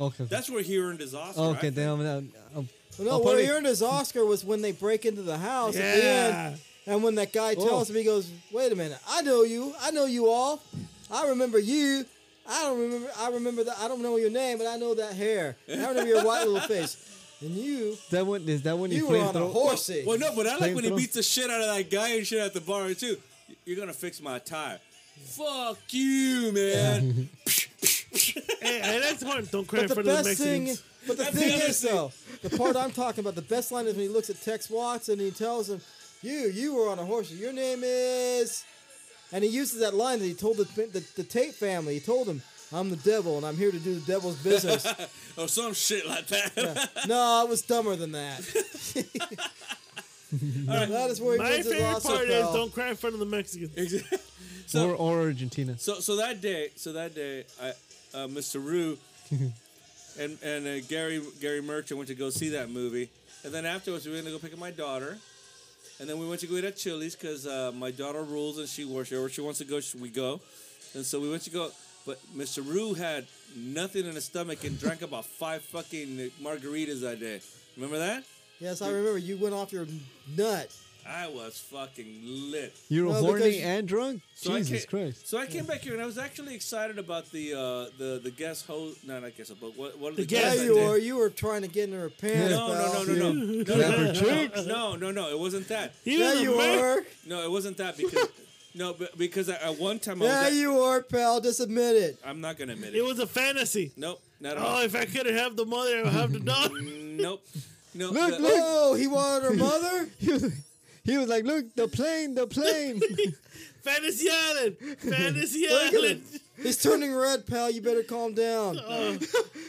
Speaker 3: Okay.
Speaker 1: That's where he earned his Oscar. I
Speaker 3: okay,
Speaker 1: think.
Speaker 3: then I'm, um, I'm, I'm-
Speaker 6: Well, no,
Speaker 3: I'll
Speaker 6: what
Speaker 3: probably-
Speaker 6: he earned his Oscar was when they break into the house at the
Speaker 2: Yeah.
Speaker 6: end, and when that guy
Speaker 3: Oh.
Speaker 6: tells him, he goes, "Wait a minute, I know you, I know you all, I remember you." I don't remember. I remember that. I don't know your name, but I know that hair. And I remember your white little face. And you,
Speaker 3: that one is that when he
Speaker 6: you were on a
Speaker 3: flamethrow-
Speaker 6: horsey.
Speaker 1: Well, no, but I like when he
Speaker 3: Flamethrower.
Speaker 1: beats the shit out of that guy and shit at the bar too. You're gonna fix my tire. Fuck you, man.
Speaker 2: Hey, hey, that's important. Don't cry in
Speaker 6: But the
Speaker 2: front of the
Speaker 6: best thing,
Speaker 2: Mexicans.
Speaker 6: but the
Speaker 1: That's the
Speaker 6: thing
Speaker 1: other
Speaker 6: is
Speaker 1: thing.
Speaker 6: though, the part I'm talking about, the best line is when he looks at Tex Watson and he tells him, "You, you were on a horse. Your name is," and he uses that line that he told the the, the Tate family. He told him, "I'm the devil and I'm here to do the devil's business."
Speaker 1: or some shit like that.
Speaker 6: no, it was dumber than that. That is where he
Speaker 2: My
Speaker 6: wins his
Speaker 2: favorite
Speaker 6: Oscar,
Speaker 2: part is
Speaker 6: pal.
Speaker 2: don't cry in front of the Mexicans.
Speaker 1: Exactly. So-
Speaker 3: or, or Argentina.
Speaker 1: So so that day, so that day, I, uh, Mr. Rue and and uh, Gary Gary Merchant went to go see that movie, and then afterwards we went to go pick up my daughter, and then we went to go eat at Chili's because uh, my daughter rules and she works wherever she wants to go, she, we go, and so we went to go. But Mr. Rue had nothing in his stomach and drank about five fucking margaritas that day. Remember that?
Speaker 6: Yes, I remember you went off your nut.
Speaker 1: I was fucking lit.
Speaker 3: You were
Speaker 6: No,
Speaker 3: horny
Speaker 6: because-
Speaker 3: and drunk.
Speaker 1: So I
Speaker 3: Jesus
Speaker 1: ca-
Speaker 3: Christ!
Speaker 1: So I came back here and I was actually excited about the uh, the the guest host. No, not guest host, but what what are the
Speaker 2: The
Speaker 6: Yeah,
Speaker 2: guest-
Speaker 1: guests
Speaker 6: you
Speaker 1: that day?
Speaker 6: were. You were trying to get in her pants.
Speaker 1: No, no, no,
Speaker 6: pal.
Speaker 1: no, no, no,
Speaker 3: Rapper Trick.
Speaker 1: no, no, no, no. It wasn't that.
Speaker 2: He
Speaker 6: Yeah,
Speaker 2: was a
Speaker 6: you
Speaker 2: Mex-
Speaker 6: were.
Speaker 1: No, it wasn't that because no, but because at at one time I was.
Speaker 6: Yeah,
Speaker 1: at-
Speaker 6: you were, pal. Just admit it.
Speaker 1: I'm not gonna admit it.
Speaker 2: It was a fantasy.
Speaker 1: nope, not at all.
Speaker 2: Oh, if I could have the mother, I would have the dog.
Speaker 1: nope, no.
Speaker 3: Look,
Speaker 1: the-
Speaker 3: look.
Speaker 6: Oh, he wanted her mother?
Speaker 3: He was, he was like, "Look, the plane, the plane."
Speaker 2: Fantasy Island. Fantasy
Speaker 6: Look at
Speaker 2: Island.
Speaker 6: him. He's turning red, pal. You better calm down.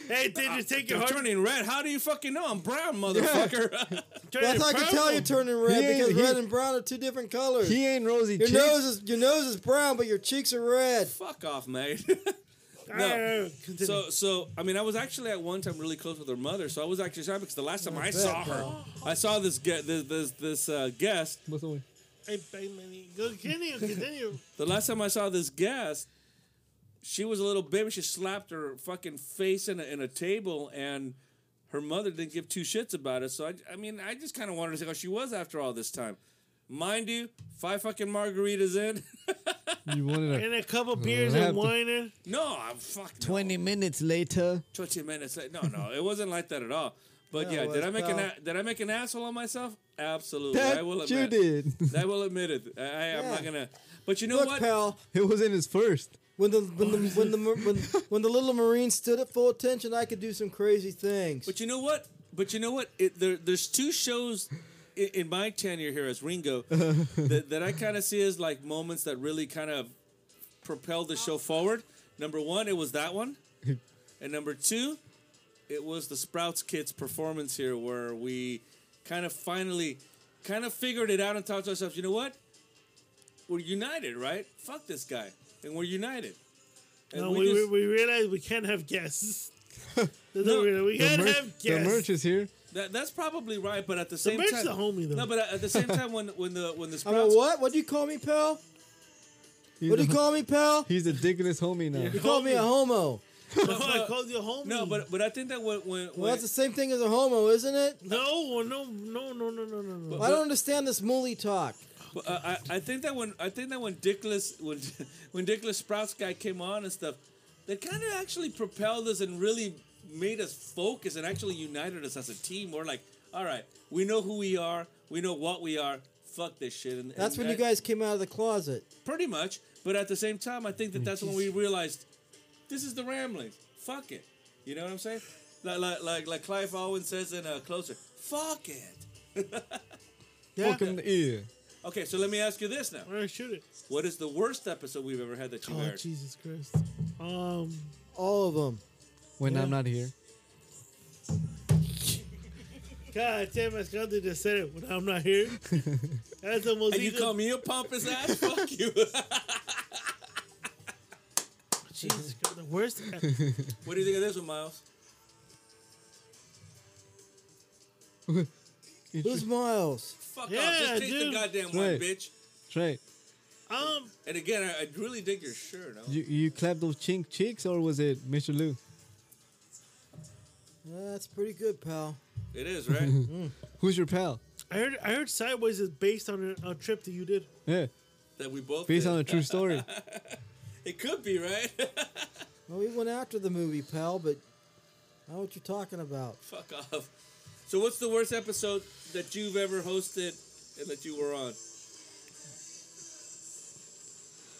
Speaker 2: Hey, did you take your
Speaker 1: I'm
Speaker 2: heart?
Speaker 1: turning red. How do you fucking know I'm brown, motherfucker?
Speaker 2: turn
Speaker 6: That's
Speaker 2: it
Speaker 6: how I can tell
Speaker 2: purple?
Speaker 6: you're turning red
Speaker 3: He ain't-
Speaker 6: because red
Speaker 3: he-
Speaker 6: and brown are two different colors.
Speaker 3: he ain't rosy
Speaker 6: your
Speaker 3: cheeks.
Speaker 6: nose is your nose is brown, but your cheeks are red.
Speaker 1: Fuck off, mate.
Speaker 2: All
Speaker 1: no.
Speaker 2: right, continue.
Speaker 1: So, so I mean, I was actually at one time really close with her mother, so I was actually shocked because the last time I, saw her, I saw this ge- this this, this uh, guest.
Speaker 3: What's the way?
Speaker 2: Hey, bang, money. Go, continue, continue.
Speaker 1: The last time I saw this guest, she was a little baby. She slapped her fucking face in a, in a table, and her mother didn't give two shits about it. So I, I mean, I just kind of wanted to see how she was after all this time. Mind you, five fucking margaritas in.
Speaker 3: You wanted a
Speaker 2: And a couple beers
Speaker 3: have
Speaker 2: and
Speaker 3: to-
Speaker 2: wine. and-
Speaker 1: no, I'm fucking
Speaker 3: twenty minutes later.
Speaker 1: 20 minutes late. No, no, it wasn't like that at all. But yeah,
Speaker 6: Yeah, it
Speaker 1: did
Speaker 6: was,
Speaker 1: I make an
Speaker 6: pal.
Speaker 1: a- did I make an asshole of myself? Absolutely, I
Speaker 3: That
Speaker 1: will
Speaker 3: you
Speaker 1: admit. it.
Speaker 3: did.
Speaker 1: I will admit it. I, I, I'm not
Speaker 6: Yeah.
Speaker 1: gonna. But you know
Speaker 6: Look,
Speaker 1: what?
Speaker 6: pal.
Speaker 3: It was in his first.
Speaker 6: When the when the when the when, when the little marine stood at full attention, I could do some crazy things.
Speaker 1: But you know what? But you know what? It, there, there's two shows in, in my tenure here as Ringo that, that I kind of see as like moments that really kind of propelled the show forward. Number one, it was that one, and number two, it was the Sprouts Kids performance here where we kind of finally kind of figured it out and thought to ourselves, you know what? We're united, right? Fuck this guy, and we're united. And
Speaker 2: No,
Speaker 1: we
Speaker 2: we, we,
Speaker 1: just-
Speaker 2: we realized we can't have guests. That's
Speaker 1: No,
Speaker 2: what we realized. we
Speaker 3: The
Speaker 2: can't
Speaker 3: merch,
Speaker 2: have
Speaker 3: the
Speaker 2: guests.
Speaker 3: merch is here.
Speaker 1: That, that's probably right, but at the same
Speaker 2: merch
Speaker 1: time,
Speaker 2: is a homie, though.
Speaker 1: No, but at, at the same time, when when the when the
Speaker 6: I'm a
Speaker 1: sprouts,
Speaker 6: what? What do you call me, pal?
Speaker 3: He's
Speaker 6: What do you
Speaker 3: a-
Speaker 6: call me, pal?
Speaker 3: He's a dickless homie now.
Speaker 6: You call me a homo.
Speaker 2: No, I called you a homie.
Speaker 1: no, but but I think that when when,
Speaker 6: Well,
Speaker 1: when
Speaker 6: that's the same thing as a homo, isn't it?
Speaker 2: no, no, no, no, no, no, no.
Speaker 6: I don't understand this mooly talk.
Speaker 1: but, uh, I, I think that when I think that when Dickless when when Dickless Sprouts guy came on and stuff, that kind of actually propelled us and really made us focus and actually united us as a team. We're like, all right, we know who we are, we know what we are. Fuck this shit. And,
Speaker 6: That's
Speaker 1: and
Speaker 6: when you
Speaker 1: I-
Speaker 6: guys came out of the closet.
Speaker 1: pretty much. But at the same time, I think that that's when we realized this is the Ramblings. Fuck it. You know what I'm saying? Like like like, like Clive Owen says in uh, Closer. Fuck it.
Speaker 3: Welcome to ear.
Speaker 1: Okay, so let me ask you this now:
Speaker 2: All right, shoot it.
Speaker 1: What is the worst episode we've ever had that you
Speaker 2: Oh,
Speaker 1: aired?
Speaker 2: Jesus Christ. Um,
Speaker 6: All of them.
Speaker 3: When
Speaker 2: Yeah.
Speaker 3: I'm not here.
Speaker 2: God damn, I got to just said it when I'm not here. That's the most.
Speaker 1: And you
Speaker 2: ego-
Speaker 1: call me a pompous ass? Fuck you.
Speaker 2: Jesus Christ, the worst.
Speaker 1: what do you think of this one, Miles?
Speaker 6: Who's Miles?
Speaker 1: Fuck off.
Speaker 2: Yeah,
Speaker 1: Just take
Speaker 2: dude.
Speaker 1: the goddamn
Speaker 3: Right.
Speaker 1: one, bitch.
Speaker 3: That's right.
Speaker 2: um,
Speaker 1: And again, I, I really dig your shirt. huh?
Speaker 3: You you clap those chink cheeks or was it Mr. Lou?
Speaker 6: That's pretty good, pal.
Speaker 1: It is right.
Speaker 3: Who's your pal?
Speaker 2: I heard I heard Sideways is based on a, a trip that you did.
Speaker 3: Yeah,
Speaker 1: that we both
Speaker 3: based
Speaker 1: did.
Speaker 3: on a true story.
Speaker 1: It could be right.
Speaker 6: Well, we went after the movie, pal, but I know what you're talking about.
Speaker 1: Fuck off. So, what's the worst episode that you've ever hosted and that you were on?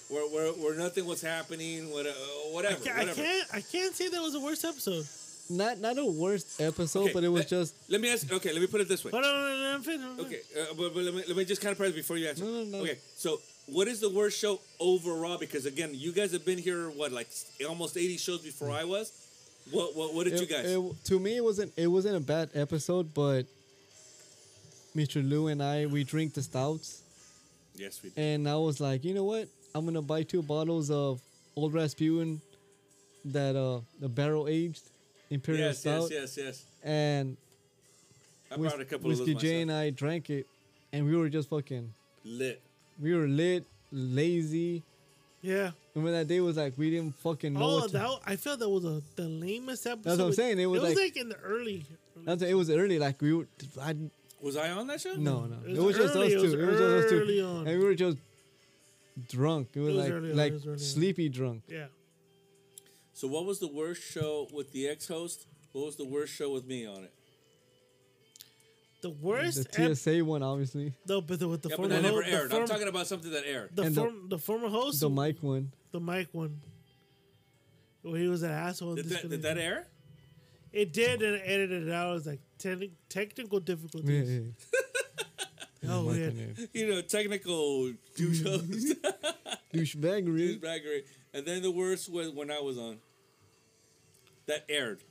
Speaker 1: Where, where, where nothing was happening, what, uh, whatever.
Speaker 2: I, ca- I
Speaker 1: whatever.
Speaker 2: can't I can't say that was the worst episode.
Speaker 3: not not a worst episode,
Speaker 1: Okay,
Speaker 3: but it was
Speaker 1: let-
Speaker 3: just
Speaker 1: Let me ask. Okay, let me put it this way.
Speaker 2: Hold on, hold on, uh, I'm finished, I'm finished.
Speaker 1: Okay, uh, but, but let, me, let me just kind of pause before you answer.
Speaker 3: No, no, no.
Speaker 1: Okay, so what is the worst show overall? Because again, you guys have been here what like s- almost eighty shows before I was. What what, what did
Speaker 3: it-
Speaker 1: you guys?
Speaker 3: it- to me, it wasn't it wasn't a bad episode, but Mr. Lou and I we drink the stouts,
Speaker 1: yes, we did.
Speaker 3: and I was like, you know what? I'm gonna buy two bottles of Old Rasputin that uh the barrel aged imperial
Speaker 1: Yes,
Speaker 3: stout,
Speaker 1: yes, yes, yes.
Speaker 3: and
Speaker 1: I
Speaker 3: Whis-
Speaker 1: brought a couple
Speaker 3: Whiskey
Speaker 1: of those
Speaker 3: J and
Speaker 1: myself.
Speaker 3: I drank it, and we were just fucking
Speaker 1: Lit.
Speaker 3: we were lit, lazy.
Speaker 2: Yeah.
Speaker 3: Remember that day was like we didn't fucking know.
Speaker 2: Oh,
Speaker 3: what to-
Speaker 2: that I felt that was a, the lamest episode.
Speaker 3: what I'm saying, it was
Speaker 2: like,
Speaker 3: like-
Speaker 2: in the early.
Speaker 3: That's it was early. Like we were, I,
Speaker 1: Was I on that show?
Speaker 3: no, no.
Speaker 2: It
Speaker 3: It was,
Speaker 2: was
Speaker 3: just us
Speaker 2: early,
Speaker 3: two.
Speaker 2: it
Speaker 3: It
Speaker 2: was
Speaker 3: was, just us
Speaker 2: early
Speaker 3: two,
Speaker 2: on.
Speaker 3: and we were just drunk. It was,
Speaker 2: It was
Speaker 3: like
Speaker 2: early on,
Speaker 3: like
Speaker 2: it was early on.
Speaker 3: sleepy drunk.
Speaker 2: Yeah.
Speaker 1: So what was the worst show with the ex-host? What was the worst show with me on it?
Speaker 2: The worst.
Speaker 3: The TSA one, obviously.
Speaker 2: No, but the, with the
Speaker 1: Yeah, but
Speaker 2: former
Speaker 1: that never
Speaker 2: host, the
Speaker 1: aired. I'm
Speaker 2: former-
Speaker 1: talking about something that aired.
Speaker 2: the,
Speaker 3: And the-
Speaker 2: form, the, former host,
Speaker 3: The mic one.
Speaker 2: the mic one, where he was an asshole. and
Speaker 1: Did that, did
Speaker 2: disconnected.
Speaker 1: that air?
Speaker 2: it did, and it edited it out. It was like te- technical
Speaker 3: Yeah,
Speaker 2: difficulties.
Speaker 3: yeah.
Speaker 2: Oh,
Speaker 3: mic
Speaker 2: weird.
Speaker 3: one, yeah.
Speaker 1: You know, technical douche host,
Speaker 3: Douchebaggery.
Speaker 1: douchebaggery. And then the worst was when I was on. That aired.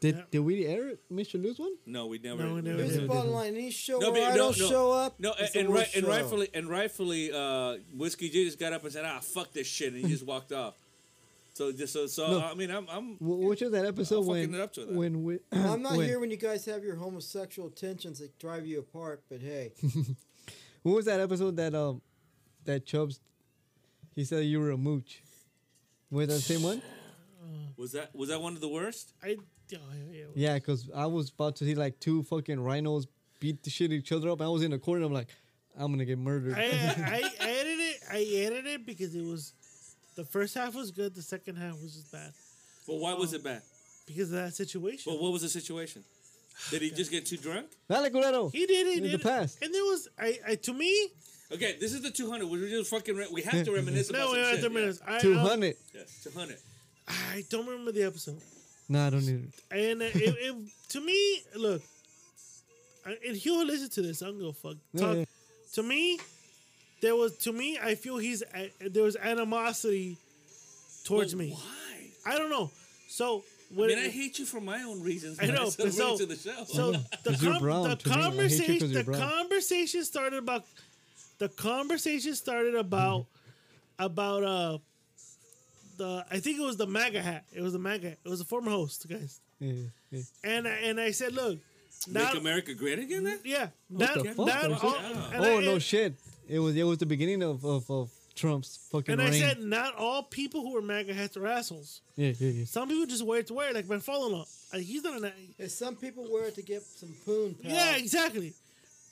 Speaker 3: Did
Speaker 2: Yeah.
Speaker 3: did we air it, Mr. Lou's one?
Speaker 1: No, we never.
Speaker 2: No, we never
Speaker 6: Here's
Speaker 2: did.
Speaker 6: the
Speaker 3: Yeah,
Speaker 6: bottom
Speaker 3: different.
Speaker 6: line: any show
Speaker 1: No, but-
Speaker 6: where I
Speaker 1: no,
Speaker 6: don't
Speaker 1: no.
Speaker 6: show up,
Speaker 1: No,
Speaker 6: it's
Speaker 1: and,
Speaker 6: the
Speaker 1: and, right,
Speaker 6: worst
Speaker 1: and
Speaker 6: show.
Speaker 1: rightfully, and rightfully, uh, Whiskey J just got up and said, "Ah, fuck this shit," and he just walked off. So just so, so
Speaker 3: No.
Speaker 1: I mean, I'm, I'm
Speaker 3: Wh- Which was that episode
Speaker 1: fucking
Speaker 3: when
Speaker 1: it up to that.
Speaker 3: when we?
Speaker 6: I'm not
Speaker 3: when-
Speaker 6: here when you guys have your homosexual tensions that drive you apart, but hey,
Speaker 3: What was that episode that um that Chubbs? He said you were a mooch. Was that the same one?
Speaker 1: was that was that one of the worst?
Speaker 2: I, oh, yeah, yeah,
Speaker 3: Yeah, because I was about to see like two fucking rhinos beat the shit each other up. I was in the corner. I'm like, I'm gonna get murdered.
Speaker 2: I, I, I edited it. I edited it because it was the first half was good. The second half was just bad
Speaker 1: Well, why was it bad?
Speaker 2: because of that situation.
Speaker 1: Well, what was the situation? Did
Speaker 2: Oh,
Speaker 1: he just get too drunk?
Speaker 3: Dale, culero.
Speaker 2: he did. He
Speaker 3: In the
Speaker 2: did.
Speaker 3: past.
Speaker 2: And there was I, I to me.
Speaker 1: Okay, this is the 200. We just fucking re- we have to reminisce about
Speaker 2: No,
Speaker 1: some
Speaker 2: wait, wait,
Speaker 1: shit.
Speaker 2: two minutes. I,
Speaker 3: Two
Speaker 2: I,
Speaker 3: hundred.
Speaker 1: Yeah. Yes, 200.
Speaker 2: I don't remember the episode.
Speaker 3: Nah, I don't need it.
Speaker 2: And uh, it, it, to me, look, I- and he will listen to this. I'm gonna fuck.
Speaker 3: Yeah,
Speaker 2: Talk.
Speaker 3: yeah.
Speaker 2: To me, there was to me. I feel he's uh, there was animosity towards
Speaker 1: But
Speaker 2: me.
Speaker 1: Why?
Speaker 2: I don't know. So
Speaker 1: I
Speaker 2: when
Speaker 1: mean, I hate you for my own reasons.
Speaker 2: I
Speaker 1: but
Speaker 2: know,
Speaker 1: still
Speaker 2: but so-
Speaker 1: bring it to the show.
Speaker 2: so the,
Speaker 3: 'Cause Oh, you're
Speaker 2: com-
Speaker 3: brown
Speaker 2: the
Speaker 3: to me. I hate you
Speaker 2: conversation
Speaker 3: 'cause you're
Speaker 2: the
Speaker 3: brown.
Speaker 2: conversation started about the conversation started about about uh the I think it was the MAGA hat. It was the MAGA. Hat. It was a former host, guys.
Speaker 3: Yeah, yeah.
Speaker 2: And I, and I said, look,
Speaker 1: Make
Speaker 2: now
Speaker 1: America great again? Then?
Speaker 2: yeah, not,
Speaker 3: the
Speaker 2: not
Speaker 3: fuck?
Speaker 2: all,
Speaker 1: Wow.
Speaker 2: and
Speaker 3: Oh
Speaker 2: I-
Speaker 3: no,
Speaker 2: and-
Speaker 3: shit. It was it was the beginning of of, of Trump's fucking
Speaker 2: And I
Speaker 3: reign.
Speaker 2: said, not all people who wear MAGA hats are assholes.
Speaker 3: yeah, yeah, yeah.
Speaker 2: Some people just wear it to wear, it, like my father-in-law. Uh, He's not an.
Speaker 6: if some people wear it to get some poon, pal.
Speaker 2: Yeah, exactly.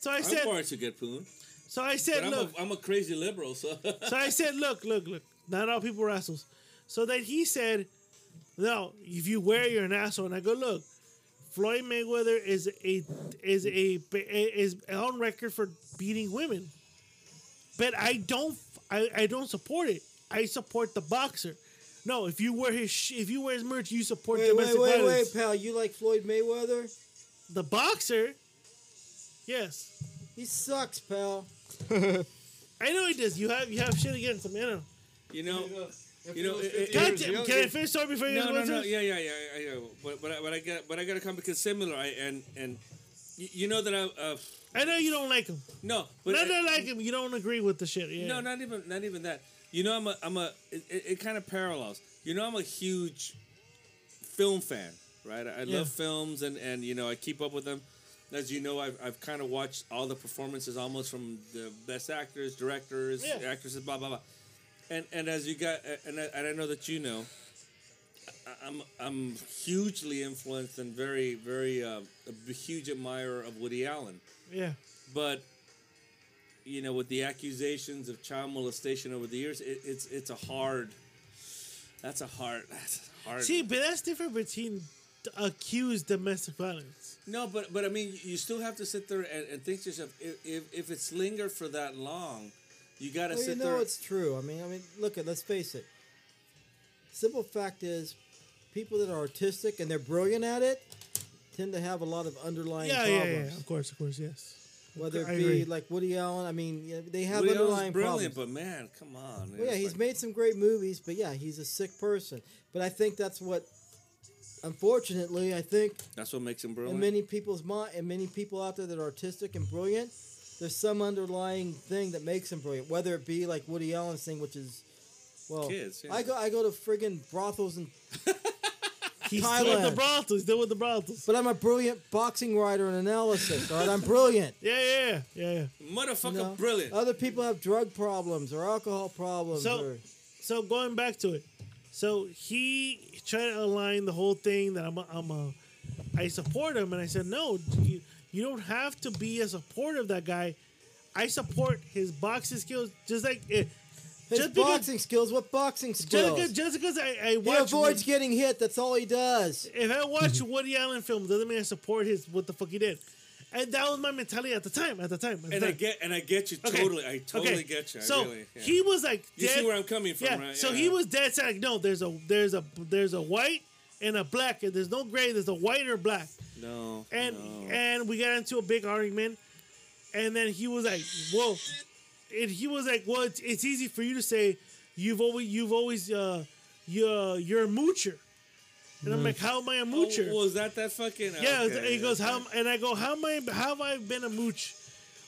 Speaker 2: So I
Speaker 1: I'm
Speaker 2: said,
Speaker 1: for it to get poon,
Speaker 2: so I
Speaker 1: but
Speaker 2: said,
Speaker 1: I'm,
Speaker 2: look,
Speaker 1: a, I'm a crazy liberal, so
Speaker 2: So I said, look, look, look. Not all people are assholes. So then he said, no, if you wear, you're an asshole. And I go, look, Floyd Mayweather is a is a is on record for beating women, but I don't I, I don't support it. I support the boxer. No, if you wear his sh- if you wear his merch, you support
Speaker 6: Wait,
Speaker 2: domestic
Speaker 6: wait, wait,
Speaker 2: violence.
Speaker 6: wait, pal. You like Floyd Mayweather?
Speaker 2: The boxer, yes,
Speaker 6: He sucks, pal.
Speaker 2: I know he does. You have you have shit against him, you know.
Speaker 1: you know,
Speaker 6: If
Speaker 1: you
Speaker 6: it
Speaker 1: know.
Speaker 6: was
Speaker 1: it- it-
Speaker 6: 50
Speaker 2: God
Speaker 6: years
Speaker 2: damn,
Speaker 6: ago-
Speaker 2: can I finish sorry before you
Speaker 1: no,
Speaker 2: go
Speaker 1: no,
Speaker 2: to
Speaker 1: no,
Speaker 2: this?
Speaker 1: yeah, yeah, yeah, I, I know. But but I, but I got but I got to come because similar. I and and you, you know that I uh,
Speaker 2: I know you don't like him.
Speaker 1: no, but
Speaker 2: Not
Speaker 1: I-
Speaker 2: that I like him. You don't agree with the shit. Yeah.
Speaker 1: no, not even not even that. You know, I'm a I'm a it, it, it kind of parallels. You know, I'm a huge film fan, right? I, I
Speaker 2: Yeah.
Speaker 1: love films and and you know I keep up with them. As you know, I've, I've kind of watched all the performances almost from the best actors, directors,
Speaker 2: Yeah.
Speaker 1: actresses, blah blah blah. And and as you got and I, and I know that you know, I- I'm I'm hugely influenced and very very uh, a b- huge admirer of Woody Allen,
Speaker 2: Yeah.
Speaker 1: but you know with the accusations of child molestation over the years, it, it's it's a hard. That's a hard. That's a hard.
Speaker 2: See, but that's different between d- accused domestic violence.
Speaker 1: No, but but I mean, you- you still have to sit there and, and think to yourself if, if if it's lingered for that long, you got to
Speaker 6: Well, you
Speaker 1: sit
Speaker 6: know
Speaker 1: there.
Speaker 6: it's true. I mean, I mean, look at. Let's face it. Simple fact is, people that are artistic and they're brilliant at it tend to have a lot of underlying
Speaker 2: Yeah, yeah,
Speaker 6: problems.
Speaker 2: yeah. Of course, of course, yes.
Speaker 6: Whether it
Speaker 2: I
Speaker 6: be
Speaker 2: agree.
Speaker 6: like Woody Allen, I mean, yeah, they have
Speaker 1: Woody Allen's
Speaker 6: underlying
Speaker 1: brilliant,
Speaker 6: problems.
Speaker 1: but man, come on. man,
Speaker 6: Well, yeah,
Speaker 1: it's
Speaker 6: he's
Speaker 1: like-
Speaker 6: made some great movies, but yeah, he's a sick person. But I think that's what, unfortunately, I think
Speaker 1: that's what makes him
Speaker 6: in
Speaker 1: brilliant.
Speaker 6: many people's mind and many people out there that are artistic and brilliant there's some underlying thing that makes them brilliant whether it be like woody allen's thing which is well
Speaker 1: Kids, yeah.
Speaker 6: i go i go to friggin' brothels and
Speaker 2: He's still with
Speaker 6: Thailand.
Speaker 2: the brothels. Still with the brothels.
Speaker 6: but i'm a brilliant boxing writer and analysis all right i'm brilliant
Speaker 2: Yeah, yeah, yeah, yeah. yeah.
Speaker 1: Motherfucker,
Speaker 6: you know?
Speaker 1: brilliant.
Speaker 2: uh,
Speaker 6: other people have drug problems or alcohol problems
Speaker 2: So-
Speaker 6: or
Speaker 2: So going back to it, so he tried to align the whole thing that I'm a, I'm a I support him, and I said no, you, you don't have to be a supporter of that guy. I support his boxing skills, just like eh,
Speaker 6: his
Speaker 2: just because
Speaker 6: boxing skills what boxing
Speaker 2: just
Speaker 6: skills
Speaker 2: because, just because I, I
Speaker 6: he
Speaker 2: watch
Speaker 6: avoids getting hit that's all he does
Speaker 2: if I watch
Speaker 1: Mm-hmm.
Speaker 2: Woody Allen films, doesn't mean I support his what the fuck he did. And that was my mentality at the time. At the time, at the
Speaker 1: and I
Speaker 2: time.
Speaker 1: get and I get you
Speaker 2: Okay,
Speaker 1: totally. I totally
Speaker 2: okay.
Speaker 1: get you. I
Speaker 2: so
Speaker 1: really, yeah.
Speaker 2: he was like,
Speaker 1: You see
Speaker 2: dead-
Speaker 1: where I'm coming from,
Speaker 2: yeah.
Speaker 1: right?
Speaker 2: So
Speaker 1: Yeah.
Speaker 2: he was dead set. Like, no, there's a there's a there's a white and a black, and there's no gray. There's a white or black.
Speaker 1: no
Speaker 2: And
Speaker 1: no.
Speaker 2: and we got into a big argument, and then he was like, "Well," and he was like, "Well, it's, it's easy for you to say you've always you've always uh you uh, you're a moocher," and I'm like, "How am I a
Speaker 1: Oh,
Speaker 2: moocher?"
Speaker 1: was that that fucking?
Speaker 2: Yeah,
Speaker 1: okay,
Speaker 2: he goes,
Speaker 1: okay.
Speaker 2: how, and I go, how am I, how have I been a mooch?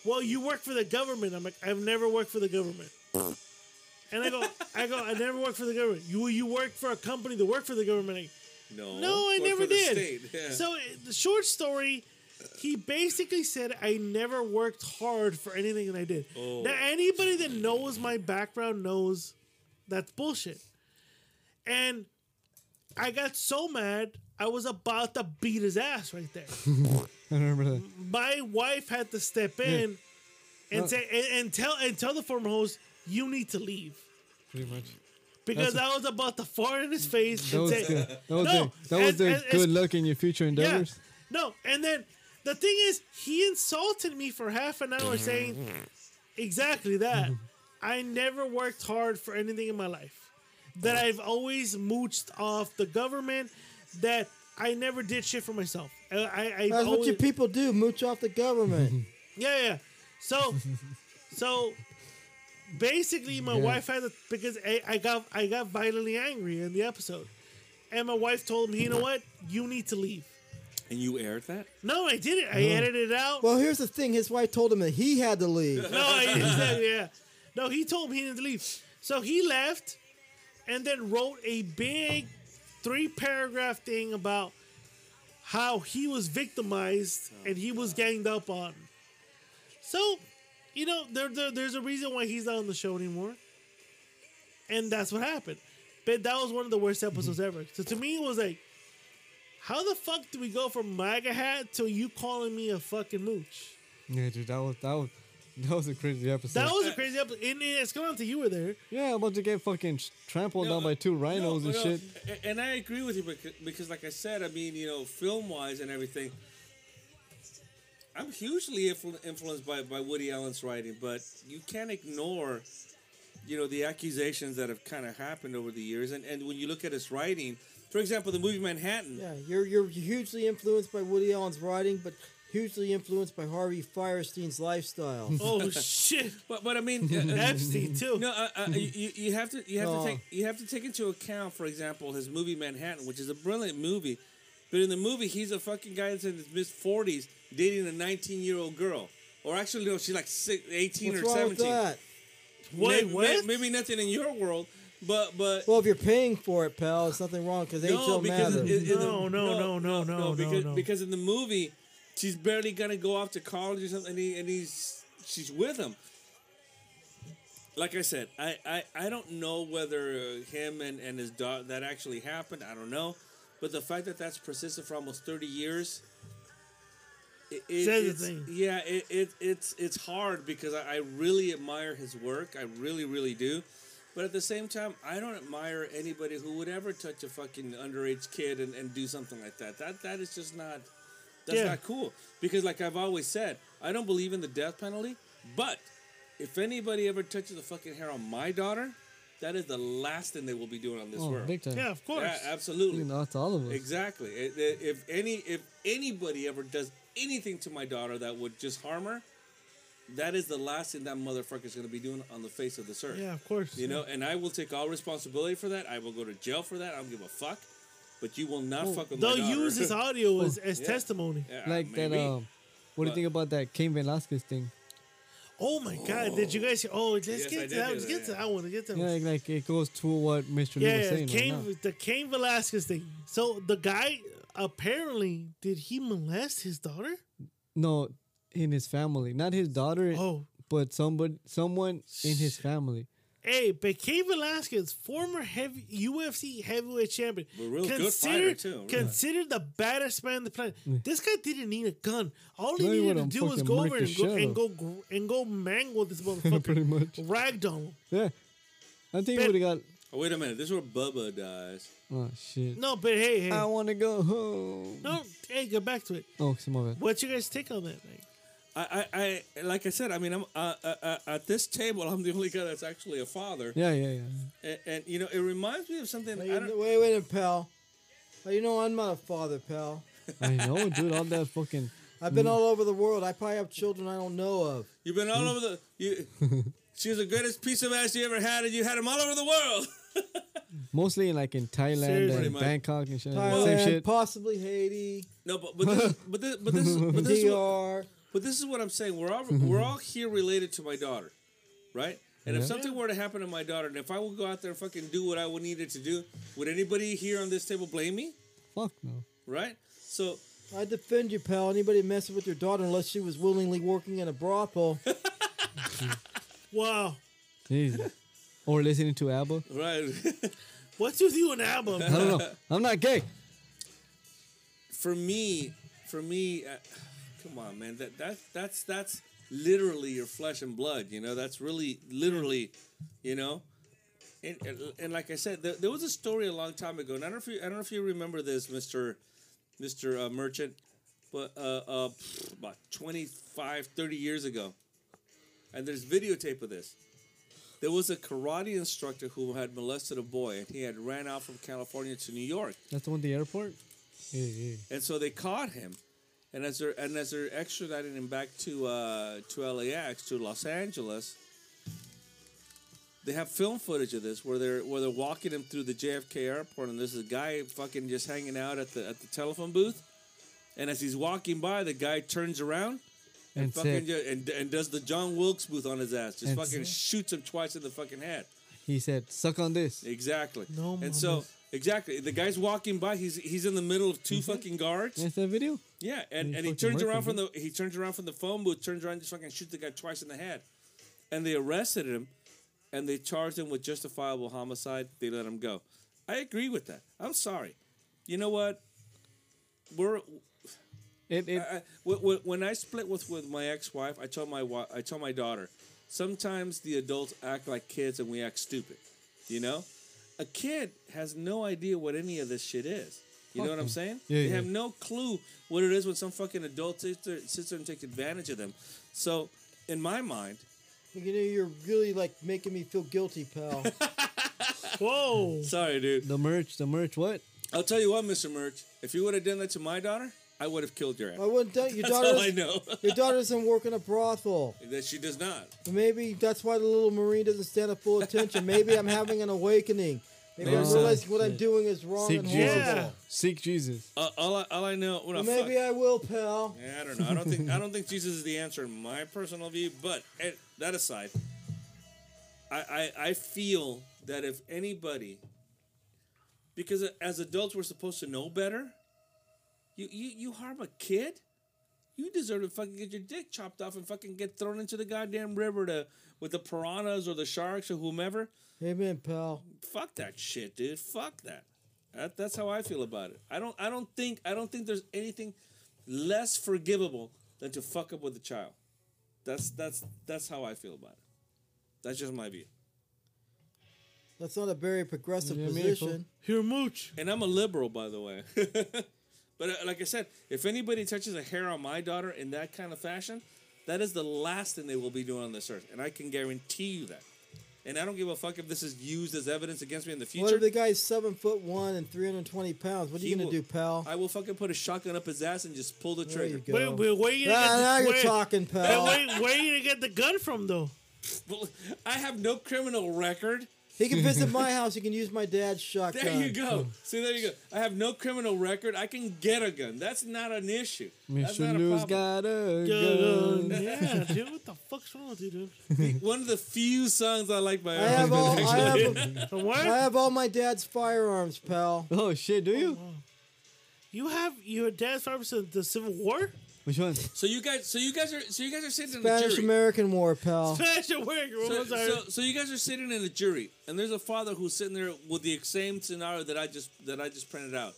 Speaker 2: Well, you work for the government. I'm like, I've never worked for the government. and I go, I go, I never worked for the government. You, you work for a company to work for the government. Like,
Speaker 1: No,
Speaker 2: no, I
Speaker 1: work
Speaker 2: never
Speaker 1: for the
Speaker 2: did.
Speaker 1: state, yeah.
Speaker 2: So uh, the short story, he basically said, I never worked hard for anything that I did.
Speaker 1: Oh.
Speaker 2: Now anybody that knows my background knows that's bullshit. And I got so mad, I was about to beat his ass right there
Speaker 3: I remember that.
Speaker 2: my wife had to step in and say and, and tell and tell the former host you need to leave
Speaker 3: Pretty much.
Speaker 2: because I was about to fart in his face
Speaker 3: That
Speaker 2: and
Speaker 3: was
Speaker 2: say
Speaker 3: good. That
Speaker 2: no,
Speaker 3: was the, that was
Speaker 2: and-
Speaker 3: the
Speaker 2: and-
Speaker 3: good luck in your future
Speaker 2: yeah,
Speaker 3: endeavors.
Speaker 2: no and then the thing is he insulted me for half an hour saying exactly that I never worked hard for anything in my life that I've always mooched off the government that I never did shit for myself I, I, I've
Speaker 6: that's what
Speaker 2: always,
Speaker 6: you people do mooch off the government
Speaker 2: Yeah, yeah. So, so basically, my
Speaker 3: Yeah.
Speaker 2: wife had to, because I, I got I got violently angry in the episode, and my wife told me, you know what, you need to leave.
Speaker 1: And you aired that?
Speaker 2: No, I didn't. I edited it out.
Speaker 6: well here's the thing his wife told him that he had to leave
Speaker 2: no, I didn't. yeah, no, he told me he didn't leave. So he left, and then wrote a big three paragraph thing about how he was victimized and he was ganged up on. So, you know, there, there there's a reason why he's not on the show anymore. And that's what happened. But that was one of the worst episodes ever. So to me it was like, how the fuck do we go from MAGA hat to you calling me a fucking mooch?
Speaker 3: Yeah, dude, that was that was that was a crazy episode.
Speaker 2: That was a crazy episode. In, in Escalante, you were there.
Speaker 3: yeah, I'm about to get fucking sh- trampled down by two rhinos and shit.
Speaker 1: A- And I agree with you because, because, like I said, I mean, you know, film wise and everything, I'm hugely influ- influenced by, by Woody Allen's writing, but you can't ignore, you know, the accusations that have kind of happened over the years. And, and when you look at his writing, for example, the movie Manhattan.
Speaker 6: Yeah, you're you're hugely influenced by Woody Allen's writing, but hugely influenced by Harvey Firestein's lifestyle.
Speaker 2: Oh shit,
Speaker 1: But, but I mean, uh, uh,
Speaker 2: Epstein too.
Speaker 1: No, uh, uh, you, you have to you have
Speaker 6: No.
Speaker 1: to take you have to take into account, for example, his movie Manhattan, which is a brilliant movie, but in the movie he's a fucking guy that's in his mid forties dating a nineteen year old girl, or actually no, she's like six, eighteen
Speaker 6: What's
Speaker 1: or
Speaker 6: wrong with
Speaker 1: seventeen.
Speaker 6: that?
Speaker 2: Wait,
Speaker 1: May-
Speaker 2: what?
Speaker 1: may- maybe nothing in your world, but but
Speaker 6: Well, if you're paying for it, pal, it's nothing wrong because age
Speaker 1: no,
Speaker 6: don't
Speaker 1: because
Speaker 6: matter.
Speaker 1: in- in the-
Speaker 2: No, no, no, no, no,
Speaker 1: because,
Speaker 2: no.
Speaker 1: because in the movie she's barely gonna go off to college or something, and, he, and he's she's with him. like I said, I, I, I don't know whether uh, him and, and his daughter that actually happened. I don't know, but the fact that that's persisted for almost thirty years, it, it,
Speaker 2: Says a
Speaker 1: it's,
Speaker 2: thing.
Speaker 1: yeah, it, it it's it's hard because I, I really admire his work. I really really do, but at the same time, I don't admire anybody who would ever touch a fucking underage kid and, and do something like that. That that is just not that's
Speaker 2: Yeah.
Speaker 1: not cool. Because like I've always said, I don't believe in the death penalty, but if anybody ever touches a fucking hair on my daughter, that is the last thing they will be doing on this
Speaker 3: Oh,
Speaker 1: world.
Speaker 3: big time.
Speaker 2: Yeah, of course.
Speaker 1: Yeah, absolutely.
Speaker 3: You know, it's all of us.
Speaker 1: Exactly. It- it- If any, if anybody ever does anything to my daughter that would just harm her, that is the last thing that motherfucker's going to be doing on the face of this earth.
Speaker 2: yeah, of course.
Speaker 1: You know, and I will take all responsibility for that. I will go to jail for that. I don't give a fuck. But you will not fuck with my
Speaker 2: They'll
Speaker 1: daughter. Oh,
Speaker 2: use his audio as, as
Speaker 1: Yeah.
Speaker 2: testimony.
Speaker 1: Yeah,
Speaker 3: Like that.
Speaker 1: maybe.
Speaker 3: Um, what
Speaker 1: But-
Speaker 3: do you think about that Cain Velasquez thing?
Speaker 2: Oh my God! Did you guys? Oh, let's
Speaker 1: Yes, I
Speaker 2: get to
Speaker 1: did
Speaker 2: that.
Speaker 1: hear
Speaker 2: Let's
Speaker 1: that,
Speaker 2: get to
Speaker 1: yeah.
Speaker 2: that one. Let's get to that
Speaker 3: Yeah,
Speaker 2: one.
Speaker 3: like, like it goes to what Mr. Lou
Speaker 2: Yeah,
Speaker 3: was
Speaker 2: yeah,
Speaker 3: saying.
Speaker 2: Cain,
Speaker 3: right now.
Speaker 2: the Cain Velasquez thing. So the guy apparently did he molest his daughter?
Speaker 3: No, in his family, not his daughter,
Speaker 2: Oh,
Speaker 3: but somebody, someone in his family.
Speaker 2: hey, but Cain Velasquez, former heavy UFC heavyweight champion,
Speaker 1: But real good fighter,
Speaker 2: considered
Speaker 1: too, really.
Speaker 2: considered the baddest man on the planet. This guy didn't need a gun. All he
Speaker 3: No, he
Speaker 2: needed to
Speaker 3: would've
Speaker 2: do was
Speaker 3: fucking
Speaker 2: go
Speaker 3: murked
Speaker 2: over
Speaker 3: the
Speaker 2: and go,
Speaker 3: shit
Speaker 2: and
Speaker 3: out.
Speaker 2: go gr- and go mangle this motherfucker,
Speaker 3: Pretty much.
Speaker 2: ragdoll. him.
Speaker 3: Yeah, I think
Speaker 2: But-
Speaker 3: would have got.
Speaker 1: Oh, wait a minute. This is where Bubba dies.
Speaker 3: Oh shit!
Speaker 2: No, but hey, hey,
Speaker 3: I want to go home.
Speaker 2: no, hey, get back to it.
Speaker 3: Oh, it's my bad.
Speaker 2: What's your guys' take on that? Like,
Speaker 1: I, I, I like I said. I mean, I'm uh, uh, uh, at this table. I'm the only guy that's actually a father.
Speaker 3: Yeah, yeah, yeah.
Speaker 1: And, and you know, it reminds me of something.
Speaker 6: Now,
Speaker 1: I
Speaker 6: you
Speaker 1: don't,
Speaker 6: kn- wait, wait, a minute, pal. Now, you know I'm not a father, pal.
Speaker 3: I know, dude. All that fucking.
Speaker 6: I've
Speaker 1: Hmm.
Speaker 6: been all over the world. I probably have children I don't know of.
Speaker 1: You've been all over the. You, she was the greatest piece of ass you ever had, and you had him all over the world.
Speaker 3: Mostly in, like in Thailand
Speaker 2: Seriously.
Speaker 1: Pretty
Speaker 3: and
Speaker 1: much.
Speaker 3: Bangkok and shit. Same
Speaker 6: Thailand,
Speaker 3: shit.
Speaker 6: possibly Haiti,
Speaker 1: No, but but this, but this, but this, but this, is what,
Speaker 6: DR.
Speaker 1: but this is what I'm saying. We're all we're all here related to my daughter, right? And if something were to happen to my daughter, and if I would go out there and fucking do what I would needed to do, would anybody here on this table blame me?
Speaker 3: Fuck no.
Speaker 1: Right? So
Speaker 6: I defend you, pal. Anybody messing with your daughter unless she was willingly working in a brothel.
Speaker 2: wow,
Speaker 3: Jesus. or listening to ABBA.
Speaker 1: right.
Speaker 2: what's with you and ABBA?
Speaker 3: I don't know. I'm not gay.
Speaker 1: for me, for me, uh, come on, man. That that that's that's literally your flesh and blood. You know, that's really literally, you know. And and, and like I said, there, there was a story a long time ago, and I don't know if you I don't know if you remember this, Mister Mister uh, Merchant, but uh, uh, pff, about 25, 30 years ago, and there's videotape of this. There was a karate instructor who had molested a boy, and he had ran out from California to New York.
Speaker 3: That's the one at the airport. Yeah, yeah.
Speaker 1: And so they caught him, and as they're and as they're extraditing him back to uh, to LAX to Los Angeles, they have film footage of this where they're where they're walking him through the JFK airport, and there's a guy fucking just hanging out at the at the telephone booth, and as he's walking by, the guy turns around. And,
Speaker 3: And
Speaker 1: fucking
Speaker 3: said-
Speaker 1: ju- and, and does the John Wilkes booth on his ass? Just
Speaker 3: And
Speaker 1: fucking
Speaker 3: said-
Speaker 1: shoots him twice in the fucking head.
Speaker 3: He said, "Suck on this."
Speaker 1: Exactly.
Speaker 2: No
Speaker 1: and so
Speaker 2: mamas. Mm-hmm.
Speaker 1: exactly, the guy's walking by. He's he's in the middle of 2 fucking guards.
Speaker 3: That's that video.
Speaker 1: Yeah, and,
Speaker 3: He
Speaker 1: and he
Speaker 3: fucking
Speaker 1: turns
Speaker 3: murked
Speaker 1: around
Speaker 3: him,
Speaker 1: from the he turns around from the phone booth, turns around, and just fucking shoots the guy twice in the head, and they arrested him, and they charged him with justifiable homicide. They let him go. I agree with that. I'm sorry. You know what? We're
Speaker 3: It, it,
Speaker 1: I, I- wh- wh- when I split with, with my ex wife, I told my wa- I told my daughter, sometimes the adults act like kids and we act stupid. You know, a kid has no idea what any of this shit is. You know what I'm saying?
Speaker 3: Yeah,
Speaker 1: they
Speaker 3: yeah.
Speaker 1: have no clue what it is when some fucking adult sits there, sits there and takes advantage of them. So, in my mind,
Speaker 6: You know, you're really like making me feel guilty, pal.
Speaker 2: Whoa.
Speaker 1: sorry, dude.
Speaker 3: the merch, the merch. What?
Speaker 1: I'll tell you what, Mr. Merch, if you would have done that to my daughter, I would have killed your ass.
Speaker 6: I wouldn't. do- Your
Speaker 1: That's all I
Speaker 6: daughter.
Speaker 1: know.
Speaker 6: Your daughter doesn't work in a brothel.
Speaker 1: that she does not.
Speaker 6: Maybe that's why the little marine doesn't stand up full attention. Maybe I'm having an awakening. Maybe I'm
Speaker 3: Yeah.
Speaker 6: realizing what I'm
Speaker 3: Shit.
Speaker 6: doing is wrong
Speaker 3: Seek
Speaker 6: and
Speaker 3: Jesus.
Speaker 6: horrible.
Speaker 2: Yeah.
Speaker 3: Seek Jesus.
Speaker 1: Uh, all I, all I know. Well,
Speaker 6: Well,
Speaker 1: fuck.
Speaker 6: maybe I will, pal.
Speaker 1: Yeah, I don't know. I don't think I don't think Jesus is the answer in my personal view. But eh, that aside, I, I I feel that if anybody, because as adults we're supposed to know better, you you, you harm a kid, You deserve to fucking get your dick chopped off and fucking get thrown into the goddamn river to with the piranhas or the sharks or whomever.
Speaker 6: Amen, pal.
Speaker 1: Fuck that shit, dude. Fuck that. that. That's how I feel about it. I don't. I don't think. I don't think there's anything less forgivable than to fuck up with a child. That's that's that's how I feel about it. That's just my view.
Speaker 6: That's not a very progressive
Speaker 3: Yeah, meaningful.
Speaker 6: position.
Speaker 2: Here, Mooch.
Speaker 1: And I'm a liberal, by the way. but uh, like I said, if anybody touches a hair on my daughter in that kind of fashion, that is the last thing they will be doing on this earth, and I can guarantee you that. And I don't give a fuck if this is used as evidence against me in the
Speaker 6: What
Speaker 1: future.
Speaker 6: if the guy's seven foot one and three hundred twenty pounds? What are
Speaker 1: He
Speaker 6: you gonna
Speaker 1: will-
Speaker 6: do, pal?
Speaker 1: I will fucking put a shotgun up his ass and just pull the
Speaker 6: there you
Speaker 1: trigger.
Speaker 6: go.
Speaker 2: Wait, wait, where you
Speaker 6: Ah, now
Speaker 2: gonna
Speaker 6: you're
Speaker 2: get the, where,
Speaker 6: talking,
Speaker 2: Hey,
Speaker 6: pal.
Speaker 2: where, where you gonna get the gun from though?
Speaker 1: Well, I have no criminal record.
Speaker 6: He can visit my house. He can use my dad's shotgun.
Speaker 1: There you go. See, there you go. I have no criminal record. I can get a gun. That's not an issue. That's not
Speaker 3: Mr.
Speaker 1: a
Speaker 3: Lou's
Speaker 1: problem.
Speaker 3: got a gun.
Speaker 2: Uh, Yeah, dude, what the fuck's wrong with you, dude?
Speaker 1: One of the few songs I like by
Speaker 6: I have all.
Speaker 1: Aerosmith,
Speaker 6: I
Speaker 1: actually.
Speaker 6: have,
Speaker 2: From where?
Speaker 6: I have all my dad's firearms, pal.
Speaker 3: Oh shit, do you?
Speaker 2: You have your dad's firearms in the Civil War?
Speaker 3: Which one?
Speaker 1: So you guys, so you guys are, so you guys are sitting in a
Speaker 6: Spanish
Speaker 1: jury.
Speaker 6: American War, pal.
Speaker 2: Fashion work,
Speaker 1: so,
Speaker 2: rules are-
Speaker 1: so, so you guys are sitting in a jury, and there's a father who's sitting there with the same scenario that I just that I just printed out.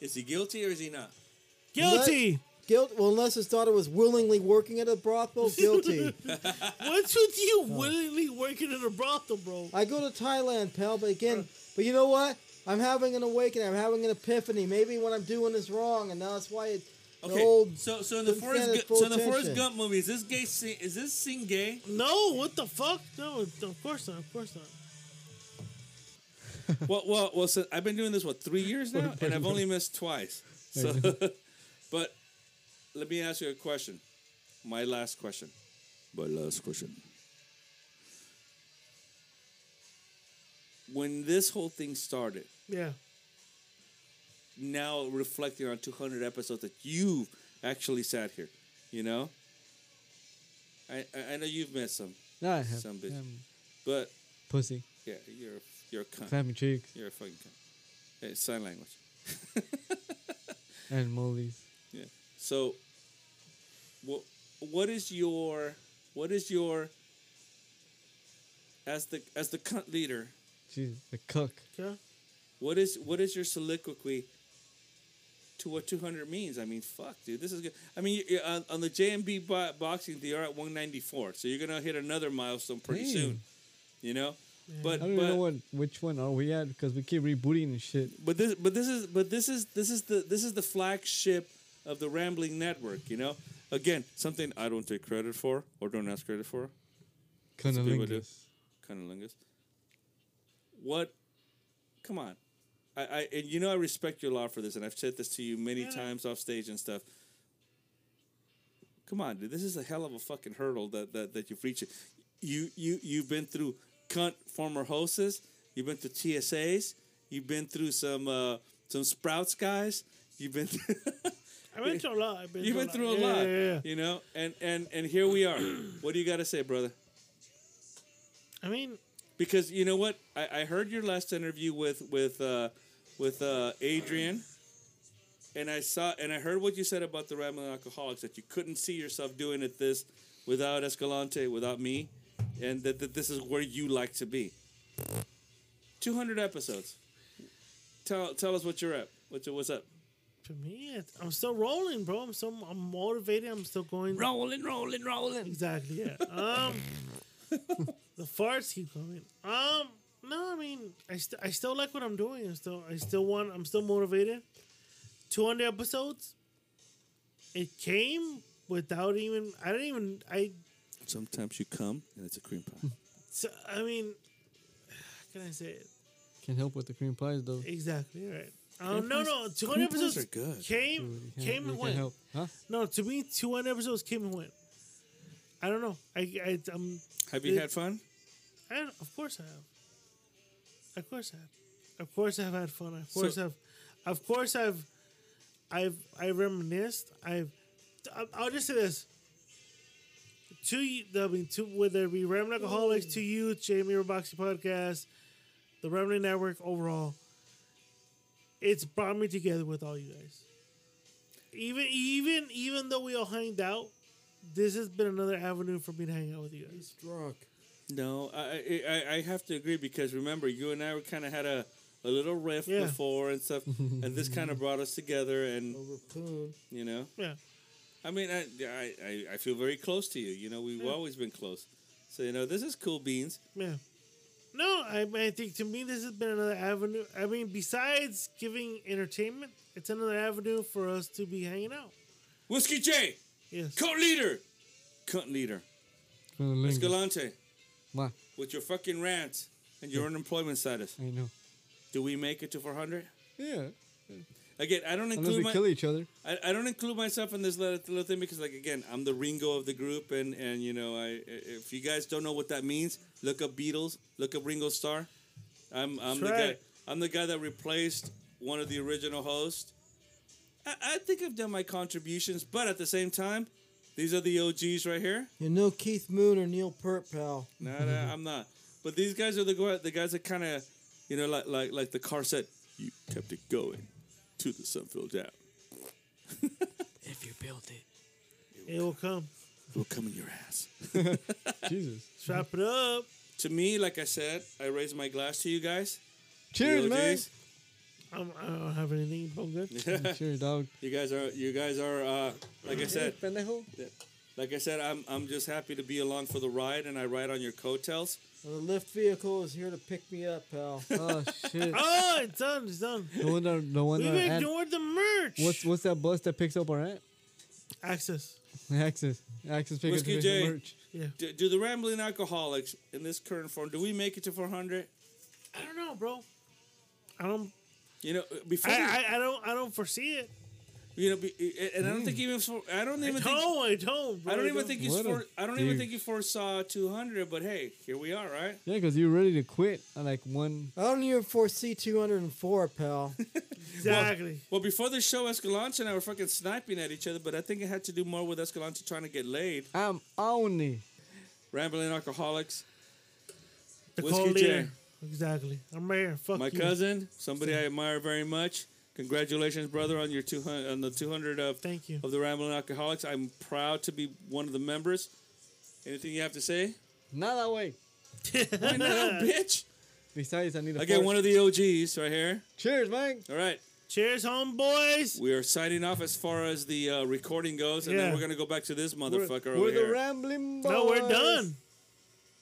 Speaker 1: Is he guilty or is he not?
Speaker 2: Guilty.
Speaker 6: Guilt. Well, unless his daughter was willingly working at a brothel, guilty.
Speaker 2: What's with you willingly working in a brothel, bro?
Speaker 6: I go to Thailand, pal. But again, but you know what? I'm having an awakening. I'm having an epiphany. Maybe what I'm doing is wrong, and that's why it. The
Speaker 1: Okay,
Speaker 6: old
Speaker 1: so so in the
Speaker 6: the
Speaker 1: Forrest
Speaker 6: standard
Speaker 1: Gu-
Speaker 6: full
Speaker 1: so in the Forrest
Speaker 6: attention.
Speaker 1: Gump movie, is this gay? sing- Is this scene gay?
Speaker 2: No, what the fuck? No, of course not. Of course not.
Speaker 1: well, well, well. So I've been doing this what three years now, and I've only missed twice. So, but let me ask you a question. My last question. My last question. When this whole thing started,
Speaker 2: Yeah.
Speaker 1: now reflecting on 200 episodes that you've actually sat here, you know. I I, I know you've missed some,
Speaker 3: Nah, I have.
Speaker 1: Some bitch.
Speaker 3: Um,
Speaker 1: but
Speaker 3: pussy.
Speaker 1: yeah, you're you're a cunt.
Speaker 3: Clammy cheeks
Speaker 1: You're a fucking cunt. Hey, sign language.
Speaker 3: and mollies.
Speaker 1: Yeah. So, what what is your what is your as the as the cunt leader?
Speaker 3: She's a cuck.
Speaker 2: Okay.
Speaker 1: What is what is your soliloquy to what 200 means? I mean, fuck, dude, this is good. I mean, you- you- on, on the JMB bo- boxing, they are at 194, so you're gonna hit another milestone pretty
Speaker 3: Damn.
Speaker 1: soon. You know, but
Speaker 3: I don't even
Speaker 1: but
Speaker 3: know what which one are we at because we keep rebooting and shit.
Speaker 1: but this but this is but this is this is the this is the flagship of the rambling network you know again something i don't take credit for or don't ask credit for people do.
Speaker 3: Cunnilingus.
Speaker 1: cunnilingus what come on I, I and you know i respect your law for this and i've said this to you many times off stage and stuff come on dude this is a hell of a fucking hurdle that that, that you've reached you you you've been through cunt former hostess you've been through tsas you've been through some uh some sprouts guys you've been
Speaker 2: I've been through a lot. I've been
Speaker 1: you've been through a
Speaker 2: Yeah,
Speaker 1: lot
Speaker 2: Yeah, yeah, yeah.
Speaker 1: you know and and and here we are what do you got to say brother
Speaker 2: I mean,
Speaker 1: because you know what I, I heard your last interview with with uh, with uh, Adrian, and I saw and I heard what you said about the rambling alcoholics that you couldn't see yourself doing it this without Escalante, without me, and that, that this is where you like to be. Two hundred episodes. Tell tell us what you're at. What's what's up?
Speaker 2: to me, it's, I'm still rolling, bro. I'm still I'm motivated. I'm still going.
Speaker 1: Rolling, rolling, rolling.
Speaker 2: Exactly. Yeah. Um, the farts keep coming. Um, no, I mean, I, st- I still like what I'm doing. I still, I still want. I'm still motivated. 200 episodes. It came without even. I didn't even. I.
Speaker 1: Sometimes you come and it's a cream pie.
Speaker 2: So, I mean, how can I say it?
Speaker 3: Can't help with the cream pies though.
Speaker 2: Exactly right. Um, no, no. 200 episodes
Speaker 1: are good.
Speaker 2: came,
Speaker 3: Can't-
Speaker 2: came and
Speaker 3: we can't
Speaker 2: went.
Speaker 3: help. Huh?
Speaker 2: No, to me, 200 episodes came and went. I don't know. I, I, I'm
Speaker 1: Have you had fun?
Speaker 2: I, of course I have. Of course I have. Of course I've had fun. Of course
Speaker 1: So-
Speaker 2: I've, of course I've, I've I reminisced. I've, I- I'll just say this. To you, I mean, to whether it be Ram Alcoholics, to you, Jamie Roboxy Podcast, the Remnant Network overall, it's brought me together with all you guys. even even even though we all hanged out, this has been another avenue for me to hang out with you guys.
Speaker 6: He's drunk.
Speaker 1: No, I, I- I I have to agree because remember you and I were kind of had a, a little riff
Speaker 2: Yeah.
Speaker 1: before and stuff, and this kind of brought us together. And
Speaker 6: Over poon.
Speaker 1: you know,
Speaker 2: Yeah.
Speaker 1: I mean, I I, I, I feel very close to you. You know, we've
Speaker 2: Yeah.
Speaker 1: always been close. So you know, this is cool beans.
Speaker 2: Yeah. No, I, I think to me this has been another avenue. I mean, besides giving entertainment, it's another avenue for us to be hanging out.
Speaker 1: Whiskey J,
Speaker 2: Yes.
Speaker 1: cunt leader, cunt leader, Escalante,
Speaker 3: Ma,
Speaker 1: with your fucking rant and your unemployment status,
Speaker 3: I know.
Speaker 1: do we make it to 400?
Speaker 3: Yeah.
Speaker 1: Again, I don't
Speaker 3: Unless
Speaker 1: include
Speaker 3: we
Speaker 1: my
Speaker 3: kill each other.
Speaker 1: I, I don't include myself in this little, little thing because, like, again, I'm the Ringo of the group, and and you know, I if you guys don't know what that means, look up Beatles, look up Ringo Starr. I'm I'm
Speaker 2: That's
Speaker 1: the guy.
Speaker 2: right.
Speaker 1: I'm the guy that replaced one of the original hosts. I, I think I've done my contributions, but at the same time, these are the OGs right here.
Speaker 6: You're no Keith Moon or Neil Peart, pal.
Speaker 1: No, no, I'm not. But these guys are the gu- the guys that kind of, you know, like like like the car said, you kept it going to the sun filled out.
Speaker 3: If you build it.
Speaker 2: It will come.
Speaker 1: It will come in your ass.
Speaker 3: Jesus.
Speaker 2: Strap it up.
Speaker 1: to me, like I said, I raise my glass to you guys.
Speaker 3: Cheers,
Speaker 1: The
Speaker 3: man.
Speaker 1: OGs.
Speaker 2: I'm, I don't have anything. I'm good.
Speaker 3: Cheers, dog.
Speaker 1: You guys are you guys are uh, like I said,
Speaker 3: Pendejo.
Speaker 1: like I said, I'm I'm just happy to be along for the ride, and I ride on your coattails.
Speaker 6: The lift vehicle is here to pick me up, pal.
Speaker 3: Oh shit.
Speaker 2: Oh, it's done. It's done.
Speaker 3: No wonder, no
Speaker 2: We've
Speaker 3: wonder. Ad,
Speaker 2: ignored the merch.
Speaker 3: what's what's that bus that picks up our aunt?
Speaker 2: access?
Speaker 3: Axis. Axis picks up
Speaker 1: Whiskey
Speaker 3: the
Speaker 1: J.
Speaker 3: merch.
Speaker 1: Do, do the rambling alcoholics in this current form? Do we make it to 400?
Speaker 2: I don't know, bro. I don't.
Speaker 1: You know, before we-
Speaker 2: I, I, I don't. I don't foresee it.
Speaker 1: you know, be, and I don't think even for, I don't
Speaker 2: I
Speaker 1: even
Speaker 2: don't.
Speaker 1: think
Speaker 2: I don't. Bro.
Speaker 1: I don't even think you
Speaker 3: What a
Speaker 1: for, I don't even
Speaker 3: dude.
Speaker 1: think you foresaw 200. But hey, here we are, right?
Speaker 3: Yeah, because you're ready to quit on like one.
Speaker 6: I don't even foresee 204, pal.
Speaker 2: exactly.
Speaker 1: Well, before the show, Escalante and I were fucking sniping at each other, but I think it had to do more with Escalante trying to get laid.
Speaker 3: I'm only.
Speaker 1: Rambling Alcoholics,
Speaker 2: The
Speaker 1: Whiskey
Speaker 2: cold
Speaker 1: J.
Speaker 2: leader. Exactly. I'm right here. Fuck
Speaker 1: my
Speaker 2: you.
Speaker 1: cousin, somebody I admire very much. Congratulations, brother, on your 200 on the 200 of
Speaker 2: Thank you.
Speaker 1: of the Rambling Alcoholics. I'm proud to be one of the members. Anything you have to say?
Speaker 3: Not that way.
Speaker 1: Why not, bitch?
Speaker 3: Besides, I need a.
Speaker 1: Again,
Speaker 3: fork.
Speaker 1: one of the OGs right here.
Speaker 3: Cheers, Mike.
Speaker 1: All right,
Speaker 2: Cheers, homeboys.
Speaker 1: we are signing off as far as the uh, recording goes, and then
Speaker 2: Yeah.
Speaker 1: we're gonna go back to this motherfucker
Speaker 3: we're
Speaker 1: over
Speaker 3: we're the
Speaker 1: here.
Speaker 3: rambling boys.
Speaker 2: No, we're done.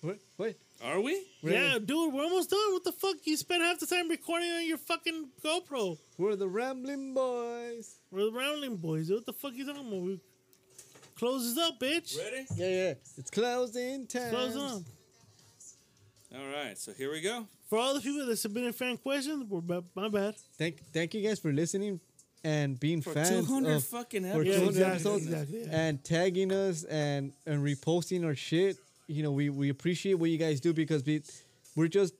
Speaker 3: What? Wait.
Speaker 1: are we?
Speaker 2: Yeah, dude, we're almost done. What the fuck? You spent half the time recording on your fucking GoPro.
Speaker 3: We're the rambling boys.
Speaker 2: We're the Roundling Boys. What the fuck you talking about? We close this up, bitch.
Speaker 1: Ready?
Speaker 3: Yeah, yeah. It's closing time.
Speaker 2: Close it up.
Speaker 1: All right, so here we go.
Speaker 2: For all the people that submitted fan questions, we're ba- my bad.
Speaker 3: Thank, thank you guys for listening and being
Speaker 1: For
Speaker 3: fans
Speaker 1: 200
Speaker 3: of
Speaker 1: fucking
Speaker 3: for
Speaker 1: episodes.
Speaker 2: Yeah,
Speaker 3: 200
Speaker 2: exactly,
Speaker 3: episodes
Speaker 2: exactly, yeah.
Speaker 3: and tagging us and and reposting our shit. You know, we we appreciate what you guys do because we we're just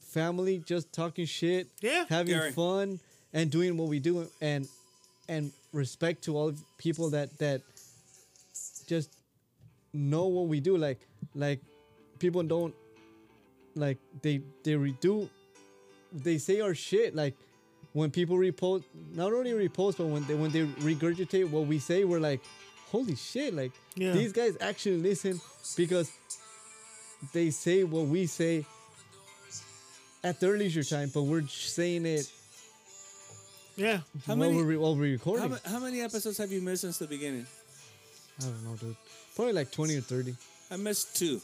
Speaker 3: family, just talking shit,
Speaker 2: Yeah.
Speaker 3: having
Speaker 1: Gary.
Speaker 3: fun, and doing what we do, and and respect to all people that that just know what we do. Like like people don't like they they redo they say our shit like when people repost not only repost but when they when they regurgitate what we say we're like holy shit like
Speaker 2: Yeah.
Speaker 3: these guys actually listen because they say what we say at their leisure time but we're saying it
Speaker 2: Yeah.
Speaker 1: How
Speaker 3: while,
Speaker 1: many-
Speaker 3: we're, re- while we're
Speaker 1: How,
Speaker 3: recording
Speaker 1: ma- how many episodes have you missed since the beginning?
Speaker 3: i don't know dude probably like 20 or 30
Speaker 1: I missed two,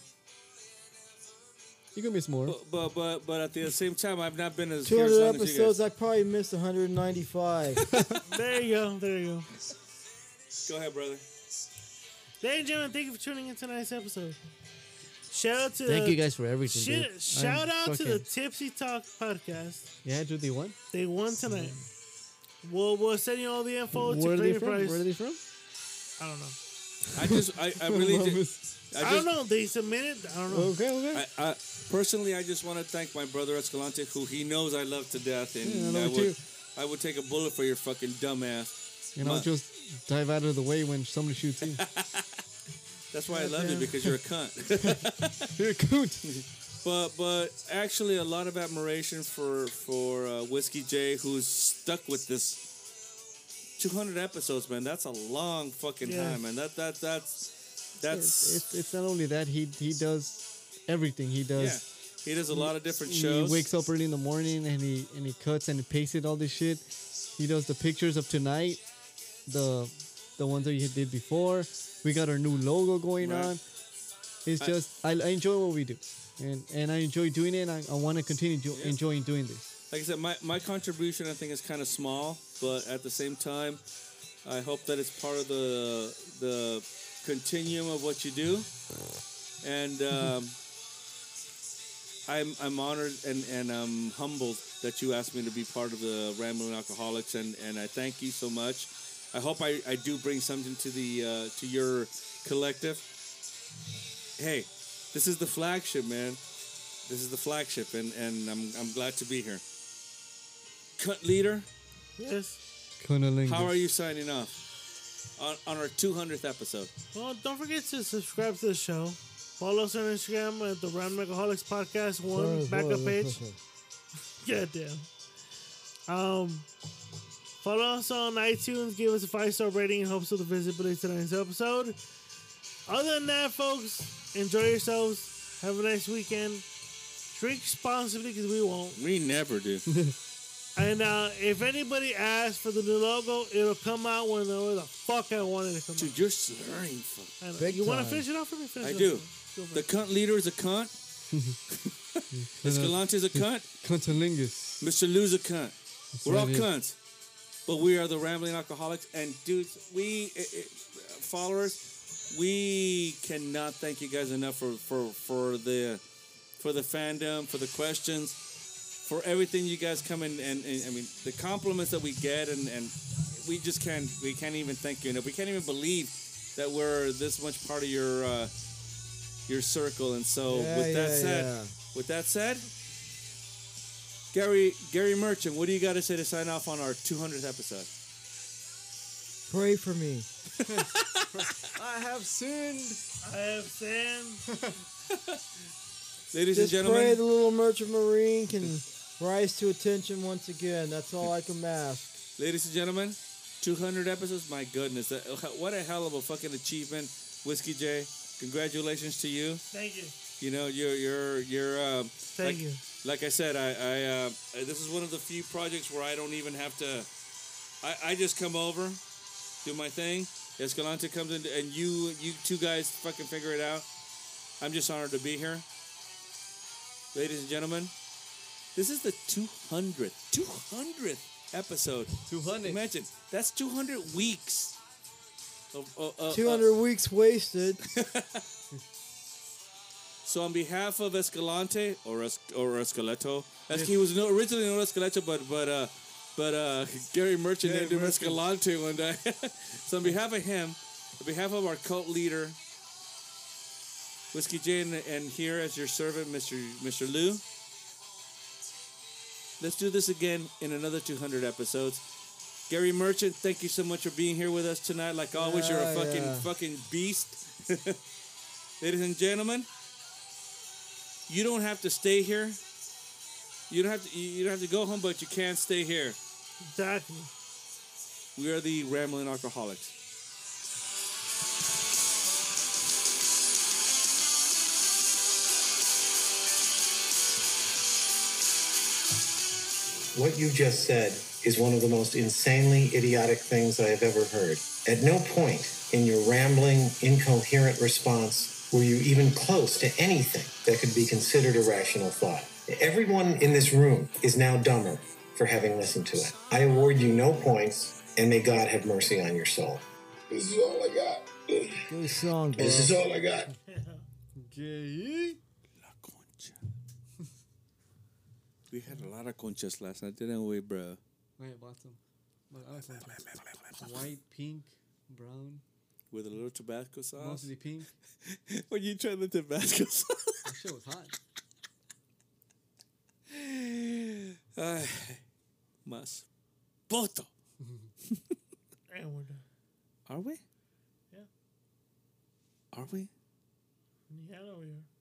Speaker 3: you can miss more
Speaker 1: but but but, but at the same time, I've not been as here as
Speaker 6: 200
Speaker 1: long as you guys.
Speaker 6: episodes, I probably missed 195.
Speaker 2: There you go. There you go.
Speaker 1: Go ahead, brother.
Speaker 2: Ladies and gentlemen, thank you for tuning in to tonight's episode. Shout out to
Speaker 10: Thank
Speaker 2: the,
Speaker 10: you guys for everything.
Speaker 2: Shit,
Speaker 10: dude.
Speaker 2: shout
Speaker 10: I'm
Speaker 2: out to the
Speaker 10: fucking-
Speaker 2: Tipsy Talk podcast.
Speaker 3: yeah dude they won
Speaker 2: They won tonight. We'll we'll send you all the info
Speaker 3: where
Speaker 2: Oh, to
Speaker 3: are
Speaker 2: claim
Speaker 3: they
Speaker 2: your
Speaker 3: from
Speaker 2: price.
Speaker 3: where are they from
Speaker 2: I don't know.
Speaker 1: I just I, I really ju- I,
Speaker 2: I
Speaker 1: just,
Speaker 2: don't know. They submitted. I don't know.
Speaker 3: okay okay
Speaker 1: I, I personally I just want to thank my brother Escalante, who he knows I love to death, and
Speaker 3: Yeah, I
Speaker 1: I,
Speaker 3: love you
Speaker 1: would I would take a bullet for your fucking dumbass.
Speaker 3: you know
Speaker 1: Ma-
Speaker 3: just dive out of the way when somebody shoots you
Speaker 1: That's why I love you because you're a cunt.
Speaker 3: you're a coot
Speaker 1: but but actually, a lot of admiration for for uh, Whiskey J, who's stuck with this 200 episodes, man. That's a long fucking
Speaker 2: Yeah.
Speaker 1: time, man. That that that's that's
Speaker 3: it's, it's not only that he he does everything. He
Speaker 1: yeah.
Speaker 3: does.
Speaker 1: He does a lot of different
Speaker 3: He
Speaker 1: shows.
Speaker 3: wakes up early in the morning and he and he cuts and he pasted all this shit. He does the pictures of tonight, the the ones that he did before. We got our new logo going
Speaker 1: Right.
Speaker 3: on. It's just I, I enjoy what we do, and and I enjoy doing it. And I, I want to continue do, enjoying doing this.
Speaker 1: like I said, my, my contribution I think is kind of small, but at the same time, I hope that it's part of the the continuum of what you do, and um, I'm I'm honored and and I'm humbled that you asked me to be part of the Rambling Alcoholics, and and I thank you so much. I hope I, I do bring something to the uh, to your collective. Hey, this is the flagship, man. This is the flagship, and, and I'm, I'm glad to be here. Cut leader,
Speaker 2: Yes.
Speaker 1: how are you signing off on, on our 200th episode?
Speaker 2: Well, don't forget to subscribe to the show. Follow us on Instagram at the Random Alcoholics Podcast One backup page. God damn. Um, follow us on iTunes. Give us a five star rating in hopes of the visibility to tonight's episode. Other than that, folks, enjoy yourselves. Have a nice weekend. Drink responsibly because we won't.
Speaker 1: We never do.
Speaker 2: And uh, if anybody asks for the new logo, it'll come out whenever the fuck I wanted to come out.
Speaker 1: Dude, you're slurring. Fuck.
Speaker 2: I know.
Speaker 6: Big
Speaker 2: you want to
Speaker 6: time.
Speaker 2: finish it off for me? Finish
Speaker 1: I
Speaker 2: it off
Speaker 1: do.
Speaker 2: for me. Go
Speaker 1: The
Speaker 2: for it.
Speaker 1: cunt leader is a cunt. Escalante's a cunt.
Speaker 3: Cuntilingus.
Speaker 1: Mr. Lou's a cunt. We're all
Speaker 3: what it
Speaker 1: cunts. But we are the Rambling Alcoholics. And, dudes, we, i i followers, we cannot thank you guys enough for, for, for the for the fandom, for the questions, for everything you guys come in and, and I mean the compliments that we get and, and we just can't we can't even thank you enough. We can't even believe that we're this much part of your uh, your circle. And so
Speaker 6: Yeah,
Speaker 1: with that
Speaker 6: yeah,
Speaker 1: said,
Speaker 6: yeah.
Speaker 1: with that said, Gary Gary Merchant, what do you got to say to sign off on our 200th episode?
Speaker 6: Pray for me.
Speaker 3: I have sinned.
Speaker 2: I have sand.
Speaker 1: Ladies
Speaker 6: Just
Speaker 1: and
Speaker 6: pray
Speaker 1: gentlemen,
Speaker 6: the little merchant marine can rise to attention once again. That's all I can
Speaker 1: Uh,
Speaker 6: ask.
Speaker 1: Ladies and gentlemen, 200 episodes. My goodness, that- what a hell of a fucking achievement, Whiskey J. Congratulations to you.
Speaker 2: Thank you.
Speaker 1: You know, you're you're you're. Um,
Speaker 2: Thank
Speaker 1: like,
Speaker 2: you.
Speaker 1: Like I said, I I uh, this is one of the few projects where I don't even have to. I, I just come over, do my thing. Escalante comes in, and you you two guys fucking figure it out. I'm just honored to be here, ladies and gentlemen. This is the 200th 200th episode.
Speaker 3: 200.
Speaker 1: Imagine that's 200 weeks. Of, uh, uh, uh,
Speaker 6: 200 weeks wasted.
Speaker 1: So on behalf of Escalante or es- or Escaleto, es- he was no, originally known as Escaleto, but but uh, but uh, Gary Merchant named him Escalante one day. so on behalf of him, on behalf of our cult leader, Whiskey J, and, and here as your servant, Mister Mister Lou. Let's do this again in another 200 episodes. Gary Merchant, thank you so much for being here with us tonight. Like always, you're a
Speaker 6: Yeah,
Speaker 1: fucking
Speaker 6: yeah.
Speaker 1: fucking beast. Ladies and gentlemen, you don't have to stay here. You don't have to. You don't have to go home, but you can stay here.
Speaker 2: Exactly.
Speaker 1: We are the Rambling Alcoholics.
Speaker 10: What you just said is one of the most insanely idiotic things I have ever heard. At no point in your rambling, incoherent response were you even close to anything that could be considered a rational thought. Everyone in this room is now dumber for having listened to it. I award you no points, and may God have mercy on your soul.
Speaker 5: This is all I got.
Speaker 6: Good song, bro.
Speaker 10: This is
Speaker 5: all I got.
Speaker 1: La concha. we had a lot of conchas last night, didn't we, bro?
Speaker 3: Wait, bottom. But I like white, pink, brown,
Speaker 1: With a little Tabasco sauce.
Speaker 3: mostly pink.
Speaker 1: when you try the Tabasco sauce.
Speaker 3: That shit was hot.
Speaker 1: Ay, mas puto.
Speaker 2: And we're done.
Speaker 1: Are we?
Speaker 2: Yeah.
Speaker 1: Are we?
Speaker 2: Yeah, I know we are.